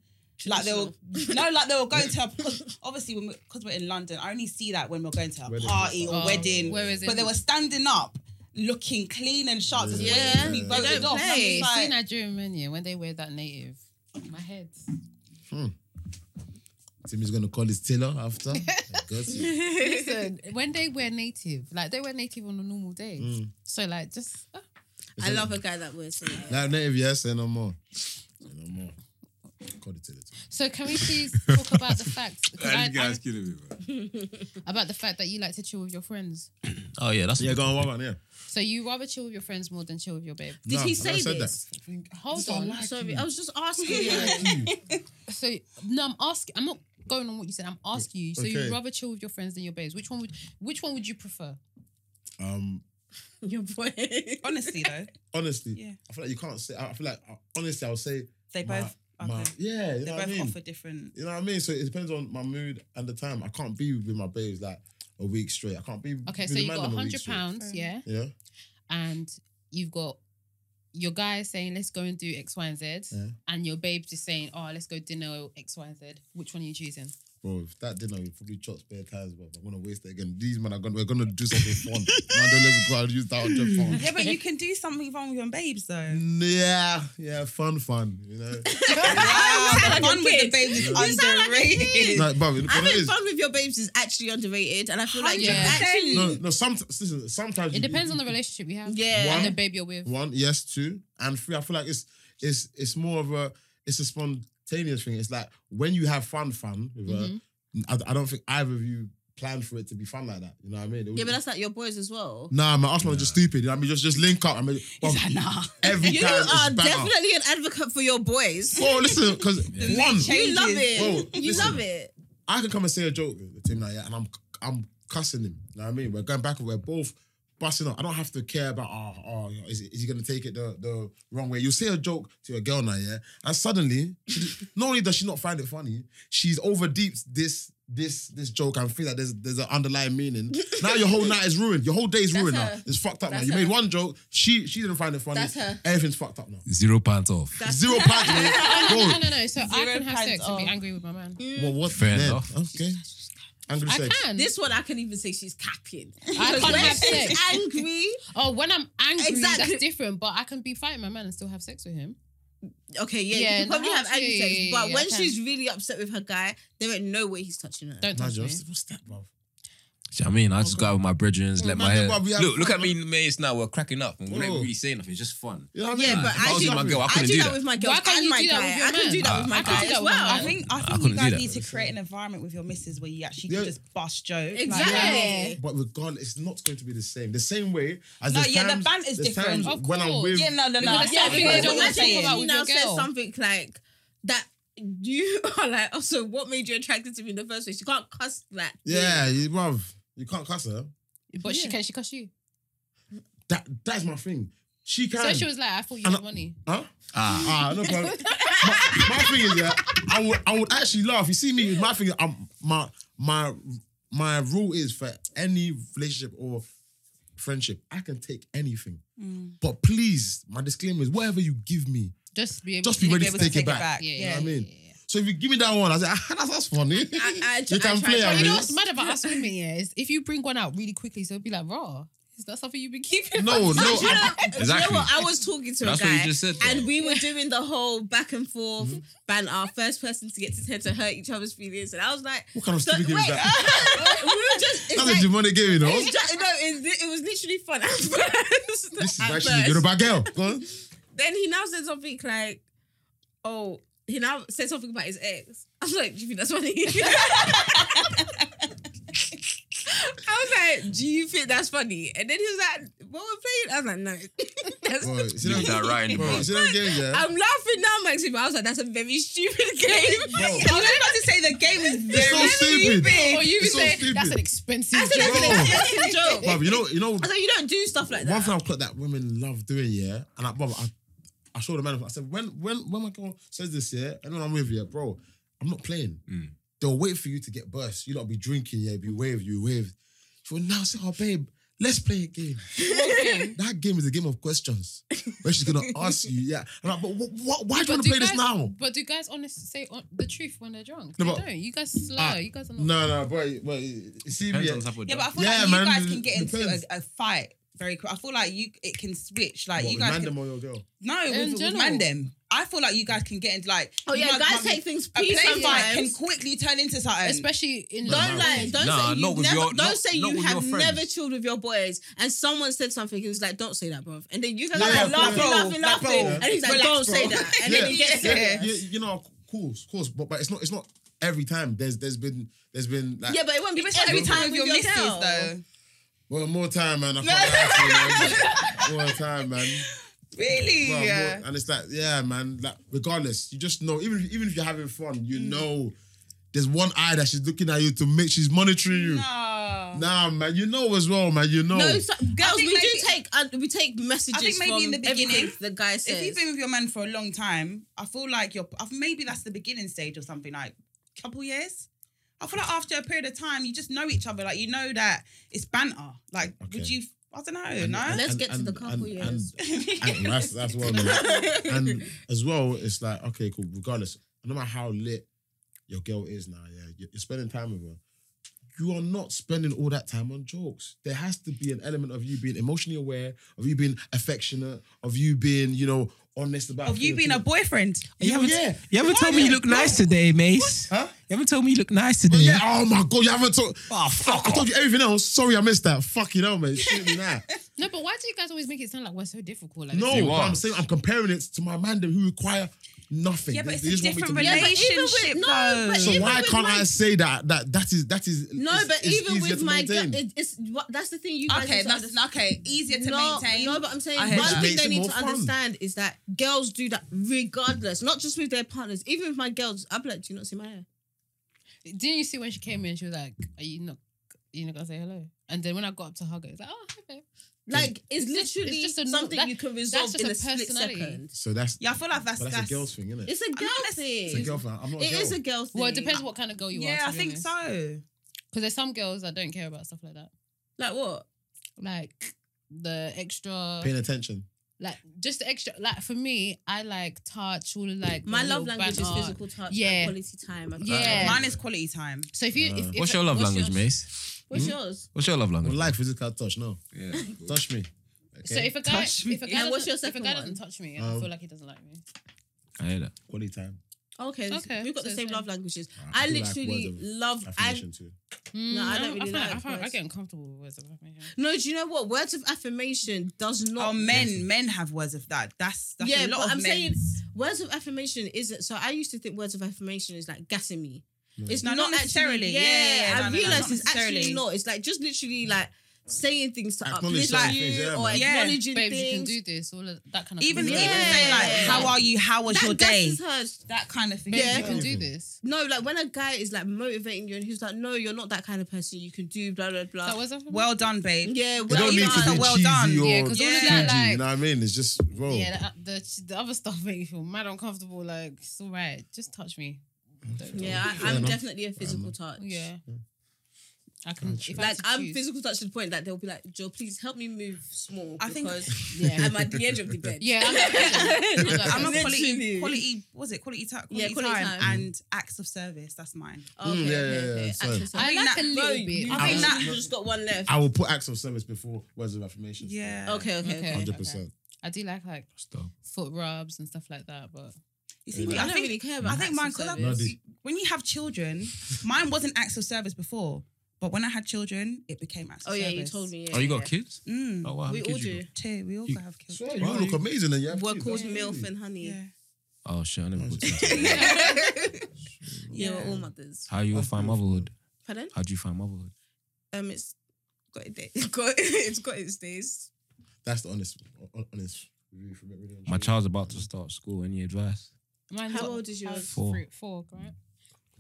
[SPEAKER 1] like they were no, like they were going to a, 'cause obviously when because we're in London, I only see that when we're going to a
[SPEAKER 4] Wedding.
[SPEAKER 1] party or
[SPEAKER 2] Oh,
[SPEAKER 1] wedding.
[SPEAKER 2] whereas
[SPEAKER 1] But
[SPEAKER 2] in-
[SPEAKER 1] they were standing up, looking clean and sharp, just
[SPEAKER 3] Yeah.
[SPEAKER 1] waiting to be
[SPEAKER 4] They
[SPEAKER 1] voted
[SPEAKER 3] don't
[SPEAKER 1] off. And I'm
[SPEAKER 3] play.
[SPEAKER 1] just
[SPEAKER 2] See
[SPEAKER 1] like,
[SPEAKER 2] Nigerian men, yeah, when they wear that native, my head.
[SPEAKER 4] Timmy's gonna call his tailor after. I got you.
[SPEAKER 2] Listen, when they wear native, like they wear native on a normal day.
[SPEAKER 4] Mm.
[SPEAKER 2] So like just uh,
[SPEAKER 3] I love a guy that wears so that.
[SPEAKER 4] Like, native, yes, say no more. Say no more. Call the tailor. too.
[SPEAKER 2] so can we please talk about the fact 'cause I-
[SPEAKER 5] you guys kidding me, man.
[SPEAKER 2] I- about the fact that you like to chill with your friends.
[SPEAKER 5] Oh yeah, that's
[SPEAKER 4] Yeah, go on, what about yeah?
[SPEAKER 2] So you rather chill with your friends more than chill with your babe.
[SPEAKER 3] Did
[SPEAKER 4] No,
[SPEAKER 3] he
[SPEAKER 4] I
[SPEAKER 3] say
[SPEAKER 4] said that.
[SPEAKER 3] this?
[SPEAKER 2] Hold on.
[SPEAKER 3] Sorry, I was just asking. you.
[SPEAKER 2] So no, I'm asking I'm not going on what you said. I'm asking you. So
[SPEAKER 4] Okay.
[SPEAKER 2] you'd rather chill with your friends than your babes. Which one would which one would you prefer?
[SPEAKER 4] Um,
[SPEAKER 3] Your boy.
[SPEAKER 1] honestly though,
[SPEAKER 4] honestly,
[SPEAKER 1] Yeah.
[SPEAKER 4] I feel like you can't say. I I feel like uh, honestly, I'll say
[SPEAKER 1] they
[SPEAKER 4] my-
[SPEAKER 1] both
[SPEAKER 4] my-
[SPEAKER 1] okay.
[SPEAKER 4] yeah,
[SPEAKER 1] they
[SPEAKER 4] you know
[SPEAKER 1] both
[SPEAKER 4] what I mean.
[SPEAKER 1] offer different
[SPEAKER 4] You know what I mean. So it depends on my mood and the time. I can't be with my babes like a week straight. I can't be.
[SPEAKER 2] Okay,
[SPEAKER 4] with
[SPEAKER 2] so
[SPEAKER 4] the
[SPEAKER 2] you've
[SPEAKER 4] man
[SPEAKER 2] got
[SPEAKER 4] them a week
[SPEAKER 2] hundred
[SPEAKER 4] straight.
[SPEAKER 2] pounds, yeah.
[SPEAKER 4] Yeah.
[SPEAKER 2] and you've got your guy saying let's go and do X, Y, and Z,
[SPEAKER 4] Yeah.
[SPEAKER 2] and your babe just saying oh let's go dinner X, Y, and Z. Which one are you choosing?
[SPEAKER 4] Bro, if that dinner, we probably chop spare tires, bro. I'm gonna waste it again. These men are gonna, we're gonna do something fun. Man, don't let's go and use that hundred pounds.
[SPEAKER 1] Yeah, but you can do something wrong with your babes though.
[SPEAKER 4] Yeah, yeah, fun, fun. You know,
[SPEAKER 1] Wow,
[SPEAKER 3] sound like
[SPEAKER 1] the
[SPEAKER 3] a
[SPEAKER 1] fun with the
[SPEAKER 3] kid.
[SPEAKER 1] baby is
[SPEAKER 3] You sound like a
[SPEAKER 1] underrated.
[SPEAKER 4] like, bro, the problem
[SPEAKER 3] Having
[SPEAKER 4] is,
[SPEAKER 3] fun with your babes is actually underrated, and I feel like you're
[SPEAKER 2] 100%.
[SPEAKER 3] actually.
[SPEAKER 4] no, no. Sometimes, listen, sometimes
[SPEAKER 2] It
[SPEAKER 4] you-
[SPEAKER 2] depends
[SPEAKER 4] you-
[SPEAKER 2] on the relationship you have.
[SPEAKER 3] Yeah.
[SPEAKER 2] And the
[SPEAKER 4] One-
[SPEAKER 2] babe you're with.
[SPEAKER 4] One, yes, two, and three. I feel like it's it's it's more of a it's a spontaneous thing. It's like when you have fun, fun with
[SPEAKER 2] Mhm.
[SPEAKER 4] her.
[SPEAKER 3] Mm-hmm.
[SPEAKER 4] I, I don't think either of you planned for it to be fun like that. You know what I mean? It
[SPEAKER 3] Yeah,
[SPEAKER 4] was-
[SPEAKER 3] but that's like your boys as well.
[SPEAKER 4] Nah, my Arsenal is just stupid. You know what I mean? Just, just link up. I mean, well,
[SPEAKER 1] nah.
[SPEAKER 4] every
[SPEAKER 3] You
[SPEAKER 4] time it's
[SPEAKER 3] are
[SPEAKER 4] banger.
[SPEAKER 3] definitely an advocate for your boys.
[SPEAKER 4] Bro, Oh, listen, because one,
[SPEAKER 3] You love
[SPEAKER 4] Bro,
[SPEAKER 3] it. You
[SPEAKER 4] listen.
[SPEAKER 3] love it.
[SPEAKER 4] I can come and say a joke with him like, yeah, and I'm I'm cussing him. You know what I mean? We're going back and we're both busting up. I don't have to care about oh, oh you know, is, is he gonna take it the, the wrong way? You say a joke to a girl now, yeah, and suddenly, she, not only does she not find it funny, she's over deeps this this this joke and feel that there's there's an underlying meaning. Now your whole night is ruined. Your whole day is
[SPEAKER 3] That's
[SPEAKER 4] ruined now.
[SPEAKER 3] her.
[SPEAKER 4] It's fucked up
[SPEAKER 3] That's
[SPEAKER 4] now. You made
[SPEAKER 3] her.
[SPEAKER 4] one joke. She she didn't find it funny.
[SPEAKER 3] That's her.
[SPEAKER 4] Everything's fucked up now.
[SPEAKER 5] Zero pants off.
[SPEAKER 3] That's-
[SPEAKER 4] Zero pounds. man.
[SPEAKER 2] No,
[SPEAKER 4] Bro,
[SPEAKER 2] no, no. So I
[SPEAKER 1] Zero
[SPEAKER 2] can have
[SPEAKER 1] pants
[SPEAKER 2] sex and
[SPEAKER 1] off.
[SPEAKER 2] be angry with my man.
[SPEAKER 4] Well, what
[SPEAKER 5] Fair
[SPEAKER 4] then?
[SPEAKER 5] enough.
[SPEAKER 4] Okay. Angry
[SPEAKER 2] I
[SPEAKER 4] sex.
[SPEAKER 2] can.
[SPEAKER 3] This one I can even say she's capping.
[SPEAKER 2] I
[SPEAKER 3] Because
[SPEAKER 2] can't
[SPEAKER 3] when
[SPEAKER 2] have
[SPEAKER 3] she's
[SPEAKER 2] sex.
[SPEAKER 3] angry,
[SPEAKER 2] Oh, when I'm angry,
[SPEAKER 3] Exactly.
[SPEAKER 2] that's different. But I can be fighting my man and still have sex with him.
[SPEAKER 3] okay, yeah,
[SPEAKER 2] Yeah,
[SPEAKER 3] you can probably
[SPEAKER 2] no,
[SPEAKER 3] have angry
[SPEAKER 2] yeah,
[SPEAKER 3] sex,
[SPEAKER 2] yeah,
[SPEAKER 3] but
[SPEAKER 2] yeah,
[SPEAKER 3] when
[SPEAKER 2] I can.
[SPEAKER 3] she's really upset with her guy, there ain't no way he's touching her.
[SPEAKER 2] Don't touch
[SPEAKER 4] Nigel,
[SPEAKER 2] me.
[SPEAKER 4] what's, what's that, bro?
[SPEAKER 5] Do you know what I mean? I just go out with my brethren, let my
[SPEAKER 4] man,
[SPEAKER 5] hair.
[SPEAKER 4] but we have
[SPEAKER 5] Look, look
[SPEAKER 4] fun,
[SPEAKER 5] at me, mates. Now we're cracking up and we're
[SPEAKER 4] Whoa.
[SPEAKER 5] not really saying nothing. It's just fun.
[SPEAKER 4] You know what I mean?
[SPEAKER 3] Yeah, but
[SPEAKER 4] If
[SPEAKER 3] I
[SPEAKER 4] was
[SPEAKER 5] do-
[SPEAKER 4] with
[SPEAKER 5] my girl, I
[SPEAKER 3] I
[SPEAKER 5] couldn't
[SPEAKER 3] do
[SPEAKER 5] do
[SPEAKER 3] that
[SPEAKER 5] that.
[SPEAKER 3] with my girls
[SPEAKER 2] Why can't
[SPEAKER 3] and
[SPEAKER 2] you
[SPEAKER 3] my
[SPEAKER 2] do that
[SPEAKER 3] guy.
[SPEAKER 2] with your
[SPEAKER 3] I can
[SPEAKER 2] man?
[SPEAKER 3] do that with my
[SPEAKER 5] I
[SPEAKER 3] guy
[SPEAKER 2] can't do that
[SPEAKER 3] as
[SPEAKER 2] with my
[SPEAKER 1] I
[SPEAKER 2] man.
[SPEAKER 3] well.
[SPEAKER 1] think I
[SPEAKER 5] I
[SPEAKER 1] think you
[SPEAKER 5] couldn't
[SPEAKER 1] guys
[SPEAKER 5] do that.
[SPEAKER 1] need to create an environment with your missus where you actually
[SPEAKER 4] Yeah.
[SPEAKER 1] can just bust jokes. like-
[SPEAKER 3] Exactly.
[SPEAKER 4] But regardless, it's not going to be the same. The same way as
[SPEAKER 1] No,
[SPEAKER 4] there's
[SPEAKER 1] yeah, the
[SPEAKER 4] times-
[SPEAKER 1] band is
[SPEAKER 4] there's
[SPEAKER 1] different.
[SPEAKER 4] times
[SPEAKER 2] Of
[SPEAKER 4] When I'm
[SPEAKER 2] course.
[SPEAKER 4] with,
[SPEAKER 1] Yeah, no, no, no.
[SPEAKER 2] Because
[SPEAKER 1] Yeah,
[SPEAKER 2] that's
[SPEAKER 1] because you're
[SPEAKER 2] what we're
[SPEAKER 1] not
[SPEAKER 2] saying.
[SPEAKER 3] imagine
[SPEAKER 1] saying.
[SPEAKER 3] if you
[SPEAKER 2] With
[SPEAKER 3] now
[SPEAKER 2] your
[SPEAKER 3] said
[SPEAKER 2] girl.
[SPEAKER 3] something like that. You are like, oh, so what made you attracted to me in the first place? You can't cuss that.
[SPEAKER 4] yeah, you, bruv, you can't cuss her.
[SPEAKER 2] But she
[SPEAKER 3] Yeah.
[SPEAKER 2] can she cuss you.
[SPEAKER 4] That that's my thing. She can.
[SPEAKER 2] So she was like, I thought you
[SPEAKER 4] And
[SPEAKER 2] had
[SPEAKER 4] I-
[SPEAKER 2] money.
[SPEAKER 4] huh?
[SPEAKER 5] Ah.
[SPEAKER 4] Ah, no problem. my, my thing is yeah, I would I would actually laugh. You see me, my thing, I'm my my my rule is for any relationship or friendship, I can take anything. But please, my disclaimer is whatever you give me,
[SPEAKER 2] Just be able
[SPEAKER 4] Just be ready
[SPEAKER 1] able
[SPEAKER 4] to take it back.
[SPEAKER 2] Yeah,
[SPEAKER 4] You know
[SPEAKER 2] yeah.
[SPEAKER 4] what I mean?
[SPEAKER 2] yeah, yeah.
[SPEAKER 4] So if you give me that one, I say, ah, that's, that's funny.
[SPEAKER 3] I- I tr-
[SPEAKER 4] you can
[SPEAKER 3] I tried-
[SPEAKER 2] But
[SPEAKER 4] play
[SPEAKER 3] But
[SPEAKER 2] you
[SPEAKER 4] Aris.
[SPEAKER 2] know what's mad about us women, yeah, is if you bring one out really quickly, so it'll be like, raw. Is that something you've been keeping?
[SPEAKER 4] No, no.
[SPEAKER 3] Do you know, do you know
[SPEAKER 5] Exactly.
[SPEAKER 3] what? I was talking to
[SPEAKER 5] That's
[SPEAKER 3] a
[SPEAKER 5] what
[SPEAKER 3] guy,
[SPEAKER 5] you just said, Mm-hmm. though.
[SPEAKER 3] and we were doing the whole back and forth banter. First person to get to tend to hurt each other's feelings, and I was like,
[SPEAKER 4] What kind of
[SPEAKER 3] so,
[SPEAKER 4] stupid
[SPEAKER 3] "Wait, we
[SPEAKER 4] game
[SPEAKER 3] were
[SPEAKER 4] is that?
[SPEAKER 3] just." It's
[SPEAKER 4] That's
[SPEAKER 3] like,
[SPEAKER 4] a demonic game, you know?
[SPEAKER 3] it's just, no, it, it was literally fun at first.
[SPEAKER 4] This is
[SPEAKER 3] At
[SPEAKER 4] actually a
[SPEAKER 3] first.
[SPEAKER 4] Yoruba girl. Go on.
[SPEAKER 3] Then he now said something like, "Oh." He now said something about his ex. I was like, "Do you think that's funny?" I was like, "Do you think that's funny?" And then he was like, "What we're playing?" I was like, "No, that's
[SPEAKER 4] Bro, you see
[SPEAKER 5] Leave
[SPEAKER 4] that,
[SPEAKER 5] that right in
[SPEAKER 4] bro, you
[SPEAKER 5] the
[SPEAKER 4] see that game, yeah?
[SPEAKER 3] I'm laughing now, Maxim. I was like, that's a very stupid game.
[SPEAKER 1] I was about to say the game is very
[SPEAKER 4] so stupid.
[SPEAKER 2] Or you
[SPEAKER 4] It's
[SPEAKER 2] even
[SPEAKER 4] so
[SPEAKER 2] say that's
[SPEAKER 4] stupid.
[SPEAKER 2] an expensive
[SPEAKER 3] I said,
[SPEAKER 2] joke.
[SPEAKER 4] Bro.
[SPEAKER 3] that's an expensive joke.
[SPEAKER 4] Bro, you know, you know,
[SPEAKER 3] I was like, you don't do stuff like
[SPEAKER 4] one
[SPEAKER 3] that.
[SPEAKER 4] thing I've caught that women love doing, yeah, and I, bro, I, I showed the man, I said, when, when, when my girl says this, yeah, and when I'm with you, bro, I'm not playing.
[SPEAKER 5] Mm.
[SPEAKER 4] They'll wait for you to get burst. You lot be drinking, yeah, be waved, you waved. She will now say, oh, babe, let's play a game. that game is a game of questions where she's gonna ask you, yeah. And I'm like, but what, what, why do you wanna
[SPEAKER 2] do
[SPEAKER 4] play this
[SPEAKER 2] guys-
[SPEAKER 4] now?
[SPEAKER 2] But do guys honestly say on, the truth when they're drunk?
[SPEAKER 4] No,
[SPEAKER 2] No,
[SPEAKER 4] but-
[SPEAKER 2] they don't. You guys slur. you guys are not.
[SPEAKER 4] No, no, bro, but see me.
[SPEAKER 5] Depends on type of
[SPEAKER 1] Oh, Yeah, but I
[SPEAKER 5] dog.
[SPEAKER 1] feel
[SPEAKER 4] Yeah,
[SPEAKER 1] like
[SPEAKER 4] man,
[SPEAKER 1] you guys
[SPEAKER 4] it
[SPEAKER 1] can get into
[SPEAKER 4] depends.
[SPEAKER 1] a, a fight very quick. I feel like you it can switch. Like
[SPEAKER 4] What,
[SPEAKER 1] you
[SPEAKER 4] with
[SPEAKER 1] guys,
[SPEAKER 4] Mandem
[SPEAKER 1] can,
[SPEAKER 4] or your girl?
[SPEAKER 1] no,
[SPEAKER 2] In
[SPEAKER 1] with, with
[SPEAKER 2] general.
[SPEAKER 1] man them. I feel like you guys can get into like.
[SPEAKER 3] Oh
[SPEAKER 1] you
[SPEAKER 3] yeah, guys
[SPEAKER 1] can't be-
[SPEAKER 3] take things
[SPEAKER 1] a play
[SPEAKER 3] peace
[SPEAKER 1] fight can
[SPEAKER 3] sometimes.
[SPEAKER 1] quickly turn into something.
[SPEAKER 2] Especially in
[SPEAKER 3] Don't lie. Don't
[SPEAKER 5] Nah,
[SPEAKER 3] say
[SPEAKER 5] not
[SPEAKER 3] you
[SPEAKER 5] with
[SPEAKER 3] never.
[SPEAKER 5] your-
[SPEAKER 3] don't
[SPEAKER 5] not-
[SPEAKER 3] say
[SPEAKER 5] not
[SPEAKER 3] you
[SPEAKER 5] with
[SPEAKER 3] have
[SPEAKER 5] your
[SPEAKER 3] never
[SPEAKER 5] friends.
[SPEAKER 3] chilled with your boys, and someone said something. He was like, "Don't say that, bro." And then you guys
[SPEAKER 4] Yeah,
[SPEAKER 3] are like,
[SPEAKER 4] bro.
[SPEAKER 3] laughing,
[SPEAKER 1] Bro,
[SPEAKER 3] laughing,
[SPEAKER 1] like,
[SPEAKER 3] laughing,
[SPEAKER 1] bro.
[SPEAKER 3] and he's like,
[SPEAKER 1] Relax,
[SPEAKER 3] "Don't
[SPEAKER 1] bro.
[SPEAKER 3] say that." And then he gets
[SPEAKER 1] Yeah.
[SPEAKER 3] serious.
[SPEAKER 4] you, you know, cool, course, but but it's not it's not every time. There's there's been there's been like
[SPEAKER 3] Yeah, but it won't be
[SPEAKER 1] Especially
[SPEAKER 3] every time
[SPEAKER 1] with your missus, though.
[SPEAKER 4] well more time, man. I can't lie to you, man. More time, man.
[SPEAKER 1] Really?
[SPEAKER 4] Well,
[SPEAKER 1] yeah.
[SPEAKER 4] more- and it's like yeah, man. Like regardless, you just know even if, even if you're having fun,
[SPEAKER 3] Mm.
[SPEAKER 4] you know. There's one eye that she's looking at you to make she's monitoring you.
[SPEAKER 1] No.
[SPEAKER 4] Nah, man, you know as well, man. You know.
[SPEAKER 3] No, so, girls, we
[SPEAKER 1] think
[SPEAKER 3] do
[SPEAKER 1] maybe-
[SPEAKER 3] take uh, we take messages
[SPEAKER 1] I think maybe
[SPEAKER 3] from
[SPEAKER 1] in the beginning,
[SPEAKER 3] everything the guy says.
[SPEAKER 1] If you've been with your man for a long time, I feel like you're. I- Maybe that's the beginning stage or something like couple years. I feel like after a period of time, you just know each other. Like you know that it's banter. Like
[SPEAKER 4] Okay.
[SPEAKER 1] would you? I don't know.
[SPEAKER 4] And-
[SPEAKER 1] no.
[SPEAKER 4] and-
[SPEAKER 3] Let's get to
[SPEAKER 4] and-
[SPEAKER 3] the couple
[SPEAKER 4] and-
[SPEAKER 3] years.
[SPEAKER 4] and- and that's that's what. I mean. and as well, it's like okay, cool. Regardless, no matter how lit your girl is now, yeah, you're you're spending time with her. You are not spending all that time on jokes. There has to be an element of you being emotionally aware, of you being affectionate, of you being, you know, honest about.
[SPEAKER 1] of you
[SPEAKER 4] feelings.
[SPEAKER 1] being a boyfriend.
[SPEAKER 7] You haven't,
[SPEAKER 4] yeah.
[SPEAKER 7] you haven't told me you look nice today, Mace.
[SPEAKER 4] Huh?
[SPEAKER 7] You haven't told me you look nice
[SPEAKER 4] But
[SPEAKER 7] today.
[SPEAKER 4] yeah. Oh my god, you haven't told. Oh fuck! I told you everything else. Sorry, I missed that. Fucking hell, man. Shoot me now.
[SPEAKER 2] No, but why do you guys always make it sound like we're so difficult? Like,
[SPEAKER 4] No,
[SPEAKER 5] You
[SPEAKER 4] but
[SPEAKER 5] are.
[SPEAKER 4] I'm saying I'm comparing it to my man who require nothing.
[SPEAKER 1] Yeah, but
[SPEAKER 4] They-
[SPEAKER 1] it's
[SPEAKER 4] they
[SPEAKER 1] a
[SPEAKER 4] just want
[SPEAKER 1] different
[SPEAKER 4] me to be-
[SPEAKER 3] Yeah, but even with-
[SPEAKER 1] relationship.
[SPEAKER 3] no, but
[SPEAKER 1] though.
[SPEAKER 4] So
[SPEAKER 3] even
[SPEAKER 4] why
[SPEAKER 3] with
[SPEAKER 4] can't
[SPEAKER 3] my-
[SPEAKER 4] I say that that that is that is
[SPEAKER 3] No,
[SPEAKER 4] it's-
[SPEAKER 3] but
[SPEAKER 4] it's
[SPEAKER 3] even
[SPEAKER 4] easier
[SPEAKER 3] with
[SPEAKER 4] to
[SPEAKER 3] my girl,
[SPEAKER 4] maintain.
[SPEAKER 3] it, it's what that's the thing you guys
[SPEAKER 1] okay,
[SPEAKER 3] need to
[SPEAKER 1] that's
[SPEAKER 3] understand.
[SPEAKER 1] okay. Easier to
[SPEAKER 3] no,
[SPEAKER 1] maintain.
[SPEAKER 3] no, but I'm saying
[SPEAKER 1] I
[SPEAKER 3] one
[SPEAKER 1] hear that.
[SPEAKER 3] thing
[SPEAKER 4] Makes
[SPEAKER 3] they
[SPEAKER 4] it
[SPEAKER 3] need
[SPEAKER 4] more
[SPEAKER 3] to
[SPEAKER 4] fun.
[SPEAKER 3] understand is that girls do that regardless, not just with their partners, even with my girls. I'd be like, do you not see my hair?
[SPEAKER 2] didn't you see when she came in? She was like, "Are you not? You not gonna say hello?" And then when I got up to hug her, it's like, "Oh, hi, babe."
[SPEAKER 3] Like it's
[SPEAKER 2] just-
[SPEAKER 3] literally
[SPEAKER 2] it's just a nor-
[SPEAKER 3] something
[SPEAKER 2] that-
[SPEAKER 3] you can resolve
[SPEAKER 2] that's just
[SPEAKER 3] in a,
[SPEAKER 2] a
[SPEAKER 3] split
[SPEAKER 2] personality.
[SPEAKER 3] second.
[SPEAKER 4] So that's
[SPEAKER 1] yeah, I feel like that's
[SPEAKER 4] but that's,
[SPEAKER 1] that's
[SPEAKER 4] a girl's thing, isn't it?
[SPEAKER 3] It's a girl
[SPEAKER 1] not
[SPEAKER 3] thing.
[SPEAKER 4] It's a girl thing. I'm not.
[SPEAKER 3] It
[SPEAKER 4] a girl.
[SPEAKER 3] is a girl thing.
[SPEAKER 2] Well, it depends what kind of girl you are.
[SPEAKER 1] Yeah, I think so.
[SPEAKER 2] Because there's some girls that don't care about stuff like that,
[SPEAKER 3] Like what?
[SPEAKER 2] like the extra,
[SPEAKER 4] Paying attention.
[SPEAKER 2] like just the extra. Like for me, I like touch, all of like the
[SPEAKER 3] My love
[SPEAKER 2] little
[SPEAKER 3] language is
[SPEAKER 2] banter.
[SPEAKER 3] physical touch
[SPEAKER 2] Yeah.
[SPEAKER 3] and quality time. I can't-
[SPEAKER 2] Yeah.
[SPEAKER 1] Mine is quality time.
[SPEAKER 2] So if you, if,
[SPEAKER 4] Uh,
[SPEAKER 2] if
[SPEAKER 5] What's your love
[SPEAKER 3] what's
[SPEAKER 5] language,
[SPEAKER 3] yours?
[SPEAKER 5] Mace?
[SPEAKER 3] What's
[SPEAKER 5] Hmm?
[SPEAKER 3] yours?
[SPEAKER 5] What's your love
[SPEAKER 4] I
[SPEAKER 5] language?
[SPEAKER 4] would like physical touch. No,
[SPEAKER 5] Yeah.
[SPEAKER 4] touch me.
[SPEAKER 2] So if a guy,
[SPEAKER 1] Touch me.
[SPEAKER 2] if a
[SPEAKER 3] And
[SPEAKER 2] guy,
[SPEAKER 3] what's your
[SPEAKER 2] doesn't- if a
[SPEAKER 3] second
[SPEAKER 2] guy
[SPEAKER 3] one?
[SPEAKER 2] doesn't touch me, I
[SPEAKER 4] Um,
[SPEAKER 2] feel like he doesn't like me.
[SPEAKER 5] I hear that.
[SPEAKER 4] Quality time.
[SPEAKER 3] Okay,
[SPEAKER 2] Okay,
[SPEAKER 3] we've got the
[SPEAKER 2] so
[SPEAKER 3] same
[SPEAKER 2] same.
[SPEAKER 3] love languages.
[SPEAKER 4] I
[SPEAKER 3] I,
[SPEAKER 4] feel like
[SPEAKER 3] literally
[SPEAKER 4] words of
[SPEAKER 3] love. I
[SPEAKER 4] Affirmation too.
[SPEAKER 2] Mm,
[SPEAKER 3] I don't really
[SPEAKER 2] I find,
[SPEAKER 3] like
[SPEAKER 2] I, find, I
[SPEAKER 3] words.
[SPEAKER 2] get uncomfortable with words of affirmation.
[SPEAKER 3] no. Do you know what? Words of affirmation does not.
[SPEAKER 1] Oh, men, men have words of that. That's, that's
[SPEAKER 3] Yeah,
[SPEAKER 1] a lot
[SPEAKER 3] but
[SPEAKER 1] of
[SPEAKER 3] I'm
[SPEAKER 1] men.
[SPEAKER 3] saying Words of affirmation isn't. So I used to think words of affirmation is like gassing me. It's
[SPEAKER 1] No, not
[SPEAKER 3] not,
[SPEAKER 1] necessarily.
[SPEAKER 3] Actually,
[SPEAKER 1] Yeah, yeah, yeah,
[SPEAKER 3] I
[SPEAKER 1] no, no, no,
[SPEAKER 3] realize
[SPEAKER 1] not
[SPEAKER 3] it's actually
[SPEAKER 1] necessarily.
[SPEAKER 3] not. It's like just literally like saying things to
[SPEAKER 4] Acknowledge
[SPEAKER 3] uplift
[SPEAKER 4] certain
[SPEAKER 3] you
[SPEAKER 4] things, yeah,
[SPEAKER 3] or
[SPEAKER 4] man.
[SPEAKER 1] Yeah.
[SPEAKER 3] acknowledging
[SPEAKER 2] Babe, you can
[SPEAKER 3] things.
[SPEAKER 2] do this, all of that kind of.
[SPEAKER 1] even
[SPEAKER 2] thing.
[SPEAKER 1] even
[SPEAKER 3] Yeah.
[SPEAKER 1] saying like, "How are you? How was
[SPEAKER 3] that
[SPEAKER 1] your day?"
[SPEAKER 3] gasses her.
[SPEAKER 1] That kind of thing.
[SPEAKER 2] Babe,
[SPEAKER 3] Yeah.
[SPEAKER 2] you can do
[SPEAKER 4] Even.
[SPEAKER 2] this.
[SPEAKER 3] No, like when a guy is like motivating you and he's like, "No, you're not that kind of person. You can do blah blah blah."
[SPEAKER 2] That was affirmation.
[SPEAKER 1] Well done, babe.
[SPEAKER 3] yeah,
[SPEAKER 4] You
[SPEAKER 3] well,
[SPEAKER 4] don't
[SPEAKER 1] even
[SPEAKER 4] need
[SPEAKER 1] if it's
[SPEAKER 4] to
[SPEAKER 1] a
[SPEAKER 4] be
[SPEAKER 3] done.
[SPEAKER 1] well
[SPEAKER 4] cheesy
[SPEAKER 1] done.
[SPEAKER 4] or
[SPEAKER 2] Yeah,
[SPEAKER 3] Oh,
[SPEAKER 2] 'cause all of
[SPEAKER 4] cringy,
[SPEAKER 2] that, like-
[SPEAKER 4] You know what I mean? It's just bro.
[SPEAKER 2] Yeah, the, the, the other stuff makes me feel mad uncomfortable. Like, it's all right. Just touch me. Don't-
[SPEAKER 3] yeah, I,
[SPEAKER 4] Fair
[SPEAKER 3] I'm
[SPEAKER 4] enough.
[SPEAKER 3] definitely a physical touch.
[SPEAKER 2] Yeah. I can. If I
[SPEAKER 3] Like
[SPEAKER 2] had to
[SPEAKER 3] I'm
[SPEAKER 2] choose-
[SPEAKER 3] physical touch to the point that they'll be like, Joe, please help me move small.
[SPEAKER 1] I think-
[SPEAKER 3] because
[SPEAKER 2] Yeah.
[SPEAKER 3] I'm at the edge of the bed.
[SPEAKER 2] Yeah, I'm that person. I'm that
[SPEAKER 1] I'm a
[SPEAKER 2] person.
[SPEAKER 1] quality,
[SPEAKER 3] Literally.
[SPEAKER 1] quality. What was it quality, ta- quality,
[SPEAKER 3] Yeah, quality
[SPEAKER 1] time,
[SPEAKER 3] time.
[SPEAKER 1] and acts of service? That's mine.
[SPEAKER 3] Okay,
[SPEAKER 4] yeah,
[SPEAKER 3] okay,
[SPEAKER 4] yeah,
[SPEAKER 3] okay.
[SPEAKER 4] yeah, sorry.
[SPEAKER 3] Actress-
[SPEAKER 2] I
[SPEAKER 1] think
[SPEAKER 2] like a
[SPEAKER 1] that-
[SPEAKER 3] Bro,
[SPEAKER 2] little bit.
[SPEAKER 3] you- I
[SPEAKER 1] I
[SPEAKER 3] think
[SPEAKER 1] think
[SPEAKER 3] that
[SPEAKER 1] that-
[SPEAKER 3] you just got one left.
[SPEAKER 4] I will put acts of service before words of affirmation.
[SPEAKER 1] Yeah.
[SPEAKER 3] Okay, okay, okay.
[SPEAKER 2] Okay.
[SPEAKER 4] hundred percent.
[SPEAKER 2] I do like like
[SPEAKER 5] Stop.
[SPEAKER 2] foot rubs and stuff like that, but
[SPEAKER 1] You see,
[SPEAKER 4] Yeah.
[SPEAKER 1] me,
[SPEAKER 3] I
[SPEAKER 1] I
[SPEAKER 3] don't
[SPEAKER 1] think
[SPEAKER 3] really care about.
[SPEAKER 1] I think mine
[SPEAKER 3] acts
[SPEAKER 1] because
[SPEAKER 3] of
[SPEAKER 4] No,
[SPEAKER 3] service.
[SPEAKER 4] dude.
[SPEAKER 1] when you have children, mine wasn't acts of service before, but when I had children, it became acts.
[SPEAKER 3] Oh
[SPEAKER 1] of
[SPEAKER 3] yeah,
[SPEAKER 1] service.
[SPEAKER 3] you told me. Yeah,
[SPEAKER 5] Oh, you
[SPEAKER 3] yeah.
[SPEAKER 5] got kids?
[SPEAKER 1] Mm.
[SPEAKER 5] Oh, wow. how
[SPEAKER 3] We
[SPEAKER 5] many
[SPEAKER 3] all
[SPEAKER 5] kids you
[SPEAKER 3] do.
[SPEAKER 1] Two. We all
[SPEAKER 5] You-
[SPEAKER 1] gotta have kids.
[SPEAKER 4] Swear, you all look amazing and you have
[SPEAKER 3] We're
[SPEAKER 4] kids,
[SPEAKER 3] called
[SPEAKER 4] that's crazy.
[SPEAKER 3] milf and honey.
[SPEAKER 1] Yeah.
[SPEAKER 3] Yeah,
[SPEAKER 5] got? Oh, shit. I never put kids.
[SPEAKER 3] we're all mothers.
[SPEAKER 5] How you gonna find motherhood?
[SPEAKER 3] Pardon?
[SPEAKER 5] How do you find motherhood?
[SPEAKER 3] Um, it's got it. It's got it's got its days.
[SPEAKER 4] That's the honest, hon- honest review from it. Really
[SPEAKER 5] My child's about to start school. Any advice?
[SPEAKER 2] Mine's
[SPEAKER 3] How
[SPEAKER 2] got-
[SPEAKER 3] old is yours?
[SPEAKER 5] Four.
[SPEAKER 2] three- Four, right?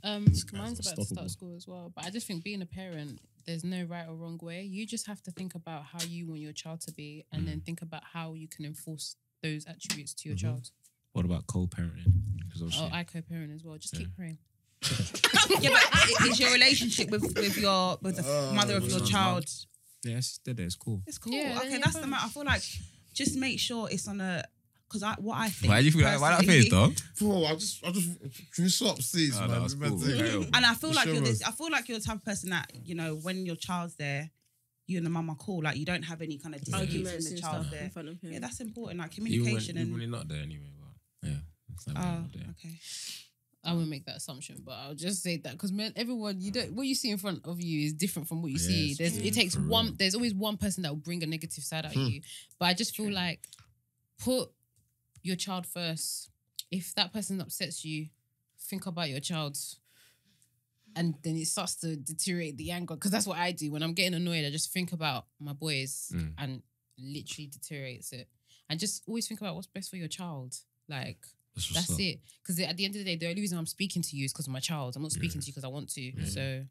[SPEAKER 2] Um,
[SPEAKER 4] guy's
[SPEAKER 2] mine's about to
[SPEAKER 4] unstoppable.
[SPEAKER 2] start school as well, but I just think being a parent, there's no right or wrong way. You just have to think about how you want your child to be, and then think about how you can enforce those attributes to your
[SPEAKER 5] Mhm.
[SPEAKER 2] child.
[SPEAKER 5] What about co-parenting? Because
[SPEAKER 2] Oh,
[SPEAKER 5] obviously,
[SPEAKER 2] I co-parent as well. Just keep praying.
[SPEAKER 1] yeah, but is your relationship with with your with the
[SPEAKER 4] Oh,
[SPEAKER 1] mother of your
[SPEAKER 5] yeah.
[SPEAKER 1] child?
[SPEAKER 5] yeah, it's still there. It's cool.
[SPEAKER 1] It's cool.
[SPEAKER 2] Yeah,
[SPEAKER 1] okay,
[SPEAKER 2] yeah,
[SPEAKER 1] that's the
[SPEAKER 2] fine.
[SPEAKER 1] matter. I feel like just make sure it's on a because I what I think.
[SPEAKER 5] Why do you feel like, why that
[SPEAKER 1] personally-
[SPEAKER 5] face, dog?
[SPEAKER 4] Bro, I just, I just, can you stop, please,
[SPEAKER 5] Oh,
[SPEAKER 4] man?
[SPEAKER 5] that was
[SPEAKER 4] Remember
[SPEAKER 5] cool.
[SPEAKER 4] to-
[SPEAKER 5] Real.
[SPEAKER 1] And I feel
[SPEAKER 4] For
[SPEAKER 1] like
[SPEAKER 4] sure.
[SPEAKER 1] you're this, I feel like you're the type of person that you know when your child's there, you and the mum are cool. Like you don't have any kind of disputes
[SPEAKER 3] Arguments
[SPEAKER 1] when
[SPEAKER 3] and
[SPEAKER 1] the child's
[SPEAKER 3] stuff in
[SPEAKER 1] there.
[SPEAKER 3] front of him.
[SPEAKER 1] Yeah, that's important. Like
[SPEAKER 5] Even when,
[SPEAKER 1] communication
[SPEAKER 5] even when
[SPEAKER 1] and
[SPEAKER 5] you're not there anyway, but yeah. It's like
[SPEAKER 1] oh,
[SPEAKER 5] when you're not
[SPEAKER 1] okay.
[SPEAKER 2] I won't make that assumption, but I'll just say that because man, everyone you don't what you see in front of you is different from what you
[SPEAKER 4] Yeah,
[SPEAKER 2] see.
[SPEAKER 4] it's
[SPEAKER 2] There's
[SPEAKER 4] true,
[SPEAKER 2] it takes
[SPEAKER 5] for real.
[SPEAKER 2] one. There's always one person that will bring a negative side out
[SPEAKER 4] Hmm.
[SPEAKER 2] you. But I just feel like put your child first. If that person upsets you, think about your child, and then it starts to deteriorate the anger because that's what I do when I'm getting annoyed. I just think about my boys
[SPEAKER 5] Mm.
[SPEAKER 2] and literally deteriorates it. And just always think about what's best for your child. Like
[SPEAKER 5] That's, what's
[SPEAKER 2] that's
[SPEAKER 5] up.
[SPEAKER 2] it. Because at the end of the day, the only reason I'm speaking to you is because of my child. I'm not speaking to you because I want to. So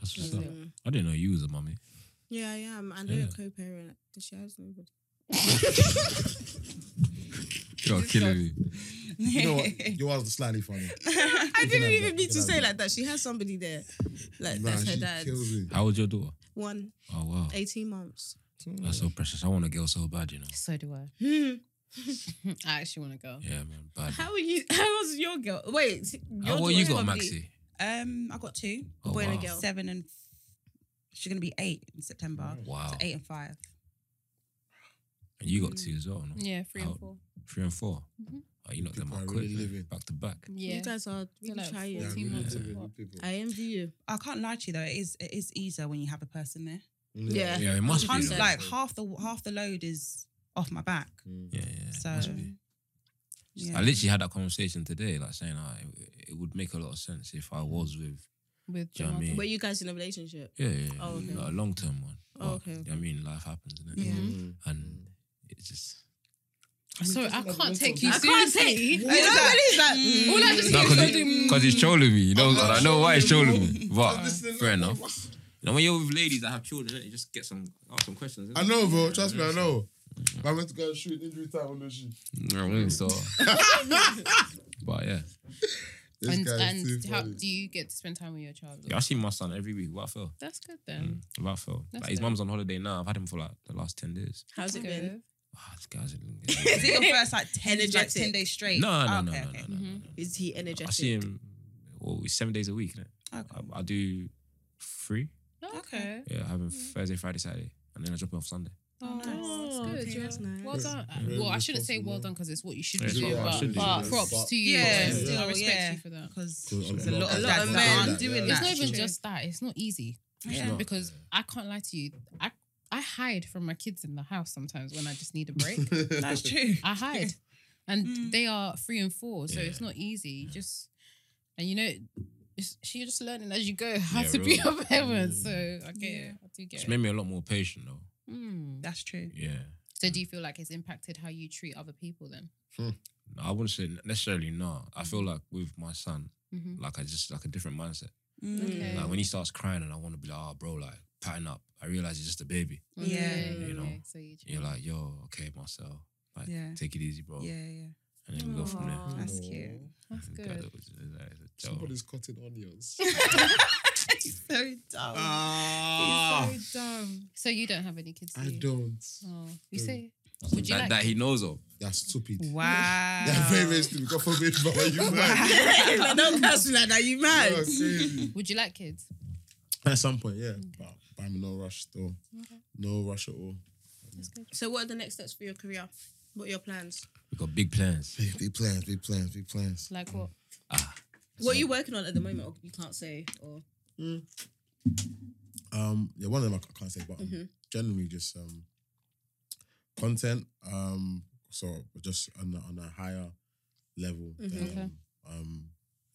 [SPEAKER 5] That's what's
[SPEAKER 2] Yeah.
[SPEAKER 5] up. I didn't know you was a mummy.
[SPEAKER 3] Yeah, I am. I know
[SPEAKER 5] Yeah.
[SPEAKER 3] a co-parent. She has nobody.
[SPEAKER 5] You're killing me.
[SPEAKER 4] You know what? Yours was slightly funny.
[SPEAKER 3] I
[SPEAKER 4] You can
[SPEAKER 3] didn't
[SPEAKER 4] have
[SPEAKER 3] even
[SPEAKER 4] that.
[SPEAKER 3] mean
[SPEAKER 4] You
[SPEAKER 3] to
[SPEAKER 4] can
[SPEAKER 3] say
[SPEAKER 4] have
[SPEAKER 3] like that. She has somebody there. Like
[SPEAKER 4] Nah,
[SPEAKER 3] that's her
[SPEAKER 4] she
[SPEAKER 3] dad.
[SPEAKER 4] kills me.
[SPEAKER 5] How old your daughter?
[SPEAKER 3] One,
[SPEAKER 5] Oh wow,
[SPEAKER 3] 18 months.
[SPEAKER 5] that's so precious. I want a girl so bad, you know.
[SPEAKER 2] so do I.
[SPEAKER 3] Hmm.
[SPEAKER 2] I actually want to go.
[SPEAKER 5] Yeah, man, bad.
[SPEAKER 3] How are you? How was your girl? Wait, your
[SPEAKER 5] How old you
[SPEAKER 3] daughter's
[SPEAKER 5] got,
[SPEAKER 3] probably-
[SPEAKER 5] Maxi?
[SPEAKER 1] Um, I got two,
[SPEAKER 5] Oh,
[SPEAKER 3] boy and a
[SPEAKER 5] wow.
[SPEAKER 3] girl.
[SPEAKER 1] seven and she's gonna be eight in September.
[SPEAKER 5] Oh, Wow.
[SPEAKER 1] So eight and five.
[SPEAKER 5] And you got two as well, no?
[SPEAKER 2] Yeah, three
[SPEAKER 5] How-
[SPEAKER 2] and four.
[SPEAKER 5] Three and four.
[SPEAKER 2] Mhm.
[SPEAKER 5] Oh, you knocked them
[SPEAKER 4] People
[SPEAKER 5] out
[SPEAKER 4] are
[SPEAKER 5] quick,
[SPEAKER 4] really
[SPEAKER 5] man.
[SPEAKER 4] living.
[SPEAKER 5] back to back.
[SPEAKER 2] Yeah.
[SPEAKER 3] You guys are really
[SPEAKER 2] like
[SPEAKER 3] trying.
[SPEAKER 4] Yeah,
[SPEAKER 2] Team
[SPEAKER 4] really
[SPEAKER 2] months
[SPEAKER 4] living,
[SPEAKER 2] apart.
[SPEAKER 4] people.
[SPEAKER 3] I envy you.
[SPEAKER 1] I can't lie to you though. It is it is easier when you have a person there.
[SPEAKER 4] Yeah.
[SPEAKER 5] Yeah, it must be.
[SPEAKER 1] Tons-
[SPEAKER 5] though.
[SPEAKER 1] like half the half the load is off my back.
[SPEAKER 4] Mm.
[SPEAKER 5] Yeah, yeah.
[SPEAKER 1] So,
[SPEAKER 5] it must be.
[SPEAKER 1] Yeah.
[SPEAKER 5] I literally had that conversation today, like saying ah, it, it would make a lot of sense if I was with,
[SPEAKER 2] With
[SPEAKER 5] do you know what I
[SPEAKER 2] Jamal.
[SPEAKER 5] mean?
[SPEAKER 3] Were you guys in a relationship?
[SPEAKER 5] Yeah, yeah,
[SPEAKER 3] Oh, okay.
[SPEAKER 5] like a long term one.
[SPEAKER 3] Oh,
[SPEAKER 5] But,
[SPEAKER 3] okay,
[SPEAKER 5] you know
[SPEAKER 3] okay.
[SPEAKER 5] what I mean, life happens, innit?
[SPEAKER 2] Yeah.
[SPEAKER 4] Mm.
[SPEAKER 5] And it's just.
[SPEAKER 2] Sorry, I can't take you
[SPEAKER 3] I can't
[SPEAKER 2] seriously.
[SPEAKER 1] Like, everybody's like, mm.
[SPEAKER 2] All I just
[SPEAKER 5] No,
[SPEAKER 2] hear
[SPEAKER 5] because
[SPEAKER 2] is
[SPEAKER 5] he, 'cause he's trolling me. You know, and I know why he's trolling me. But fair enough. You know, when you're with ladies that have children, you just get some ask some questions.
[SPEAKER 4] I know, bro. Trust me, I know. I went to go and shoot injury time on the shoot.
[SPEAKER 5] know. So, but yeah.
[SPEAKER 4] This
[SPEAKER 2] and
[SPEAKER 4] guy is
[SPEAKER 2] and
[SPEAKER 4] too
[SPEAKER 2] how
[SPEAKER 4] funny.
[SPEAKER 2] do you get to spend time with your child?
[SPEAKER 5] yeah, Mm. I see my son every week. What fell?
[SPEAKER 2] That's good then.
[SPEAKER 5] What fell?
[SPEAKER 2] That's
[SPEAKER 5] Like, his
[SPEAKER 2] good.
[SPEAKER 5] mum's on holiday now. I've had him for like the last ten days.
[SPEAKER 3] How's it
[SPEAKER 2] Good.
[SPEAKER 3] been?
[SPEAKER 5] Wow, this guy's.
[SPEAKER 1] Is it your first like ten like ten
[SPEAKER 3] Energetic.
[SPEAKER 1] days straight?
[SPEAKER 5] no, no,
[SPEAKER 1] Oh,
[SPEAKER 5] no,
[SPEAKER 1] okay,
[SPEAKER 5] no,
[SPEAKER 1] okay.
[SPEAKER 5] no, no, no,
[SPEAKER 2] Mhm.
[SPEAKER 5] no.
[SPEAKER 3] Is he
[SPEAKER 5] I
[SPEAKER 3] energetic?
[SPEAKER 5] see him. Well, it's seven days a week. innit?
[SPEAKER 1] Okay.
[SPEAKER 5] I, I do three.
[SPEAKER 2] Okay.
[SPEAKER 5] Yeah, I have him Thursday, Friday, Saturday, and then I drop him off Sunday.
[SPEAKER 2] Oh,
[SPEAKER 1] Oh,
[SPEAKER 2] that's good.
[SPEAKER 3] okay,
[SPEAKER 2] yeah.
[SPEAKER 3] that's nice.
[SPEAKER 2] Well done.
[SPEAKER 4] Very
[SPEAKER 2] well, I shouldn't say
[SPEAKER 4] responsible.
[SPEAKER 2] well done because it's what you should
[SPEAKER 5] Yeah,
[SPEAKER 2] do,
[SPEAKER 5] it's what I
[SPEAKER 2] but,
[SPEAKER 5] should do,
[SPEAKER 2] but
[SPEAKER 5] yeah.
[SPEAKER 2] props
[SPEAKER 4] But-
[SPEAKER 2] to you.
[SPEAKER 1] Yeah,
[SPEAKER 2] I
[SPEAKER 1] still,
[SPEAKER 2] respect
[SPEAKER 1] yeah.
[SPEAKER 2] you for that.
[SPEAKER 1] Because
[SPEAKER 4] Good,
[SPEAKER 1] there's a lot of
[SPEAKER 3] lot
[SPEAKER 1] dads that
[SPEAKER 3] of men.
[SPEAKER 1] aren't doing
[SPEAKER 4] Yeah.
[SPEAKER 2] It's
[SPEAKER 1] that.
[SPEAKER 2] not even
[SPEAKER 1] True.
[SPEAKER 2] just that. It's not easy.
[SPEAKER 1] Yeah.
[SPEAKER 5] not.
[SPEAKER 2] because I can't lie to you. I I hide from my kids in the house sometimes when I just need a break.
[SPEAKER 1] That's true.
[SPEAKER 2] I hide, and
[SPEAKER 1] Mm.
[SPEAKER 2] they are three and four, so it's
[SPEAKER 5] Hmm. Yeah.
[SPEAKER 2] not easy. You Just and you know, it's, you're just learning as you go how
[SPEAKER 5] Yeah,
[SPEAKER 2] to be
[SPEAKER 5] really. Hmm.
[SPEAKER 2] a parent.
[SPEAKER 4] Mm.
[SPEAKER 2] So I get
[SPEAKER 1] Yeah.
[SPEAKER 2] it. I do get
[SPEAKER 5] It's
[SPEAKER 2] it.
[SPEAKER 5] made me a lot more patient though.
[SPEAKER 2] Mm.
[SPEAKER 1] That's true.
[SPEAKER 5] Yeah.
[SPEAKER 2] So do you feel like it's impacted how you treat other people then?
[SPEAKER 5] No, I wouldn't say necessarily no. I feel like with my son,
[SPEAKER 2] Mm-hmm.
[SPEAKER 5] like I just like a different mindset.
[SPEAKER 1] Mm.
[SPEAKER 2] Okay.
[SPEAKER 5] Hmm. Like when he starts crying and I want to be like, oh bro, like patting up. I realize he's just a baby.
[SPEAKER 2] Oh,
[SPEAKER 1] Yeah.
[SPEAKER 5] You know,
[SPEAKER 2] So you try.
[SPEAKER 5] You're like, yo, okay, Marcel, like
[SPEAKER 1] Yeah.
[SPEAKER 5] take it easy, bro.
[SPEAKER 1] Yeah, yeah.
[SPEAKER 5] And then we go from there.
[SPEAKER 3] Aw.
[SPEAKER 1] That's
[SPEAKER 4] Aw.
[SPEAKER 1] cute.
[SPEAKER 2] that's
[SPEAKER 5] God,
[SPEAKER 2] good.
[SPEAKER 5] it was- it was like a joke.
[SPEAKER 4] Somebody's cutting onions.
[SPEAKER 1] He's so dumb.
[SPEAKER 4] Ah,
[SPEAKER 1] He's so dumb.
[SPEAKER 2] So you don't have any kids? do
[SPEAKER 4] I
[SPEAKER 2] you?
[SPEAKER 4] don't.
[SPEAKER 2] Oh, you
[SPEAKER 4] Mm.
[SPEAKER 2] say
[SPEAKER 5] that,
[SPEAKER 2] Would you like-
[SPEAKER 5] that he knows of.
[SPEAKER 4] That's stupid.
[SPEAKER 1] Wow.
[SPEAKER 4] That's very, very stupid. God forbid, but are you mad?
[SPEAKER 3] Don't cancel like that. You mad?
[SPEAKER 4] That's crazy.
[SPEAKER 2] Would you like kids?
[SPEAKER 4] At some point, yeah. But, but I'm in no rush still.
[SPEAKER 2] Okay.
[SPEAKER 4] No rush at all.
[SPEAKER 3] So, what are the next steps for your career? What are your plans?
[SPEAKER 5] We got big plans.
[SPEAKER 4] Big, big plans, big plans, big plans.
[SPEAKER 2] Like what?
[SPEAKER 3] What are you working on at the moment? Or you can't say. Or
[SPEAKER 4] Um, yeah, one of them I can't say, but um,
[SPEAKER 2] Mm-hmm.
[SPEAKER 3] Mhm.
[SPEAKER 4] generally just um content. Um, so just on a, on a higher level than
[SPEAKER 3] Mhm.
[SPEAKER 2] Mm-hmm. Okay.
[SPEAKER 4] um,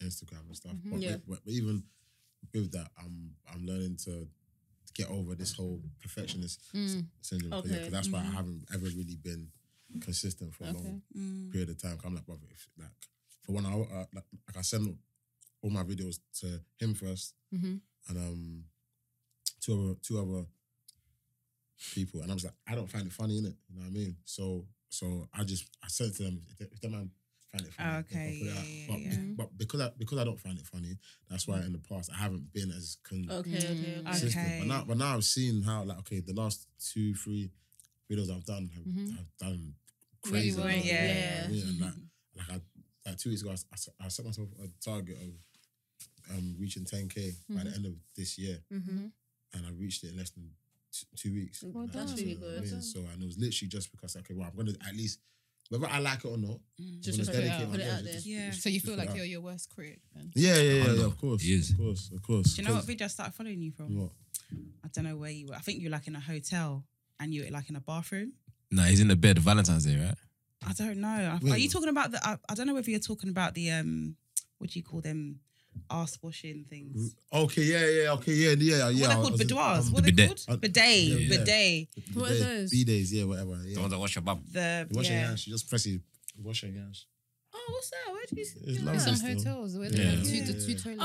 [SPEAKER 4] Instagram and stuff.
[SPEAKER 2] Mhm.
[SPEAKER 4] But,
[SPEAKER 3] Yeah.
[SPEAKER 4] with- but even with that, I'm I'm learning to get over this whole perfectionist
[SPEAKER 2] Mm. Mm-hmm.
[SPEAKER 4] syndrome. Because
[SPEAKER 3] Okay.
[SPEAKER 4] that's why
[SPEAKER 1] Mhm.
[SPEAKER 4] I haven't ever really been consistent for a long
[SPEAKER 2] Okay.
[SPEAKER 1] Mm.
[SPEAKER 4] period of time. 'Cause I'm like, brother, if, like for one hour, uh, like, like I send all my videos to him first,
[SPEAKER 1] Mm-hmm.
[SPEAKER 2] Mhm.
[SPEAKER 4] and um, two other two other people, and I'm just like, I don't find it funny in it. You know what I mean? So so I just I said to them, if the, if the man find it funny, then
[SPEAKER 1] Okay,
[SPEAKER 4] I'll put it
[SPEAKER 1] yeah,
[SPEAKER 4] out."
[SPEAKER 1] yeah,
[SPEAKER 4] but,
[SPEAKER 1] yeah. Mm.
[SPEAKER 4] be- but because I because I don't find it funny, that's why in the past I haven't been as con-
[SPEAKER 3] okay, okay,
[SPEAKER 2] Mm.
[SPEAKER 3] okay.
[SPEAKER 4] consistent.
[SPEAKER 1] Okay.
[SPEAKER 4] But now but now I've seen how like okay, the last two three videos I've done have,
[SPEAKER 1] Mm-hmm.
[SPEAKER 2] Mhm.
[SPEAKER 4] have done
[SPEAKER 2] Really
[SPEAKER 4] crazy.
[SPEAKER 2] well,
[SPEAKER 4] numbers, you know what I
[SPEAKER 3] yeah.
[SPEAKER 4] mean? And, like like I like two weeks ago, I, s- I s- I set myself a target of um reaching 10k by the end of this year,
[SPEAKER 3] Mhm.
[SPEAKER 4] and I reached it in less than t- two weeks.
[SPEAKER 3] Well
[SPEAKER 4] Like,
[SPEAKER 3] done.
[SPEAKER 4] so,
[SPEAKER 3] That's really
[SPEAKER 4] you know what I
[SPEAKER 3] good.
[SPEAKER 4] mean?
[SPEAKER 2] Well done.
[SPEAKER 4] So and it was literally just because okay, well, I'm gonna at least whether I like it or not,
[SPEAKER 3] Just
[SPEAKER 4] I'm
[SPEAKER 3] put
[SPEAKER 4] gonna
[SPEAKER 3] it
[SPEAKER 4] dedicate
[SPEAKER 2] out.
[SPEAKER 4] my
[SPEAKER 3] Put it
[SPEAKER 4] energy
[SPEAKER 3] out
[SPEAKER 4] to
[SPEAKER 3] there.
[SPEAKER 4] just-
[SPEAKER 1] Yeah.
[SPEAKER 4] just-
[SPEAKER 2] So you
[SPEAKER 4] just
[SPEAKER 2] feel
[SPEAKER 4] put it
[SPEAKER 2] like
[SPEAKER 4] out.
[SPEAKER 2] you're your worst critic then?
[SPEAKER 4] yeah, yeah, yeah,
[SPEAKER 5] I
[SPEAKER 4] yeah,
[SPEAKER 5] know.
[SPEAKER 4] of course,
[SPEAKER 5] He is.
[SPEAKER 4] of course, of course.
[SPEAKER 1] Do you know what
[SPEAKER 4] 'cause-
[SPEAKER 1] video I started following you from?
[SPEAKER 4] What?
[SPEAKER 1] I don't know where you were. I think you were like in a hotel and you were like in a bathroom.
[SPEAKER 5] Nah, he's in the bed. Valentine's Day, right?
[SPEAKER 1] I don't know. I-
[SPEAKER 4] Wait,
[SPEAKER 1] Are you
[SPEAKER 4] what?
[SPEAKER 1] talking about the? I, I don't know whether you're talking about the um, what do you call them, ass washing things?
[SPEAKER 4] Okay, yeah, yeah, okay, yeah, yeah, yeah.
[SPEAKER 1] what are they called?
[SPEAKER 4] I was in-
[SPEAKER 1] Boudoirs.
[SPEAKER 4] um,
[SPEAKER 1] What are they
[SPEAKER 5] bidet.
[SPEAKER 1] called?
[SPEAKER 4] Uh,
[SPEAKER 1] Bidet.
[SPEAKER 4] yeah, yeah.
[SPEAKER 1] Bidet.
[SPEAKER 2] What are
[SPEAKER 4] bidet-
[SPEAKER 2] those?
[SPEAKER 4] B-days, yeah, whatever. Yeah.
[SPEAKER 5] The ones that wash your bum.
[SPEAKER 1] The
[SPEAKER 4] You wash your
[SPEAKER 1] yeah.
[SPEAKER 4] hands. You just press it. Wash your hands.
[SPEAKER 3] Oh, what's that? Where did you? see
[SPEAKER 4] It's
[SPEAKER 3] that?
[SPEAKER 4] lovely.
[SPEAKER 2] Some
[SPEAKER 4] still.
[SPEAKER 2] hotels where they
[SPEAKER 5] Yeah.
[SPEAKER 2] have two,
[SPEAKER 1] Yeah.
[SPEAKER 2] the two toilets.
[SPEAKER 1] The
[SPEAKER 3] Oh,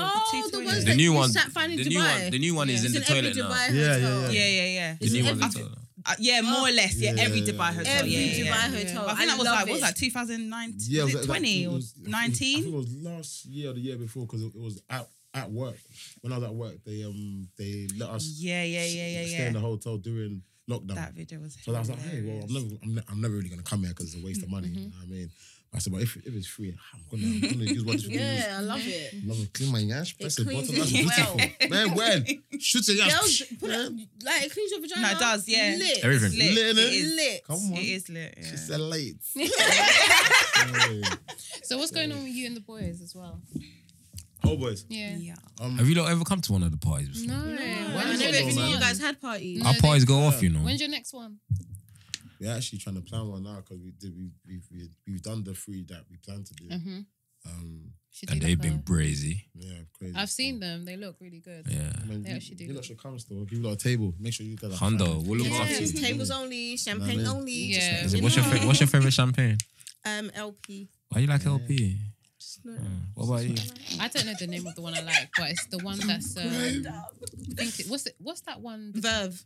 [SPEAKER 1] two
[SPEAKER 3] the ones
[SPEAKER 1] toilets.
[SPEAKER 5] The
[SPEAKER 3] that
[SPEAKER 5] new
[SPEAKER 3] you
[SPEAKER 5] one.
[SPEAKER 3] sat finding
[SPEAKER 5] The
[SPEAKER 3] Dubai.
[SPEAKER 5] new one. The new one is
[SPEAKER 2] Yeah.
[SPEAKER 5] in
[SPEAKER 3] It's
[SPEAKER 5] the
[SPEAKER 3] in every
[SPEAKER 5] toilet now.
[SPEAKER 3] Dubai
[SPEAKER 4] Yeah,
[SPEAKER 3] hotel.
[SPEAKER 4] yeah,
[SPEAKER 1] Yeah, yeah, yeah.
[SPEAKER 5] The new
[SPEAKER 1] Every-
[SPEAKER 5] one
[SPEAKER 1] I
[SPEAKER 5] in the
[SPEAKER 1] think-
[SPEAKER 5] toilet.
[SPEAKER 1] uh, yeah, more or less. Yeah,
[SPEAKER 4] Ah. Yeah.
[SPEAKER 1] every Dubai hotel.
[SPEAKER 3] Every
[SPEAKER 1] yeah, yeah,
[SPEAKER 3] Dubai
[SPEAKER 1] yeah.
[SPEAKER 3] hotel.
[SPEAKER 1] I think that was
[SPEAKER 3] love
[SPEAKER 1] like what was
[SPEAKER 3] it.
[SPEAKER 1] that 2009,
[SPEAKER 4] Yeah,
[SPEAKER 1] was
[SPEAKER 4] but
[SPEAKER 1] it 20 or
[SPEAKER 4] was- I
[SPEAKER 1] 19?
[SPEAKER 4] think it was last year or the year before because it, it was at at work. When I was at work, they um they let us
[SPEAKER 1] Yeah, yeah, yeah, yeah,
[SPEAKER 4] stay
[SPEAKER 1] yeah.
[SPEAKER 4] in the hotel during lockdown.
[SPEAKER 1] That video was.
[SPEAKER 4] so I was like, hey, well, I'm
[SPEAKER 1] hilarious. Mm-hmm.
[SPEAKER 4] never I'm, ne- I'm never really gonna come here because it's a waste of money. You know what I mean, I said, but if, if it's free, I'm gonna, I'm gonna use what it's free.
[SPEAKER 3] Yeah, I love it.
[SPEAKER 4] I'm gonna clean my ass, press the
[SPEAKER 3] cleans
[SPEAKER 4] button.
[SPEAKER 3] it
[SPEAKER 4] That's beautiful. Man, when shoot your
[SPEAKER 3] Girls,
[SPEAKER 4] ass,
[SPEAKER 3] put it, like it cleans your vagina.
[SPEAKER 1] No, it does, yeah.
[SPEAKER 3] Lit.
[SPEAKER 5] Everything.
[SPEAKER 1] Lit,
[SPEAKER 4] Lit,
[SPEAKER 1] it
[SPEAKER 4] innit?
[SPEAKER 1] is.
[SPEAKER 3] Lit.
[SPEAKER 4] come on,
[SPEAKER 1] It is lit. yeah.
[SPEAKER 4] she's a late.
[SPEAKER 2] So what's going on with you and the boys as well?
[SPEAKER 4] Oh boys,
[SPEAKER 2] Yeah.
[SPEAKER 1] Yeah.
[SPEAKER 4] um,
[SPEAKER 5] Have you lot ever come to one of the parties before?
[SPEAKER 2] No.
[SPEAKER 3] I
[SPEAKER 2] When's
[SPEAKER 3] never
[SPEAKER 2] your
[SPEAKER 4] not,
[SPEAKER 3] even
[SPEAKER 2] next
[SPEAKER 3] knew
[SPEAKER 4] man?
[SPEAKER 3] you
[SPEAKER 2] one?
[SPEAKER 3] guys had parties.
[SPEAKER 2] No,
[SPEAKER 5] Our
[SPEAKER 2] they-
[SPEAKER 5] parties go off, you know.
[SPEAKER 2] When's your next one?
[SPEAKER 4] We're actually trying to plan one now because we did we we we we've done the three that we planned to do.
[SPEAKER 2] Mm-hmm.
[SPEAKER 4] Um,
[SPEAKER 5] and they've been brazy.
[SPEAKER 4] yeah, crazy.
[SPEAKER 2] I've seen them. They look really good.
[SPEAKER 5] Yeah.
[SPEAKER 4] I mean,
[SPEAKER 2] They
[SPEAKER 4] you-
[SPEAKER 2] actually do
[SPEAKER 4] You lot
[SPEAKER 2] look-
[SPEAKER 4] should come still. Give you lot a table. Make sure you guys. are fine.
[SPEAKER 5] Hondo, we'll look
[SPEAKER 2] Yeah.
[SPEAKER 5] after
[SPEAKER 3] Yes,
[SPEAKER 5] you.
[SPEAKER 3] tables only, champagne
[SPEAKER 4] Nah, man.
[SPEAKER 3] only.
[SPEAKER 2] Yeah.
[SPEAKER 5] Is it,
[SPEAKER 3] You
[SPEAKER 5] what's, your
[SPEAKER 3] know.
[SPEAKER 5] fa- what's your favorite champagne?
[SPEAKER 3] Um, LP.
[SPEAKER 5] Why you like
[SPEAKER 4] Yeah.
[SPEAKER 5] LP?
[SPEAKER 3] Just not-
[SPEAKER 5] Yeah. What about you?
[SPEAKER 2] I don't know the name of the one I like, but it's the one that's. Uh, I think it, what's it, What's that one?
[SPEAKER 3] Verve.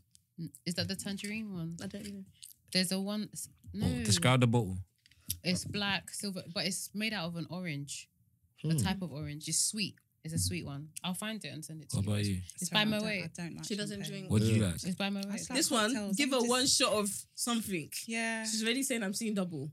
[SPEAKER 2] Is that the tangerine one?
[SPEAKER 3] I don't even.
[SPEAKER 2] There's a one. No,
[SPEAKER 5] Oh, describe the bottle.
[SPEAKER 2] it's black, silver, but it's made out of an orange,
[SPEAKER 4] Hmm.
[SPEAKER 5] Hmm.
[SPEAKER 2] a type of orange. It's sweet. It's a sweet one. I'll find it and send it to
[SPEAKER 5] What
[SPEAKER 2] you.
[SPEAKER 5] about you?
[SPEAKER 2] It's
[SPEAKER 1] Sorry,
[SPEAKER 2] by
[SPEAKER 1] I
[SPEAKER 2] my
[SPEAKER 1] don't-
[SPEAKER 2] way.
[SPEAKER 1] I don't like
[SPEAKER 3] She doesn't
[SPEAKER 1] champagne.
[SPEAKER 3] drink.
[SPEAKER 5] What do you
[SPEAKER 4] Yeah.
[SPEAKER 5] like?
[SPEAKER 2] It's by my way.
[SPEAKER 1] That's like-
[SPEAKER 3] This one,
[SPEAKER 1] cocktails,
[SPEAKER 3] give her
[SPEAKER 1] I'm
[SPEAKER 3] one
[SPEAKER 1] just-
[SPEAKER 3] shot of something.
[SPEAKER 1] Yeah.
[SPEAKER 3] She's already saying I'm seeing double.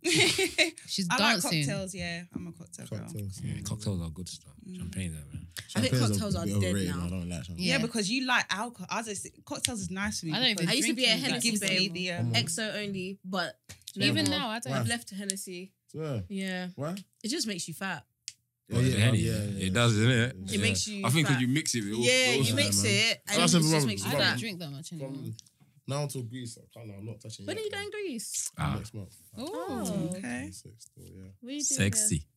[SPEAKER 2] She's
[SPEAKER 1] I like
[SPEAKER 2] dancing.
[SPEAKER 1] cocktails. Yeah, I'm a cocktail girl.
[SPEAKER 4] Cocktails.
[SPEAKER 5] Yeah, cocktails are good stuff.
[SPEAKER 3] Mm.
[SPEAKER 5] Champagne's that
[SPEAKER 3] I
[SPEAKER 5] man.
[SPEAKER 3] think
[SPEAKER 4] Champagne's a
[SPEAKER 3] cocktails are
[SPEAKER 4] bit
[SPEAKER 3] dead
[SPEAKER 4] overrated,
[SPEAKER 3] now.
[SPEAKER 4] I don't like champagne.
[SPEAKER 1] Yeah.
[SPEAKER 2] Yeah.
[SPEAKER 1] because you like alcohol. I just cocktails is nice for me.
[SPEAKER 2] I don't even
[SPEAKER 1] because
[SPEAKER 3] I used to be a
[SPEAKER 1] It
[SPEAKER 2] drinking that.
[SPEAKER 3] Hennessy
[SPEAKER 1] gives me
[SPEAKER 3] babe.
[SPEAKER 1] the
[SPEAKER 4] Come
[SPEAKER 1] um,
[SPEAKER 4] on.
[SPEAKER 3] EXO only, but no
[SPEAKER 2] Even
[SPEAKER 3] more.
[SPEAKER 2] now, I don't.
[SPEAKER 4] Wow.
[SPEAKER 3] I've left Hennessy.
[SPEAKER 4] Swear.
[SPEAKER 3] Yeah,
[SPEAKER 4] Why?
[SPEAKER 3] it just makes you fat.
[SPEAKER 5] Oh, yeah, Henny. It does, doesn't it?
[SPEAKER 4] It
[SPEAKER 3] It makes you.
[SPEAKER 5] I think
[SPEAKER 3] fat.
[SPEAKER 5] because you mix it. it all-
[SPEAKER 3] Yeah,
[SPEAKER 5] it all-
[SPEAKER 3] you mix
[SPEAKER 4] man.
[SPEAKER 3] it, and
[SPEAKER 4] That's a
[SPEAKER 3] it just
[SPEAKER 4] problem.
[SPEAKER 3] makes you
[SPEAKER 2] I
[SPEAKER 4] Problem.
[SPEAKER 2] don't
[SPEAKER 3] fat.
[SPEAKER 2] drink that much anymore.
[SPEAKER 4] From now until Greece, I can't, I'm not touching.
[SPEAKER 3] When are
[SPEAKER 4] yet,
[SPEAKER 3] you
[SPEAKER 4] man.
[SPEAKER 3] going Greece?
[SPEAKER 5] Ah.
[SPEAKER 4] Next month.
[SPEAKER 2] Oh,
[SPEAKER 1] okay.
[SPEAKER 4] Six, still, yeah.
[SPEAKER 3] What are you doing
[SPEAKER 5] Sexy.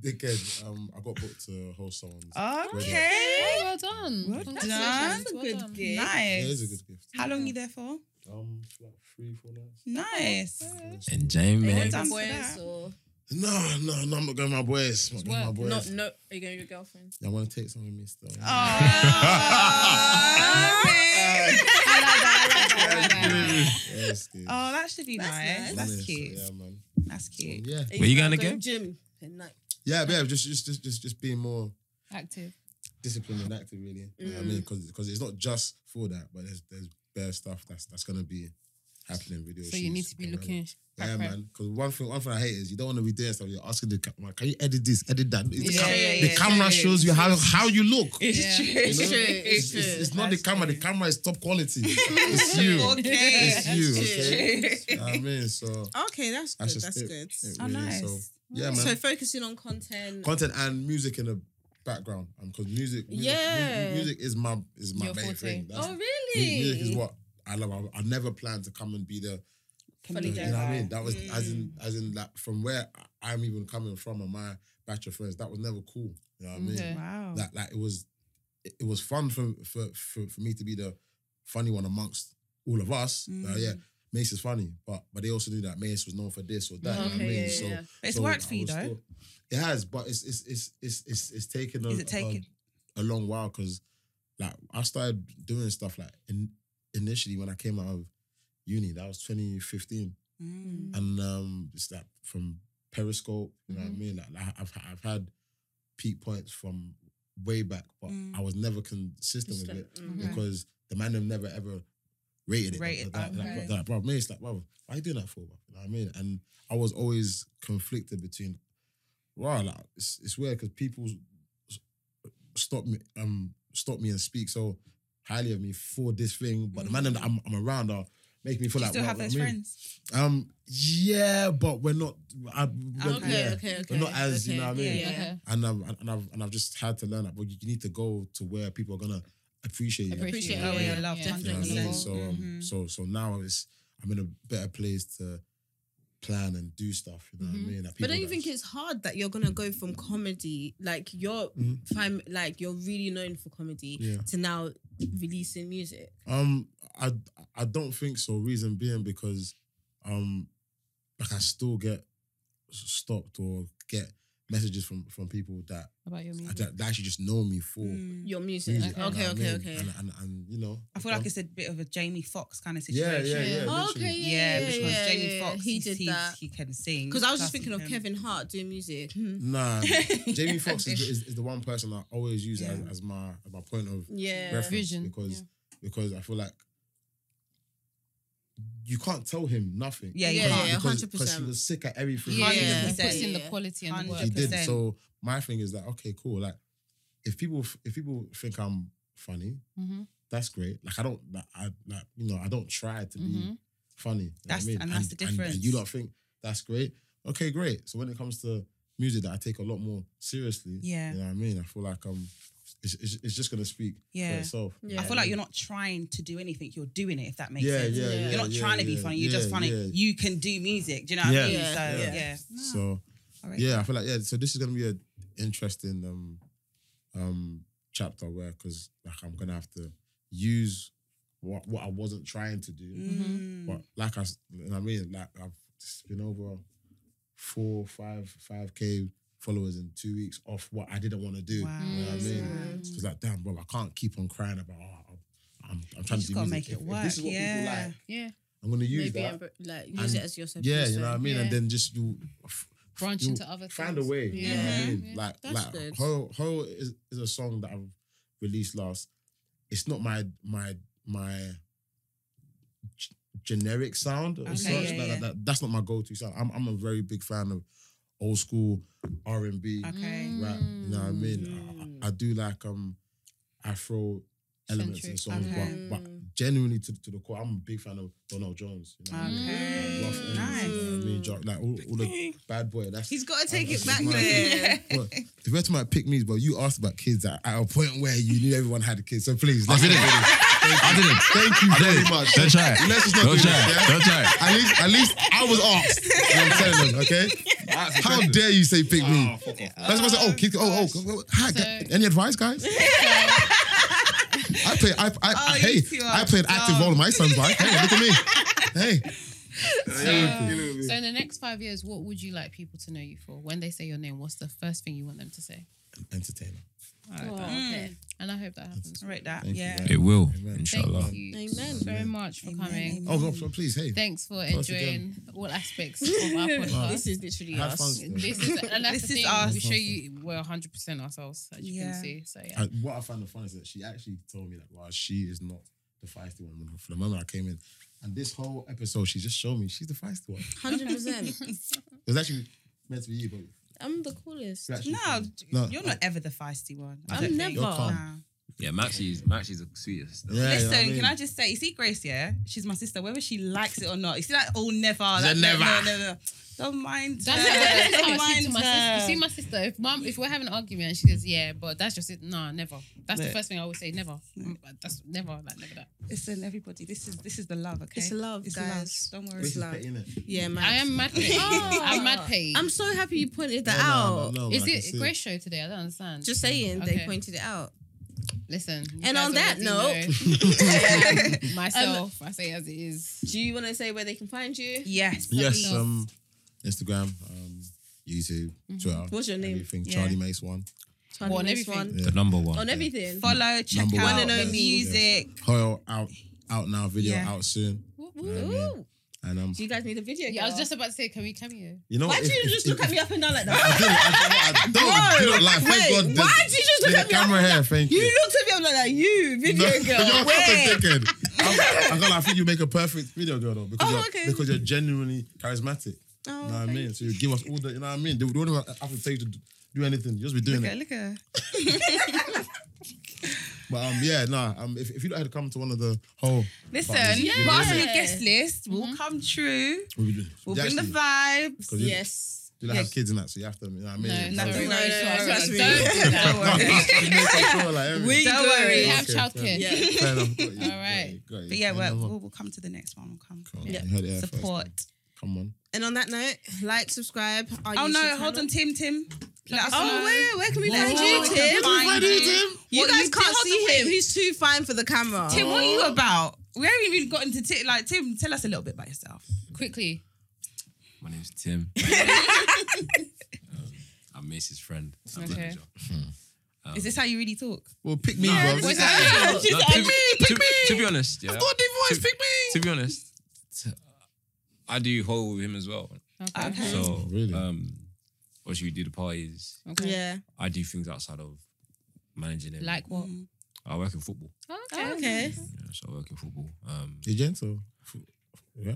[SPEAKER 4] Dickhead. Um, I got booked to host someone's.
[SPEAKER 1] um, Okay.
[SPEAKER 2] well done.
[SPEAKER 1] Well done.
[SPEAKER 2] Congratulations. Well
[SPEAKER 3] Good
[SPEAKER 2] done.
[SPEAKER 3] gift.
[SPEAKER 4] Yeah, it
[SPEAKER 1] Nice.
[SPEAKER 4] is a good gift.
[SPEAKER 1] How long you there for?
[SPEAKER 4] Um, for like three, four nights.
[SPEAKER 1] Nice. Oh.
[SPEAKER 3] there? Are you
[SPEAKER 5] Enjoyment.
[SPEAKER 1] done
[SPEAKER 3] going
[SPEAKER 1] for
[SPEAKER 3] with boys
[SPEAKER 1] that.
[SPEAKER 3] or
[SPEAKER 4] No, no, no, I'm not going with my boys. I'm not going with my boys.
[SPEAKER 3] not? No, are you going with your girlfriend?
[SPEAKER 4] I want to take some with me still.
[SPEAKER 1] Oh, okay.
[SPEAKER 2] I like that. I like that. I like that.
[SPEAKER 4] Yes, dude.
[SPEAKER 1] Oh, that should be
[SPEAKER 3] That's
[SPEAKER 1] nice.
[SPEAKER 3] nice.
[SPEAKER 1] That's
[SPEAKER 4] Honest,
[SPEAKER 1] cute.
[SPEAKER 4] Yeah, man.
[SPEAKER 1] That's cute.
[SPEAKER 4] Yeah.
[SPEAKER 5] Where you going
[SPEAKER 3] Go
[SPEAKER 5] again?
[SPEAKER 3] Gym. And like,
[SPEAKER 4] Yeah, yeah, just just just just just being more
[SPEAKER 2] Active.
[SPEAKER 4] disciplined and active, really. You know what I
[SPEAKER 2] Mm.
[SPEAKER 4] mean, because it's not just for that, but there's there's bare stuff that's that's gonna be happening. Video.
[SPEAKER 2] So you
[SPEAKER 4] shoots
[SPEAKER 2] need to be
[SPEAKER 4] and whatever.
[SPEAKER 2] looking.
[SPEAKER 4] Yeah, man. Because one thing, one thing I hate is you don't want to be doing stuff. You're asking the camera, can you edit this, edit that? It's the
[SPEAKER 2] Yeah,
[SPEAKER 4] cam-
[SPEAKER 2] yeah,
[SPEAKER 4] the
[SPEAKER 2] yeah,
[SPEAKER 4] camera
[SPEAKER 1] yeah.
[SPEAKER 4] shows you how how you look.
[SPEAKER 1] It's
[SPEAKER 2] Yeah.
[SPEAKER 1] true.
[SPEAKER 4] You know?
[SPEAKER 3] It's true.
[SPEAKER 4] It's,
[SPEAKER 3] It's true.
[SPEAKER 4] it's- it's not the
[SPEAKER 1] That's
[SPEAKER 4] camera. The
[SPEAKER 1] true.
[SPEAKER 4] camera is top quality. It's you.
[SPEAKER 1] Okay.
[SPEAKER 4] It's you.
[SPEAKER 3] That's true.
[SPEAKER 4] Okay. You know what I mean, so
[SPEAKER 3] Okay, that's good.
[SPEAKER 4] that's
[SPEAKER 3] That's,
[SPEAKER 4] just it.
[SPEAKER 3] good.
[SPEAKER 4] It
[SPEAKER 1] Oh,
[SPEAKER 4] really-
[SPEAKER 1] nice.
[SPEAKER 4] So, yeah,
[SPEAKER 3] So
[SPEAKER 4] man.
[SPEAKER 3] focusing on content.
[SPEAKER 4] Content and music in the background, because music, music,
[SPEAKER 3] Yeah.
[SPEAKER 4] mu- music is my is my
[SPEAKER 2] Your
[SPEAKER 4] main
[SPEAKER 2] forte.
[SPEAKER 4] thing. That's-
[SPEAKER 3] oh
[SPEAKER 4] mu-
[SPEAKER 3] really?
[SPEAKER 4] Music is what I love. I, I never planned to come and be the
[SPEAKER 3] Fully
[SPEAKER 4] you know what I mean?
[SPEAKER 1] That-
[SPEAKER 4] That was as
[SPEAKER 3] Mm.
[SPEAKER 4] in as in like from where I- I'm even coming from and my batch of friends, that was never cool. You know what I mean?
[SPEAKER 2] Okay.
[SPEAKER 3] Oh.
[SPEAKER 1] Wow.
[SPEAKER 4] That like it was it, it was fun for, for for for me to be the funny one amongst all of us.
[SPEAKER 3] Mm.
[SPEAKER 4] Like, yeah, Mace is funny, but but they also knew that Mace was known for this or that. you know what I
[SPEAKER 3] Okay,
[SPEAKER 4] mean?
[SPEAKER 3] yeah,
[SPEAKER 4] so,
[SPEAKER 3] yeah.
[SPEAKER 1] But it's
[SPEAKER 4] so
[SPEAKER 1] worked
[SPEAKER 4] I
[SPEAKER 1] for you
[SPEAKER 4] was
[SPEAKER 1] though.
[SPEAKER 4] still- it has, but it's it's it's it's it's, it's taken a,
[SPEAKER 1] Is it taken-
[SPEAKER 4] a, a long while because like I started doing stuff like in, initially when I came out of uni, that was 2015
[SPEAKER 1] Mm.
[SPEAKER 4] and um, it's like from Periscope. You
[SPEAKER 1] Mm-hmm.
[SPEAKER 4] know what I mean? Like, like, I've I've had peak points from way back, but
[SPEAKER 1] Mm.
[SPEAKER 4] I was never consistent with it
[SPEAKER 1] Okay.
[SPEAKER 3] Mm-hmm.
[SPEAKER 4] because the man have never ever rated it.
[SPEAKER 1] Rated,
[SPEAKER 4] like, like,
[SPEAKER 1] okay.
[SPEAKER 4] like, like, bro, me, it's like, bro, why you doing that for? Bro? You know what I mean? And I was always conflicted between, wow, like it's, it's weird because people s- stop me, um, stop me and speak so highly of me for this thing, but the man them that I'm, I'm around are. Make me feel
[SPEAKER 1] Do Mm-hmm. you still
[SPEAKER 4] like wow,
[SPEAKER 1] have
[SPEAKER 4] you know
[SPEAKER 1] those
[SPEAKER 4] what I mean?
[SPEAKER 1] friends?
[SPEAKER 4] Um, yeah, but we're not. I, we're,
[SPEAKER 3] Oh, Okay,
[SPEAKER 4] yeah.
[SPEAKER 3] okay, okay.
[SPEAKER 4] But not as, you know what I mean?
[SPEAKER 3] Yeah,
[SPEAKER 2] Okay.
[SPEAKER 4] And I've and I've and I've just had to learn that. But you need to go to where people are gonna appreciate you.
[SPEAKER 2] Appreciate
[SPEAKER 1] Oh,
[SPEAKER 2] yeah,
[SPEAKER 1] yeah, love,
[SPEAKER 2] yeah.
[SPEAKER 4] You know what I
[SPEAKER 1] 100%.
[SPEAKER 4] mean? So, um,
[SPEAKER 3] Mm-hmm.
[SPEAKER 1] Mhm.
[SPEAKER 4] so, so now it's I'm in a better place to plan and do stuff. You know what I mean? That
[SPEAKER 3] Mm-hmm. But
[SPEAKER 4] people
[SPEAKER 3] don't you
[SPEAKER 4] that-
[SPEAKER 3] think it's hard that you're gonna go from comedy, like you're
[SPEAKER 4] Mhm.
[SPEAKER 3] fam- like you're really known for comedy,
[SPEAKER 4] Yeah.
[SPEAKER 3] to now releasing music?
[SPEAKER 4] Um, I I don't think so. Reason being because, um, like I still get stopped or get messages from from people that
[SPEAKER 2] About your music.
[SPEAKER 4] that, that actually just know me for.
[SPEAKER 1] Mm.
[SPEAKER 3] Your music.
[SPEAKER 4] music.
[SPEAKER 3] Okay, okay,
[SPEAKER 4] you know what I
[SPEAKER 3] okay.
[SPEAKER 4] mean? And, and, and you know,
[SPEAKER 1] I feel like it's a bit of a Jamie Fox kind of
[SPEAKER 4] yeah,
[SPEAKER 1] situation.
[SPEAKER 4] yeah, yeah.
[SPEAKER 2] Yeah.
[SPEAKER 3] Oh,
[SPEAKER 4] literally.
[SPEAKER 3] okay,
[SPEAKER 1] Yeah,
[SPEAKER 3] yeah, yeah, yeah.
[SPEAKER 1] because
[SPEAKER 3] yeah,
[SPEAKER 1] Jamie
[SPEAKER 3] yeah.
[SPEAKER 1] Fox,
[SPEAKER 3] He
[SPEAKER 1] he,
[SPEAKER 3] did
[SPEAKER 1] sees-
[SPEAKER 3] that.
[SPEAKER 1] he can sing.
[SPEAKER 3] Because I was just
[SPEAKER 1] Plus
[SPEAKER 3] thinking of
[SPEAKER 1] he can-
[SPEAKER 3] Kevin Hart doing music. Hmm.
[SPEAKER 4] Nah, Jamie Foxx is, is, is the one person I always use as,
[SPEAKER 1] Yeah.
[SPEAKER 4] as my as my point of
[SPEAKER 3] Yeah.
[SPEAKER 4] reference
[SPEAKER 2] Vision,
[SPEAKER 4] because
[SPEAKER 2] yeah.
[SPEAKER 4] because I feel like you can't tell him nothing.
[SPEAKER 1] Yeah, yeah.
[SPEAKER 3] Yeah, yeah.
[SPEAKER 4] because,
[SPEAKER 3] 100%.
[SPEAKER 4] because he was sick at everything.
[SPEAKER 2] Yeah,
[SPEAKER 1] Yeah.
[SPEAKER 2] he puts in the
[SPEAKER 3] Yeah.
[SPEAKER 2] quality and the work.
[SPEAKER 4] he did.
[SPEAKER 1] 100%.
[SPEAKER 4] So my thing is that okay, cool. Like if people if people think I'm funny,
[SPEAKER 2] Mhm.
[SPEAKER 4] that's great. Like I don't like I like you know I don't try to be
[SPEAKER 2] Mhm.
[SPEAKER 4] funny. you know what
[SPEAKER 1] Mm-hmm. That's-
[SPEAKER 4] I mean?
[SPEAKER 1] and that's the difference.
[SPEAKER 4] And you don't think that's great? Okay, great. So when it comes to music that I take a lot more seriously,
[SPEAKER 1] Yeah.
[SPEAKER 4] you know what I mean. I feel like um, it's it's, it's just gonna speak
[SPEAKER 1] Yeah.
[SPEAKER 4] for itself. you
[SPEAKER 3] I
[SPEAKER 1] I
[SPEAKER 4] know what
[SPEAKER 1] feel like
[SPEAKER 4] mean?
[SPEAKER 1] you're not trying to do anything. You're doing it, if that makes
[SPEAKER 4] Yeah,
[SPEAKER 1] sense.
[SPEAKER 4] yeah,
[SPEAKER 3] Yeah.
[SPEAKER 4] yeah.
[SPEAKER 1] You're not
[SPEAKER 4] yeah,
[SPEAKER 1] trying to be
[SPEAKER 4] yeah,
[SPEAKER 1] funny. You're just
[SPEAKER 4] yeah,
[SPEAKER 1] funny.
[SPEAKER 4] yeah.
[SPEAKER 1] You can do music. Do you know what I
[SPEAKER 4] Yeah.
[SPEAKER 1] mean?
[SPEAKER 3] Yeah.
[SPEAKER 1] So,
[SPEAKER 3] Yeah.
[SPEAKER 1] yeah.
[SPEAKER 4] So
[SPEAKER 1] All right.
[SPEAKER 4] yeah, I feel like yeah. So this is gonna be an interesting um um chapter where because like I'm gonna have to use what what I wasn't trying to do.
[SPEAKER 3] Mm-hmm.
[SPEAKER 1] Mm.
[SPEAKER 4] But like I, s- you know what I mean, like I've just been over four, five, five k followers in two weeks off what I didn't want to do.
[SPEAKER 1] Wow.
[SPEAKER 4] You know what I mean?
[SPEAKER 1] Mm.
[SPEAKER 2] Mm-hmm.
[SPEAKER 4] It's like damn, bro, I can't keep on crying about. Oh, I'm, I'm, I'm trying
[SPEAKER 1] just
[SPEAKER 4] to do
[SPEAKER 1] gotta make
[SPEAKER 4] music.
[SPEAKER 1] it
[SPEAKER 4] If- if this
[SPEAKER 1] work,
[SPEAKER 4] is what people
[SPEAKER 1] yeah.
[SPEAKER 4] like.
[SPEAKER 3] Mm-hmm.
[SPEAKER 2] Yeah.
[SPEAKER 4] I'm gonna use
[SPEAKER 3] Maybe
[SPEAKER 4] that.
[SPEAKER 3] embr- like use
[SPEAKER 4] And-
[SPEAKER 3] it as your self.
[SPEAKER 4] yeah, you know what I mean. And
[SPEAKER 2] Yeah.
[SPEAKER 4] then just you f-
[SPEAKER 2] Branch
[SPEAKER 4] you
[SPEAKER 2] into other
[SPEAKER 4] Find a
[SPEAKER 2] things.
[SPEAKER 4] way. You know what I
[SPEAKER 2] Yeah.
[SPEAKER 4] mean?
[SPEAKER 2] Yeah.
[SPEAKER 4] Like,
[SPEAKER 3] That's
[SPEAKER 4] like
[SPEAKER 3] good.
[SPEAKER 4] Ho Ho is, is a song that I've released last. It's not my my my g- generic sound or
[SPEAKER 1] Okay,
[SPEAKER 4] such.
[SPEAKER 1] yeah,
[SPEAKER 4] Like,
[SPEAKER 1] yeah.
[SPEAKER 4] like, that- that's not my go-to sound. I'm I'm a very big fan of old school R and B rap.
[SPEAKER 1] Okay.
[SPEAKER 2] Mm-hmm.
[SPEAKER 4] You know what I mean?
[SPEAKER 3] Mm.
[SPEAKER 4] I, I do like um Afro elements in
[SPEAKER 2] Centric.
[SPEAKER 4] songs,
[SPEAKER 1] Okay.
[SPEAKER 3] Hmm.
[SPEAKER 4] but but genuinely to, to the core, I'm a big fan of Donald Jones. You know what I mean?
[SPEAKER 1] Okay.
[SPEAKER 4] rough elements,
[SPEAKER 1] Ah, Nice.
[SPEAKER 4] you know what I mean? Jo- Like all, all the bad boy. That's
[SPEAKER 3] He's got to take
[SPEAKER 4] that's
[SPEAKER 3] it back
[SPEAKER 4] mine.
[SPEAKER 3] there.
[SPEAKER 4] Well, the rest might pick me, but you asked about kids at, at a point where you knew everyone had kids. So please, let's
[SPEAKER 8] didn't.
[SPEAKER 4] I didn't. Thank you very much.
[SPEAKER 8] Don't try it.
[SPEAKER 4] Let's just not
[SPEAKER 8] Don't
[SPEAKER 4] do
[SPEAKER 8] try
[SPEAKER 4] this,
[SPEAKER 8] it.
[SPEAKER 4] yeah?
[SPEAKER 8] Don't try it.
[SPEAKER 4] At least, at least I was asked. You know what I'm telling them, okay? How dare you say pick me? That's why I said, oh, kid, oh, oh, oh, hi, gu- any advice, guys? I play, I, I, I-
[SPEAKER 1] Oh, you
[SPEAKER 4] hey,
[SPEAKER 1] two
[SPEAKER 4] I
[SPEAKER 1] are
[SPEAKER 4] play an active
[SPEAKER 1] dumb.
[SPEAKER 4] role in my son's life. Hey, look at me. Hey,
[SPEAKER 2] So in the next five years, what would you like people to know you for? When they say your name, what's the first thing you want them to say?
[SPEAKER 4] entertainer.
[SPEAKER 2] Oh,
[SPEAKER 3] mm.
[SPEAKER 2] okay. And I hope that happens.
[SPEAKER 1] I rate that.
[SPEAKER 4] Thank you,
[SPEAKER 1] yeah.
[SPEAKER 4] man.
[SPEAKER 5] It will,
[SPEAKER 4] Amen.
[SPEAKER 2] Thank
[SPEAKER 5] inshallah.
[SPEAKER 2] you
[SPEAKER 3] Amen.
[SPEAKER 2] so much for
[SPEAKER 1] Amen,
[SPEAKER 2] coming.
[SPEAKER 1] amen.
[SPEAKER 4] Oh, God, so please, hey.
[SPEAKER 2] Thanks for
[SPEAKER 4] Once
[SPEAKER 2] enjoying all aspects of our podcast.
[SPEAKER 3] this is literally
[SPEAKER 4] Have
[SPEAKER 3] us.
[SPEAKER 4] fun.
[SPEAKER 2] This is, and that's
[SPEAKER 1] This
[SPEAKER 2] the
[SPEAKER 1] is
[SPEAKER 2] thing.
[SPEAKER 1] us.
[SPEAKER 2] We show you we're 100 percent ourselves, as you
[SPEAKER 1] Yeah.
[SPEAKER 2] can see. So yeah,
[SPEAKER 4] And what I found the fun is that she actually told me that, wow, she is not the feisty one. From the moment I came in, and this whole episode, she just showed me she's the feisty one. It
[SPEAKER 3] Hundred percent.
[SPEAKER 4] was actually meant to be you, but you
[SPEAKER 3] I'm the coolest.
[SPEAKER 4] actually
[SPEAKER 1] No,
[SPEAKER 4] told me.
[SPEAKER 1] you're not ever the feisty one. I
[SPEAKER 3] I'm
[SPEAKER 1] don't
[SPEAKER 3] never.
[SPEAKER 1] think.
[SPEAKER 4] You're calm.
[SPEAKER 1] Nah.
[SPEAKER 5] Yeah, Maxi's Maxi's the sweetest.
[SPEAKER 4] Yeah, you know what I
[SPEAKER 1] Listen,
[SPEAKER 4] mean?
[SPEAKER 1] can I just say, you see Grace, yeah? She's my sister, whether she likes it or not. You see that all never. Like, no,
[SPEAKER 4] never.
[SPEAKER 1] No, no, no. Don't mind
[SPEAKER 2] that's
[SPEAKER 1] her.
[SPEAKER 2] that's
[SPEAKER 1] Don't
[SPEAKER 2] how I see
[SPEAKER 1] mind
[SPEAKER 2] to my
[SPEAKER 1] her.
[SPEAKER 2] sister. You see my sister. If mom, if we're having an argument, and she says, "Yeah, but that's just it." Nah, never. That's the
[SPEAKER 1] Look.
[SPEAKER 2] first thing I always say. Never. Mm, but That's never. Like never that.
[SPEAKER 1] Listen, everybody, this is this is the love, okay?
[SPEAKER 3] It's love,
[SPEAKER 1] It's
[SPEAKER 3] guys.
[SPEAKER 1] love. Don't worry.
[SPEAKER 4] This is
[SPEAKER 3] love.
[SPEAKER 4] petty, innit?
[SPEAKER 3] Yeah, man.
[SPEAKER 2] I am mad. Paid.
[SPEAKER 3] Oh.
[SPEAKER 2] I'm mad paid.
[SPEAKER 3] I'm so happy you pointed that
[SPEAKER 4] No, no,
[SPEAKER 3] out.
[SPEAKER 4] no, no,
[SPEAKER 2] Is
[SPEAKER 4] I can
[SPEAKER 2] it
[SPEAKER 4] see
[SPEAKER 2] a Grace show today? I don't understand.
[SPEAKER 3] Just saying,
[SPEAKER 2] Okay.
[SPEAKER 3] they pointed it out.
[SPEAKER 2] listen. you
[SPEAKER 3] And
[SPEAKER 2] guys
[SPEAKER 3] on that
[SPEAKER 2] already know. myself, I say as it is.
[SPEAKER 3] Do you want to say where they can find you?
[SPEAKER 1] Yes.
[SPEAKER 4] Yes,
[SPEAKER 1] please.
[SPEAKER 4] um, Instagram, um, YouTube, Twitter.
[SPEAKER 3] What's your name?
[SPEAKER 4] Everything.
[SPEAKER 1] Yeah.
[SPEAKER 4] Charlie Mace one.
[SPEAKER 3] Charlie
[SPEAKER 2] Well, on
[SPEAKER 3] Mace
[SPEAKER 2] everything.
[SPEAKER 4] Yeah.
[SPEAKER 5] The number one.
[SPEAKER 2] Oh,
[SPEAKER 3] On everything.
[SPEAKER 1] Follow, check
[SPEAKER 4] Number
[SPEAKER 1] out
[SPEAKER 4] one.
[SPEAKER 1] the
[SPEAKER 4] Yes,
[SPEAKER 1] music.
[SPEAKER 4] Hoyle out, out now. Video
[SPEAKER 1] Yeah.
[SPEAKER 4] out soon.
[SPEAKER 2] Woo,
[SPEAKER 4] You know
[SPEAKER 2] woo.
[SPEAKER 4] what I mean?
[SPEAKER 3] Ooh.
[SPEAKER 4] And um,
[SPEAKER 3] Do you guys need a video?
[SPEAKER 2] Yeah, I was
[SPEAKER 3] girl?
[SPEAKER 2] just about to say, can we uh, cameo?
[SPEAKER 4] you know,
[SPEAKER 3] Why do
[SPEAKER 4] if-
[SPEAKER 3] you
[SPEAKER 4] if-
[SPEAKER 3] just
[SPEAKER 4] if-
[SPEAKER 3] look at me up and down like
[SPEAKER 4] I
[SPEAKER 3] that?
[SPEAKER 4] do. I do. I don't. You don't like. Thank
[SPEAKER 3] Wait,
[SPEAKER 4] God.
[SPEAKER 3] why
[SPEAKER 4] there's-
[SPEAKER 3] did you just look
[SPEAKER 4] there's
[SPEAKER 3] at
[SPEAKER 4] a
[SPEAKER 3] me?
[SPEAKER 4] Camera here. Thank you.
[SPEAKER 3] You looked at me up like that. You, video girl.
[SPEAKER 4] You're
[SPEAKER 3] Wait.
[SPEAKER 4] such a dickhead. I'm, I'm gonna, I think you make a perfect video girl though because,
[SPEAKER 3] Oh,
[SPEAKER 4] you're,
[SPEAKER 3] okay.
[SPEAKER 4] because you're genuinely charismatic.
[SPEAKER 3] Oh,
[SPEAKER 4] you know what I
[SPEAKER 3] thank
[SPEAKER 4] mean? So you give us all the, you know what I mean? They don't even have to tell you to do anything. You just be doing
[SPEAKER 1] Look
[SPEAKER 4] it.
[SPEAKER 1] at, look at her.
[SPEAKER 4] But um, yeah, nah. Um, if, if you don't have to come to one of the whole,
[SPEAKER 1] Listen,
[SPEAKER 4] parties,
[SPEAKER 1] yeah.
[SPEAKER 4] we'll
[SPEAKER 1] pass
[SPEAKER 4] be
[SPEAKER 1] on
[SPEAKER 4] doing
[SPEAKER 1] your
[SPEAKER 4] it.
[SPEAKER 1] guest list. We'll come true.
[SPEAKER 4] We'll be doing it.
[SPEAKER 1] We'll
[SPEAKER 4] Actually,
[SPEAKER 1] bring the vibes.
[SPEAKER 4] 'cause you-
[SPEAKER 3] Yes.
[SPEAKER 4] You don't have
[SPEAKER 1] yeah.
[SPEAKER 4] kids in that, so you have to. You know what I mean?
[SPEAKER 2] No,
[SPEAKER 4] You
[SPEAKER 2] sorry.
[SPEAKER 4] have
[SPEAKER 1] Don't
[SPEAKER 4] to-
[SPEAKER 1] worry,
[SPEAKER 3] No, no,
[SPEAKER 1] sorry.
[SPEAKER 3] trust me.
[SPEAKER 1] Don't
[SPEAKER 4] No,
[SPEAKER 1] worry. Don't worry.
[SPEAKER 4] you make sure, like, everything.
[SPEAKER 3] We
[SPEAKER 1] Don't
[SPEAKER 3] good.
[SPEAKER 1] worry.
[SPEAKER 2] We
[SPEAKER 1] Yeah,
[SPEAKER 2] have childcare.
[SPEAKER 3] Yeah.
[SPEAKER 4] Fair enough. Got you, got you,
[SPEAKER 2] right.
[SPEAKER 4] got you.
[SPEAKER 1] But yeah,
[SPEAKER 4] Fair
[SPEAKER 1] we're,
[SPEAKER 4] enough.
[SPEAKER 1] we'll, we'll come to the next one. We'll come.
[SPEAKER 4] Come on,
[SPEAKER 1] Yeah.
[SPEAKER 4] you heard it here first.
[SPEAKER 1] Support.
[SPEAKER 4] Come on.
[SPEAKER 3] And on that note, like, subscribe. our
[SPEAKER 1] Oh
[SPEAKER 3] YouTube
[SPEAKER 1] no, hold
[SPEAKER 3] channel.
[SPEAKER 1] on, Tim. Tim. Let us know.
[SPEAKER 3] Oh, wait, where can we
[SPEAKER 1] Where
[SPEAKER 3] find
[SPEAKER 1] can
[SPEAKER 3] you,
[SPEAKER 1] we
[SPEAKER 3] Tim?
[SPEAKER 1] find Where can we find you? you?
[SPEAKER 3] You
[SPEAKER 1] What
[SPEAKER 3] guys
[SPEAKER 1] you-
[SPEAKER 3] can't
[SPEAKER 1] hold on,
[SPEAKER 3] see
[SPEAKER 1] wait.
[SPEAKER 3] him. He's too fine for the camera.
[SPEAKER 1] Tim, what are you
[SPEAKER 5] Oh.
[SPEAKER 1] about? We haven't even gotten to Tim. Like Tim, tell us a little bit about yourself.
[SPEAKER 2] Quickly.
[SPEAKER 5] My name's Tim. um, I'm Mace's friend. and
[SPEAKER 2] Okay.
[SPEAKER 5] manager. Um,
[SPEAKER 1] Is this how you really talk?
[SPEAKER 4] Well, pick me, bro.
[SPEAKER 2] What's
[SPEAKER 4] Just-
[SPEAKER 2] that?
[SPEAKER 5] no, to, be- to- to be honest, yeah. to, to be honest, t- I do whole with him as well.
[SPEAKER 2] Okay.
[SPEAKER 1] Okay.
[SPEAKER 5] So
[SPEAKER 4] Really?
[SPEAKER 5] um, obviously we do the parties.
[SPEAKER 2] okay.
[SPEAKER 3] Yeah.
[SPEAKER 5] I do things outside of managing him.
[SPEAKER 2] Like what?
[SPEAKER 3] Mm.
[SPEAKER 2] Oh,
[SPEAKER 5] I work in football.
[SPEAKER 2] Okay.
[SPEAKER 3] okay.
[SPEAKER 5] You know, so I work in football. Um,
[SPEAKER 4] You're gentle. Yeah.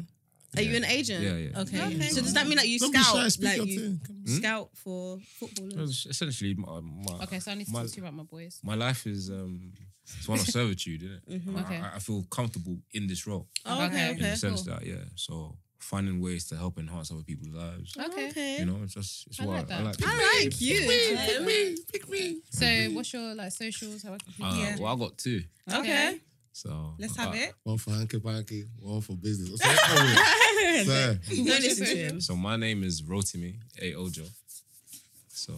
[SPEAKER 3] Are you
[SPEAKER 5] Yeah.
[SPEAKER 3] an agent?
[SPEAKER 5] Yeah, yeah.
[SPEAKER 3] Okay.
[SPEAKER 2] Okay.
[SPEAKER 3] So does that mean that you
[SPEAKER 4] Don't be
[SPEAKER 3] scout?
[SPEAKER 4] shy. Speak
[SPEAKER 3] like
[SPEAKER 4] your
[SPEAKER 3] you
[SPEAKER 4] thing. Come on.
[SPEAKER 3] scout for footballers?
[SPEAKER 5] it's essentially, my, my
[SPEAKER 2] Mm. Okay, so I need to
[SPEAKER 5] My-
[SPEAKER 2] talk to you about my boys.
[SPEAKER 5] my life is um, it's one of servitude, isn't it?
[SPEAKER 3] Mhm.
[SPEAKER 5] I-
[SPEAKER 2] Mm-hmm. Okay.
[SPEAKER 5] I, I feel comfortable in this role.
[SPEAKER 3] Oh, okay.
[SPEAKER 5] in
[SPEAKER 3] Okay.
[SPEAKER 5] the sense
[SPEAKER 2] cool.
[SPEAKER 5] that yeah so finding ways to help enhance other people's lives
[SPEAKER 2] Okay.
[SPEAKER 5] you know it's just it's
[SPEAKER 2] I
[SPEAKER 5] what
[SPEAKER 2] like that.
[SPEAKER 5] I like
[SPEAKER 3] I like you.
[SPEAKER 2] Pick me,
[SPEAKER 3] Pick me.
[SPEAKER 2] So what's your like socials? How I can
[SPEAKER 5] uh,
[SPEAKER 1] Yeah.
[SPEAKER 5] well I got two
[SPEAKER 3] Okay.
[SPEAKER 5] so uh,
[SPEAKER 1] Let's
[SPEAKER 5] I-
[SPEAKER 1] have it.
[SPEAKER 4] One for hanky panky, one for business. So, oh, wait. So,
[SPEAKER 3] Don't listen to him.
[SPEAKER 5] so my name is Rotimi A Ojo so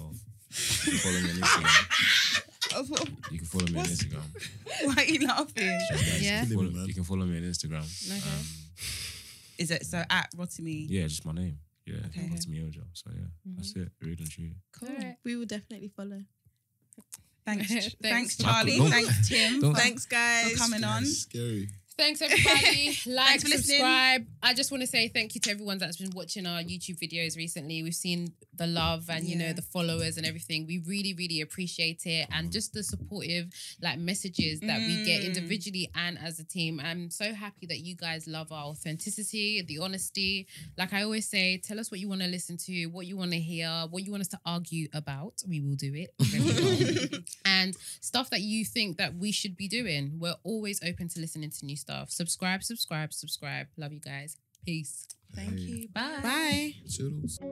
[SPEAKER 5] you can follow me on Instagram you can follow me on Instagram
[SPEAKER 1] Why are you laughing?
[SPEAKER 2] Yeah.
[SPEAKER 4] Killing me,
[SPEAKER 5] follow,
[SPEAKER 4] man.
[SPEAKER 5] you can follow me on Instagram
[SPEAKER 2] Okay.
[SPEAKER 5] um,
[SPEAKER 1] Is it so at Rotimi?
[SPEAKER 5] yeah just my name yeah
[SPEAKER 1] Okay.
[SPEAKER 5] Rotimi Ojo so yeah that's it read and true
[SPEAKER 3] Cool.
[SPEAKER 2] Alright.
[SPEAKER 3] We will definitely follow.
[SPEAKER 1] Thanks,
[SPEAKER 2] Thanks.
[SPEAKER 1] thanks, Charlie.
[SPEAKER 5] Don't-
[SPEAKER 1] Thanks, Tim.
[SPEAKER 5] don't-
[SPEAKER 1] for-
[SPEAKER 3] Thanks, guys.
[SPEAKER 1] for coming on.
[SPEAKER 4] That's Scary.
[SPEAKER 2] Thanks everybody. like,
[SPEAKER 1] Thanks for listening.
[SPEAKER 2] subscribe. I just want to say thank you to everyone that's been watching our YouTube videos recently. We've seen the love and you know
[SPEAKER 1] Yeah.
[SPEAKER 2] the followers and everything. We really, really appreciate it and just the supportive like messages that we get
[SPEAKER 1] Mm.
[SPEAKER 2] individually and as a team. I'm so happy that you guys love our authenticity, the honesty. Like I always say, tell us what you want to listen to, what you want to hear, what you want us to argue about. We will do it. and stuff that you think that we should be doing. We're always open to listening to new stuff. Subscribe, subscribe, subscribe. Love you guys. Peace.
[SPEAKER 1] Thank you.
[SPEAKER 2] Bye.
[SPEAKER 3] Bye.
[SPEAKER 4] Toodles.